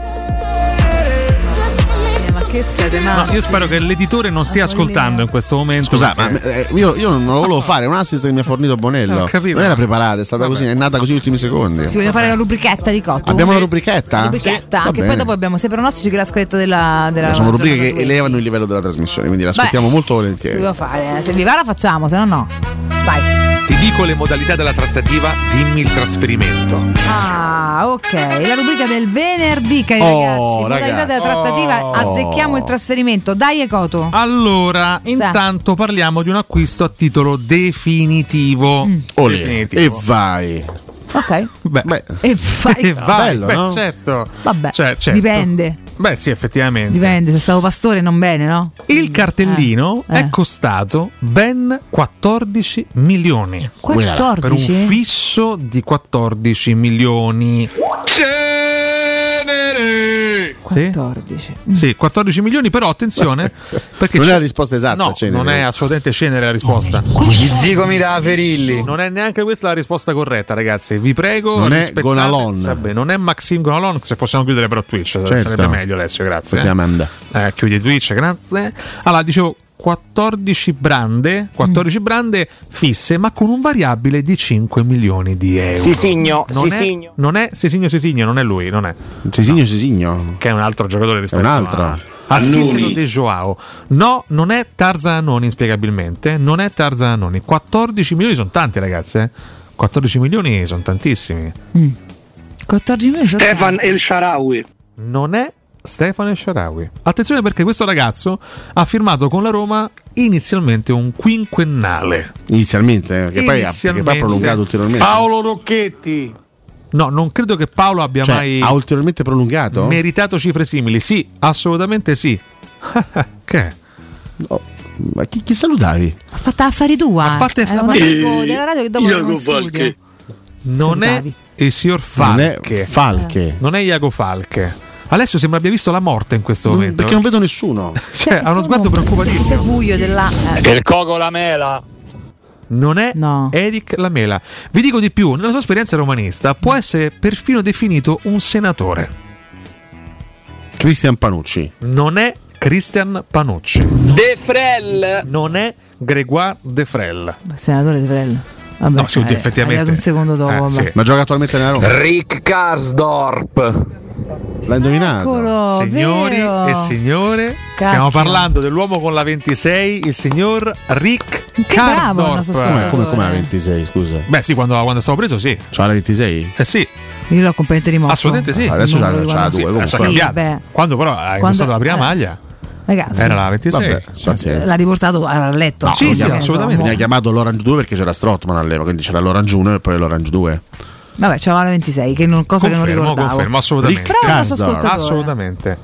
[SPEAKER 7] Eh, Ma che siete Ah,
[SPEAKER 9] No, io spero che l'editore non stia ascoltando in questo momento.
[SPEAKER 8] Scusa, ma
[SPEAKER 9] perché-
[SPEAKER 8] eh, io, io non lo volevo fare, è un assist che mi ha fornito Bonello.
[SPEAKER 9] Eh, ho capito.
[SPEAKER 8] non era preparata, è stata così, è nata così gli ultimi secondi.
[SPEAKER 7] Ti voglio fare la rubrichetta di Cotto.
[SPEAKER 8] Abbiamo
[SPEAKER 7] Sì.
[SPEAKER 8] la rubrichetta?
[SPEAKER 7] Rubrichetta,
[SPEAKER 8] Sì. Va
[SPEAKER 7] che poi
[SPEAKER 8] bene.
[SPEAKER 7] dopo abbiamo sia pronostici che la scaletta della. della
[SPEAKER 8] Sono rubriche
[SPEAKER 7] giornata
[SPEAKER 8] che
[SPEAKER 7] due.
[SPEAKER 8] elevano il livello della trasmissione, quindi l'ascoltiamo
[SPEAKER 7] Beh,
[SPEAKER 8] molto
[SPEAKER 7] Che
[SPEAKER 8] volentieri.
[SPEAKER 7] Dobbiamo fare, eh. se vi va la facciamo, se no no. Vai.
[SPEAKER 13] Ti dico le modalità della trattativa, dimmi il trasferimento.
[SPEAKER 7] Ah, ok. La rubrica del venerdì, cari
[SPEAKER 13] Oh,
[SPEAKER 7] ragazzi. Modalità della
[SPEAKER 13] ragazzi.
[SPEAKER 7] trattativa,
[SPEAKER 13] Oh.
[SPEAKER 7] azzecchiamo il trasferimento. Dai, Ecoto.
[SPEAKER 9] Allora, Intanto parliamo di un acquisto a titolo definitivo.
[SPEAKER 7] Mm.
[SPEAKER 8] Olè. E vai.
[SPEAKER 7] Ok.
[SPEAKER 9] Beh.
[SPEAKER 7] E fai.
[SPEAKER 9] E vai,
[SPEAKER 7] Bello,
[SPEAKER 9] beh,
[SPEAKER 7] no?
[SPEAKER 9] certo.
[SPEAKER 7] Vabbè,
[SPEAKER 9] Cioè, certo.
[SPEAKER 7] dipende.
[SPEAKER 9] Beh, sì, effettivamente.
[SPEAKER 7] Dipende, se stavo pastore non bene, no?
[SPEAKER 9] Il cartellino
[SPEAKER 7] Eh, eh.
[SPEAKER 9] è costato ben 14 milioni.
[SPEAKER 7] 14?
[SPEAKER 9] Per un fisso di 14 milioni. Cenere!
[SPEAKER 7] 14.
[SPEAKER 9] Sì, 14 milioni, però attenzione. perché
[SPEAKER 8] Non è
[SPEAKER 9] c'è-
[SPEAKER 8] la risposta esatta,
[SPEAKER 9] No,
[SPEAKER 8] Cenere.
[SPEAKER 9] non è assolutamente cenere la risposta. Zico mi da ferilli. Non è neanche questa la risposta corretta, ragazzi. Vi prego.
[SPEAKER 8] Non è
[SPEAKER 9] rispettate-
[SPEAKER 8] Gonalon.
[SPEAKER 9] Vabbè, non è Maxim Gonalon, se possiamo chiudere però Twitch,
[SPEAKER 8] Certo.
[SPEAKER 9] sarebbe meglio Alessio, grazie.
[SPEAKER 8] Sentiamo, Amanda.
[SPEAKER 9] Eh, chiudi Twitch, grazie. Allora, dicevo 14 brande, 14 brande fisse, ma con un variabile di 5 milioni di euro.
[SPEAKER 4] Sisigno,
[SPEAKER 9] non è,
[SPEAKER 4] Sisigno.
[SPEAKER 9] Non è Sisigno Sisigno, non è lui, non è. Sisigno Sisigno. Che è un altro giocatore rispetto
[SPEAKER 8] un altro.
[SPEAKER 9] a Assisino
[SPEAKER 8] Annoni.
[SPEAKER 9] De Joao. No, non è Tarzanoni, inspiegabilmente. Non è Tarzanoni. 14 milioni sono tanti, ragazzi. eh. 14 milioni sono tantissimi.
[SPEAKER 7] 14 milioni sono
[SPEAKER 4] Stefan El Sharawi.
[SPEAKER 9] Non è Stefano El Sharawi. Attenzione perché questo ragazzo ha firmato con la Roma inizialmente un quinquennale.
[SPEAKER 8] Inizialmente, eh, che poi ha- che poi ha
[SPEAKER 9] Inizialmente.
[SPEAKER 8] prolungato ulteriormente.
[SPEAKER 9] Paolo
[SPEAKER 8] Rocchetti.
[SPEAKER 9] No, non credo che Paolo abbia
[SPEAKER 8] Cioè,
[SPEAKER 9] mai
[SPEAKER 8] ha ulteriormente prolungato?
[SPEAKER 9] meritato cifre simili. Sì, assolutamente sì. che? è?
[SPEAKER 8] Ma chi, chi salutavi?
[SPEAKER 7] Ha fatto affari tua. Ha
[SPEAKER 9] fatto
[SPEAKER 7] Era un amico della radio che dopo aveva uno studio.
[SPEAKER 9] Non è il signor Falche. Non è Falche. Non è Iago Falche. Adesso sembra abbia visto la morte in questo momento.
[SPEAKER 8] perché non vedo nessuno.
[SPEAKER 9] Cioè, ha uno
[SPEAKER 8] diciamo,
[SPEAKER 9] sguardo preoccupatissimo.
[SPEAKER 7] C'è buio della. eh,
[SPEAKER 9] Il coco la mela. Non è Eric Lamela. Vi dico di più, nella sua esperienza romanista può essere perfino definito un senatore.
[SPEAKER 8] Cristian Panucci.
[SPEAKER 9] Non è Christian Panucci. De Frel. Non è Gregoire De Frel.
[SPEAKER 7] Senatore De Frel. Vabbè,
[SPEAKER 9] No, sì,
[SPEAKER 7] eh,
[SPEAKER 9] effettivamente.
[SPEAKER 7] è arrivato un secondo dopo.
[SPEAKER 9] Eh,
[SPEAKER 7] vabbè.
[SPEAKER 9] sì.
[SPEAKER 8] Ma gioca attualmente nella Roma.
[SPEAKER 9] Rick
[SPEAKER 8] Karsdorp. L'ha indovinato.
[SPEAKER 7] Eccolo,
[SPEAKER 9] Signori
[SPEAKER 7] vero.
[SPEAKER 9] e signore,
[SPEAKER 7] Cacchio.
[SPEAKER 9] stiamo parlando dell'uomo con la 26, il signor Rick
[SPEAKER 7] Che
[SPEAKER 9] Karsdorp.
[SPEAKER 7] bravo il nostro
[SPEAKER 8] Come, come,
[SPEAKER 9] eh.
[SPEAKER 8] come la 26, scusa?
[SPEAKER 9] Beh, sì, quando, quando stavo preso, sì.
[SPEAKER 8] C'ha la 26?
[SPEAKER 9] Eh sì.
[SPEAKER 7] Io l'ho completamente rimosso.
[SPEAKER 9] Assolutamente sì.
[SPEAKER 8] Ah, Adesso c'ha-
[SPEAKER 9] Numero di
[SPEAKER 8] c'ha
[SPEAKER 9] quando-
[SPEAKER 8] due,
[SPEAKER 9] sì,
[SPEAKER 8] comunque.
[SPEAKER 9] adesso ha
[SPEAKER 8] Sì,
[SPEAKER 9] cambiato.
[SPEAKER 7] beh.
[SPEAKER 9] Quando però ha
[SPEAKER 7] Quando-
[SPEAKER 9] indossato la prima
[SPEAKER 7] eh.
[SPEAKER 9] maglia,
[SPEAKER 7] Ragazzi,
[SPEAKER 9] era la 26.
[SPEAKER 8] Vabbè, pazienza.
[SPEAKER 7] l'ha riportato a letto.
[SPEAKER 8] No,
[SPEAKER 7] scusa,
[SPEAKER 8] lo chiama-
[SPEAKER 7] che ne so, mo-
[SPEAKER 8] Veniva chiamato l'Orange 2 perché c'era Strottman all'epoca, quindi c'era l'Orange 1 e poi l'Orange 2.
[SPEAKER 7] Vabbè, c'era la 26, che non, cosa che non
[SPEAKER 9] confermo,
[SPEAKER 7] ricordavo.
[SPEAKER 9] confermo, assolutamente.
[SPEAKER 7] Però è un nostro ascoltatore.
[SPEAKER 9] assolutamente.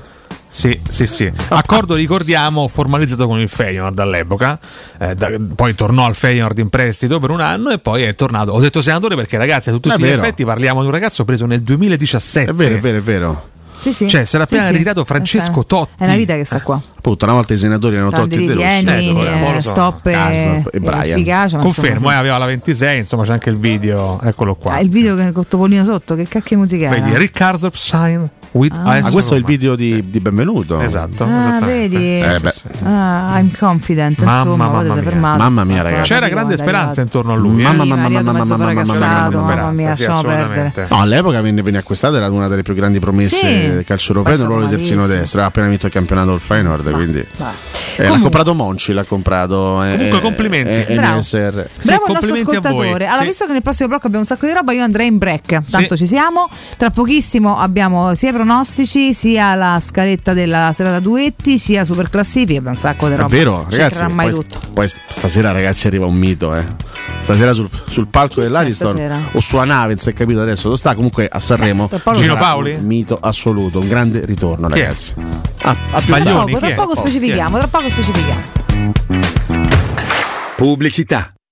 [SPEAKER 9] Sì, sì, sì. Accordo, ricordiamo, formalizzato con il Feyenoord all'epoca. Eh, da- poi tornò al Feyenoord in prestito per un anno e poi è tornato. Ho detto senatore perché ragazzi, a tutti
[SPEAKER 8] È
[SPEAKER 9] gli
[SPEAKER 8] vero.
[SPEAKER 9] effetti parliamo di un ragazzo preso nel 2017. È
[SPEAKER 8] vero, è vero, è vero.
[SPEAKER 7] Sì, sì.
[SPEAKER 9] Cioè, se l'ha appena
[SPEAKER 7] Sì, Esatto. sì.
[SPEAKER 9] ritirato Francesco
[SPEAKER 7] È
[SPEAKER 9] Totti.
[SPEAKER 7] una vita che sta qua.
[SPEAKER 8] Eh. Appunto, una volta i senatori erano
[SPEAKER 7] Tanti
[SPEAKER 8] tolti e
[SPEAKER 7] rivieni,
[SPEAKER 8] delossi.
[SPEAKER 7] eh, stop e-
[SPEAKER 8] Karsdorp e
[SPEAKER 7] e
[SPEAKER 8] Brian.
[SPEAKER 7] efficacia, ma
[SPEAKER 9] Confermo,
[SPEAKER 7] insomma,
[SPEAKER 9] eh, aveva la 26, insomma c'è anche il video, eccolo qua.
[SPEAKER 7] Ah, il video che- con Topolino sotto, che cacchio musica
[SPEAKER 9] Vedi,
[SPEAKER 7] era?
[SPEAKER 9] Rick Karsdorp sign with
[SPEAKER 7] eh. Ah.
[SPEAKER 9] AS
[SPEAKER 8] Ah, questo è il
[SPEAKER 9] Roma.
[SPEAKER 8] video di, di Benvenuto.
[SPEAKER 9] Esatto.
[SPEAKER 7] Ah, vedi?
[SPEAKER 8] Eh, beh.
[SPEAKER 7] Ah, I'm confident,
[SPEAKER 8] Mamma,
[SPEAKER 7] insomma,
[SPEAKER 8] mamma
[SPEAKER 7] potete
[SPEAKER 8] mia.
[SPEAKER 7] fermarlo.
[SPEAKER 8] Mamma mia, ragazzi.
[SPEAKER 9] C'era grande speranza intorno a lui. eh.
[SPEAKER 8] Mamma, mamma, mamma, mamma, mamma, mamma, mamma,
[SPEAKER 7] fracassato, mamma mia,
[SPEAKER 9] sì,
[SPEAKER 7] lasciamo
[SPEAKER 9] assolutamente.
[SPEAKER 7] perdere.
[SPEAKER 8] No, all'epoca venne, venne acquistata, era una delle più grandi promesse
[SPEAKER 7] Sì.
[SPEAKER 8] del calcio europeo, nel
[SPEAKER 7] Passato
[SPEAKER 8] ruolo di terzino
[SPEAKER 7] malissimo.
[SPEAKER 8] destro, ha appena vinto il campionato del Feyenoord, quindi... Eh, l'ha
[SPEAKER 7] Comunque-
[SPEAKER 8] comprato Monci, l'ha comprato... eh,
[SPEAKER 9] Comunque,
[SPEAKER 8] eh,
[SPEAKER 9] complimenti.
[SPEAKER 8] eh,
[SPEAKER 9] Bravo.
[SPEAKER 8] NSR.
[SPEAKER 7] Bravo al nostro ascoltatore. Allora, visto che nel prossimo blocco abbiamo un sacco di roba, io andrei in break. Tanto ci siamo. Tra pochissimo abbiamo sia i pronostici, sia la scaletta della serata duetti, sia super classifiche. Abbiamo un sacco di
[SPEAKER 8] È
[SPEAKER 7] roba.
[SPEAKER 8] vero,
[SPEAKER 7] Non
[SPEAKER 8] ragazzi.
[SPEAKER 7] c'entrerà mai
[SPEAKER 8] poi,
[SPEAKER 7] tutto.
[SPEAKER 8] poi stasera, ragazzi, arriva un mito, eh. Stasera sul, sul palco
[SPEAKER 7] stasera?
[SPEAKER 8] dell'Ariston o sulla nave, non si è capito adesso dove sta. Comunque a Sanremo.
[SPEAKER 7] tra poco
[SPEAKER 8] ci
[SPEAKER 7] Gino
[SPEAKER 8] sarà
[SPEAKER 9] Paoli?
[SPEAKER 8] Un mito assoluto, un grande ritorno,
[SPEAKER 9] Chi è?
[SPEAKER 8] ragazzi. Ah, a più
[SPEAKER 7] Tra
[SPEAKER 8] tardi.
[SPEAKER 7] poco, tra poco specifichiamo, tra poco specifichiamo.
[SPEAKER 13] Pubblicità.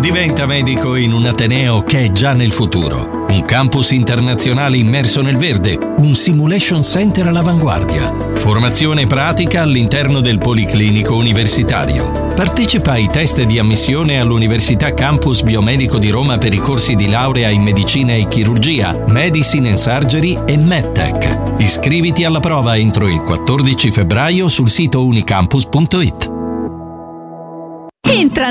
[SPEAKER 30] Diventa medico in un ateneo che è già nel futuro. Un campus internazionale immerso nel verde, un simulation center all'avanguardia. Formazione pratica all'interno del Policlinico Universitario. Partecipa ai test di ammissione all'Università Campus Biomedico di Roma per i corsi di laurea in medicina e chirurgia, medicine and surgery e medtech. Iscriviti alla prova entro il 14 febbraio sul sito unicampus.it.
[SPEAKER 40] Entra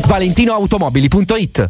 [SPEAKER 18] valentinoautomobili.it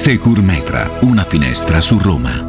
[SPEAKER 32] Secur Metra. Una finestra su Roma.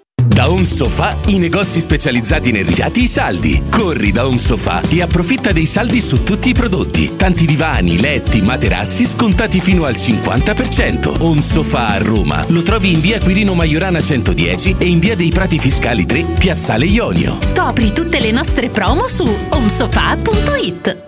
[SPEAKER 32] Da Home Sofà i negozi specializzati nei rifiati i saldi. Corri da Home Sofà e approfitta dei saldi su tutti i prodotti. Tanti divani, letti, materassi scontati fino al 50%. Home Sofà a Roma lo trovi in via Quirino Maiorana 110 e in via dei Prati Fiscali 3, Piazzale Ionio.
[SPEAKER 40] Scopri tutte le nostre promo su omsofa.it.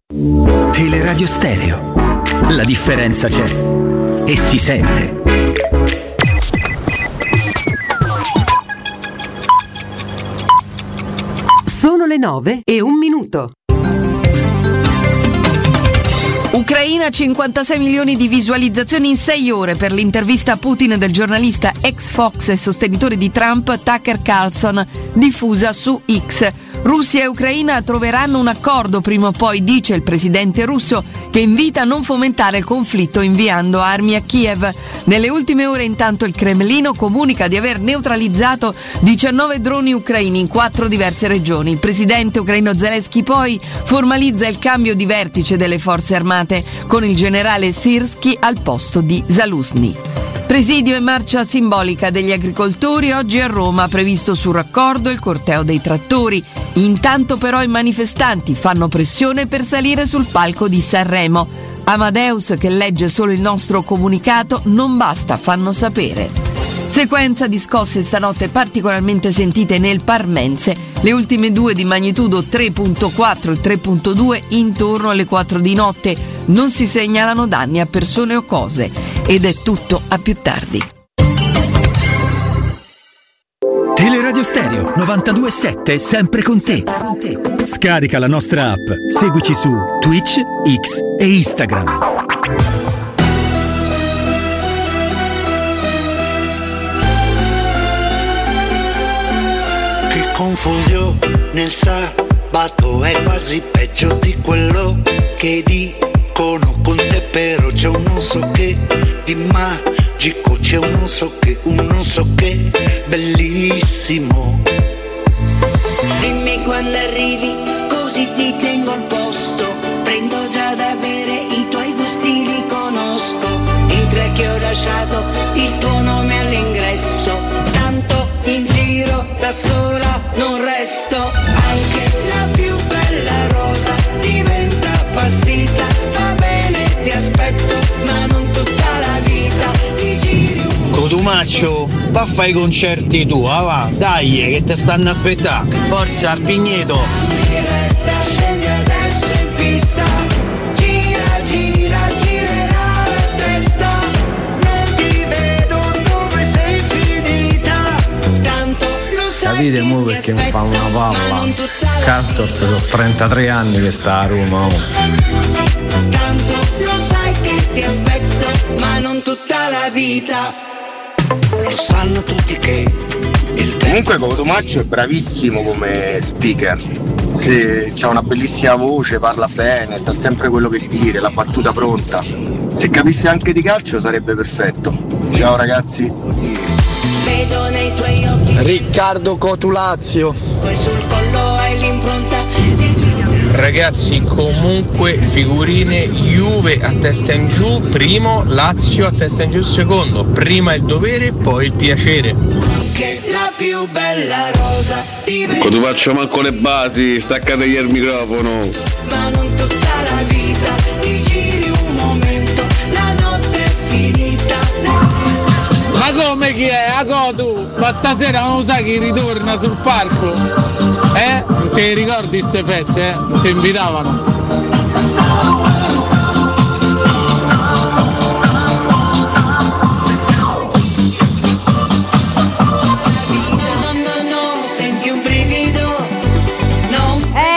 [SPEAKER 4] Teleradio Stereo. La differenza c'è e si sente.
[SPEAKER 41] Sono le 9 e un minuto.
[SPEAKER 31] Ucraina 56 milioni di visualizzazioni in 6 ore per l'intervista a Putin del giornalista ex Fox e sostenitore di Trump Tucker Carlson, diffusa su X. Russia e Ucraina troveranno un accordo prima o poi, dice il presidente russo, che invita a non fomentare il conflitto inviando armi a Kiev. Nelle ultime ore intanto il Cremlino comunica di aver neutralizzato 19 droni ucraini in quattro diverse regioni. Il presidente ucraino Zelensky poi formalizza il cambio di vertice delle forze armate con il generale Sirski al posto di Zalusny. Presidio e marcia simbolica degli agricoltori oggi a Roma, previsto sul raccordo il corteo dei trattori Intanto però i manifestanti fanno pressione per salire sul palco di Sanremo. Amadeus, che legge solo il nostro comunicato, non basta, fanno sapere. Sequenza di scosse stanotte particolarmente sentite nel Parmense, le ultime due di magnitudo 3.4 e 3.2 intorno alle 4 di notte. Non si segnalano danni a persone o cose. Ed è tutto a più tardi.
[SPEAKER 17] Teleradio Stereo 927 sempre con te. Scarica la nostra app, seguici su Twitch, X e Instagram.
[SPEAKER 4] Che confusione il sabato è quasi peggio di quello che dicono con te però c'è un non so che di magico c'è un non so che un non so che bellissimo
[SPEAKER 42] Dimmi quando arrivi, così ti tengo al posto. Prendo già da bere, i tuoi gusti li conosco. Entra che ho lasciato il tuo nome all'ingresso. Tanto in giro da sola non resto. Anche la più bella rosa diventa appassita. Va bene, ti aspetto, ma non tutta la vita. Ti giri un
[SPEAKER 43] Codumaccio, va a fare i concerti tu, ah va, dai, che te stanno a aspettare. Forza, al Pigneto.
[SPEAKER 42] Diretta, scendi adesso in pista, gira, gira, girerà la testa, non ti vedo dove sei finita, tanto lo sai
[SPEAKER 1] Capite mo perché mi fa una palla? Castor sono 33 anni che sta a Roma. oh.
[SPEAKER 42] tanto lo sai che ti aspetto, ma non tutta la vita.
[SPEAKER 4] Lo sanno tutti che
[SPEAKER 23] Comunque Cotumaccio è bravissimo come speaker. Se ha una bellissima voce, parla bene, sa sempre quello che dire, la battuta pronta. Se capisse anche di calcio sarebbe perfetto. Ciao ragazzi.
[SPEAKER 42] Vedo nei tuoi occhi
[SPEAKER 43] Riccardo Cotulazio.
[SPEAKER 42] poi sul collo hai l'impronta del
[SPEAKER 44] Ragazzi, comunque figurine Juve a testa in giù, primo, Lazio a testa in giù, secondo, prima il dovere, poi il piacere.
[SPEAKER 42] che la più bella rosa diventa
[SPEAKER 45] tu faccio manco le basi, staccategli il microfono.
[SPEAKER 42] ma non tutta la vita. Ti giri un momento, la notte è finita.
[SPEAKER 22] Ma come chi è? A Gotu! Ma stasera non lo sai chi ritorna sul palco? Eh? Non ti ricordi se feste, eh? Non ti
[SPEAKER 9] Eh,
[SPEAKER 22] invitavano.
[SPEAKER 42] No, no, no, senti un brivido.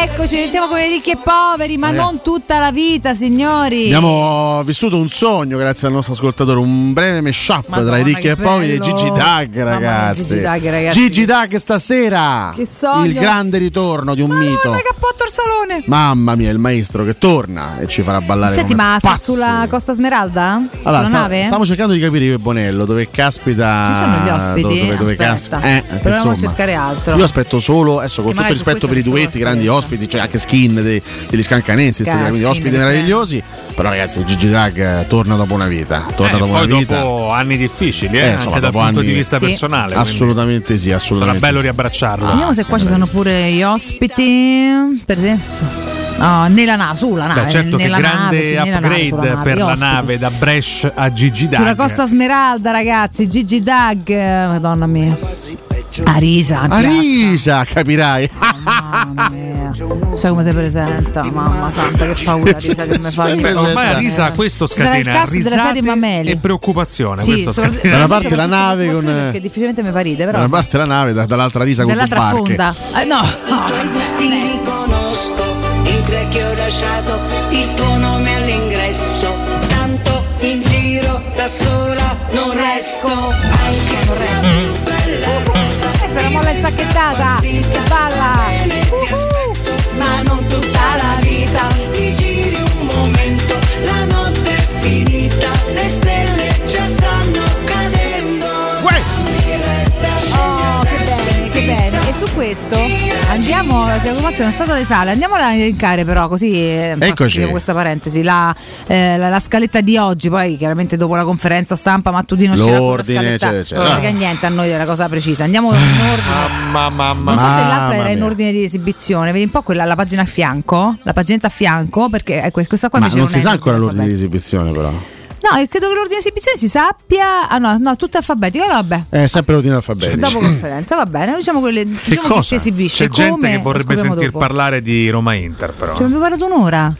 [SPEAKER 7] Eccoci, diventiamo come ricchi e poveri, ma
[SPEAKER 8] Eh.
[SPEAKER 7] non tutta la vita, signori.
[SPEAKER 8] Abbiamo vissuto un sogno grazie al nostro ascoltatore, un breve mashup tra
[SPEAKER 7] Madonna,
[SPEAKER 8] i ricchi
[SPEAKER 7] che
[SPEAKER 8] e poveri e
[SPEAKER 7] bello.
[SPEAKER 8] Gigi Dag,
[SPEAKER 7] Mamma mia,
[SPEAKER 8] ragazzi.
[SPEAKER 7] Gigi Dag, ragazzi.
[SPEAKER 8] Gigi Dag stasera.
[SPEAKER 7] Che sogno.
[SPEAKER 8] Il grande ritorno di un mito.
[SPEAKER 7] Cappotto al salone.
[SPEAKER 8] Mamma mia, il maestro che torna e ci farà ballare
[SPEAKER 7] Senti,
[SPEAKER 8] come
[SPEAKER 7] ma sta
[SPEAKER 8] pazzi.
[SPEAKER 7] sulla Costa Smeralda?
[SPEAKER 8] Allora,
[SPEAKER 7] sulla
[SPEAKER 8] sta-
[SPEAKER 7] nave?
[SPEAKER 8] stavo cercando di capire io e Bonello dove caspita.
[SPEAKER 7] Ci
[SPEAKER 9] Ah,
[SPEAKER 7] sono gli ospiti?
[SPEAKER 8] Dove, dove
[SPEAKER 7] Aspetta.
[SPEAKER 8] caspita. Eh,
[SPEAKER 7] Proviamo a
[SPEAKER 8] insomma.
[SPEAKER 7] cercare altro.
[SPEAKER 8] Io aspetto solo, adesso con
[SPEAKER 7] Che
[SPEAKER 8] tutto
[SPEAKER 7] magari
[SPEAKER 8] il
[SPEAKER 7] su
[SPEAKER 8] rispetto per i
[SPEAKER 7] questo
[SPEAKER 8] duetti, grandi ospiti, c'è anche skin dei- degli scancanensi,
[SPEAKER 7] Skin,
[SPEAKER 8] stasera, quindi
[SPEAKER 7] Esatto, Skin,
[SPEAKER 8] ospiti
[SPEAKER 7] che
[SPEAKER 8] meravigliosi. Però ragazzi, Gigi Drag eh, torna dopo una vita. Torna
[SPEAKER 9] Eh,
[SPEAKER 8] dopo una
[SPEAKER 9] poi
[SPEAKER 8] vita.
[SPEAKER 9] dopo anni difficili, eh,
[SPEAKER 8] Eh,
[SPEAKER 9] anche dal
[SPEAKER 8] dopo
[SPEAKER 9] punto
[SPEAKER 8] anni-
[SPEAKER 9] di vista personale. quindi
[SPEAKER 8] Assolutamente sì,
[SPEAKER 9] Sarà
[SPEAKER 8] assolutamente.
[SPEAKER 9] bello
[SPEAKER 8] sì.
[SPEAKER 9] riabbracciarlo.
[SPEAKER 7] Vediamo se qua ci sono pure gli ospiti. Per esempio. Ah, nella nave, sulla nave.
[SPEAKER 9] Beh, certo che
[SPEAKER 7] nella nave,
[SPEAKER 9] grande
[SPEAKER 7] sì, nella nave,
[SPEAKER 9] upgrade
[SPEAKER 7] sulla nave,
[SPEAKER 9] per
[SPEAKER 7] gli
[SPEAKER 9] la
[SPEAKER 7] ospiti.
[SPEAKER 9] nave da Brescia a Gigi Dag.
[SPEAKER 7] Sulla Costa Smeralda, ragazzi, Gigi Dag, eh, madonna mia. Arisa,
[SPEAKER 8] Arisa, capirai.
[SPEAKER 7] Sai come si presenta? Mamma santa, che paura Arisa che mi fa.
[SPEAKER 9] Beh, ormai a risa
[SPEAKER 7] Eh.
[SPEAKER 9] questo
[SPEAKER 7] Ci sarà il
[SPEAKER 9] scatena
[SPEAKER 7] cast della serie
[SPEAKER 9] risate
[SPEAKER 7] Mameli.
[SPEAKER 9] e preoccupazione
[SPEAKER 7] Sì,
[SPEAKER 9] questo
[SPEAKER 7] soprattutto-
[SPEAKER 9] scatena.
[SPEAKER 8] Da una parte la nave con.
[SPEAKER 7] Che difficilmente mi parite,
[SPEAKER 8] Da
[SPEAKER 7] però.
[SPEAKER 8] una parte la nave, da- dall'altra risa con
[SPEAKER 7] Dall'altra
[SPEAKER 8] barche.
[SPEAKER 7] fonda. Eh, no.
[SPEAKER 42] I tuoi gusti li conosco, entra che ho lasciato il tuo nome all'ingresso, tanto in giro da sola non resto, anche non resto.
[SPEAKER 7] Questa è la molla insacchettata. Che balla.
[SPEAKER 42] Ma non tutta la vita, ti giri un momento, la notte è finita, le stelle già stanno cadendo.
[SPEAKER 7] Oh, che bene, che bene. E su questo questo, andiamo. Mazza è una statua di sale, andiamola a elencare, però, così eh,
[SPEAKER 8] Eccoci.
[SPEAKER 7] chiudiamo questa parentesi. La, eh, la- la scaletta di oggi, poi chiaramente dopo la conferenza stampa mattutino c'è la pure
[SPEAKER 8] L'ordine,
[SPEAKER 7] scaletta.
[SPEAKER 8] eccetera, eccetera. Ah.
[SPEAKER 7] Non frega niente a noi della cosa precisa. Andiamo in ordine.
[SPEAKER 9] Mamma,
[SPEAKER 8] Ah,
[SPEAKER 9] mamma.
[SPEAKER 7] Non so se l'altra
[SPEAKER 9] Mamma
[SPEAKER 7] era in
[SPEAKER 9] mia.
[SPEAKER 7] ordine di esibizione, vedi un po' quella la pagina a fianco, la paginetta a fianco, perché eh, que- questa qua
[SPEAKER 8] Ma
[SPEAKER 7] invece
[SPEAKER 8] non si
[SPEAKER 7] è
[SPEAKER 8] sa
[SPEAKER 7] in-
[SPEAKER 8] ancora l'ordine di esibizione, però.
[SPEAKER 7] No, eh, credo che l'ordine di esibizione si sappia. Ah no, no, tutto alfabetico, allora vabbè.
[SPEAKER 8] È sempre l'ordine alfabetico.
[SPEAKER 7] Dopo conferenza, va bene, diciamo quelle diciamo chi si esibisce.
[SPEAKER 9] Mm. C'è gente
[SPEAKER 7] come,
[SPEAKER 9] che
[SPEAKER 7] lo
[SPEAKER 9] vorrebbe
[SPEAKER 7] scopriamo
[SPEAKER 9] sentir
[SPEAKER 7] dopo. Cioè,
[SPEAKER 9] parlare di Roma Inter, però.
[SPEAKER 7] Ci abbiamo preparato un'ora.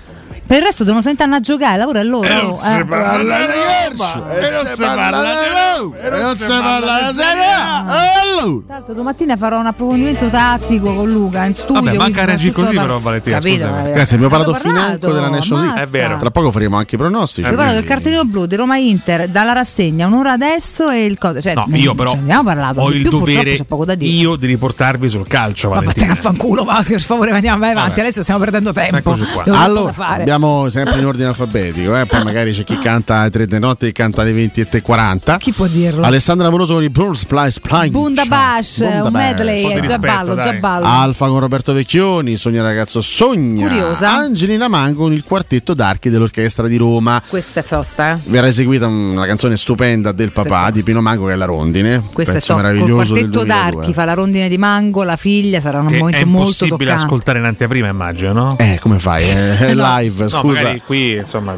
[SPEAKER 7] Per il resto devono sentarne a giocare, lavora loro.
[SPEAKER 9] Eh, non
[SPEAKER 7] oh,
[SPEAKER 9] si
[SPEAKER 7] eh.
[SPEAKER 9] parla di calcio,
[SPEAKER 8] E non si parla di Roma, e non si parla di Serie A. Allora.
[SPEAKER 7] Tanto domattina farò un approfondimento tattico con Luca in studio. quindi
[SPEAKER 9] Vabbè, manca
[SPEAKER 7] farò
[SPEAKER 9] reagì
[SPEAKER 7] tutta la
[SPEAKER 9] così,
[SPEAKER 7] par-
[SPEAKER 9] però, Valentina.
[SPEAKER 7] Capito,
[SPEAKER 9] scusami.
[SPEAKER 7] vabbè.
[SPEAKER 8] Ragazzi, abbiamo parlato
[SPEAKER 7] Abbiamo
[SPEAKER 8] financo
[SPEAKER 7] parlato,
[SPEAKER 8] della National League.
[SPEAKER 7] ammazza. È vero.
[SPEAKER 8] Tra poco faremo anche i pronostici.
[SPEAKER 7] Io parlo del
[SPEAKER 8] quindi-
[SPEAKER 7] cartellino blu di Roma Inter, dalla rassegna, un'ora adesso e il cosa. Cioè,
[SPEAKER 9] No,
[SPEAKER 7] non-
[SPEAKER 9] io però
[SPEAKER 7] ci abbiamo parlato.
[SPEAKER 9] ho
[SPEAKER 7] di
[SPEAKER 9] il
[SPEAKER 7] più,
[SPEAKER 9] dovere
[SPEAKER 7] purtroppo c'è poco da dire.
[SPEAKER 9] io di riportarvi sul calcio,
[SPEAKER 7] Ma vattene
[SPEAKER 9] Valentina.
[SPEAKER 7] a fanculo, ma per favore, andiamo vai avanti.
[SPEAKER 9] Vabbè.
[SPEAKER 7] Adesso stiamo perdendo tempo.
[SPEAKER 9] Eccoci qua.
[SPEAKER 7] Devo da
[SPEAKER 8] Allora,
[SPEAKER 7] boh. fare.
[SPEAKER 8] abbiamo sempre in ordine alfabetico, eh? poi magari c'è chi canta alle 3 di notte, chi canta alle 20 e 40. Chi
[SPEAKER 7] può dirlo?
[SPEAKER 8] Alessandra Amoroso con i Burn Splice Plank.
[SPEAKER 7] Bundabash, un medley,
[SPEAKER 8] Un po' di
[SPEAKER 7] già
[SPEAKER 8] rispetto,
[SPEAKER 7] ballo, già
[SPEAKER 8] dai.
[SPEAKER 7] ballo.
[SPEAKER 8] Alfa con Roberto Vecchioni, Sogna ragazzo Sogna.
[SPEAKER 7] Curiosa.
[SPEAKER 8] Angelina Mango con il quartetto d'archi dell'Orchestra di Roma.
[SPEAKER 7] Questa è tosta, eh.
[SPEAKER 8] Verrà eseguita una canzone stupenda del papà di Pino Mango che è La Rondine.
[SPEAKER 7] Questa
[SPEAKER 8] Pezzo
[SPEAKER 7] è top. Col
[SPEAKER 8] meraviglioso del eh.
[SPEAKER 7] quartetto
[SPEAKER 8] 2002.
[SPEAKER 7] d'archi fa la rondine di mango, la figlia, sarà un
[SPEAKER 9] Che
[SPEAKER 7] momento
[SPEAKER 9] è
[SPEAKER 7] molto
[SPEAKER 9] impossibile
[SPEAKER 7] toccante.
[SPEAKER 9] ascoltare in anteprima, immagino, no?
[SPEAKER 8] Eh, come fai? È
[SPEAKER 9] No.
[SPEAKER 8] live,
[SPEAKER 9] No,
[SPEAKER 8] scusa.
[SPEAKER 9] magari qui, insomma.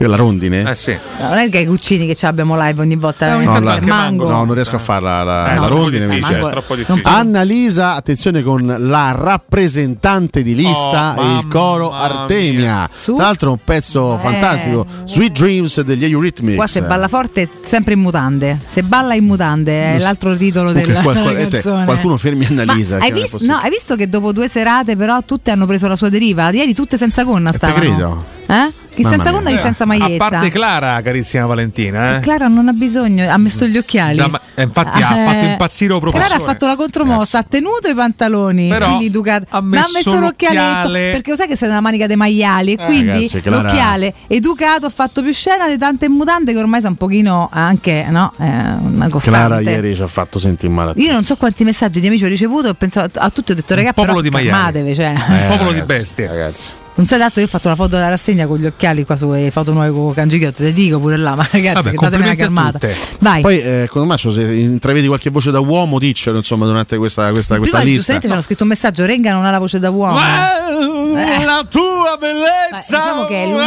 [SPEAKER 8] Che è La Rondine?
[SPEAKER 9] Eh sì.
[SPEAKER 7] No, Non è che i cuccini che ci abbiamo live ogni volta. eh,
[SPEAKER 8] No,
[SPEAKER 7] perché
[SPEAKER 8] la-
[SPEAKER 7] mango.
[SPEAKER 8] no, non riesco a farla la,
[SPEAKER 9] Eh,
[SPEAKER 8] la
[SPEAKER 9] troppo
[SPEAKER 8] rondine. mi
[SPEAKER 9] difficile,
[SPEAKER 8] dispiace.
[SPEAKER 9] troppo difficile.
[SPEAKER 8] Annalisa, attenzione con la rappresentante di lista,
[SPEAKER 9] Oh,
[SPEAKER 8] il coro Artemia. Tra l'altro, un pezzo fantastico, Sweet Dreams degli Eurythmics.
[SPEAKER 7] Eh. Qua se balla forte è sempre in mutande. Se balla in mutande è
[SPEAKER 8] Non so.
[SPEAKER 7] l'altro titolo
[SPEAKER 8] Comunque,
[SPEAKER 7] della,
[SPEAKER 8] qualcuno,
[SPEAKER 7] della
[SPEAKER 8] eh, te,
[SPEAKER 7] canzone.
[SPEAKER 8] qualcuno fermi Annalisa.
[SPEAKER 7] Hai,
[SPEAKER 8] che non è
[SPEAKER 7] vis-
[SPEAKER 8] possibile.
[SPEAKER 7] no, hai visto che dopo due serate però tutte hanno preso la sua deriva? Ieri tutte senza gonna
[SPEAKER 8] Te
[SPEAKER 7] stavano.
[SPEAKER 8] credo.
[SPEAKER 7] Eh? Chi
[SPEAKER 9] Mamma
[SPEAKER 7] senza
[SPEAKER 9] mia.
[SPEAKER 7] gonna chi senza
[SPEAKER 9] A
[SPEAKER 7] maglietta.
[SPEAKER 9] parte Clara, carissima Valentina, eh.
[SPEAKER 7] Clara non ha bisogno, ha messo gli occhiali.
[SPEAKER 9] Da ma- eh, infatti ha
[SPEAKER 7] Eh,
[SPEAKER 9] fatto impazzire lo professore.
[SPEAKER 7] Clara ha fatto la contromossa, ha tenuto i pantaloni,
[SPEAKER 9] Però
[SPEAKER 7] quindi Ducati-
[SPEAKER 9] ha
[SPEAKER 7] ma ha
[SPEAKER 9] messo
[SPEAKER 7] messo l'occhialetto
[SPEAKER 9] l'occhiale. Eh,
[SPEAKER 7] perché lo sai che sei una manica dei maiali e quindi
[SPEAKER 8] ragazzi, Clara-
[SPEAKER 7] l'occhiale educato ha fatto più scena di tante mutande che ormai sono un pochino anche no, eh, una costante.
[SPEAKER 8] Clara ieri ci ha fatto sentire male. a tutti.
[SPEAKER 7] Io non so quanti messaggi di amici ho ricevuto, ho pensato a tutti ho detto raga, però
[SPEAKER 8] popolo di maiali."
[SPEAKER 7] calmatevi, cioè.
[SPEAKER 8] Eh, ragazzi,
[SPEAKER 9] bestie.
[SPEAKER 8] Ragazzi.
[SPEAKER 7] Non sai tanto che io ho fatto una foto della rassegna con gli occhiali qua sulle foto nuove con Cangichiotto, te dico pure là, ma ragazzi, che datemi una calmata. Vai.
[SPEAKER 8] Poi, eh, con Macio, se intravedi qualche voce da uomo, diccelo insomma, durante questa, questa,
[SPEAKER 7] Prima,
[SPEAKER 8] questa lista.
[SPEAKER 7] giustamente ci hanno scritto un messaggio: Renga non ha la voce da uomo.
[SPEAKER 1] Ah!
[SPEAKER 7] Eh.
[SPEAKER 8] La tua bellezza!
[SPEAKER 7] diciamo che è l'uni-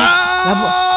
[SPEAKER 7] la vo-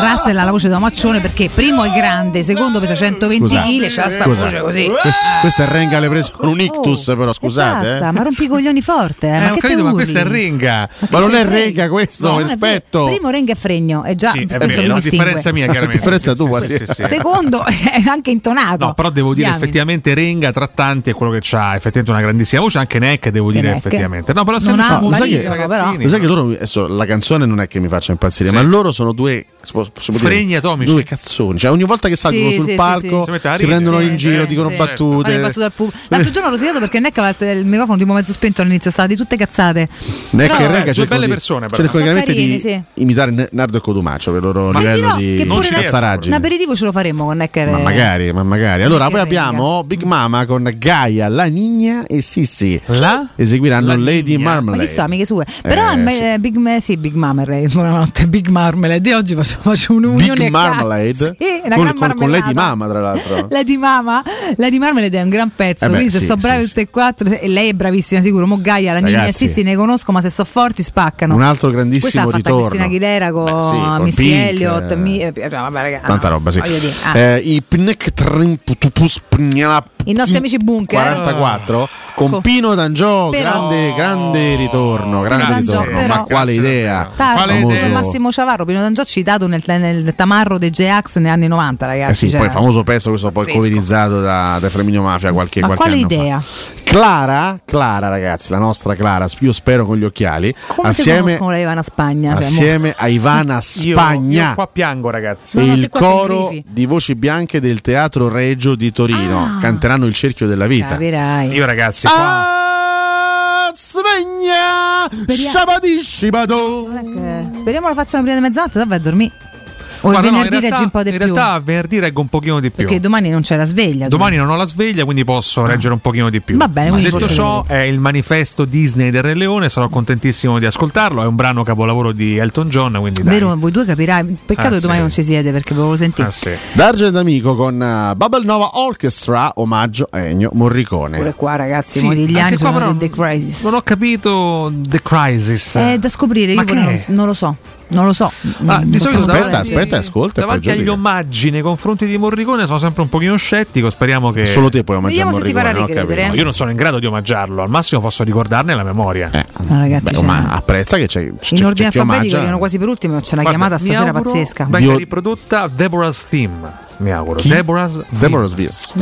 [SPEAKER 7] Russell ha la voce da maccione perché primo è grande, secondo pesa 120
[SPEAKER 8] Scusa,
[SPEAKER 7] kg, c'ha sta
[SPEAKER 8] scusa.
[SPEAKER 7] voce così. Eh, Oh,
[SPEAKER 8] Quest- questa è Renga le preso con un ictus, però scusate.
[SPEAKER 7] Basta,
[SPEAKER 8] eh.
[SPEAKER 7] ma rompi i coglioni forte. eh,
[SPEAKER 9] Eh,
[SPEAKER 7] ma
[SPEAKER 9] ho
[SPEAKER 7] che
[SPEAKER 9] capito,
[SPEAKER 7] te
[SPEAKER 9] ma
[SPEAKER 7] urli?
[SPEAKER 9] questa è Renga.
[SPEAKER 8] Ma non è Renga
[SPEAKER 7] No,
[SPEAKER 8] questo,
[SPEAKER 7] non è
[SPEAKER 8] rispetto.
[SPEAKER 7] vero. Primo Renga è fregno, è già
[SPEAKER 9] Sì,
[SPEAKER 7] questo
[SPEAKER 9] è vero,
[SPEAKER 7] lo
[SPEAKER 9] a
[SPEAKER 7] distingue.
[SPEAKER 9] differenza mia, chiaramente.
[SPEAKER 8] A differenza tua,
[SPEAKER 9] sì,
[SPEAKER 8] sì.
[SPEAKER 9] sì, sì.
[SPEAKER 7] Secondo è anche intonato.
[SPEAKER 9] No, però devo dire
[SPEAKER 7] Ah, Diamine.
[SPEAKER 9] effettivamente Renga tra tanti è quello che ha effettivamente una grandissima voce, anche Neck devo dire
[SPEAKER 7] Neck.
[SPEAKER 9] effettivamente. No, però
[SPEAKER 7] Non
[SPEAKER 9] se
[SPEAKER 7] ha
[SPEAKER 9] sono
[SPEAKER 7] un
[SPEAKER 8] Lo sai,
[SPEAKER 9] tutti
[SPEAKER 8] che,
[SPEAKER 9] ragazzini.
[SPEAKER 8] lo sai che loro adesso, la canzone non è che mi faccia impazzire, ma loro sono due si può- si può dire,
[SPEAKER 9] Fregni atomici.
[SPEAKER 8] Due cazzoni. Cioè, ogni volta che salgono
[SPEAKER 7] Sì,
[SPEAKER 8] sul
[SPEAKER 7] sì, sì,
[SPEAKER 8] palco
[SPEAKER 7] sì. Si mette a
[SPEAKER 8] si
[SPEAKER 9] ridere.
[SPEAKER 8] prendono
[SPEAKER 9] Sì,
[SPEAKER 8] in giro,
[SPEAKER 9] sì,
[SPEAKER 8] dicono
[SPEAKER 9] sì.
[SPEAKER 7] Ma
[SPEAKER 8] battute.
[SPEAKER 7] è passato dal pub- L'altro giorno l'ho segnato perché Neck aveva il microfono tipo mezzo spento all'inizio, stava di tutte cazzate.
[SPEAKER 8] Neck
[SPEAKER 7] Però-
[SPEAKER 8] e Renga
[SPEAKER 9] eh, due
[SPEAKER 8] cercano
[SPEAKER 9] belle
[SPEAKER 8] di-
[SPEAKER 9] persone, però.
[SPEAKER 8] cercano
[SPEAKER 7] Sono
[SPEAKER 8] veramente
[SPEAKER 7] carini,
[SPEAKER 8] di
[SPEAKER 7] sì.
[SPEAKER 8] imitare N- Nardo e Cotumaccio per il loro
[SPEAKER 7] Ma
[SPEAKER 8] livello
[SPEAKER 7] dirò
[SPEAKER 8] di
[SPEAKER 7] che pure una-
[SPEAKER 8] cazzaraggine.
[SPEAKER 7] un aperitivo ce lo faremmo con Neck e
[SPEAKER 8] Ma magari, ma magari. Allora, poi abbiamo Big Mama con Gaia, La Nigna e Sissi.
[SPEAKER 9] La?
[SPEAKER 8] Eseguiranno Lady
[SPEAKER 7] eh. Ma
[SPEAKER 8] Marmalade.
[SPEAKER 7] chi sa, mica sue. Però
[SPEAKER 8] Eh,
[SPEAKER 7] me-
[SPEAKER 8] sì.
[SPEAKER 7] eh, Big, Ma- sì, Big Marmalade, buonanotte, Big Marmalade. E oggi faccio, faccio un'unione
[SPEAKER 8] Big
[SPEAKER 7] a caso.
[SPEAKER 8] Marmalade
[SPEAKER 7] Sì, una
[SPEAKER 8] con,
[SPEAKER 7] gran
[SPEAKER 8] con- con Lady
[SPEAKER 7] marmellata.
[SPEAKER 8] Mama, tra l'altro.
[SPEAKER 7] La di Mama, la di Marmalade è un gran pezzo,
[SPEAKER 8] Eh beh,
[SPEAKER 7] quindi se
[SPEAKER 8] sì,
[SPEAKER 7] so
[SPEAKER 8] sì,
[SPEAKER 7] bravi tutte e quattro, e lei è bravissima sicuro, Mo Gaia, la Nina e
[SPEAKER 8] Ragazzi.
[SPEAKER 7] Sissi ne conosco, ma se so forti spaccano.
[SPEAKER 8] Un altro
[SPEAKER 7] Questa
[SPEAKER 8] grandissimo
[SPEAKER 7] l'ha fatta
[SPEAKER 8] ritorno.
[SPEAKER 7] Cristina Aguilera con,
[SPEAKER 8] Beh, sì, con
[SPEAKER 7] Missy
[SPEAKER 8] Pink,
[SPEAKER 7] Elliott,
[SPEAKER 8] eh.
[SPEAKER 7] mi- eh, cioè, vabbè, raga,
[SPEAKER 8] Tanta
[SPEAKER 7] no,
[SPEAKER 8] roba, sì.
[SPEAKER 7] voglio dire, ah.
[SPEAKER 8] Eh, I Pnec Trimputupus
[SPEAKER 7] I nostri amici bunker.
[SPEAKER 8] 44 con
[SPEAKER 7] Co-
[SPEAKER 8] Pino D'Angio,
[SPEAKER 7] Però-
[SPEAKER 8] grande, grande ritorno, grande
[SPEAKER 7] D'Angio,
[SPEAKER 8] ritorno,
[SPEAKER 7] però-
[SPEAKER 8] ma quale idea?
[SPEAKER 7] Tardo,
[SPEAKER 8] Famoso-
[SPEAKER 7] come Massimo Ciavarro, Pino D'Angio citato nel, nel tamarro dei J-Ax negli anni 90, ragazzi.
[SPEAKER 8] Eh sì,
[SPEAKER 7] cioè.
[SPEAKER 8] poi il famoso pezzo questo poi
[SPEAKER 7] Pazzesco.
[SPEAKER 8] coverizzato da, da Flaminio Mafia qualche,
[SPEAKER 7] Ma
[SPEAKER 8] qualche
[SPEAKER 7] quale
[SPEAKER 8] anno fa.
[SPEAKER 7] idea?
[SPEAKER 8] Clara, Clara ragazzi, la nostra Clara, io spero con gli occhiali,
[SPEAKER 7] Come si
[SPEAKER 8] assieme,
[SPEAKER 7] conoscono la Ivana Spagna? Cioè,
[SPEAKER 8] assieme a Ivana
[SPEAKER 9] Io-
[SPEAKER 8] Spagna.
[SPEAKER 9] io qua piango, ragazzi.
[SPEAKER 8] il coro di voci bianche del Teatro Reggio di Torino canteranno il cerchio della vita.
[SPEAKER 7] Ah. Capirai.
[SPEAKER 9] Io ragazzi
[SPEAKER 8] Ah, sveglia!
[SPEAKER 7] Speriamo-
[SPEAKER 8] Shabadishibado!
[SPEAKER 7] mo- eh, speriamo la facciano prima di mezzanotte, vabbè, a dormire. O il
[SPEAKER 9] Guarda, no, in
[SPEAKER 7] venerdì
[SPEAKER 9] realtà-
[SPEAKER 7] leggi un po' di
[SPEAKER 9] In
[SPEAKER 7] più.
[SPEAKER 9] realtà venerdì reggo un pochino di più.
[SPEAKER 7] Perché domani non c'è la sveglia.
[SPEAKER 9] Domani non ho la sveglia, quindi posso reggere un pochino di più.
[SPEAKER 7] Va bene, quindi
[SPEAKER 9] Detto
[SPEAKER 7] forse
[SPEAKER 9] ciò, è il manifesto Disney del Re Leone, sarò contentissimo di ascoltarlo. È un brano capolavoro di Elton John, quindi dai.
[SPEAKER 7] Vero, voi due capirai. Peccato
[SPEAKER 9] Ah,
[SPEAKER 7] che
[SPEAKER 9] sì. Ah,
[SPEAKER 7] domani non ci siete perché volevo sentire.
[SPEAKER 8] Dargen Amico con eh, Bubble Nova Orchestra, omaggio a Ennio Morricone.
[SPEAKER 7] Pure qua, ragazzi,
[SPEAKER 9] Sì,
[SPEAKER 7] mo degli
[SPEAKER 9] anche
[SPEAKER 7] anni
[SPEAKER 9] qua
[SPEAKER 7] sono
[SPEAKER 9] però
[SPEAKER 7] di The Crisis.
[SPEAKER 9] Non ho capito The Crisis.
[SPEAKER 7] È da scoprire,
[SPEAKER 9] Ma
[SPEAKER 7] io
[SPEAKER 9] che
[SPEAKER 7] non lo,
[SPEAKER 9] è?
[SPEAKER 7] non lo so. Non lo so.
[SPEAKER 9] Ah,
[SPEAKER 7] Mm,
[SPEAKER 9] di
[SPEAKER 7] possiamo
[SPEAKER 9] solito davanti-
[SPEAKER 7] parlare.
[SPEAKER 8] ascolta e poi
[SPEAKER 9] Davanti
[SPEAKER 8] giudica.
[SPEAKER 9] agli omaggi nei confronti di Morricone sono sempre un pochino scettico. Speriamo che.
[SPEAKER 8] Solo te puoi omaggiare
[SPEAKER 7] Vediamo se ti farà
[SPEAKER 9] Morricone, ho
[SPEAKER 7] ricredere. eh.
[SPEAKER 9] capito. Io non sono in grado di omaggiarlo, al massimo posso ricordarne la memoria.
[SPEAKER 7] No, ragazzi, c'è-
[SPEAKER 8] Eh. ma apprezza che c'è. c'è
[SPEAKER 7] in ordine
[SPEAKER 8] c'è chi
[SPEAKER 7] alfabetico
[SPEAKER 8] omaggia.
[SPEAKER 7] erano quasi per ultimo, ma c'è una
[SPEAKER 9] Guarda,
[SPEAKER 7] chiamata
[SPEAKER 9] mi
[SPEAKER 7] stasera
[SPEAKER 9] auguro
[SPEAKER 7] pazzesca.
[SPEAKER 9] Venga riprodotta Deborah's Theme. Mi auguro. Deborah's
[SPEAKER 8] Deborah's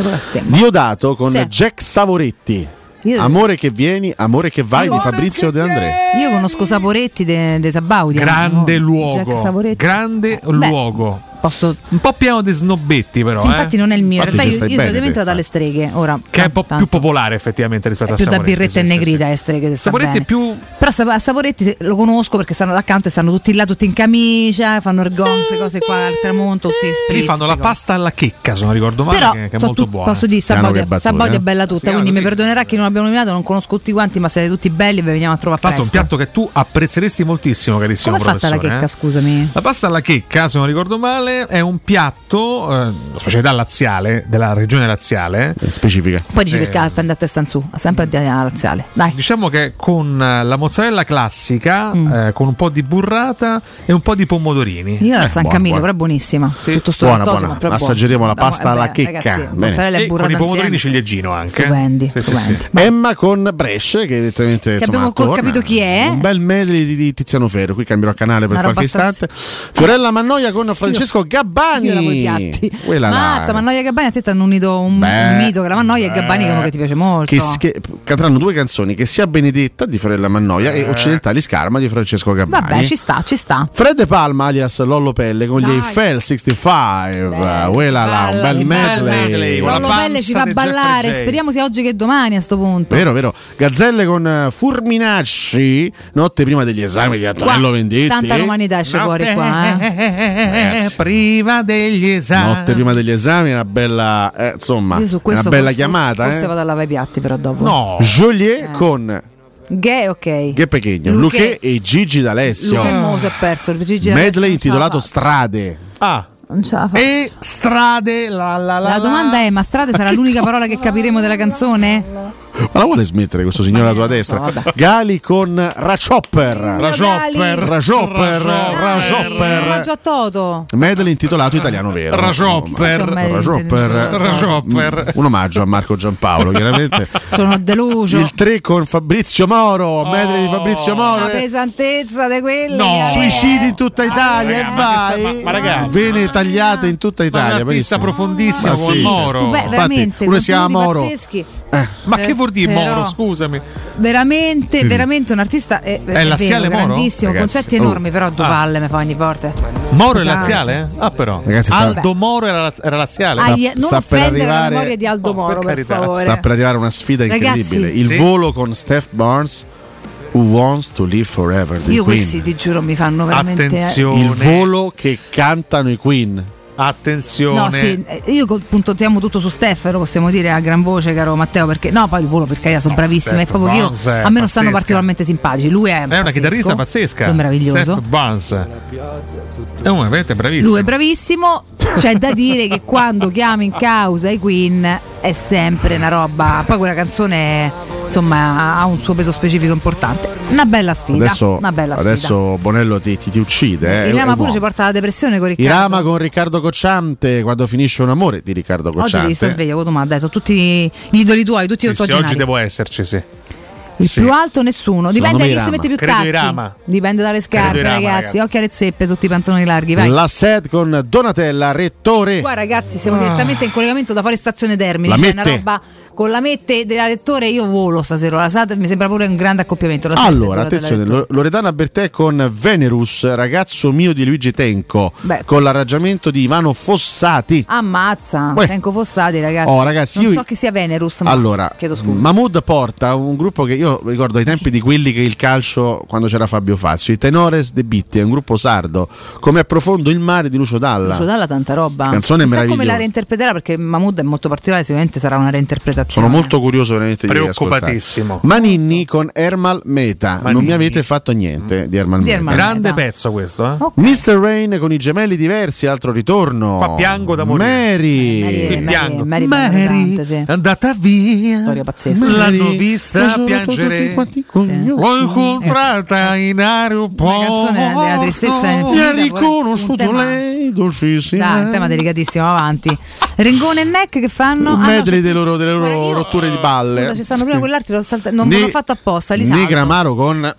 [SPEAKER 8] Diodato con
[SPEAKER 7] Sì.
[SPEAKER 8] Jack Savoretti.
[SPEAKER 7] Io-
[SPEAKER 8] Amore che vieni, amore che vai di Fabrizio De André.
[SPEAKER 7] Io conosco Saporetti de, de Sabaudia.
[SPEAKER 9] Grande
[SPEAKER 7] no?
[SPEAKER 9] luogo.
[SPEAKER 7] Jack Saporetti.
[SPEAKER 9] Grande
[SPEAKER 7] Beh,
[SPEAKER 9] luogo. Un po' pieno di snobbetti, però.
[SPEAKER 7] Sì, infatti
[SPEAKER 9] eh.
[SPEAKER 7] non è il mio. In
[SPEAKER 9] Infatti
[SPEAKER 7] realtà
[SPEAKER 9] ci
[SPEAKER 7] io,
[SPEAKER 9] stai
[SPEAKER 7] io sono
[SPEAKER 9] bene, te.
[SPEAKER 7] diventata dalle streghe. Ora
[SPEAKER 9] Che è un po' più popolare, effettivamente, rispetto a
[SPEAKER 7] più da
[SPEAKER 9] Saporetti,
[SPEAKER 7] birretta
[SPEAKER 9] sì,
[SPEAKER 7] e
[SPEAKER 9] sì, sì.
[SPEAKER 7] negrita e streghe che sta
[SPEAKER 9] Saporetti
[SPEAKER 7] bene.
[SPEAKER 9] è più
[SPEAKER 7] Però Sap- a Saporetti se- lo conosco perché stanno d'accanto e stanno tutti là, tutti in camicia, fanno ergonze, cose qua al tramonto, tutti
[SPEAKER 9] Lì
[SPEAKER 7] spritz.
[SPEAKER 9] fanno la pasta alla checca, se non ricordo male,
[SPEAKER 7] Però
[SPEAKER 9] che, che è
[SPEAKER 7] so
[SPEAKER 9] molto
[SPEAKER 7] tu-
[SPEAKER 9] buona. eh.
[SPEAKER 7] posso dire Sabaudia,
[SPEAKER 8] eh.
[SPEAKER 7] Sabaudia è bella tutta, quindi mi
[SPEAKER 9] mi
[SPEAKER 7] perdonerà chi non abbiamo nominato, non conosco tutti quanti, ma siete tutti belli e vi veniamo a trovare
[SPEAKER 9] Tra l'altro, un
[SPEAKER 7] presto.
[SPEAKER 9] piatto che tu apprezzeresti moltissimo, carissimo
[SPEAKER 7] Come è fatta la
[SPEAKER 9] professore.
[SPEAKER 7] checca,
[SPEAKER 9] eh?
[SPEAKER 7] scusami?
[SPEAKER 9] La pasta alla checca, se non ricordo male, è un piatto, eh, una specialità laziale, della regione laziale. Eh,
[SPEAKER 8] Specifica.
[SPEAKER 7] Poi dici perché ah, andate a San Su, sempre a Diana Laziale. Dai. Mm.
[SPEAKER 9] Diciamo che con eh, la mozzarella classica, eh, con un po' di burrata e un po' di pomodorini.
[SPEAKER 7] Io
[SPEAKER 8] Eh,
[SPEAKER 7] a San Camillo, però è buonissima. Tutto sto
[SPEAKER 9] Buona,
[SPEAKER 7] lattosio,
[SPEAKER 9] buona.
[SPEAKER 7] ma però è buono.
[SPEAKER 8] Assaggeremo la
[SPEAKER 7] No,
[SPEAKER 8] pasta
[SPEAKER 7] vabbè,
[SPEAKER 8] alla checca.
[SPEAKER 7] ragazzi,
[SPEAKER 8] Bene.
[SPEAKER 7] mozzarella e
[SPEAKER 9] E Eh, con
[SPEAKER 7] burrata
[SPEAKER 9] i pomodorini
[SPEAKER 7] insieme.
[SPEAKER 9] ciliegino anche.
[SPEAKER 7] Stupendi,
[SPEAKER 9] Sì, sì,
[SPEAKER 7] stupendi.
[SPEAKER 9] sì.
[SPEAKER 8] Emma con Bresce, che direttamente
[SPEAKER 7] Che
[SPEAKER 8] insomma,
[SPEAKER 7] abbiamo co-
[SPEAKER 8] torna.
[SPEAKER 7] capito chi è.
[SPEAKER 8] Un bel medley di, di Tiziano Ferro. Qui cambierò canale per
[SPEAKER 7] Una
[SPEAKER 8] qualche
[SPEAKER 7] roba eh.
[SPEAKER 8] istante. Fiorella Mannoia con Francesco Gabbani.
[SPEAKER 7] io lavo i piatti.
[SPEAKER 8] Quella là.
[SPEAKER 7] Mazza, Mannoia e Gabbani a te ti hanno unito un,
[SPEAKER 8] Beh.
[SPEAKER 7] un mito che la Mannoia e Gabbani che è uno che ti piace molto.
[SPEAKER 8] Che, si- che canteranno due canzoni che sia Benedetta di Fiorella Mannoia e Occidentali Scarma di Francesco Gabbani.
[SPEAKER 7] Eh. Vabbè, ci sta, ci sta.
[SPEAKER 8] Fred De Palma alias Lollo Pelle con gli Eiffel 65. Quella là, un bel
[SPEAKER 7] si
[SPEAKER 8] medley.
[SPEAKER 7] Lollo Pelle ci fa ballare, speriamo sia oggi che domani a sto punto.
[SPEAKER 8] Vero, vero. Gazzelle con eh, Furminacci, notte prima degli esami di Antonello
[SPEAKER 7] Qua,
[SPEAKER 8] Venditti.
[SPEAKER 7] Tanta romanità esce fuori qua. eh.
[SPEAKER 9] prima degli esami.
[SPEAKER 8] Notte prima degli esami è una bella, eh, insomma,
[SPEAKER 7] Io su
[SPEAKER 8] è una
[SPEAKER 7] questo
[SPEAKER 8] bella
[SPEAKER 7] forse-
[SPEAKER 8] chiamata.
[SPEAKER 7] Forse
[SPEAKER 8] eh.
[SPEAKER 7] vado a lavare i piatti però dopo.
[SPEAKER 8] Joliet con
[SPEAKER 7] Gay, ok.
[SPEAKER 8] Che Pechegno,
[SPEAKER 7] Luque-
[SPEAKER 8] Luché e Gigi D'Alessio.
[SPEAKER 7] Luca Mo si è perso. il Gigi adesso non
[SPEAKER 8] Medley
[SPEAKER 7] ce
[SPEAKER 8] intitolato
[SPEAKER 7] la fa.
[SPEAKER 8] Strade.
[SPEAKER 9] Ah.
[SPEAKER 7] Non ce la fa.
[SPEAKER 9] E strade la la
[SPEAKER 7] La domanda è: ma strade sarà l'unica parola che capiremo della canzone?
[SPEAKER 8] Ma la vuole smettere questo signore alla tua destra?
[SPEAKER 7] vabbè.
[SPEAKER 8] Gali con Rachopper. Rachopper. Rachopper.
[SPEAKER 7] Ah, Ma
[SPEAKER 8] Rachopper.
[SPEAKER 7] già Toto.
[SPEAKER 8] Medley intitolato Italiano Vero.
[SPEAKER 9] Rachopper.
[SPEAKER 7] Sì, sì, un
[SPEAKER 8] Rachopper.
[SPEAKER 7] medley
[SPEAKER 9] Rachopper.
[SPEAKER 8] Un omaggio a Marco Giampaolo, chiaramente.
[SPEAKER 7] Sono deluso.
[SPEAKER 8] Il 3 con Fabrizio Moro.
[SPEAKER 9] Oh.
[SPEAKER 8] Medley di Fabrizio
[SPEAKER 7] La
[SPEAKER 8] Moro.
[SPEAKER 7] pesantezza di quella.
[SPEAKER 9] No.
[SPEAKER 8] eh. Suicidi in
[SPEAKER 7] Ah,
[SPEAKER 8] tutta Italia.
[SPEAKER 9] raga,
[SPEAKER 8] e
[SPEAKER 9] ma
[SPEAKER 8] vai.
[SPEAKER 9] che sta- ma- ma ragazzi,
[SPEAKER 8] Vene tagliate in tutta
[SPEAKER 9] Ma è un
[SPEAKER 8] Italia. benissimo.
[SPEAKER 9] artista profondissimo
[SPEAKER 8] Ma
[SPEAKER 9] come
[SPEAKER 8] sì.
[SPEAKER 9] Moro.
[SPEAKER 7] Beh,
[SPEAKER 8] Infatti,
[SPEAKER 7] veramente,
[SPEAKER 8] uno si chiama
[SPEAKER 7] contenuti
[SPEAKER 8] Moro.
[SPEAKER 7] pazzeschi.
[SPEAKER 9] Ma
[SPEAKER 7] Eh,
[SPEAKER 9] che vuol dire
[SPEAKER 7] però-
[SPEAKER 9] Moro? Scusami.
[SPEAKER 7] Eh, Veramente,
[SPEAKER 9] Mm.
[SPEAKER 7] veramente un artista è, è,
[SPEAKER 9] laziale
[SPEAKER 7] vero,
[SPEAKER 9] Moro?
[SPEAKER 7] grandissimo,
[SPEAKER 9] Ragazzi,
[SPEAKER 7] concetti
[SPEAKER 9] oh.
[SPEAKER 7] enormi, però due
[SPEAKER 9] Ah.
[SPEAKER 7] palle mi fa ogni volta.
[SPEAKER 9] Moro è
[SPEAKER 7] Pesanti.
[SPEAKER 9] laziale? eh? Ah, però.
[SPEAKER 8] Ragazzi, sta-
[SPEAKER 9] Aldo Moro era, era laziale.
[SPEAKER 7] Ai- non offendere la memoria di Aldo Moro, per,
[SPEAKER 9] carità.
[SPEAKER 7] favore.
[SPEAKER 8] Sta per arrivare una sfida
[SPEAKER 7] Ragazzi.
[SPEAKER 8] incredibile. Il
[SPEAKER 7] Sì.
[SPEAKER 8] volo con Steph Barnes. Who wants to live forever? dei
[SPEAKER 7] Io
[SPEAKER 8] Queen.
[SPEAKER 7] questi ti giuro mi fanno veramente eh,
[SPEAKER 8] Il volo che cantano i Queen.
[SPEAKER 9] Attenzione.
[SPEAKER 7] No, sì, eh, io co- puntiamo tutto su Steph, lo possiamo dire a gran voce, caro Matteo, perché no, poi il volo per carità sono bravissimi, è
[SPEAKER 9] Steph
[SPEAKER 7] proprio che io,
[SPEAKER 9] Barnes è
[SPEAKER 7] a me non stanno
[SPEAKER 9] pazzesca.
[SPEAKER 7] particolarmente simpatici, lui è,
[SPEAKER 9] È una chitarrista pazzesca.
[SPEAKER 7] Eh, Lui è meraviglioso.
[SPEAKER 9] Steph Barnes. È un veramente bravissimo.
[SPEAKER 7] Lui è bravissimo, c'è da dire che quando chiama in causa i Queen è sempre una roba, poi quella canzone insomma ha un suo peso specifico importante. Una bella sfida,
[SPEAKER 8] Adesso,
[SPEAKER 7] una bella sfida.
[SPEAKER 8] adesso Bonello ti, ti- ti uccide. Eh.
[SPEAKER 7] Il
[SPEAKER 8] È
[SPEAKER 7] Rama pure
[SPEAKER 8] buono.
[SPEAKER 7] ci porta alla depressione con Riccardo.
[SPEAKER 8] Irama con Riccardo Cocciante quando finisce un amore di Riccardo
[SPEAKER 7] Oggi devi stare
[SPEAKER 8] Cocciante.
[SPEAKER 7] sveglio, Cotumà, dai, sono tutti gli idoli tuoi, tutti
[SPEAKER 9] Sì,
[SPEAKER 7] i tuoi
[SPEAKER 9] sì, oggi devo esserci, sì.
[SPEAKER 7] Il
[SPEAKER 9] Sì.
[SPEAKER 7] più alto nessuno,
[SPEAKER 9] Secondo
[SPEAKER 7] dipende da
[SPEAKER 9] me
[SPEAKER 7] chi si
[SPEAKER 9] Irama.
[SPEAKER 7] mette più
[SPEAKER 9] Credo
[SPEAKER 7] tacchi.
[SPEAKER 9] Irama.
[SPEAKER 7] Dipende dalle scarpe,
[SPEAKER 8] Irama,
[SPEAKER 7] ragazzi.
[SPEAKER 8] ragazzi.
[SPEAKER 7] Occhi alle zeppe sotto i pantaloni larghi, vai.
[SPEAKER 8] La set con Donatella Rettore.
[SPEAKER 7] Qua ragazzi siamo
[SPEAKER 8] Ah.
[SPEAKER 7] direttamente in collegamento da fuori stazione Termini,
[SPEAKER 8] La
[SPEAKER 7] c'è
[SPEAKER 8] mette?
[SPEAKER 7] una roba con la mette della lettore io volo stasera, la SAD mi sembra pure un grande accoppiamento. la SAD
[SPEAKER 8] Allora,
[SPEAKER 7] della- della
[SPEAKER 8] attenzione,
[SPEAKER 7] Lettore.
[SPEAKER 8] Lo- Loredana Bertè con Venerus, ragazzo mio di Luigi Tenco,
[SPEAKER 7] Beh.
[SPEAKER 8] con l'arrangiamento di Ivano Fossati.
[SPEAKER 7] Ammazza,
[SPEAKER 8] Uè.
[SPEAKER 7] Franco Fossati ragazzi.
[SPEAKER 8] Oh, ragazzi,
[SPEAKER 7] non
[SPEAKER 8] io-
[SPEAKER 7] so che sia Venerus, Certo, ma
[SPEAKER 8] allora,
[SPEAKER 7] chiedo scusa.
[SPEAKER 8] Mahmood porta un gruppo che io io ricordo ai tempi di quelli che il calcio, quando c'era Fabio Fazio, i Tenores de Bitti, è un gruppo sardo, come Approfondo il mare di Lucio Dalla.
[SPEAKER 7] Lucio Dalla tanta roba.
[SPEAKER 8] Canzone
[SPEAKER 7] Chissà come
[SPEAKER 8] meravigliosa.
[SPEAKER 7] la reinterpreterà perché Mahmood è molto particolare, sicuramente sarà una reinterpretazione.
[SPEAKER 8] Sono molto curioso veramente di
[SPEAKER 9] Preoccupatissimo.
[SPEAKER 8] ascoltare. Maninni con Ermal Meta. Non mi avete fatto niente di Ermal
[SPEAKER 9] Di
[SPEAKER 8] Meta.
[SPEAKER 9] Ermal Grande Meta. pezzo questo, eh?
[SPEAKER 8] Mr. Rain con i gemelli diversi, altro ritorno.
[SPEAKER 9] Qua piango da morire.
[SPEAKER 8] Mary.
[SPEAKER 9] Qui piango.
[SPEAKER 7] Eh, Mary
[SPEAKER 9] Mary è andata via. Storia
[SPEAKER 7] pazzesca.
[SPEAKER 9] L'hanno
[SPEAKER 7] Mary,
[SPEAKER 9] vista
[SPEAKER 7] lasciano tutti
[SPEAKER 9] piangere.
[SPEAKER 7] quanti
[SPEAKER 9] L'ho incontrata in aeroporto.
[SPEAKER 7] Una canzone della tristezza
[SPEAKER 9] Mi ha
[SPEAKER 7] infinita,
[SPEAKER 9] riconosciuto
[SPEAKER 7] un tema-
[SPEAKER 8] lei, dolcissima.
[SPEAKER 7] Dai, un tema delicatissimo, avanti. Rengone e Mac che fanno?
[SPEAKER 8] Un
[SPEAKER 7] Ah, no,
[SPEAKER 8] medley
[SPEAKER 7] c'è-
[SPEAKER 8] delle loro, delle loro rotture di palle.
[SPEAKER 7] Scusa, ci stanno prima quell'altro, l'ho salta- non
[SPEAKER 8] Ni-
[SPEAKER 7] l'ho fatto apposta, li salto. Ah.
[SPEAKER 8] Negramaro con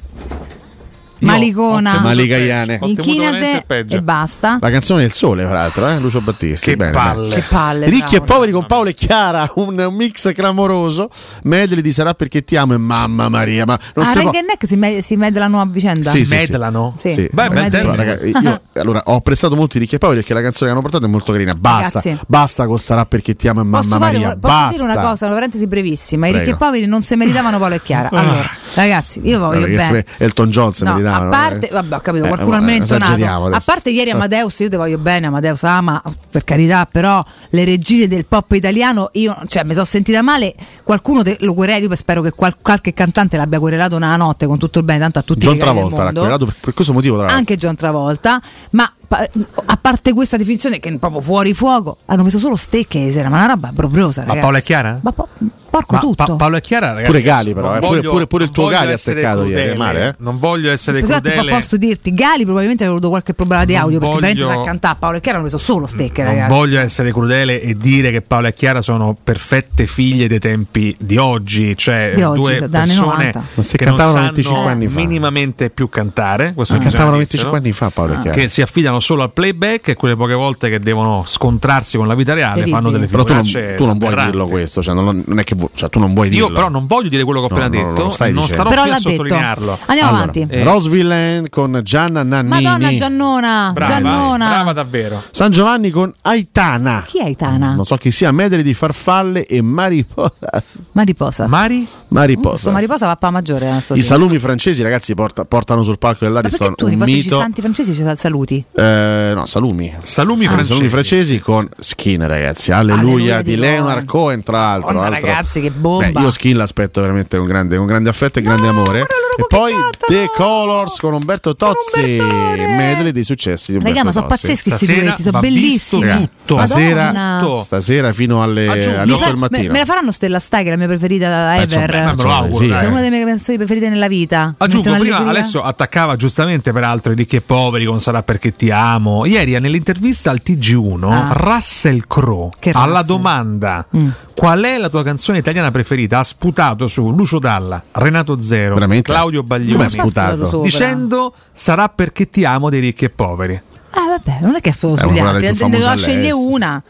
[SPEAKER 7] Malicona,
[SPEAKER 8] Maligaiane.
[SPEAKER 7] Inchinate e basta.
[SPEAKER 8] La canzone del sole, fra l'altro, eh? Lucio Battisti. Bene,
[SPEAKER 9] palle.
[SPEAKER 8] bene.
[SPEAKER 7] Che palle,
[SPEAKER 8] Ricchi e
[SPEAKER 7] bravo.
[SPEAKER 8] poveri con Paolo e Chiara, un, un mix clamoroso. Medley di Sarà perché ti amo e mamma Maria. Ma non
[SPEAKER 7] ah,
[SPEAKER 8] si può-
[SPEAKER 7] Rengone e Mac si, me- si medlano a vicenda?
[SPEAKER 8] Sì, sì, sì.
[SPEAKER 7] Sì.
[SPEAKER 8] Sì.
[SPEAKER 7] Beh, bel
[SPEAKER 8] Allora,
[SPEAKER 7] termine.
[SPEAKER 8] raga, io, allora, ho apprezzato molto i Ricchi e Poveri perché la canzone che hanno portato è molto carina. Basta,
[SPEAKER 7] Grazie.
[SPEAKER 8] basta con Sarà perché ti amo e mamma
[SPEAKER 7] Posso, fare-
[SPEAKER 8] Maria.
[SPEAKER 7] posso
[SPEAKER 8] basta.
[SPEAKER 7] dire una cosa, una parentesi brevissima. I
[SPEAKER 8] Prego.
[SPEAKER 7] ricchi e poveri non si meritavano Paolo e Chiara.
[SPEAKER 8] Ah.
[SPEAKER 7] Allora, ragazzi, io voglio
[SPEAKER 8] Guarda che
[SPEAKER 7] bene.
[SPEAKER 8] se- Elton John se
[SPEAKER 7] No,
[SPEAKER 8] meritava,
[SPEAKER 7] a
[SPEAKER 8] no?
[SPEAKER 7] parte,
[SPEAKER 8] Eh.
[SPEAKER 7] vabbè, ho capito,
[SPEAKER 8] Eh,
[SPEAKER 7] qualcuno
[SPEAKER 8] ma-
[SPEAKER 7] almeno è
[SPEAKER 8] esageriamo
[SPEAKER 7] intonato.
[SPEAKER 8] adesso.
[SPEAKER 7] A parte ieri
[SPEAKER 8] Eh.
[SPEAKER 7] Amadeus, io ti voglio bene, Amadeus ama per carità, però le regine del pop italiano, io cioè, mi sono sentita male. Qualcuno te- lo querela, io spero che qual- qualche cantante l'abbia querelato una notte con tutto il bene, tanto a tutti
[SPEAKER 8] John
[SPEAKER 7] i regali del
[SPEAKER 8] Travolta l'ha
[SPEAKER 7] mondo.
[SPEAKER 8] querelato per, per questo motivo, tra l'altro.
[SPEAKER 7] Anche John Travolta, ma pa- a parte questa definizione che è proprio fuori fuoco, hanno messo solo stecche di sera, ma una roba brobriosa.
[SPEAKER 9] Ma
[SPEAKER 7] Ragazzi.
[SPEAKER 9] Paola è Chiara?
[SPEAKER 7] Ma po- porco
[SPEAKER 9] Ma
[SPEAKER 7] tutto.
[SPEAKER 9] Pa- Paolo e Chiara, ragazzi.
[SPEAKER 8] Pure Gali,
[SPEAKER 9] non
[SPEAKER 8] però, eh.
[SPEAKER 9] voglio-
[SPEAKER 8] Pure- pure- pure il tuo
[SPEAKER 9] non voglio
[SPEAKER 8] Gali ha
[SPEAKER 9] essere
[SPEAKER 8] steccato ieri,
[SPEAKER 9] crudele,
[SPEAKER 8] è male, eh.
[SPEAKER 9] Non voglio essere
[SPEAKER 7] Scusate, ma
[SPEAKER 9] crudele.
[SPEAKER 7] posso dirti, Gali probabilmente aveva avuto qualche problema di audio perché
[SPEAKER 9] voglio-
[SPEAKER 7] veramente sa cantare Paolo e Chiara hanno preso solo stecche,
[SPEAKER 9] Non
[SPEAKER 7] ragazzi.
[SPEAKER 9] voglio essere crudele e dire che Paola e Chiara sono perfette figlie dei tempi di oggi, cioè
[SPEAKER 7] Di oggi,
[SPEAKER 9] due
[SPEAKER 7] cioè, dagli anni
[SPEAKER 9] persone
[SPEAKER 7] 90.
[SPEAKER 8] Ma se
[SPEAKER 9] che non
[SPEAKER 8] cantavano
[SPEAKER 9] sanno
[SPEAKER 8] 25 anni fa.
[SPEAKER 9] minimamente più cantare. Questo
[SPEAKER 8] Ah,
[SPEAKER 9] bisogna
[SPEAKER 8] cantavano
[SPEAKER 9] dirselo.
[SPEAKER 8] 25 anni fa, Paolo e Chiara.
[SPEAKER 9] Che si affidano solo al playback e quelle poche volte che devono scontrarsi con la vita reale
[SPEAKER 8] Terribili.
[SPEAKER 9] Ah, fanno delle
[SPEAKER 8] Però tu non,
[SPEAKER 9] figuracce.
[SPEAKER 8] tu non vuoi
[SPEAKER 9] aberranti.
[SPEAKER 8] dirlo questo, cioè non, non è che vu- cioè, tu non vuoi dirlo.
[SPEAKER 9] Io però non voglio dire quello che ho
[SPEAKER 8] No,
[SPEAKER 9] appena
[SPEAKER 8] no,
[SPEAKER 9] detto
[SPEAKER 8] lo
[SPEAKER 9] e
[SPEAKER 8] stai
[SPEAKER 9] non
[SPEAKER 8] dicendo.
[SPEAKER 9] starò
[SPEAKER 7] Però
[SPEAKER 9] qui a
[SPEAKER 7] l'ha detto.
[SPEAKER 9] sottolinearlo.
[SPEAKER 7] Andiamo avanti.
[SPEAKER 9] eh,
[SPEAKER 8] Rosville con Gianna Nannini.
[SPEAKER 7] Madonna Giannona,
[SPEAKER 8] Brava,
[SPEAKER 7] Giannona.
[SPEAKER 9] brava davvero.
[SPEAKER 8] San Giovanni con Aitana.
[SPEAKER 7] Chi è Aitana?
[SPEAKER 8] Non so chi sia, Medley di Farfalle e Mariposas.
[SPEAKER 7] Mariposa.
[SPEAKER 9] Mari?
[SPEAKER 7] Questo Mariposa va a Pa maggiore. adesso.
[SPEAKER 8] I salumi francesi, ragazzi, porta- portano sul palco
[SPEAKER 7] Perché
[SPEAKER 8] dell'Ariston
[SPEAKER 7] tu
[SPEAKER 8] un
[SPEAKER 7] ogni volta dici
[SPEAKER 8] mito.
[SPEAKER 7] santi francesi ci sal- saluti?
[SPEAKER 8] Eh, no, salumi.
[SPEAKER 9] Salumi
[SPEAKER 8] Sì,
[SPEAKER 9] francesi.
[SPEAKER 8] Salumi francesi con Skin, ragazzi. Alleluia,
[SPEAKER 7] Alleluia
[SPEAKER 8] di
[SPEAKER 7] di
[SPEAKER 8] Leonard Cohen, tra l'altro.
[SPEAKER 7] oh. Madonna,
[SPEAKER 8] Altro-
[SPEAKER 7] ragazzi, che
[SPEAKER 8] Beh,
[SPEAKER 7] bomba.
[SPEAKER 8] io Skin l'aspetto veramente con grande, con grande affetto e grande amore. E poi The Colors con Umberto Tozzi, medley dei successi di Umberto
[SPEAKER 7] Raga, ma sono
[SPEAKER 8] Tozzi.
[SPEAKER 7] pazzeschi questi duetti, sono bellissimi.
[SPEAKER 8] Ragazzi, Stasera,
[SPEAKER 7] Madonna.
[SPEAKER 8] stasera fino
[SPEAKER 9] Eh,
[SPEAKER 8] alle,
[SPEAKER 7] Mi
[SPEAKER 8] alle
[SPEAKER 7] fa-
[SPEAKER 8] 8 del
[SPEAKER 7] me,
[SPEAKER 8] mattino.
[SPEAKER 7] me la faranno Stella Stai, che è la mia preferita
[SPEAKER 8] Pezzo
[SPEAKER 7] ever.
[SPEAKER 8] bello,
[SPEAKER 9] me lo auguro,
[SPEAKER 8] sì,
[SPEAKER 9] dai.
[SPEAKER 7] È una delle mie canzoni preferite nella vita. Mette
[SPEAKER 9] Aggiungo, prima
[SPEAKER 7] un'allegria.
[SPEAKER 9] Alessio attaccava giustamente peraltro i ricchi e poveri con Sarà perché ti amo. Ieri eh, nell'intervista al TG1
[SPEAKER 7] Ah.
[SPEAKER 9] Russell Crowe
[SPEAKER 7] Che
[SPEAKER 9] alla
[SPEAKER 7] Russell. Mm.
[SPEAKER 9] domanda qual è la tua canzone italiana preferita ha sputato su Lucio Dalla, Renato Zero, Claudio Baglioni
[SPEAKER 8] Come ha sputato? sopra?
[SPEAKER 9] dicendo Sarà perché ti amo dei ricchi e poveri.
[SPEAKER 7] Ah, vabbè, non è che è solo
[SPEAKER 9] È
[SPEAKER 7] sugli
[SPEAKER 9] Eh, una
[SPEAKER 7] altri,
[SPEAKER 9] delle più
[SPEAKER 7] ne
[SPEAKER 9] famose
[SPEAKER 7] devo scegliere
[SPEAKER 9] all'estero.
[SPEAKER 7] una.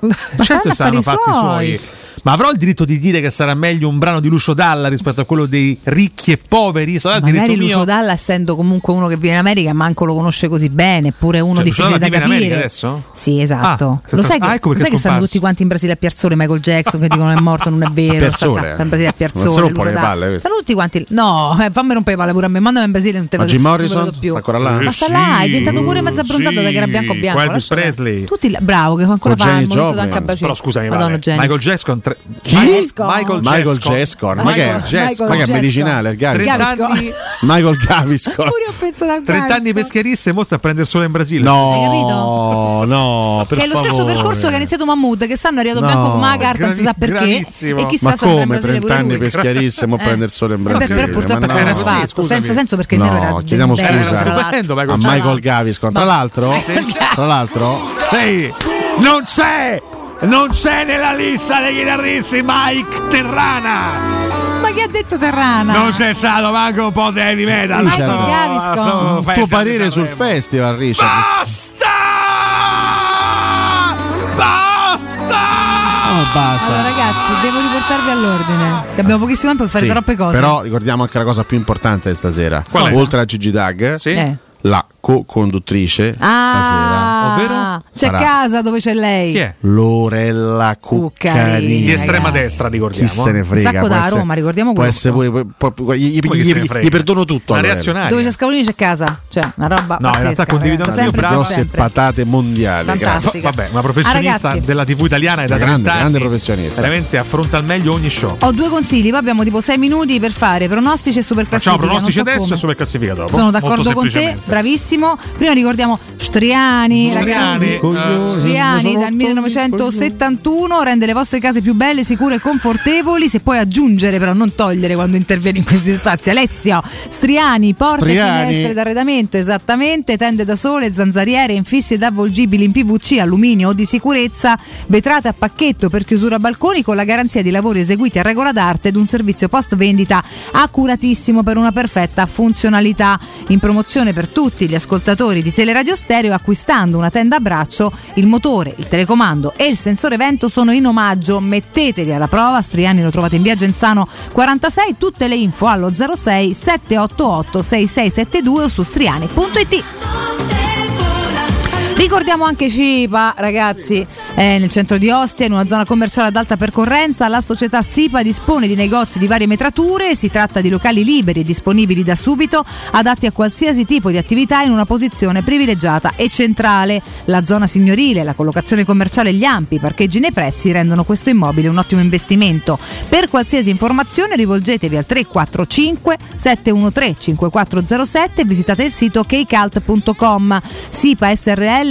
[SPEAKER 9] Ma certo
[SPEAKER 7] saranno
[SPEAKER 9] saranno fatti i suoi. Ma avrò il diritto di dire che sarà meglio un brano di Lucio Dalla rispetto a quello dei ricchi e poveri? Sarà il diritto
[SPEAKER 7] Magari
[SPEAKER 9] mio?
[SPEAKER 7] Lucio Dalla, essendo comunque uno che vive in America, manco lo conosce così bene, eppure uno
[SPEAKER 9] Cioè,
[SPEAKER 7] difficile
[SPEAKER 9] Lucio Dalla
[SPEAKER 7] da
[SPEAKER 9] vive in America
[SPEAKER 7] capire.
[SPEAKER 9] adesso?
[SPEAKER 7] Sì, esatto.
[SPEAKER 9] Ah, se
[SPEAKER 7] lo
[SPEAKER 9] tra-
[SPEAKER 7] sai che,
[SPEAKER 9] ah, ecco
[SPEAKER 7] lo
[SPEAKER 9] perché
[SPEAKER 7] sai
[SPEAKER 9] è
[SPEAKER 7] che stanno
[SPEAKER 9] scomparso.
[SPEAKER 7] tutti quanti in Brasile a Piazzone, Michael Jackson che dicono è morto, non è vero.
[SPEAKER 8] Piazzone,
[SPEAKER 7] sta- sta-
[SPEAKER 8] eh?
[SPEAKER 7] sta in Brasile a
[SPEAKER 8] Non se
[SPEAKER 7] Piazzone.
[SPEAKER 8] rompono
[SPEAKER 7] Lucio
[SPEAKER 8] le
[SPEAKER 7] Dalla.
[SPEAKER 8] palle, eh.
[SPEAKER 7] Stanno tutti quanti. No, eh, fammi rompere le palle pure a me, mandami in Brasile non te
[SPEAKER 8] Ma Jim
[SPEAKER 7] non te
[SPEAKER 8] Morrison?
[SPEAKER 7] vedo più.
[SPEAKER 8] Sta ancora là?
[SPEAKER 7] Ma sta là, è
[SPEAKER 8] Sì,
[SPEAKER 7] diventato pure mezzo abbronzato
[SPEAKER 9] sì,
[SPEAKER 7] da che era bianco bianco.
[SPEAKER 9] qua Elvis
[SPEAKER 7] lascia-
[SPEAKER 9] Presley.
[SPEAKER 7] Tutti là- bravo, che ancora
[SPEAKER 9] Con
[SPEAKER 7] fa il
[SPEAKER 9] Janis
[SPEAKER 7] momento
[SPEAKER 9] Joplin.
[SPEAKER 7] anche a baciare.
[SPEAKER 9] Però scusami,
[SPEAKER 7] Madonna,
[SPEAKER 9] Vale,
[SPEAKER 7] Janis.
[SPEAKER 9] Michael Jackson tre-
[SPEAKER 8] Chi?
[SPEAKER 9] Michael
[SPEAKER 8] Michael
[SPEAKER 9] Gescon.
[SPEAKER 8] Gescon, ma che è?
[SPEAKER 9] Michael Gescon.
[SPEAKER 8] Ma che è
[SPEAKER 9] Michael
[SPEAKER 8] medicinale? il
[SPEAKER 9] Gescon.
[SPEAKER 8] Gaviscon?
[SPEAKER 9] 30 anni-
[SPEAKER 8] Michael Gaviscon.
[SPEAKER 7] ho pensato al
[SPEAKER 9] 30 anni
[SPEAKER 7] Gaviscon.
[SPEAKER 9] peschiarisse e mo sta a prendere solo in Brasile.
[SPEAKER 7] Hai
[SPEAKER 8] No, no, per
[SPEAKER 7] che è lo stesso
[SPEAKER 8] favore.
[SPEAKER 7] percorso
[SPEAKER 15] Eh,
[SPEAKER 7] che ha iniziato Mahmood che stanno è arrivato
[SPEAKER 8] No,
[SPEAKER 7] bianco come la carta non si sa
[SPEAKER 9] gravi-
[SPEAKER 7] perché
[SPEAKER 9] gravissimo.
[SPEAKER 7] e chissà
[SPEAKER 8] Ma
[SPEAKER 7] se andrà in
[SPEAKER 8] come
[SPEAKER 7] Brasile
[SPEAKER 8] 30
[SPEAKER 7] pure
[SPEAKER 8] anni
[SPEAKER 7] lui
[SPEAKER 8] peschiarissimo
[SPEAKER 7] Eh.
[SPEAKER 8] prendere sole in
[SPEAKER 7] Vabbè,
[SPEAKER 8] Brasile?
[SPEAKER 7] però purtroppo
[SPEAKER 8] Ma
[SPEAKER 7] è
[SPEAKER 8] no.
[SPEAKER 7] quello fatto senza senso perché il nero era
[SPEAKER 8] No, chiediamo
[SPEAKER 7] del-
[SPEAKER 8] scusa
[SPEAKER 7] era stupendo,
[SPEAKER 8] a
[SPEAKER 7] Michael
[SPEAKER 8] Michael
[SPEAKER 7] Jackson.
[SPEAKER 8] Gaviscon. Tra l'altro, tra l'altro,
[SPEAKER 9] Ehi, non c'è! Non c'è nella lista dei chitarristi Mike Terrana!
[SPEAKER 7] ma chi ha detto Terrana?
[SPEAKER 9] Non c'è stato manco un po' di heavy metal!
[SPEAKER 7] Michael
[SPEAKER 9] Sono-
[SPEAKER 7] Gaviscon.
[SPEAKER 9] sono
[SPEAKER 8] il tuo
[SPEAKER 9] festa di
[SPEAKER 8] parere sul festival, Richard.
[SPEAKER 7] Ah!
[SPEAKER 8] Oh, basta.
[SPEAKER 7] allora ragazzi devo riportarvi all'ordine che abbiamo pochissimo tempo per fare
[SPEAKER 8] Sì,
[SPEAKER 7] troppe cose
[SPEAKER 8] Però ricordiamo anche la cosa più importante di stasera.
[SPEAKER 7] Qual è?
[SPEAKER 8] Oltre a Gigi Dag,
[SPEAKER 7] Eh.
[SPEAKER 8] la co-conduttrice
[SPEAKER 7] ah,
[SPEAKER 8] stasera.
[SPEAKER 7] ovvero? C'è
[SPEAKER 15] Sarà.
[SPEAKER 7] casa dove c'è lei.
[SPEAKER 15] Chi è? Lorella Cuccarini
[SPEAKER 7] Cuccarini,
[SPEAKER 9] Di estrema ragazzi. destra, ricordiamo.
[SPEAKER 15] Chi se ne frega.
[SPEAKER 7] Sacco
[SPEAKER 15] può
[SPEAKER 7] da
[SPEAKER 15] essere-
[SPEAKER 7] Roma, ricordiamo
[SPEAKER 15] può
[SPEAKER 7] questo.
[SPEAKER 15] essere pure, poi- poi- poi- gli,
[SPEAKER 9] Poi
[SPEAKER 15] gli-
[SPEAKER 9] chi se ne
[SPEAKER 15] gli-
[SPEAKER 9] frega.
[SPEAKER 15] gli perdono tutto.
[SPEAKER 9] La
[SPEAKER 15] a Lorella.
[SPEAKER 9] reazionaria.
[SPEAKER 7] Dove c'è Scavolini c'è casa. Cioè, una roba
[SPEAKER 9] No, in
[SPEAKER 7] pazzesca,
[SPEAKER 9] realtà condivido
[SPEAKER 7] veramente.
[SPEAKER 9] anche io,
[SPEAKER 7] Sempre,
[SPEAKER 9] bravo.
[SPEAKER 15] grosse
[SPEAKER 7] sempre.
[SPEAKER 15] patate mondiali.
[SPEAKER 7] Fantastica.
[SPEAKER 15] grazie.
[SPEAKER 9] Vabbè, una professionista
[SPEAKER 7] Ah, ragazzi.
[SPEAKER 9] della TV italiana è da
[SPEAKER 15] Grande,
[SPEAKER 9] 30 anni.
[SPEAKER 15] grande professionista.
[SPEAKER 9] Veramente affronta al meglio ogni show.
[SPEAKER 7] Ho due consigli, poi abbiamo tipo sei minuti per fare pronostici e super
[SPEAKER 9] Facciamo pronostici adesso e sulle classifiche dopo.
[SPEAKER 7] Sono
[SPEAKER 9] Molto
[SPEAKER 7] d'accordo con te,
[SPEAKER 9] semplicemente.
[SPEAKER 7] bravissimo. Prima ricordiamo Striani, ragazzi.
[SPEAKER 9] Coglioni,
[SPEAKER 7] Striani
[SPEAKER 9] sono
[SPEAKER 7] dal 1971 rende le vostre case più belle, sicure e confortevoli. Se puoi aggiungere, però non togliere quando interviene in questi spazi. Alessio, Striani, porte e
[SPEAKER 15] Striani.
[SPEAKER 7] finestre d'arredamento, esattamente, tende da sole, zanzariere, infissi ed avvolgibili in PVC, alluminio o di sicurezza, vetrate a pacchetto per chiusura balconi con la garanzia di lavori eseguiti a regola d'arte ed un servizio post vendita accuratissimo per una perfetta funzionalità. In promozione per tutti gli ascoltatori di Teleradio Stereo acquistando una tenda a braccio, il motore, il telecomando e il sensore vento sono in omaggio. Metteteli alla prova, Striani lo trovate in via Genzano 46, tutte le info allo 06 788 6672 o su striani.it. Ricordiamo anche Cipa, ragazzi, è nel centro di Ostia, in una zona commerciale ad alta percorrenza, la società Sipa dispone di negozi di varie metrature, si tratta di locali liberi e disponibili da subito, adatti a qualsiasi tipo di attività in una posizione privilegiata e centrale. La zona signorile, la collocazione commerciale e gli ampi parcheggi nei pressi rendono questo immobile un ottimo investimento. Per qualsiasi informazione rivolgetevi al 345 713 5407 e visitate il sito keycult.com. SIPA SRL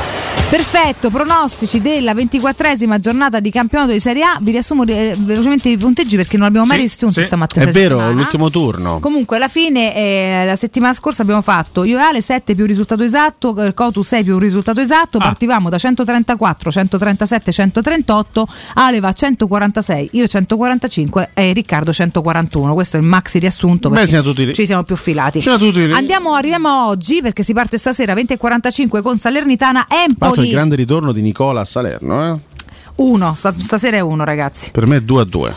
[SPEAKER 7] Perfetto, pronostici della 24esima giornata di campionato di Serie A. Vi riassumo eh, velocemente i punteggi perché non abbiamo mai
[SPEAKER 15] Sì,
[SPEAKER 7] riassunto
[SPEAKER 15] sì.
[SPEAKER 7] stamattina.
[SPEAKER 15] È vero,
[SPEAKER 7] settimana.
[SPEAKER 15] l'ultimo turno.
[SPEAKER 7] Comunque, alla fine, eh, la settimana scorsa abbiamo fatto io e Ale 7 più risultato esatto, eh, Cotu 6 più risultato esatto.
[SPEAKER 15] Ah.
[SPEAKER 7] Partivamo da 134, 137, 138. Ale va a 146, io 145 e Riccardo 141. Questo è il maxi riassunto.
[SPEAKER 15] Beh,
[SPEAKER 7] perché
[SPEAKER 15] siamo tutti lì.
[SPEAKER 7] Ci siamo più filati.
[SPEAKER 15] Siamo tutti lì.
[SPEAKER 7] Andiamo, arriviamo a oggi perché si parte stasera 20.45 con Salernitana
[SPEAKER 15] Tra l'altro il
[SPEAKER 7] Empoli.
[SPEAKER 15] grande ritorno di Nicola a Salerno, eh?
[SPEAKER 7] Uno, sta- stasera è uno, ragazzi.
[SPEAKER 15] Per me è 2 a 2.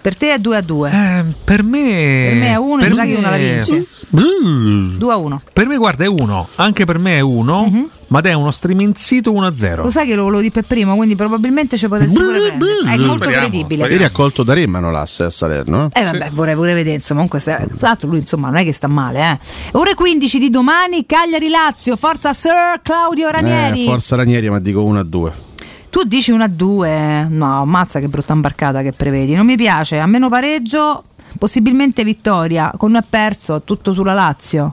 [SPEAKER 7] Per te è 2 a 2.
[SPEAKER 15] Eh.
[SPEAKER 7] Per
[SPEAKER 9] per me.
[SPEAKER 7] me è uno, e
[SPEAKER 9] per
[SPEAKER 7] mi sa che una la
[SPEAKER 9] me-
[SPEAKER 7] vince.
[SPEAKER 9] Mm.
[SPEAKER 7] 2 a 1.
[SPEAKER 9] Per me, guarda, è uno. Anche per me è uno.
[SPEAKER 7] Mhm.
[SPEAKER 9] Ma è uno streamenzito 1-0.
[SPEAKER 7] Lo sai che lo volevo dire per primo, quindi probabilmente ci potresti pure prendere. È molto
[SPEAKER 15] Speriamo,
[SPEAKER 7] credibile.
[SPEAKER 15] Ieri accolto da Remmano l'asse a Salerno.
[SPEAKER 7] Eh vabbè, vorrei pure vedere, insomma, comunque se- tra l'altro lui insomma non è che sta male, eh. Ore 15 di domani, Cagliari Lazio, forza Sir Claudio Ranieri.
[SPEAKER 15] Eh, forza Ranieri, ma dico 1 a 2.
[SPEAKER 7] Tu dici una a 2, no, mazza che brutta imbarcata che prevedi, non mi piace, a meno pareggio, possibilmente vittoria, con un perso, tutto sulla Lazio.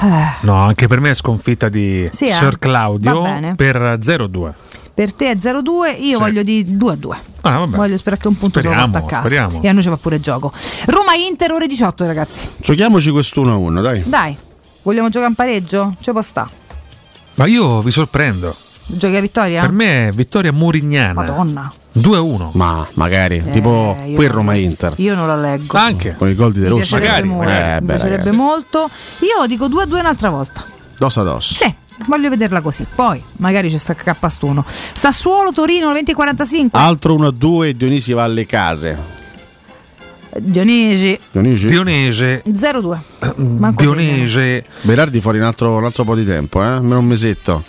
[SPEAKER 7] Eh,
[SPEAKER 9] No, anche per me è sconfitta di
[SPEAKER 7] Sì, eh.
[SPEAKER 9] Sir Claudio
[SPEAKER 7] Va bene.
[SPEAKER 9] per 0-2.
[SPEAKER 7] per te è 0-2, io voglio di 2 a 2.
[SPEAKER 9] Ah, vabbè.
[SPEAKER 7] Voglio sperare che un punto se lo
[SPEAKER 15] Speriamo,
[SPEAKER 7] porta a casa.
[SPEAKER 15] speriamo.
[SPEAKER 7] E a noi ci va pure gioco. Roma Inter ore 18, ragazzi.
[SPEAKER 15] Giochiamoci quest'1 a 1, dai.
[SPEAKER 7] Dai, vogliamo giocare in pareggio? Ci può sta.
[SPEAKER 9] Ma io vi sorprendo.
[SPEAKER 7] Giochi a vittoria?
[SPEAKER 9] Per me eh. è vittoria Murignana.
[SPEAKER 7] Madonna.
[SPEAKER 9] 2-1.
[SPEAKER 15] Ma magari,
[SPEAKER 7] Eh,
[SPEAKER 15] tipo
[SPEAKER 7] io-
[SPEAKER 15] quel Roma Inter.
[SPEAKER 7] Io non la leggo.
[SPEAKER 9] Anche.
[SPEAKER 15] Con i gol di De
[SPEAKER 7] Mi
[SPEAKER 15] Rossi.
[SPEAKER 7] piacerebbe molto.
[SPEAKER 15] Eh,
[SPEAKER 7] mi
[SPEAKER 15] beh,
[SPEAKER 7] piacerebbe
[SPEAKER 15] ragazzi.
[SPEAKER 7] molto. Io dico 2 a 2 un'altra volta.
[SPEAKER 15] Dos a dos.
[SPEAKER 7] Sì, voglio vederla così. Poi magari ci sta Cappastuno. Sassuolo Torino 20:45.
[SPEAKER 15] Altro 1 a 2 Dionisi va alle case.
[SPEAKER 7] Dionisi
[SPEAKER 15] Dionisi.
[SPEAKER 9] Dionese.
[SPEAKER 7] 0-2.
[SPEAKER 9] Dionese.
[SPEAKER 15] Berardi fuori un altro, un altro po' di tempo, eh? Almeno un mesetto.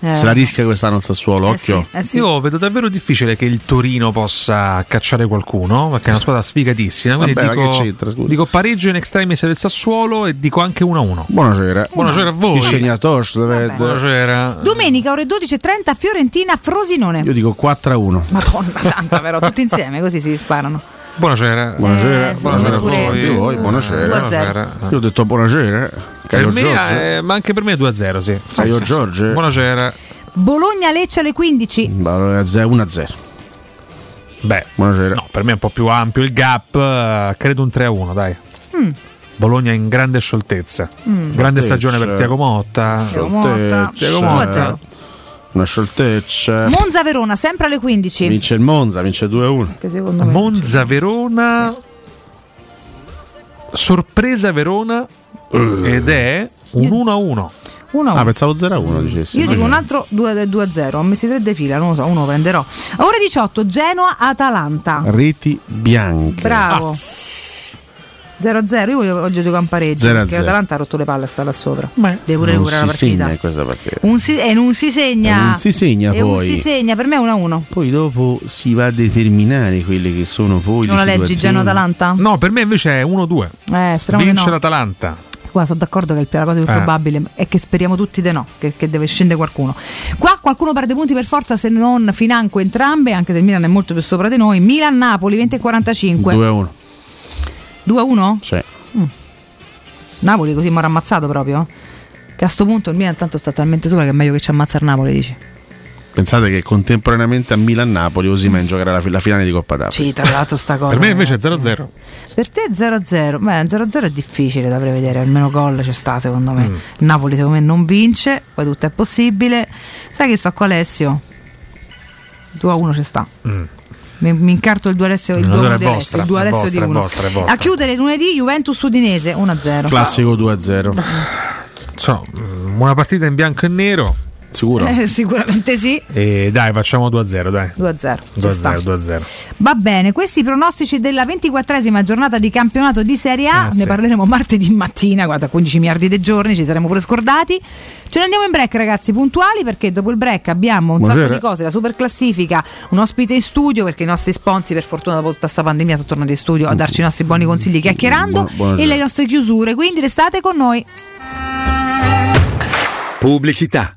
[SPEAKER 7] Eh.
[SPEAKER 15] Se la rischia quest'anno il Sassuolo, occhio.
[SPEAKER 9] Io vedo davvero difficile che il Torino possa cacciare qualcuno, perché è una squadra sfigatissima. Quindi
[SPEAKER 15] Vabbè, ma
[SPEAKER 9] dico,
[SPEAKER 15] che c'entra, scusa?
[SPEAKER 9] dico pareggio in extremis del Sassuolo e dico anche 1-1.
[SPEAKER 15] Buonasera.
[SPEAKER 9] Buonasera a voi.
[SPEAKER 15] Chi segna Tosh?
[SPEAKER 9] Buonasera.
[SPEAKER 7] Domenica ore 12:30 Fiorentina Frosinone.
[SPEAKER 15] Io dico 4 a 1.
[SPEAKER 7] Madonna santa però, tutti insieme così si sparano.
[SPEAKER 9] Buonasera.
[SPEAKER 15] Buonasera.
[SPEAKER 7] Eh, sì,
[SPEAKER 15] buonasera a
[SPEAKER 7] pure-
[SPEAKER 15] tutti voi. Buonasera.
[SPEAKER 7] Due a zero.
[SPEAKER 15] Io ho detto buonasera.
[SPEAKER 9] Per
[SPEAKER 15] Caio Giorgio.
[SPEAKER 9] me, eh, ma anche per me è 2-0, sì. Sì,
[SPEAKER 15] Caio
[SPEAKER 9] sì, sì.
[SPEAKER 15] Giorgio.
[SPEAKER 9] Buonasera.
[SPEAKER 7] Bologna Lecce alle 15.
[SPEAKER 15] 1 eh, a 0.
[SPEAKER 9] Beh, no, per me è un po' più ampio il gap, eh, credo un 3 a 1, dai.
[SPEAKER 7] Mm.
[SPEAKER 9] Bologna in grande scioltezza.
[SPEAKER 7] Mm.
[SPEAKER 9] Grande
[SPEAKER 15] Scioltezza.
[SPEAKER 9] stagione per Tiago Motta.
[SPEAKER 7] Tiago Motta.
[SPEAKER 9] Tiago
[SPEAKER 7] Due a
[SPEAKER 9] Motta.
[SPEAKER 7] zero.
[SPEAKER 15] Una scioltezza.
[SPEAKER 7] Monza Verona sempre alle 15.
[SPEAKER 15] Vince il Monza, vince 2 a 1.
[SPEAKER 7] Che secondo me
[SPEAKER 9] Monza Verona. Sorpresa Verona ed è un 1 a Mm. 1.
[SPEAKER 7] 1
[SPEAKER 15] Eh. Ah, pensavo 0 a 1 dicessi.
[SPEAKER 7] Io dico un altro 2-0, ho messi tre di fila, non lo so, uno lo prenderò. Ore 18, Genoa-Atalanta.
[SPEAKER 8] Ah,
[SPEAKER 15] Reti bianche.
[SPEAKER 7] Bravo. 0-0, io voglio, voglio giocare un pareggio
[SPEAKER 8] 0-0.
[SPEAKER 7] perché l'Atalanta ha rotto le palle a sta là sopra. Deve pure
[SPEAKER 8] non
[SPEAKER 7] recuperare la
[SPEAKER 8] si
[SPEAKER 7] partita.
[SPEAKER 8] segna in questa partita.
[SPEAKER 7] Un si- e non si segna.
[SPEAKER 8] E non si segna
[SPEAKER 7] E non
[SPEAKER 8] poi.
[SPEAKER 7] si segna, per me è 1-1.
[SPEAKER 8] Poi dopo si va a determinare quelle che sono poi
[SPEAKER 7] Non la leggi Genoa Atalanta?
[SPEAKER 9] No, per me invece è 1-2.
[SPEAKER 7] Eh, speriamo
[SPEAKER 9] Vince
[SPEAKER 7] di no.
[SPEAKER 9] l'Atalanta.
[SPEAKER 7] Qua sono d'accordo che il- la cosa più
[SPEAKER 9] Eh.
[SPEAKER 7] probabile è che speriamo tutti di no, che, che deve scendere qualcuno. Qua qualcuno perde punti per forza se non financo entrambe, anche se il Milan è molto più sopra di noi. Milan-Napoli 20 e 45.
[SPEAKER 8] 2-1.
[SPEAKER 7] 2-1?
[SPEAKER 8] Sì.
[SPEAKER 7] Mm. Napoli così mora ammazzato proprio? Che a sto punto il Milan tanto sta talmente sopra che è meglio che ci ammazza il Napoli, dici?
[SPEAKER 8] Pensate che contemporaneamente a Milan-Napoli Osimen giocherà la, fi- la finale di Coppa d'Africa.
[SPEAKER 7] Sì, tra l'altro sta cosa.
[SPEAKER 8] Per me invece
[SPEAKER 9] è 0-0.
[SPEAKER 7] Per te 0-0, beh 0-0 è difficile da prevedere, almeno gol c'è sta secondo me.
[SPEAKER 9] Mm.
[SPEAKER 7] Il Napoli secondo me non vince, poi tutto è possibile. Sai che sto con Alessio? 2-1 c'è sta.
[SPEAKER 9] Mm.
[SPEAKER 7] Mi, mi incarto il 2 Alessio, il 2
[SPEAKER 8] No, allora è
[SPEAKER 7] di Alessio,
[SPEAKER 8] vostra,
[SPEAKER 7] il 2
[SPEAKER 8] è
[SPEAKER 7] Alessio
[SPEAKER 8] vostra,
[SPEAKER 7] di
[SPEAKER 8] è
[SPEAKER 7] uno.
[SPEAKER 8] vostra, è vostra.
[SPEAKER 7] A chiudere lunedì Juventus Udinese 1-0.
[SPEAKER 8] Classico 2-0.
[SPEAKER 9] So, mm, una partita in bianco e nero.
[SPEAKER 8] Sicuro.
[SPEAKER 7] Eh, sicuramente sì,
[SPEAKER 9] E dai, facciamo 2-0, dai.
[SPEAKER 7] 2-0. ci sta.
[SPEAKER 9] 2-0, 2-0.
[SPEAKER 7] Va bene, questi i pronostici della 24esima giornata di campionato di Serie A,
[SPEAKER 9] Eh,
[SPEAKER 7] ne
[SPEAKER 9] sì.
[SPEAKER 7] parleremo martedì mattina, guarda 15 miliardi di giorni, ci saremo pure scordati. Ce ne andiamo in break ragazzi, puntuali perché dopo il break abbiamo un
[SPEAKER 11] Buonasera.
[SPEAKER 7] sacco di cose, la super classifica, un ospite in studio perché i nostri sponsor per fortuna dopo tutta questa pandemia sono tornati in studio a darci i nostri buoni consigli chiacchierando
[SPEAKER 13] Bu- buonasera.
[SPEAKER 7] e le nostre chiusure, quindi restate con noi.
[SPEAKER 13] Pubblicità.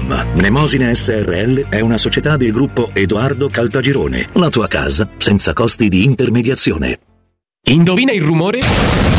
[SPEAKER 13] Mnemosine SRL è una società del gruppo Edoardo Caltagirone, la tua casa senza costi di intermediazione.
[SPEAKER 36] Indovina il rumore?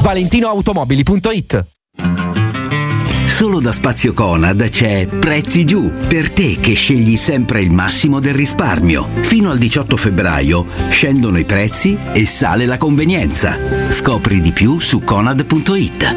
[SPEAKER 36] ValentinoAutomobili.it
[SPEAKER 2] Solo da Spazio Conad c'è Prezzi Giù, per te che scegli sempre il massimo del risparmio. Fino al 18 febbraio scendono i prezzi e sale la convenienza. Scopri di più su conad.it.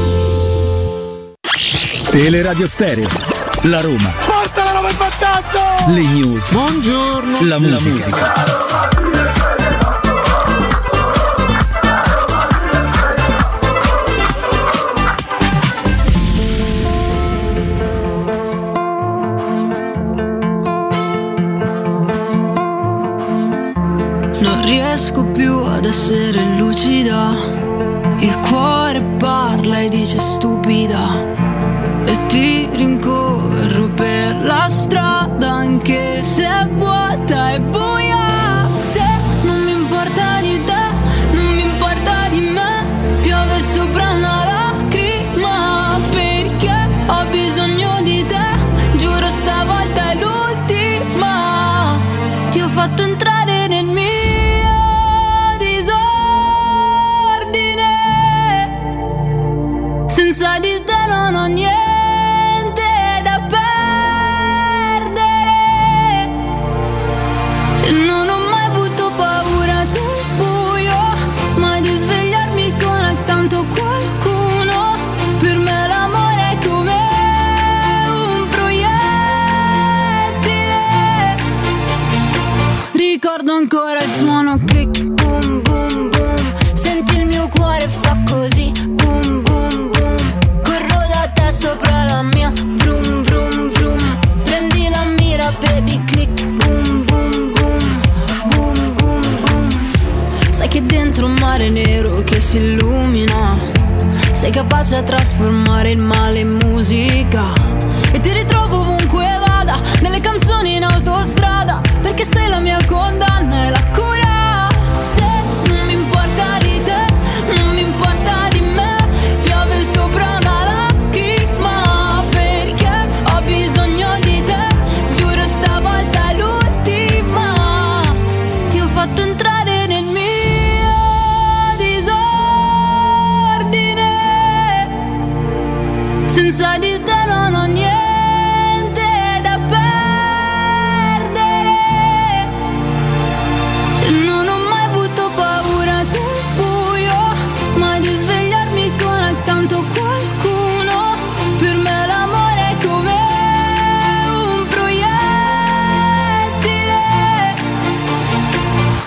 [SPEAKER 4] Teleradio Stereo. La Roma.
[SPEAKER 1] Porta la roba in vantaggio!
[SPEAKER 4] Le news.
[SPEAKER 1] Buongiorno.
[SPEAKER 4] La musica.
[SPEAKER 46] Non riesco più ad essere lucida. Il cuore parla e dice stupida. E ti rincovero per la strada anche se è vuota e buia. Se non mi importa di te, non mi importa di me. Piove sopra una lacrima perché ho bisogno di te. Giuro stavolta è l'ultima. Ti ho fatto entrare nel mio disordine. Senza di te non ho niente da perdere E non ho mai avuto paura del buio Ma di svegliarmi con accanto qualcuno Per me l'amore è come un proiettile Ricordo ancora il suono click boom boom boom Senti il mio cuore fa così boom boom boom Corro da te sopra la mia vroom vroom vroom Prendi la mira baby click boom boom boom boom boom boom Sai che dentro un mare nero che si illumina Sei capace a trasformare il male in musica E ti ritrovo ovunque vada Nelle canzoni in autostrada Perché sei la mia condanna e la cura Se non mi importa di te Non mi importa di me Piove sopra una lacrima Perché ho bisogno di te Giuro stavolta è l'ultima Ti ho fatto entrare nel mio disordine Senza di te non ho niente da perdere E non ho mai avuto paura del buio Ma di svegliarmi con accanto qualcuno Per me l'amore è come un proiettile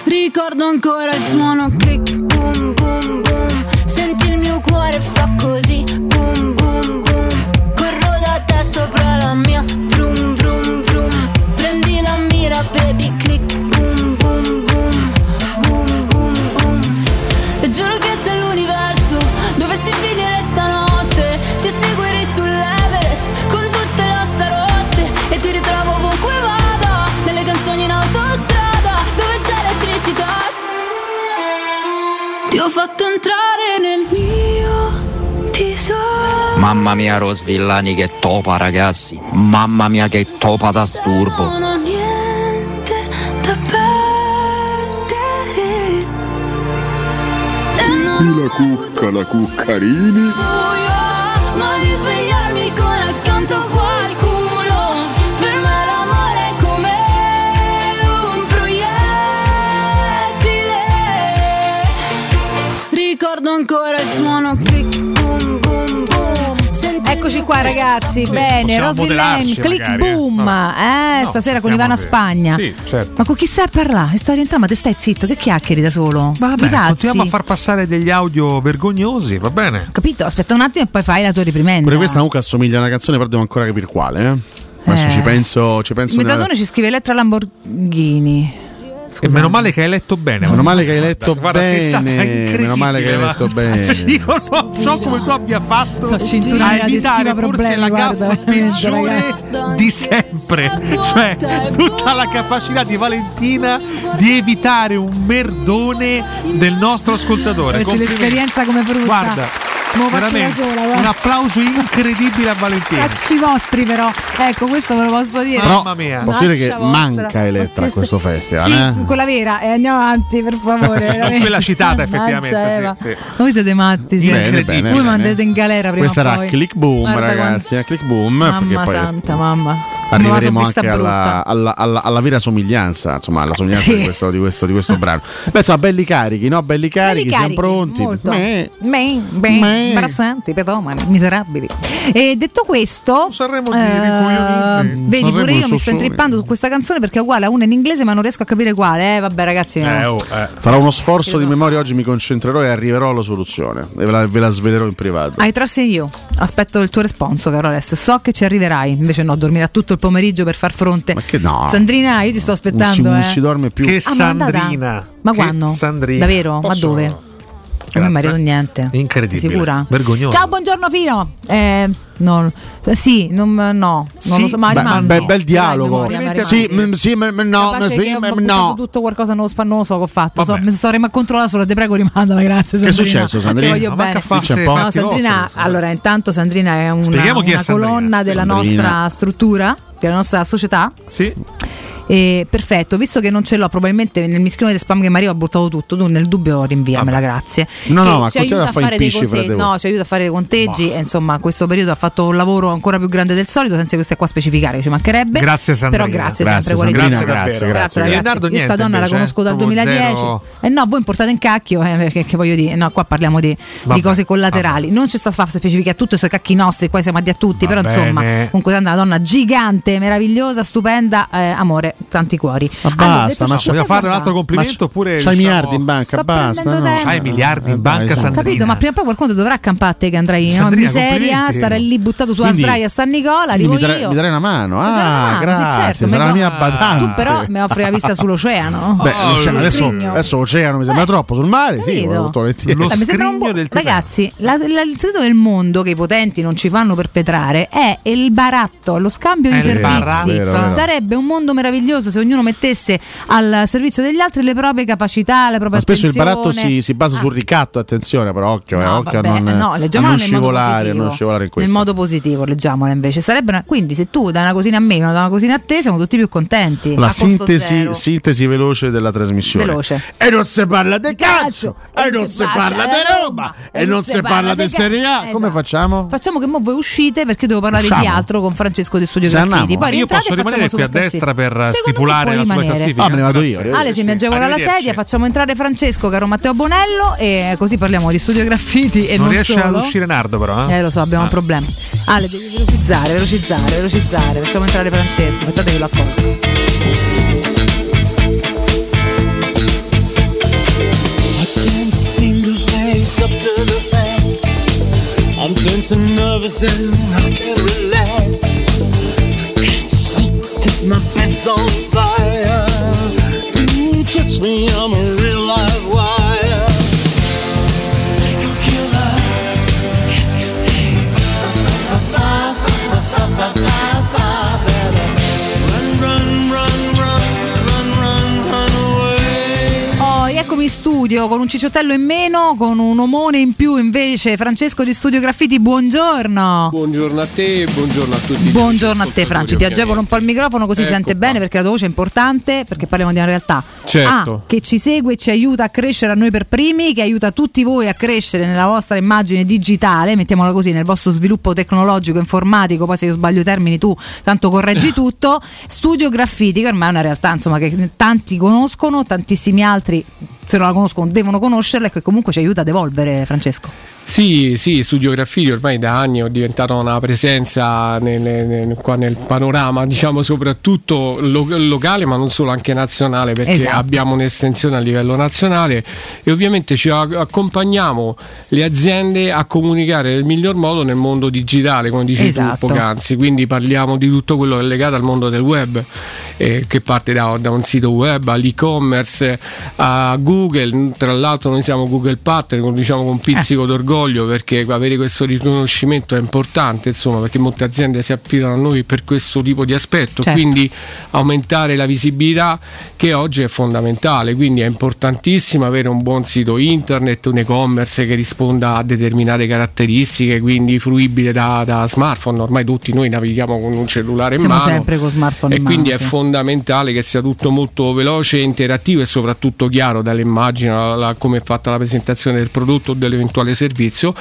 [SPEAKER 46] Ricordo ancora il suono click boom boom boom Senti il mio cuore fa così boom boom boom Corro da te sopra la mia vroom vroom vroom Prendi la mira baby click boom boom boom boom boom boom E giuro che se l'universo dovessi finire stanotte Ti seguirei sull'Everest con tutte le ossa rotte E ti ritrovo ovunque vada Nelle canzoni in autostrada dove c'è elettricità Ti ho fatto entrare nel mio tesoro
[SPEAKER 18] Mamma mia Rosvillani che topa ragazzi, mamma mia che topa da sturbo.
[SPEAKER 46] Non ho niente da perdere
[SPEAKER 47] La cucca, la cuccarini.
[SPEAKER 46] Ma di svegliarmi con accanto qualcuno Per me l'amore è come un proiettile Ricordo ancora il suono click boom boom boom Senti il
[SPEAKER 7] Eccoci qua ragazzi, bene,
[SPEAKER 9] possiamo
[SPEAKER 7] Rosy Lane,
[SPEAKER 9] modellarci
[SPEAKER 7] click
[SPEAKER 9] magari, eh.
[SPEAKER 7] boom,
[SPEAKER 9] Vabbè.
[SPEAKER 7] eh,
[SPEAKER 9] No,
[SPEAKER 7] stasera con
[SPEAKER 9] cerchiamo
[SPEAKER 7] Ivana
[SPEAKER 9] di-
[SPEAKER 7] Spagna.
[SPEAKER 9] Sì, certo.
[SPEAKER 7] Ma con chi stai a parlare? Sto orientando, ma te stai zitto, che chiacchieri da solo?
[SPEAKER 9] Vabbè,
[SPEAKER 7] Mi pazzi?
[SPEAKER 9] continuiamo a far passare degli audio vergognosi, va bene.
[SPEAKER 7] Capito? Aspetta un attimo e poi fai la tua reprimenda.
[SPEAKER 8] Pure questa comunque assomiglia a una canzone, però devo ancora capire quale. eh. Adesso
[SPEAKER 7] Eh.
[SPEAKER 8] ci penso. Ci penso nella-
[SPEAKER 7] Metasone ci scrive Elettra Lamborghini.
[SPEAKER 9] E meno male che hai letto bene.
[SPEAKER 8] Meno male che hai
[SPEAKER 9] Guarda,
[SPEAKER 8] letto
[SPEAKER 9] guarda, sei stata
[SPEAKER 8] bene. Meno male che hai
[SPEAKER 9] incredibile,
[SPEAKER 8] letto
[SPEAKER 9] va.
[SPEAKER 8] bene.
[SPEAKER 9] Io non so come tu abbia fatto
[SPEAKER 7] So cinturina
[SPEAKER 9] a
[SPEAKER 7] di
[SPEAKER 9] evitare
[SPEAKER 7] schiva
[SPEAKER 9] forse
[SPEAKER 7] problemi,
[SPEAKER 9] la
[SPEAKER 7] guarda,
[SPEAKER 9] gaffa
[SPEAKER 7] veramente,
[SPEAKER 9] peggiore di sempre. Cioè, tutta la capacità di Valentina di evitare un merdone del nostro ascoltatore.
[SPEAKER 7] Avete
[SPEAKER 9] Complimenti.
[SPEAKER 7] l'esperienza come brutta.
[SPEAKER 9] Guarda,
[SPEAKER 7] Mo faccio da
[SPEAKER 9] veramente,
[SPEAKER 7] sola, guarda.
[SPEAKER 9] un applauso incredibile a Valentina.
[SPEAKER 7] Cacci vostri però. Ecco, questo ve lo posso dire.
[SPEAKER 8] Però
[SPEAKER 9] Mamma mia.
[SPEAKER 8] posso dire che
[SPEAKER 7] Lascia vostra.
[SPEAKER 8] manca Elettra a questo festival.
[SPEAKER 7] Sì,
[SPEAKER 8] eh?
[SPEAKER 7] quella vera, e andiamo avanti, per favore. veramente.
[SPEAKER 8] Quella citata,
[SPEAKER 7] Mannaggia,
[SPEAKER 8] effettivamente, sì,
[SPEAKER 7] Eva.
[SPEAKER 8] sì.
[SPEAKER 7] Voi siete matti, sì.
[SPEAKER 8] Bene, Incredibile. bene,
[SPEAKER 7] Voi
[SPEAKER 8] bene.
[SPEAKER 7] mandate in galera prima
[SPEAKER 8] Questa
[SPEAKER 7] o
[SPEAKER 8] era
[SPEAKER 7] poi.
[SPEAKER 8] Click Boom,
[SPEAKER 7] Guarda
[SPEAKER 8] ragazzi. eh, Click Boom.
[SPEAKER 7] quanto-
[SPEAKER 8] perché
[SPEAKER 7] Mamma
[SPEAKER 8] poi
[SPEAKER 7] santa, mamma.
[SPEAKER 8] Arriveremo
[SPEAKER 7] Ma la sono vista
[SPEAKER 8] anche
[SPEAKER 7] brutta.
[SPEAKER 8] alla, alla- alla- alla vera somiglianza, insomma, alla somiglianza
[SPEAKER 7] Sì.
[SPEAKER 8] di, questo, di questo- di questo brano. Beh, insomma, belli carichi, no? Belli carichi, siamo pronti. Eh,
[SPEAKER 7] Molto.
[SPEAKER 8] Beh,
[SPEAKER 7] Me, me, imbarazzanti, pedomani, miserabili. E detto questo, eh, vedi
[SPEAKER 9] Sanremo
[SPEAKER 7] pure io
[SPEAKER 9] di
[SPEAKER 7] mi sto
[SPEAKER 9] Sossoni.
[SPEAKER 7] intrippando su questa canzone perché è uguale a una in inglese, ma non riesco a capire quale. Eh, vabbè, ragazzi, no.
[SPEAKER 9] oh, eh.
[SPEAKER 8] Farò uno sforzo di memoria oggi, mi concentrerò e arriverò alla soluzione. E ve la, ve la svelerò in privato.
[SPEAKER 7] Hai trust in you. Aspetto il tuo responso, caro Alessio. So che ci arriverai. Invece, no, dormirà tutto il pomeriggio per far fronte. Ma
[SPEAKER 8] che no.
[SPEAKER 7] Sandrina, io ti sto aspettando.
[SPEAKER 8] Non si- non
[SPEAKER 7] eh.
[SPEAKER 8] si dorme più. Che
[SPEAKER 7] Ah, ma è andata?
[SPEAKER 8] Sandrina.
[SPEAKER 7] Ma
[SPEAKER 8] Che
[SPEAKER 7] quando?
[SPEAKER 8] Sandrina.
[SPEAKER 7] Davvero? Ma
[SPEAKER 8] Posso-
[SPEAKER 7] dove? Non mi merito niente.
[SPEAKER 9] Incredibile.
[SPEAKER 7] Sicura?
[SPEAKER 9] Vergognoso.
[SPEAKER 7] Ciao, buongiorno Fino. Eh, no, sì, non, no, non lo so, ma
[SPEAKER 8] Beh,
[SPEAKER 7] rimando.
[SPEAKER 8] bel, bel dialogo.
[SPEAKER 7] memoria, ma
[SPEAKER 8] Sì,
[SPEAKER 7] rimandi.
[SPEAKER 8] mm, sì, mm, mm, no,
[SPEAKER 7] Capace
[SPEAKER 8] sì,
[SPEAKER 7] che ho
[SPEAKER 8] mm,
[SPEAKER 7] buttato
[SPEAKER 8] no.
[SPEAKER 7] tutto qualcosa nello spannoso che ho fatto. So, mi sono rimasta controllata solo, te prego rimandala, grazie.
[SPEAKER 8] Che è
[SPEAKER 7] Sandrina.
[SPEAKER 8] successo,
[SPEAKER 7] Ti
[SPEAKER 8] Sandrina?
[SPEAKER 7] voglio
[SPEAKER 8] Ma manca
[SPEAKER 7] bene.
[SPEAKER 8] farsi Dice un po'.
[SPEAKER 7] No,
[SPEAKER 8] fatti
[SPEAKER 7] Sandrina,
[SPEAKER 8] vostri,
[SPEAKER 7] allora intanto Sandrina è una,
[SPEAKER 9] Spieghiamo chi è
[SPEAKER 7] una
[SPEAKER 9] Sandrina.
[SPEAKER 7] colonna della
[SPEAKER 9] Sandrina.
[SPEAKER 7] nostra struttura, della nostra società.
[SPEAKER 9] Sì.
[SPEAKER 7] E perfetto, visto che non ce l'ho, probabilmente nel mischione di spam che Mario ha buttato tutto, tu nel dubbio rinviamela, grazie.
[SPEAKER 8] No,
[SPEAKER 7] Che
[SPEAKER 8] no, ma
[SPEAKER 7] ci
[SPEAKER 8] continuate
[SPEAKER 7] aiuta
[SPEAKER 8] a fare
[SPEAKER 7] dei
[SPEAKER 8] i pisci fra
[SPEAKER 7] conteggi,
[SPEAKER 8] di voi.
[SPEAKER 7] no, ci aiuta a fare dei conteggi e insomma questo periodo ha fatto un lavoro ancora più grande del solito, senza che stia qua a specificare, ci mancherebbe.
[SPEAKER 9] Grazie Sandrina.
[SPEAKER 7] Però grazie,
[SPEAKER 9] Grazie,
[SPEAKER 7] sempre vuole
[SPEAKER 9] Sandrina,
[SPEAKER 7] dire.
[SPEAKER 9] grazie,
[SPEAKER 7] Grazie,
[SPEAKER 9] grazie.
[SPEAKER 7] ragazzi.
[SPEAKER 9] Leonardo,
[SPEAKER 7] Io sta
[SPEAKER 9] niente,
[SPEAKER 7] donna la
[SPEAKER 9] invece, eh?
[SPEAKER 7] conosco dal
[SPEAKER 9] proprio
[SPEAKER 7] 2010.
[SPEAKER 9] zero.
[SPEAKER 7] E no, voi portate in cacchio, eh, che, che voglio dire, no, qua parliamo di, di
[SPEAKER 9] Vabbè,
[SPEAKER 7] cose collaterali. Non ci sta a fare specificare tutto sui cacchi nostri, qua siamo addi a tutti,
[SPEAKER 9] Va
[SPEAKER 7] però
[SPEAKER 9] bene.
[SPEAKER 7] insomma, comunque tanto è una donna gigante, meravigliosa, stupenda, eh, amore, tanti cuori. Allora, detto
[SPEAKER 8] Basta,
[SPEAKER 7] ciò,
[SPEAKER 8] ma
[SPEAKER 7] questa
[SPEAKER 8] voglio
[SPEAKER 7] guarda-
[SPEAKER 8] fare un altro
[SPEAKER 9] complimento oppure,
[SPEAKER 8] C'hai
[SPEAKER 9] diciamo,
[SPEAKER 8] miliardi in banca, basta.
[SPEAKER 7] prendendo
[SPEAKER 8] No.
[SPEAKER 7] tempo. C'hai
[SPEAKER 9] miliardi in
[SPEAKER 8] Eh,
[SPEAKER 9] banca,
[SPEAKER 8] dai,
[SPEAKER 9] Sandrina.
[SPEAKER 7] Capito, ma prima o poi qualcuno ti dovrà accampare a te che andrai no? in
[SPEAKER 9] Sandrina,
[SPEAKER 7] miseria,
[SPEAKER 9] complimenti.
[SPEAKER 7] stare lì buttato sulla
[SPEAKER 8] Quindi-
[SPEAKER 7] sdraia a San Nicola,
[SPEAKER 8] Quindi
[SPEAKER 7] arrivo
[SPEAKER 8] mi darai,
[SPEAKER 7] io.
[SPEAKER 8] mi darai una mano.
[SPEAKER 7] Ti darò una
[SPEAKER 8] Ah,
[SPEAKER 7] mano, sì,
[SPEAKER 8] grazie.
[SPEAKER 7] certo,
[SPEAKER 8] sarà
[SPEAKER 7] mi
[SPEAKER 8] la mia
[SPEAKER 7] do-
[SPEAKER 8] badante.
[SPEAKER 7] Tu però mi offri la vista sull'oceano.
[SPEAKER 8] Beh,
[SPEAKER 7] Oh,
[SPEAKER 8] cioè,
[SPEAKER 7] lo
[SPEAKER 8] adesso,
[SPEAKER 7] scrigno.
[SPEAKER 8] adesso oceano mi sembra troppo sul mare, Eh sì,
[SPEAKER 7] capito.
[SPEAKER 8] molto volentieri.
[SPEAKER 7] Dai, Eh, mi sembra un bu- Ragazzi, la- la- il senso del mondo che i potenti non ci fanno perpetrare è il baratto, lo scambio
[SPEAKER 8] È
[SPEAKER 7] di
[SPEAKER 8] il
[SPEAKER 7] servizi.
[SPEAKER 8] baratto. Vero, vero.
[SPEAKER 7] Sarebbe un mondo meraviglioso se ognuno mettesse al servizio degli altri le proprie capacità, le proprie
[SPEAKER 8] Ma spesso il baratto
[SPEAKER 7] attenzione. Ah.
[SPEAKER 8] si, si basa sul ricatto, attenzione, però occhio, eh,
[SPEAKER 7] No,
[SPEAKER 8] occhio
[SPEAKER 7] vabbè,
[SPEAKER 8] a non,
[SPEAKER 7] no,
[SPEAKER 8] a
[SPEAKER 7] leggiamola
[SPEAKER 8] non
[SPEAKER 7] nel modo
[SPEAKER 8] scivolare, a
[SPEAKER 7] positivo.
[SPEAKER 8] non scivolare in
[SPEAKER 7] Nel
[SPEAKER 8] questo.
[SPEAKER 7] modo positivo, leggiamola invece. Sarebbe una- quindi, se tu dai una cosina a me, una, dai una cosina a te, siamo tutti più contenti.
[SPEAKER 8] La
[SPEAKER 7] A costo
[SPEAKER 8] sintesi,
[SPEAKER 7] zero.
[SPEAKER 8] sintesi veloce della trasmissione.
[SPEAKER 7] Veloce.
[SPEAKER 8] E non si parla di calcio, e non si parla di Roma, e non si parla di
[SPEAKER 7] di
[SPEAKER 8] Serie
[SPEAKER 7] ca-
[SPEAKER 8] A. Come
[SPEAKER 7] Esatto.
[SPEAKER 8] facciamo?
[SPEAKER 7] Facciamo che mo voi uscite perché devo parlare di
[SPEAKER 8] Usciamo.
[SPEAKER 7] altro con Francesco di Studio
[SPEAKER 8] Se
[SPEAKER 7] Graffiti.
[SPEAKER 8] andiamo.
[SPEAKER 7] Poi
[SPEAKER 9] Io
[SPEAKER 7] rientrate
[SPEAKER 9] posso
[SPEAKER 7] e facciamo
[SPEAKER 9] rimanere qui a
[SPEAKER 7] super classifica.
[SPEAKER 9] destra per eh,
[SPEAKER 7] Secondo me
[SPEAKER 9] stipulare
[SPEAKER 7] puoi
[SPEAKER 9] la sua
[SPEAKER 7] rimanere.
[SPEAKER 9] classifica.
[SPEAKER 8] Ah, me ne vado io,
[SPEAKER 9] Grazie.
[SPEAKER 7] Ale, se mi agevola la
[SPEAKER 9] Arrivederci.
[SPEAKER 7] sedia, facciamo entrare Francesco, caro Matteo Bonello, e così parliamo di Studio Graffiti e
[SPEAKER 9] non,
[SPEAKER 7] non,
[SPEAKER 9] riesce ad
[SPEAKER 7] solo.
[SPEAKER 9] uscire Nardo, però. Eh,
[SPEAKER 7] Eh lo so, abbiamo un problema. Ale, devi velocizzare, velocizzare, velocizzare. Facciamo entrare Francesco, aspettate che lo accosto.
[SPEAKER 1] Can't sing the face up to the face. I'm tense and nervous and I can't relax. Can't sleep 'cause my bed's on fire. You touch me, I'm a real live wire. Psycho killer. Qu'est-ce que c'est? Fa, fa, fa, fa, fa, fa, fa, fa, better. Run, run, run, run, run, run, run away.
[SPEAKER 7] Oh, eccomi in studio con un cicciottello in meno, con un omone in più invece. Francesco di Studio Graffiti, buongiorno.
[SPEAKER 3] Buongiorno a te e buongiorno a tutti.
[SPEAKER 7] Buongiorno a te Franci, ti
[SPEAKER 3] ovviamente.
[SPEAKER 7] agevolo un po' il microfono così si
[SPEAKER 3] Ecco
[SPEAKER 7] sente
[SPEAKER 3] qua.
[SPEAKER 7] bene perché la tua voce è importante perché parliamo di una realtà
[SPEAKER 3] Certo.
[SPEAKER 7] A, che ci segue e ci aiuta a crescere a noi per primi, che aiuta tutti voi a crescere nella vostra immagine digitale, mettiamola così, nel vostro sviluppo tecnologico, informatico, poi se io sbaglio i termini tu tanto correggi tutto, Studio Graffiti che ormai è una realtà insomma che tanti conoscono, tantissimi altri se non la conoscono devono conoscerla e che comunque ci aiuta ad evolvere Francesco.
[SPEAKER 3] Sì, sì, Studio Graffiti ormai da anni è diventato una presenza nel, nel- qua nel panorama, diciamo soprattutto lo- locale, ma non solo, anche nazionale, perché
[SPEAKER 4] Esatto.
[SPEAKER 3] abbiamo un'estensione a livello nazionale e ovviamente ci a- accompagniamo le aziende a comunicare nel miglior modo nel mondo digitale, come dici
[SPEAKER 4] Esatto.
[SPEAKER 3] tu poc'anzi, quindi parliamo di tutto quello che è legato al mondo del web, eh, che parte da, da un sito web all'e-commerce, eh, a Google, tra l'altro noi siamo Google Partner, con- diciamo con un pizzico d'orgoglio perché avere questo riconoscimento è importante, insomma, perché molte aziende si affidano a noi per questo tipo di aspetto,
[SPEAKER 4] Certo.
[SPEAKER 3] quindi aumentare la visibilità che oggi è fondamentale, quindi è importantissimo avere un buon sito internet, un e-commerce che risponda a determinate caratteristiche, quindi fruibile da, da smartphone, ormai tutti noi navighiamo con un cellulare in
[SPEAKER 7] Siamo
[SPEAKER 3] mano
[SPEAKER 7] sempre con smartphone
[SPEAKER 3] e
[SPEAKER 7] in mano.
[SPEAKER 3] quindi è
[SPEAKER 7] sì.
[SPEAKER 3] fondamentale che sia tutto molto veloce, interattivo e soprattutto chiaro dall'immagine alla- alla- come è fatta la presentazione del prodotto o dell'eventuale servizio,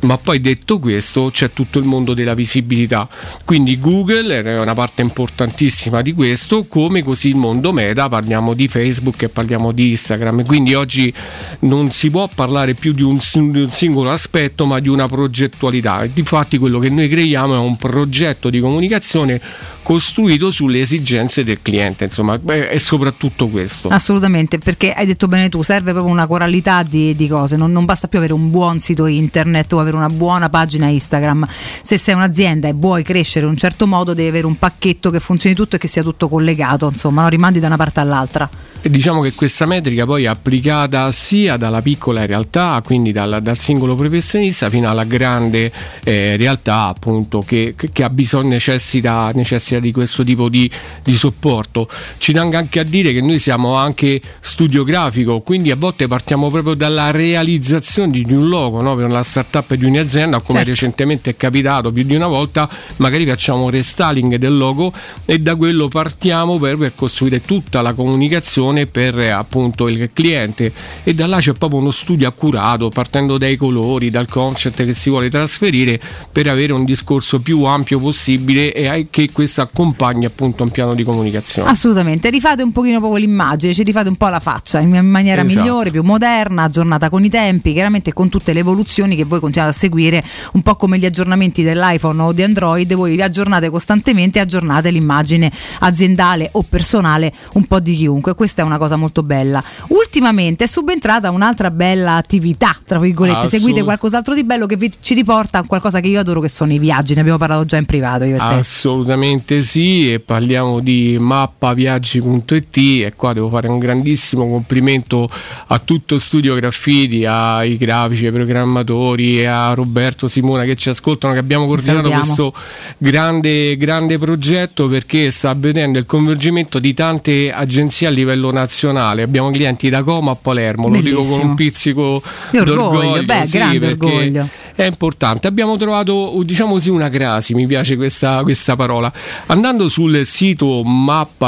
[SPEAKER 3] ma poi detto questo c'è tutto il mondo della visibilità. Quindi Google è una parte importantissima di questo, come così il mondo meta, parliamo di Facebook e parliamo di Instagram, quindi oggi non si può parlare più di un, sin- di un singolo aspetto ma di una progettualità. E Difatti quello che noi creiamo è un progetto di comunicazione costruito sulle esigenze del cliente, insomma, beh, è soprattutto questo.
[SPEAKER 7] Ah, Assolutamente, perché hai detto bene tu, serve proprio una coralità di, di cose, non, non basta più avere un buon sito internet o avere una buona pagina Instagram. Se sei un'azienda e vuoi crescere in un certo modo, devi avere un pacchetto che funzioni tutto e che sia tutto collegato, insomma, non rimandi da una parte all'altra.
[SPEAKER 3] E diciamo che questa metrica poi è applicata sia dalla piccola realtà, quindi dal, dal singolo professionista, fino alla grande eh, realtà appunto che, che- che ha bisogno, necessita, necessita di questo tipo di, di supporto. Ci tengo anche a dire che noi siamo anche studio grafico, quindi a volte partiamo proprio dalla realizzazione di un logo no? per una startup di un'azienda, come
[SPEAKER 4] Certo.
[SPEAKER 3] recentemente è capitato più di una volta, magari facciamo un restyling del logo e da quello partiamo per, per costruire tutta la comunicazione per eh, appunto il cliente e da là c'è proprio uno studio accurato partendo dai colori, dal concept che si vuole trasferire per avere un discorso più ampio possibile e ai- che questo accompagni appunto un piano di comunicazione.
[SPEAKER 7] Assolutamente, rifate un pochino proprio l'immagine, ci rifate un po' la faccia in in maniera
[SPEAKER 3] Esatto.
[SPEAKER 7] migliore, più moderna, aggiornata con i tempi, chiaramente con tutte le evoluzioni che voi continuate a seguire, un po' come gli aggiornamenti dell'iPhone o di Android, voi vi aggiornate costantemente e aggiornate l'immagine aziendale o personale un po' di chiunque, questa è una cosa molto bella. Ultimamente è subentrata un'altra bella attività, tra virgolette,
[SPEAKER 3] Assolut-
[SPEAKER 7] seguite qualcos'altro di bello che vi- ci riporta a qualcosa che io adoro che sono i viaggi, ne abbiamo parlato già in privato io e te.
[SPEAKER 3] Assolutamente sì, e parliamo di mappaviaggi.it e qua devo fare un grandissimo complimento a tutto Studio Graffiti, ai grafici, ai programmatori, a Roberto, Simona che ci ascoltano, che abbiamo coordinato
[SPEAKER 4] salutiamo.
[SPEAKER 3] questo grande, grande progetto perché sta avvenendo il coinvolgimento di tante agenzie a livello nazionale. Abbiamo clienti da Coma a Palermo, lo dico con
[SPEAKER 4] Bellissimo.
[SPEAKER 3] un pizzico
[SPEAKER 4] Di orgoglio, beh,
[SPEAKER 3] sì,
[SPEAKER 4] grande
[SPEAKER 3] perché
[SPEAKER 4] orgoglio.
[SPEAKER 3] È importante. Abbiamo trovato, diciamo così, una crasi, mi piace questa, questa parola. Andando sul sito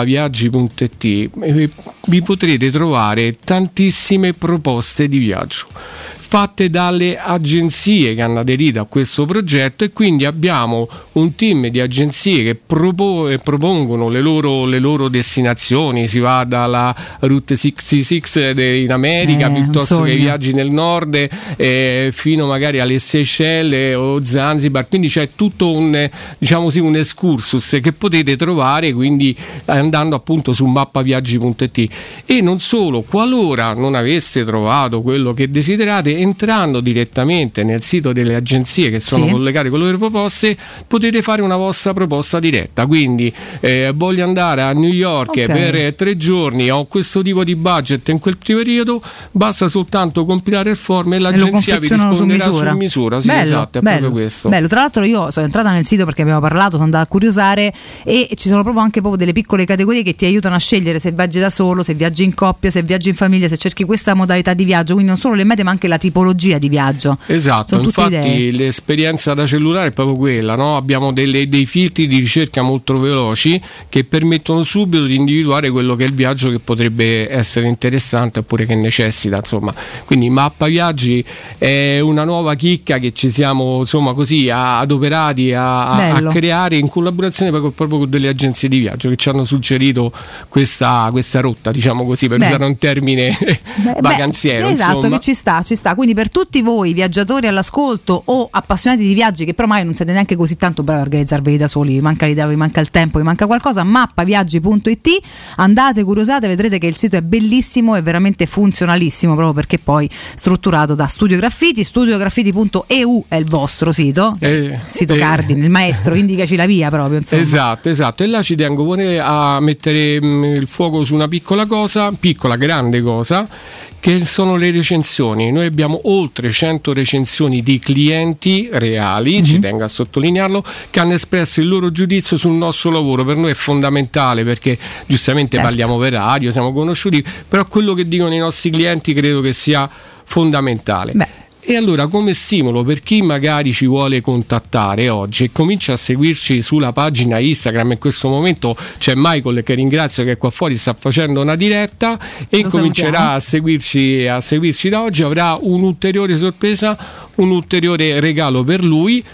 [SPEAKER 3] mappaviaggi.it eh, vi potrete trovare tantissime proposte di viaggio fatte dalle agenzie che hanno aderito a questo progetto e quindi abbiamo un team di agenzie che propo- eh, propongono le loro, le loro destinazioni, si va dalla Route 66 de- in America
[SPEAKER 4] Eh, un
[SPEAKER 3] piuttosto che
[SPEAKER 4] sogno.
[SPEAKER 3] viaggi viaggi nel nord eh, fino magari alle Seychelles o Zanzibar, quindi c'è tutto un, eh, diciamo così, un excursus che potete trovare quindi andando appunto su mappaviaggi.it e non solo, qualora non aveste trovato quello che desiderate, entrando direttamente nel sito delle agenzie che sono
[SPEAKER 4] Sì.
[SPEAKER 3] collegate con le loro proposte, potete fare una vostra proposta diretta, quindi eh, voglio andare a New York
[SPEAKER 4] Ok.
[SPEAKER 3] per eh, tre giorni ho questo tipo di budget in quel periodo basta soltanto compilare il form e l'agenzia vi
[SPEAKER 7] confezionano su
[SPEAKER 3] risponderà su misura,
[SPEAKER 7] misura.
[SPEAKER 3] sì,
[SPEAKER 7] Bello,
[SPEAKER 3] esatto, è
[SPEAKER 7] bello,
[SPEAKER 3] proprio questo
[SPEAKER 7] bello. tra l'altro io sono entrata nel sito perché abbiamo parlato, sono andata a curiosare e ci sono proprio anche proprio delle piccole categorie che ti aiutano a scegliere se viaggi da solo, se viaggi in coppia, se viaggi in famiglia, se cerchi questa modalità di viaggio, quindi non solo le mete ma anche la tipologia di viaggio.
[SPEAKER 3] Esatto,
[SPEAKER 7] Sono tutte
[SPEAKER 3] infatti
[SPEAKER 7] idee.
[SPEAKER 3] l'esperienza da cellulare è proprio quella, no? abbiamo delle- dei filtri di ricerca molto veloci che permettono subito di individuare quello che è il viaggio che potrebbe essere interessante oppure che necessita, insomma. Quindi Mappa Viaggi è una nuova chicca che ci siamo insomma, così, a- adoperati a, a- a
[SPEAKER 4] Bello.
[SPEAKER 3] creare in collaborazione proprio, proprio con delle agenzie di viaggio che ci hanno suggerito questa, questa rotta, diciamo così, per
[SPEAKER 7] Beh.
[SPEAKER 3] usare un termine
[SPEAKER 7] Beh,
[SPEAKER 3] vacanziero.
[SPEAKER 7] Esatto,
[SPEAKER 3] insomma.
[SPEAKER 7] che ci sta, ci sta. città. Quindi per tutti voi, viaggiatori all'ascolto o appassionati di viaggi, che però mai non siete neanche così tanto bravi a organizzarveli da soli, vi manca l'idea, vi manca il tempo, vi manca qualcosa, mappaviaggi.it, andate, curiosate, vedrete che il sito è bellissimo e veramente funzionalissimo, proprio perché poi strutturato da Studio Graffiti, studiograffiti.eu è il vostro sito,
[SPEAKER 3] Eh,
[SPEAKER 7] sito
[SPEAKER 3] eh.
[SPEAKER 7] Cardine, il maestro, indicaci la via proprio, insomma.
[SPEAKER 3] Esatto, esatto. E là ci tengo pure a mettere mh, il fuoco su una piccola cosa, piccola, grande cosa, che sono le recensioni. Noi abbiamo oltre 100 recensioni di clienti reali, ci tengo a sottolinearlo, che hanno espresso il loro giudizio sul nostro lavoro. Per noi è fondamentale perché giustamente parliamo per radio, siamo conosciuti, però quello che dicono i nostri clienti credo che sia fondamentale. E allora come stimolo per chi magari ci vuole contattare oggi e comincia a seguirci sulla pagina Instagram, in questo momento c'è Michael che ringrazio che qua fuori sta facendo una diretta e
[SPEAKER 1] Lo
[SPEAKER 3] comincerà a seguirci, a seguirci da oggi, avrà un'ulteriore sorpresa, un ulteriore regalo per lui.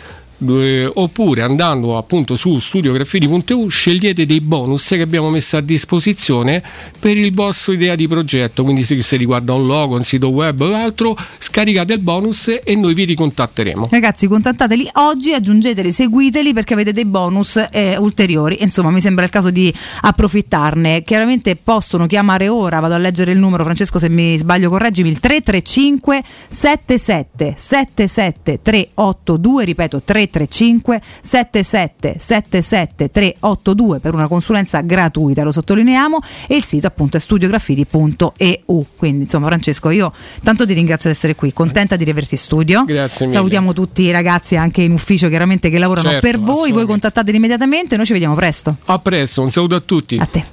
[SPEAKER 3] eh, oppure andando appunto su studiograffiti.eu scegliete dei bonus che abbiamo messo a disposizione per il vostro idea di progetto quindi se, se riguarda un logo, un sito web o altro scaricate il bonus e noi vi ricontatteremo
[SPEAKER 7] Ragazzi, contattateli oggi, aggiungeteli, seguiteli perché avete dei bonus eh, ulteriori. Insomma, mi sembra il caso di approfittarne. Chiaramente possono chiamare ora, vado a leggere il numero, Francesco, se mi sbaglio correggimi, il 335 77 77 382, ripeto 335 77 77 382 per una consulenza gratuita, lo sottolineiamo, e il sito appunto è studiograffiti.eu. Quindi, insomma, Francesco, io tanto ti ringrazio di essere qui, contenta di riaverti in studio.
[SPEAKER 3] Grazie mille.
[SPEAKER 7] Salutiamo tutti i ragazzi anche in ufficio chiaramente che lavorano
[SPEAKER 3] Certo,
[SPEAKER 7] per voi, voi contattateli immediatamente, noi ci vediamo presto.
[SPEAKER 3] a presto, un saluto a tutti a
[SPEAKER 7] te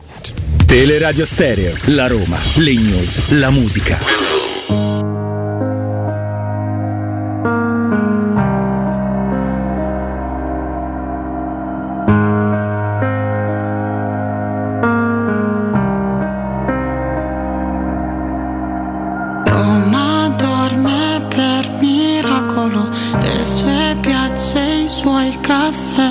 [SPEAKER 4] Teleradio Stereo, la Roma, le news, la musica.
[SPEAKER 1] Roma dorme per miracolo, le sue piazze, i suoi caffè,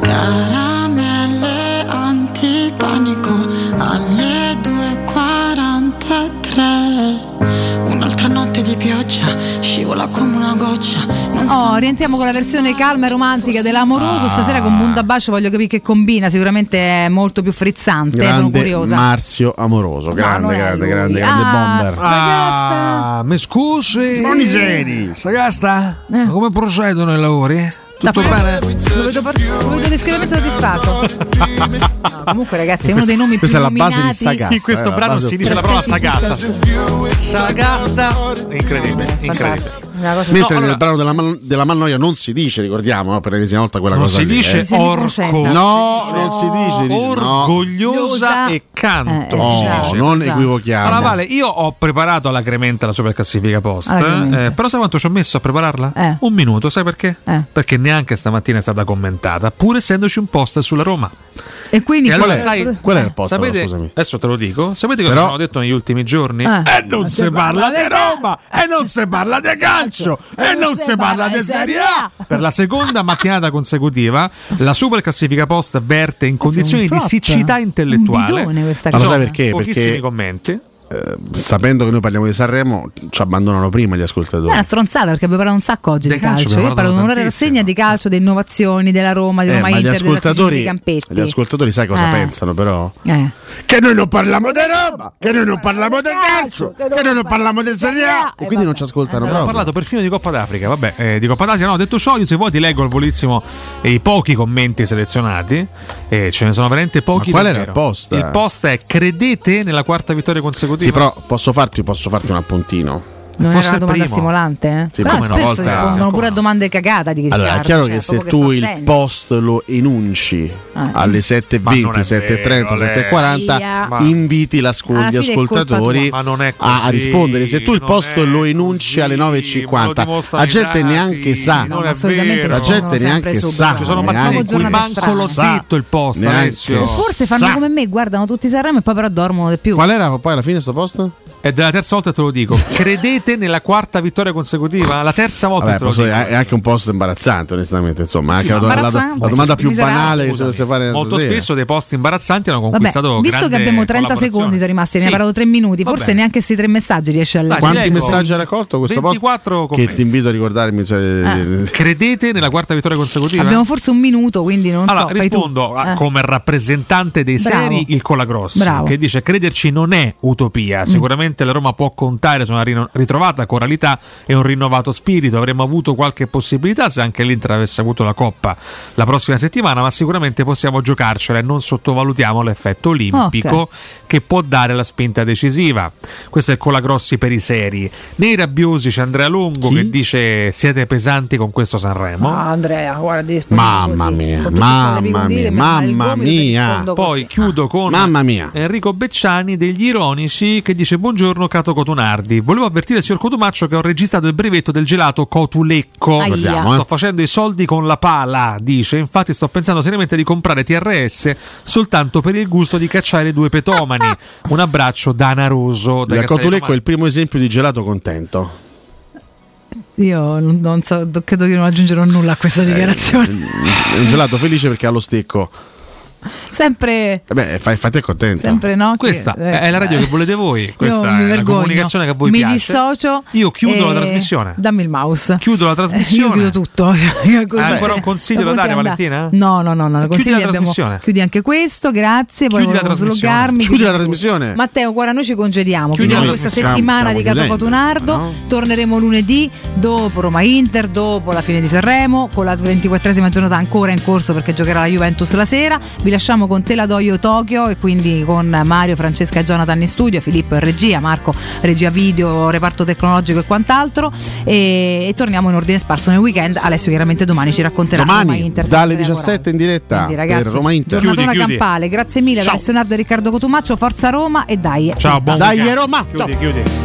[SPEAKER 1] caramelle antipanico alle 2.43. Un'altra notte di pioggia, scivola come una goccia, non so
[SPEAKER 7] Oh, rientriamo con la versione calma e romantica dell'amoroso.
[SPEAKER 1] Ah.
[SPEAKER 7] Stasera con Bundabascio voglio capire che combina, sicuramente è molto più frizzante, sono
[SPEAKER 8] Grande
[SPEAKER 7] curiosa.
[SPEAKER 8] Marzio Amoroso, grande, grande, grande, grande
[SPEAKER 7] Ah,
[SPEAKER 8] bomber.
[SPEAKER 22] Ah, mi scusi.
[SPEAKER 8] Sono i seri.
[SPEAKER 22] Sagasta,
[SPEAKER 7] Eh.
[SPEAKER 22] ma come procedono i lavori? Tutto bene?
[SPEAKER 7] Lo vedo, par- lo vedo discretamente soddisfatto. No, comunque, ragazzi, è uno dei nomi
[SPEAKER 8] Questa
[SPEAKER 7] più
[SPEAKER 8] è la base di
[SPEAKER 7] nominati.
[SPEAKER 8] Sagasta,
[SPEAKER 9] In questo
[SPEAKER 8] eh, la
[SPEAKER 9] brano
[SPEAKER 8] base
[SPEAKER 9] si dice la parola sagasta. Sagasta. Incredibile, incredibile.
[SPEAKER 7] Una cosa-
[SPEAKER 8] Mentre
[SPEAKER 9] No, allora-
[SPEAKER 8] nel brano della, mal- della Malnoia non si dice, ricordiamo no, per l'ennesima volta quella
[SPEAKER 9] Non
[SPEAKER 8] cosa
[SPEAKER 9] si
[SPEAKER 8] lì,
[SPEAKER 9] dice
[SPEAKER 8] eh.
[SPEAKER 9] orco.
[SPEAKER 8] No, non si dice. si dice no.
[SPEAKER 9] Orgogliosa e canto.
[SPEAKER 8] No,
[SPEAKER 9] si dice.
[SPEAKER 8] non equivochiamo.
[SPEAKER 9] Allora, Vale, io ho preparato la crementa alla superclassifica post.
[SPEAKER 8] Alla Crementa.
[SPEAKER 9] eh, però sai quanto ci ho messo a prepararla? Un minuto, sai perché? Perché neanche stamattina è stata commentata, pur essendoci un post sulla Roma.
[SPEAKER 7] E quindi
[SPEAKER 9] allora
[SPEAKER 7] questo-
[SPEAKER 9] sai-
[SPEAKER 7] Qual è Eh. il
[SPEAKER 8] post,
[SPEAKER 9] Sapete,
[SPEAKER 8] allora, scusami?
[SPEAKER 9] adesso te lo dico. Sapete cosa
[SPEAKER 8] Però-
[SPEAKER 9] ci hanno detto negli ultimi giorni?
[SPEAKER 22] Eh.
[SPEAKER 9] e non si Ah, parla di Roma, e non si parla di calcio, e non si parla di Serie A. Per la seconda mattinata consecutiva, la superclassifica post verte in condizioni di
[SPEAKER 8] flop.
[SPEAKER 9] siccità intellettuale.
[SPEAKER 7] bidone questa
[SPEAKER 8] Ma lo
[SPEAKER 9] Sono
[SPEAKER 8] sai perché?
[SPEAKER 9] Pochissimi
[SPEAKER 8] Perché-
[SPEAKER 9] commenti.
[SPEAKER 8] Eh, sapendo che noi parliamo di Sanremo, ci abbandonano prima gli
[SPEAKER 7] È
[SPEAKER 8] ascoltatori.
[SPEAKER 7] una stronzata perché abbiamo parlato un sacco oggi di
[SPEAKER 8] calcio
[SPEAKER 7] calcio.
[SPEAKER 8] abbiamo
[SPEAKER 7] Io parlo di
[SPEAKER 8] parlato
[SPEAKER 7] un'ora di rassegna di calcio, di innovazioni, della Roma, di
[SPEAKER 8] Eh,
[SPEAKER 7] Roma
[SPEAKER 8] ma gli
[SPEAKER 7] Inter, della Ticini,
[SPEAKER 8] ascoltatori,
[SPEAKER 7] di Campetti.
[SPEAKER 8] gli ascoltatori sai cosa
[SPEAKER 7] Eh.
[SPEAKER 8] pensano, però?
[SPEAKER 7] Eh.
[SPEAKER 8] Che noi non parliamo di Roma, che noi non
[SPEAKER 28] Eh,
[SPEAKER 8] parliamo di calcio, che noi non parliamo di Serie A. E quindi non ci ascoltano
[SPEAKER 9] Abbiamo
[SPEAKER 8] proprio.
[SPEAKER 9] parlato perfino di Coppa d'Africa, vabbè, eh, di Coppa d'Asia. No, detto ciò, io se vuoi ti leggo al volissimo eh, i pochi commenti selezionati. E ce ne sono veramente pochi.
[SPEAKER 8] Ma qual era
[SPEAKER 9] davvero.
[SPEAKER 8] il post?
[SPEAKER 9] Il post è credete nella quarta vittoria consecutiva.
[SPEAKER 8] Sì, però posso farti, posso farti un appuntino.
[SPEAKER 7] Non
[SPEAKER 9] Forse
[SPEAKER 7] era una
[SPEAKER 9] il
[SPEAKER 7] domanda
[SPEAKER 9] primo.
[SPEAKER 7] stimolante, eh?
[SPEAKER 8] Sì,
[SPEAKER 7] però
[SPEAKER 8] come una
[SPEAKER 7] spesso
[SPEAKER 8] volta-
[SPEAKER 7] rispondono pure a domande cagate di
[SPEAKER 8] Allora, è
[SPEAKER 7] Riccardo,
[SPEAKER 8] chiaro
[SPEAKER 7] cioè,
[SPEAKER 8] che se
[SPEAKER 7] proprio
[SPEAKER 8] tu
[SPEAKER 7] fa
[SPEAKER 8] il
[SPEAKER 7] segno.
[SPEAKER 8] post lo enunci alle 7.20,
[SPEAKER 9] Ma non è vero,
[SPEAKER 8] 7.30,
[SPEAKER 9] Ale.
[SPEAKER 8] 7.40,
[SPEAKER 9] Ma-
[SPEAKER 8] inviti l'ascol-
[SPEAKER 9] Alla
[SPEAKER 8] gli
[SPEAKER 9] fine è colpa
[SPEAKER 8] ascoltatori
[SPEAKER 9] tua. Ma non è
[SPEAKER 8] a, a
[SPEAKER 9] così,
[SPEAKER 8] rispondere. Se tu il
[SPEAKER 9] non
[SPEAKER 8] post
[SPEAKER 9] è
[SPEAKER 8] lo enunci alle
[SPEAKER 9] me lo
[SPEAKER 8] 9.50,
[SPEAKER 9] dimostrano
[SPEAKER 8] la
[SPEAKER 9] i
[SPEAKER 8] gente
[SPEAKER 9] dati,
[SPEAKER 8] neanche sa,
[SPEAKER 9] non è Assolutamente Eh, vero.
[SPEAKER 8] la gente
[SPEAKER 9] rispondono sempre
[SPEAKER 8] neanche
[SPEAKER 9] subito.
[SPEAKER 8] sa.
[SPEAKER 9] Ci sono
[SPEAKER 8] neanche
[SPEAKER 9] mattine in cui
[SPEAKER 8] sa.
[SPEAKER 9] manco l'ho detto il post,
[SPEAKER 8] Neanche
[SPEAKER 9] Alessio.
[SPEAKER 7] Forse fanno
[SPEAKER 8] sa.
[SPEAKER 7] come me, guardano tutti Sanremo e poi però dormono di più.
[SPEAKER 8] Qual era poi alla fine sto post?
[SPEAKER 9] È della terza volta che te lo dico. Credete nella quarta vittoria consecutiva? La terza volta
[SPEAKER 15] Vabbè,
[SPEAKER 9] che te lo
[SPEAKER 15] posso
[SPEAKER 9] dico.
[SPEAKER 15] dire, è anche un post imbarazzante, onestamente. Insomma,
[SPEAKER 9] Sì,
[SPEAKER 15] anche la, la- la- la
[SPEAKER 9] imbarazzante.
[SPEAKER 15] domanda più
[SPEAKER 7] Miserabile.
[SPEAKER 15] banale che si potesse
[SPEAKER 8] eh,
[SPEAKER 15] fare.
[SPEAKER 9] Molto
[SPEAKER 15] stasera.
[SPEAKER 9] spesso dei posti imbarazzanti hanno
[SPEAKER 7] Vabbè,
[SPEAKER 9] conquistato
[SPEAKER 7] visto che
[SPEAKER 9] grande
[SPEAKER 7] abbiamo 30
[SPEAKER 9] collaborazione.
[SPEAKER 7] secondi sono rimasti, ne
[SPEAKER 9] Sì.
[SPEAKER 7] ha parlato 3 minuti,
[SPEAKER 9] Va
[SPEAKER 7] forse
[SPEAKER 9] bene.
[SPEAKER 7] neanche questi 3 messaggi riesce a leggere.
[SPEAKER 15] Quanti messaggi ha raccolto questo post?
[SPEAKER 9] 24
[SPEAKER 15] Che ti invito a ricordarmi.
[SPEAKER 7] Ah.
[SPEAKER 15] cioè-
[SPEAKER 9] Credete nella quarta vittoria consecutiva?
[SPEAKER 7] Abbiamo forse un minuto, quindi non
[SPEAKER 9] allora,
[SPEAKER 7] so. fai tu.
[SPEAKER 9] rispondo a-
[SPEAKER 7] Eh.
[SPEAKER 9] come rappresentante dei
[SPEAKER 7] Bravo.
[SPEAKER 9] seri il Colagrossi
[SPEAKER 7] Bravo. Mm.
[SPEAKER 9] che dice crederci non è utopia, sicuramente la Roma può contare su una rino- ritrovata coralità e un rinnovato spirito, avremmo avuto qualche possibilità se anche l'Inter avesse avuto la Coppa la prossima settimana, ma sicuramente possiamo giocarcela e non sottovalutiamo l'effetto olimpico
[SPEAKER 6] Ok.
[SPEAKER 9] che può dare la spinta decisiva. Questo è Colagrossi per i seri. Nei rabbiosi c'è Andrea Longo che dice siete pesanti con questo Sanremo.
[SPEAKER 7] Ah, Andrea, guarda, ti rispondo
[SPEAKER 15] Mamma
[SPEAKER 7] così,
[SPEAKER 15] mia,
[SPEAKER 7] con tutte le cose
[SPEAKER 15] mamma
[SPEAKER 7] che mi
[SPEAKER 15] mia,
[SPEAKER 7] devi dire, mi
[SPEAKER 15] mamma
[SPEAKER 7] mangio il gomito e ti
[SPEAKER 15] mia. Ah.
[SPEAKER 7] rispondo
[SPEAKER 9] Poi
[SPEAKER 7] così.
[SPEAKER 9] chiudo con
[SPEAKER 15] Mamma mia.
[SPEAKER 9] Enrico Becciani degli Ironici che dice buongiorno Cato Cotunardi. Volevo avvertire il signor Cotumaccio che ho registrato il brevetto del gelato Cotulecco.
[SPEAKER 15] Aia. Guardiamo, eh.
[SPEAKER 9] Sto facendo i soldi con la pala, dice. Infatti sto pensando seriamente di comprare TRS soltanto per il gusto di cacciare i due petomani. Un abbraccio danaroso. da
[SPEAKER 15] Il
[SPEAKER 9] Castello
[SPEAKER 15] Cotulecco è
[SPEAKER 9] Romano.
[SPEAKER 15] il primo esempio di gelato contento.
[SPEAKER 7] Io non non so, do- credo che non aggiungerò nulla a
[SPEAKER 9] Eh,
[SPEAKER 7] questa dichiarazione.
[SPEAKER 15] È un gelato felice perché ha lo stecco.
[SPEAKER 7] Sempre,
[SPEAKER 15] Eh Beh, fai, fate contento.
[SPEAKER 7] sempre no. che-
[SPEAKER 9] Questa
[SPEAKER 7] eh,
[SPEAKER 9] è la radio che volete voi,
[SPEAKER 7] io
[SPEAKER 9] questa
[SPEAKER 7] mi
[SPEAKER 9] è la
[SPEAKER 7] vergogno.
[SPEAKER 9] comunicazione che a voi
[SPEAKER 7] mi
[SPEAKER 9] piace.
[SPEAKER 7] dissocio.
[SPEAKER 9] Io chiudo
[SPEAKER 7] e-
[SPEAKER 9] la trasmissione.
[SPEAKER 7] Dammi il mouse. Eh,
[SPEAKER 9] Chiudo la trasmissione.
[SPEAKER 7] Io chiudo tutto.
[SPEAKER 9] Hai Ah, ancora un consiglio da dare, Valentina?
[SPEAKER 7] No, no, no, no,
[SPEAKER 9] Chiudi
[SPEAKER 7] consigli
[SPEAKER 9] la
[SPEAKER 7] abbiamo-
[SPEAKER 9] trasmissione.
[SPEAKER 7] Chiudi anche questo, grazie. Poi
[SPEAKER 9] Chiudi la
[SPEAKER 7] volevo
[SPEAKER 9] trasmissione.
[SPEAKER 7] slogarmi.
[SPEAKER 9] Chiudi
[SPEAKER 7] chiudiamo-
[SPEAKER 9] la trasmissione.
[SPEAKER 7] Matteo, guarda, noi ci congediamo.
[SPEAKER 9] Chiudi la
[SPEAKER 7] Chiudiamo questa
[SPEAKER 9] trasmissione.
[SPEAKER 7] settimana
[SPEAKER 9] Stiamo
[SPEAKER 7] di Cato
[SPEAKER 9] chiudendo,
[SPEAKER 7] Cotunardo. Torneremo lunedì dopo Roma Inter, dopo la fine di Sanremo, con la 24esima giornata ancora in corso perché giocherà la Juventus la sera. Vi lasciamo con Teladoio Tokyo e quindi con Mario, Francesca e Jonathan in studio, Filippo in regia, Marco regia video, reparto tecnologico e quant'altro. E, e torniamo in ordine sparso nel weekend. Alessio chiaramente domani ci racconterà Roma
[SPEAKER 15] Domani
[SPEAKER 7] Inter.
[SPEAKER 15] dalle 17 in diretta
[SPEAKER 7] Quindi,
[SPEAKER 15] per
[SPEAKER 7] ragazzi,
[SPEAKER 15] Roma Inter.
[SPEAKER 7] giornatona campale, grazie mille da Alessio Nardo e Riccardo Cotumaccio, forza Roma e dai.
[SPEAKER 15] Ciao, buon
[SPEAKER 7] dai
[SPEAKER 15] weekend.
[SPEAKER 7] Roma.
[SPEAKER 9] Chiudi, chiudi.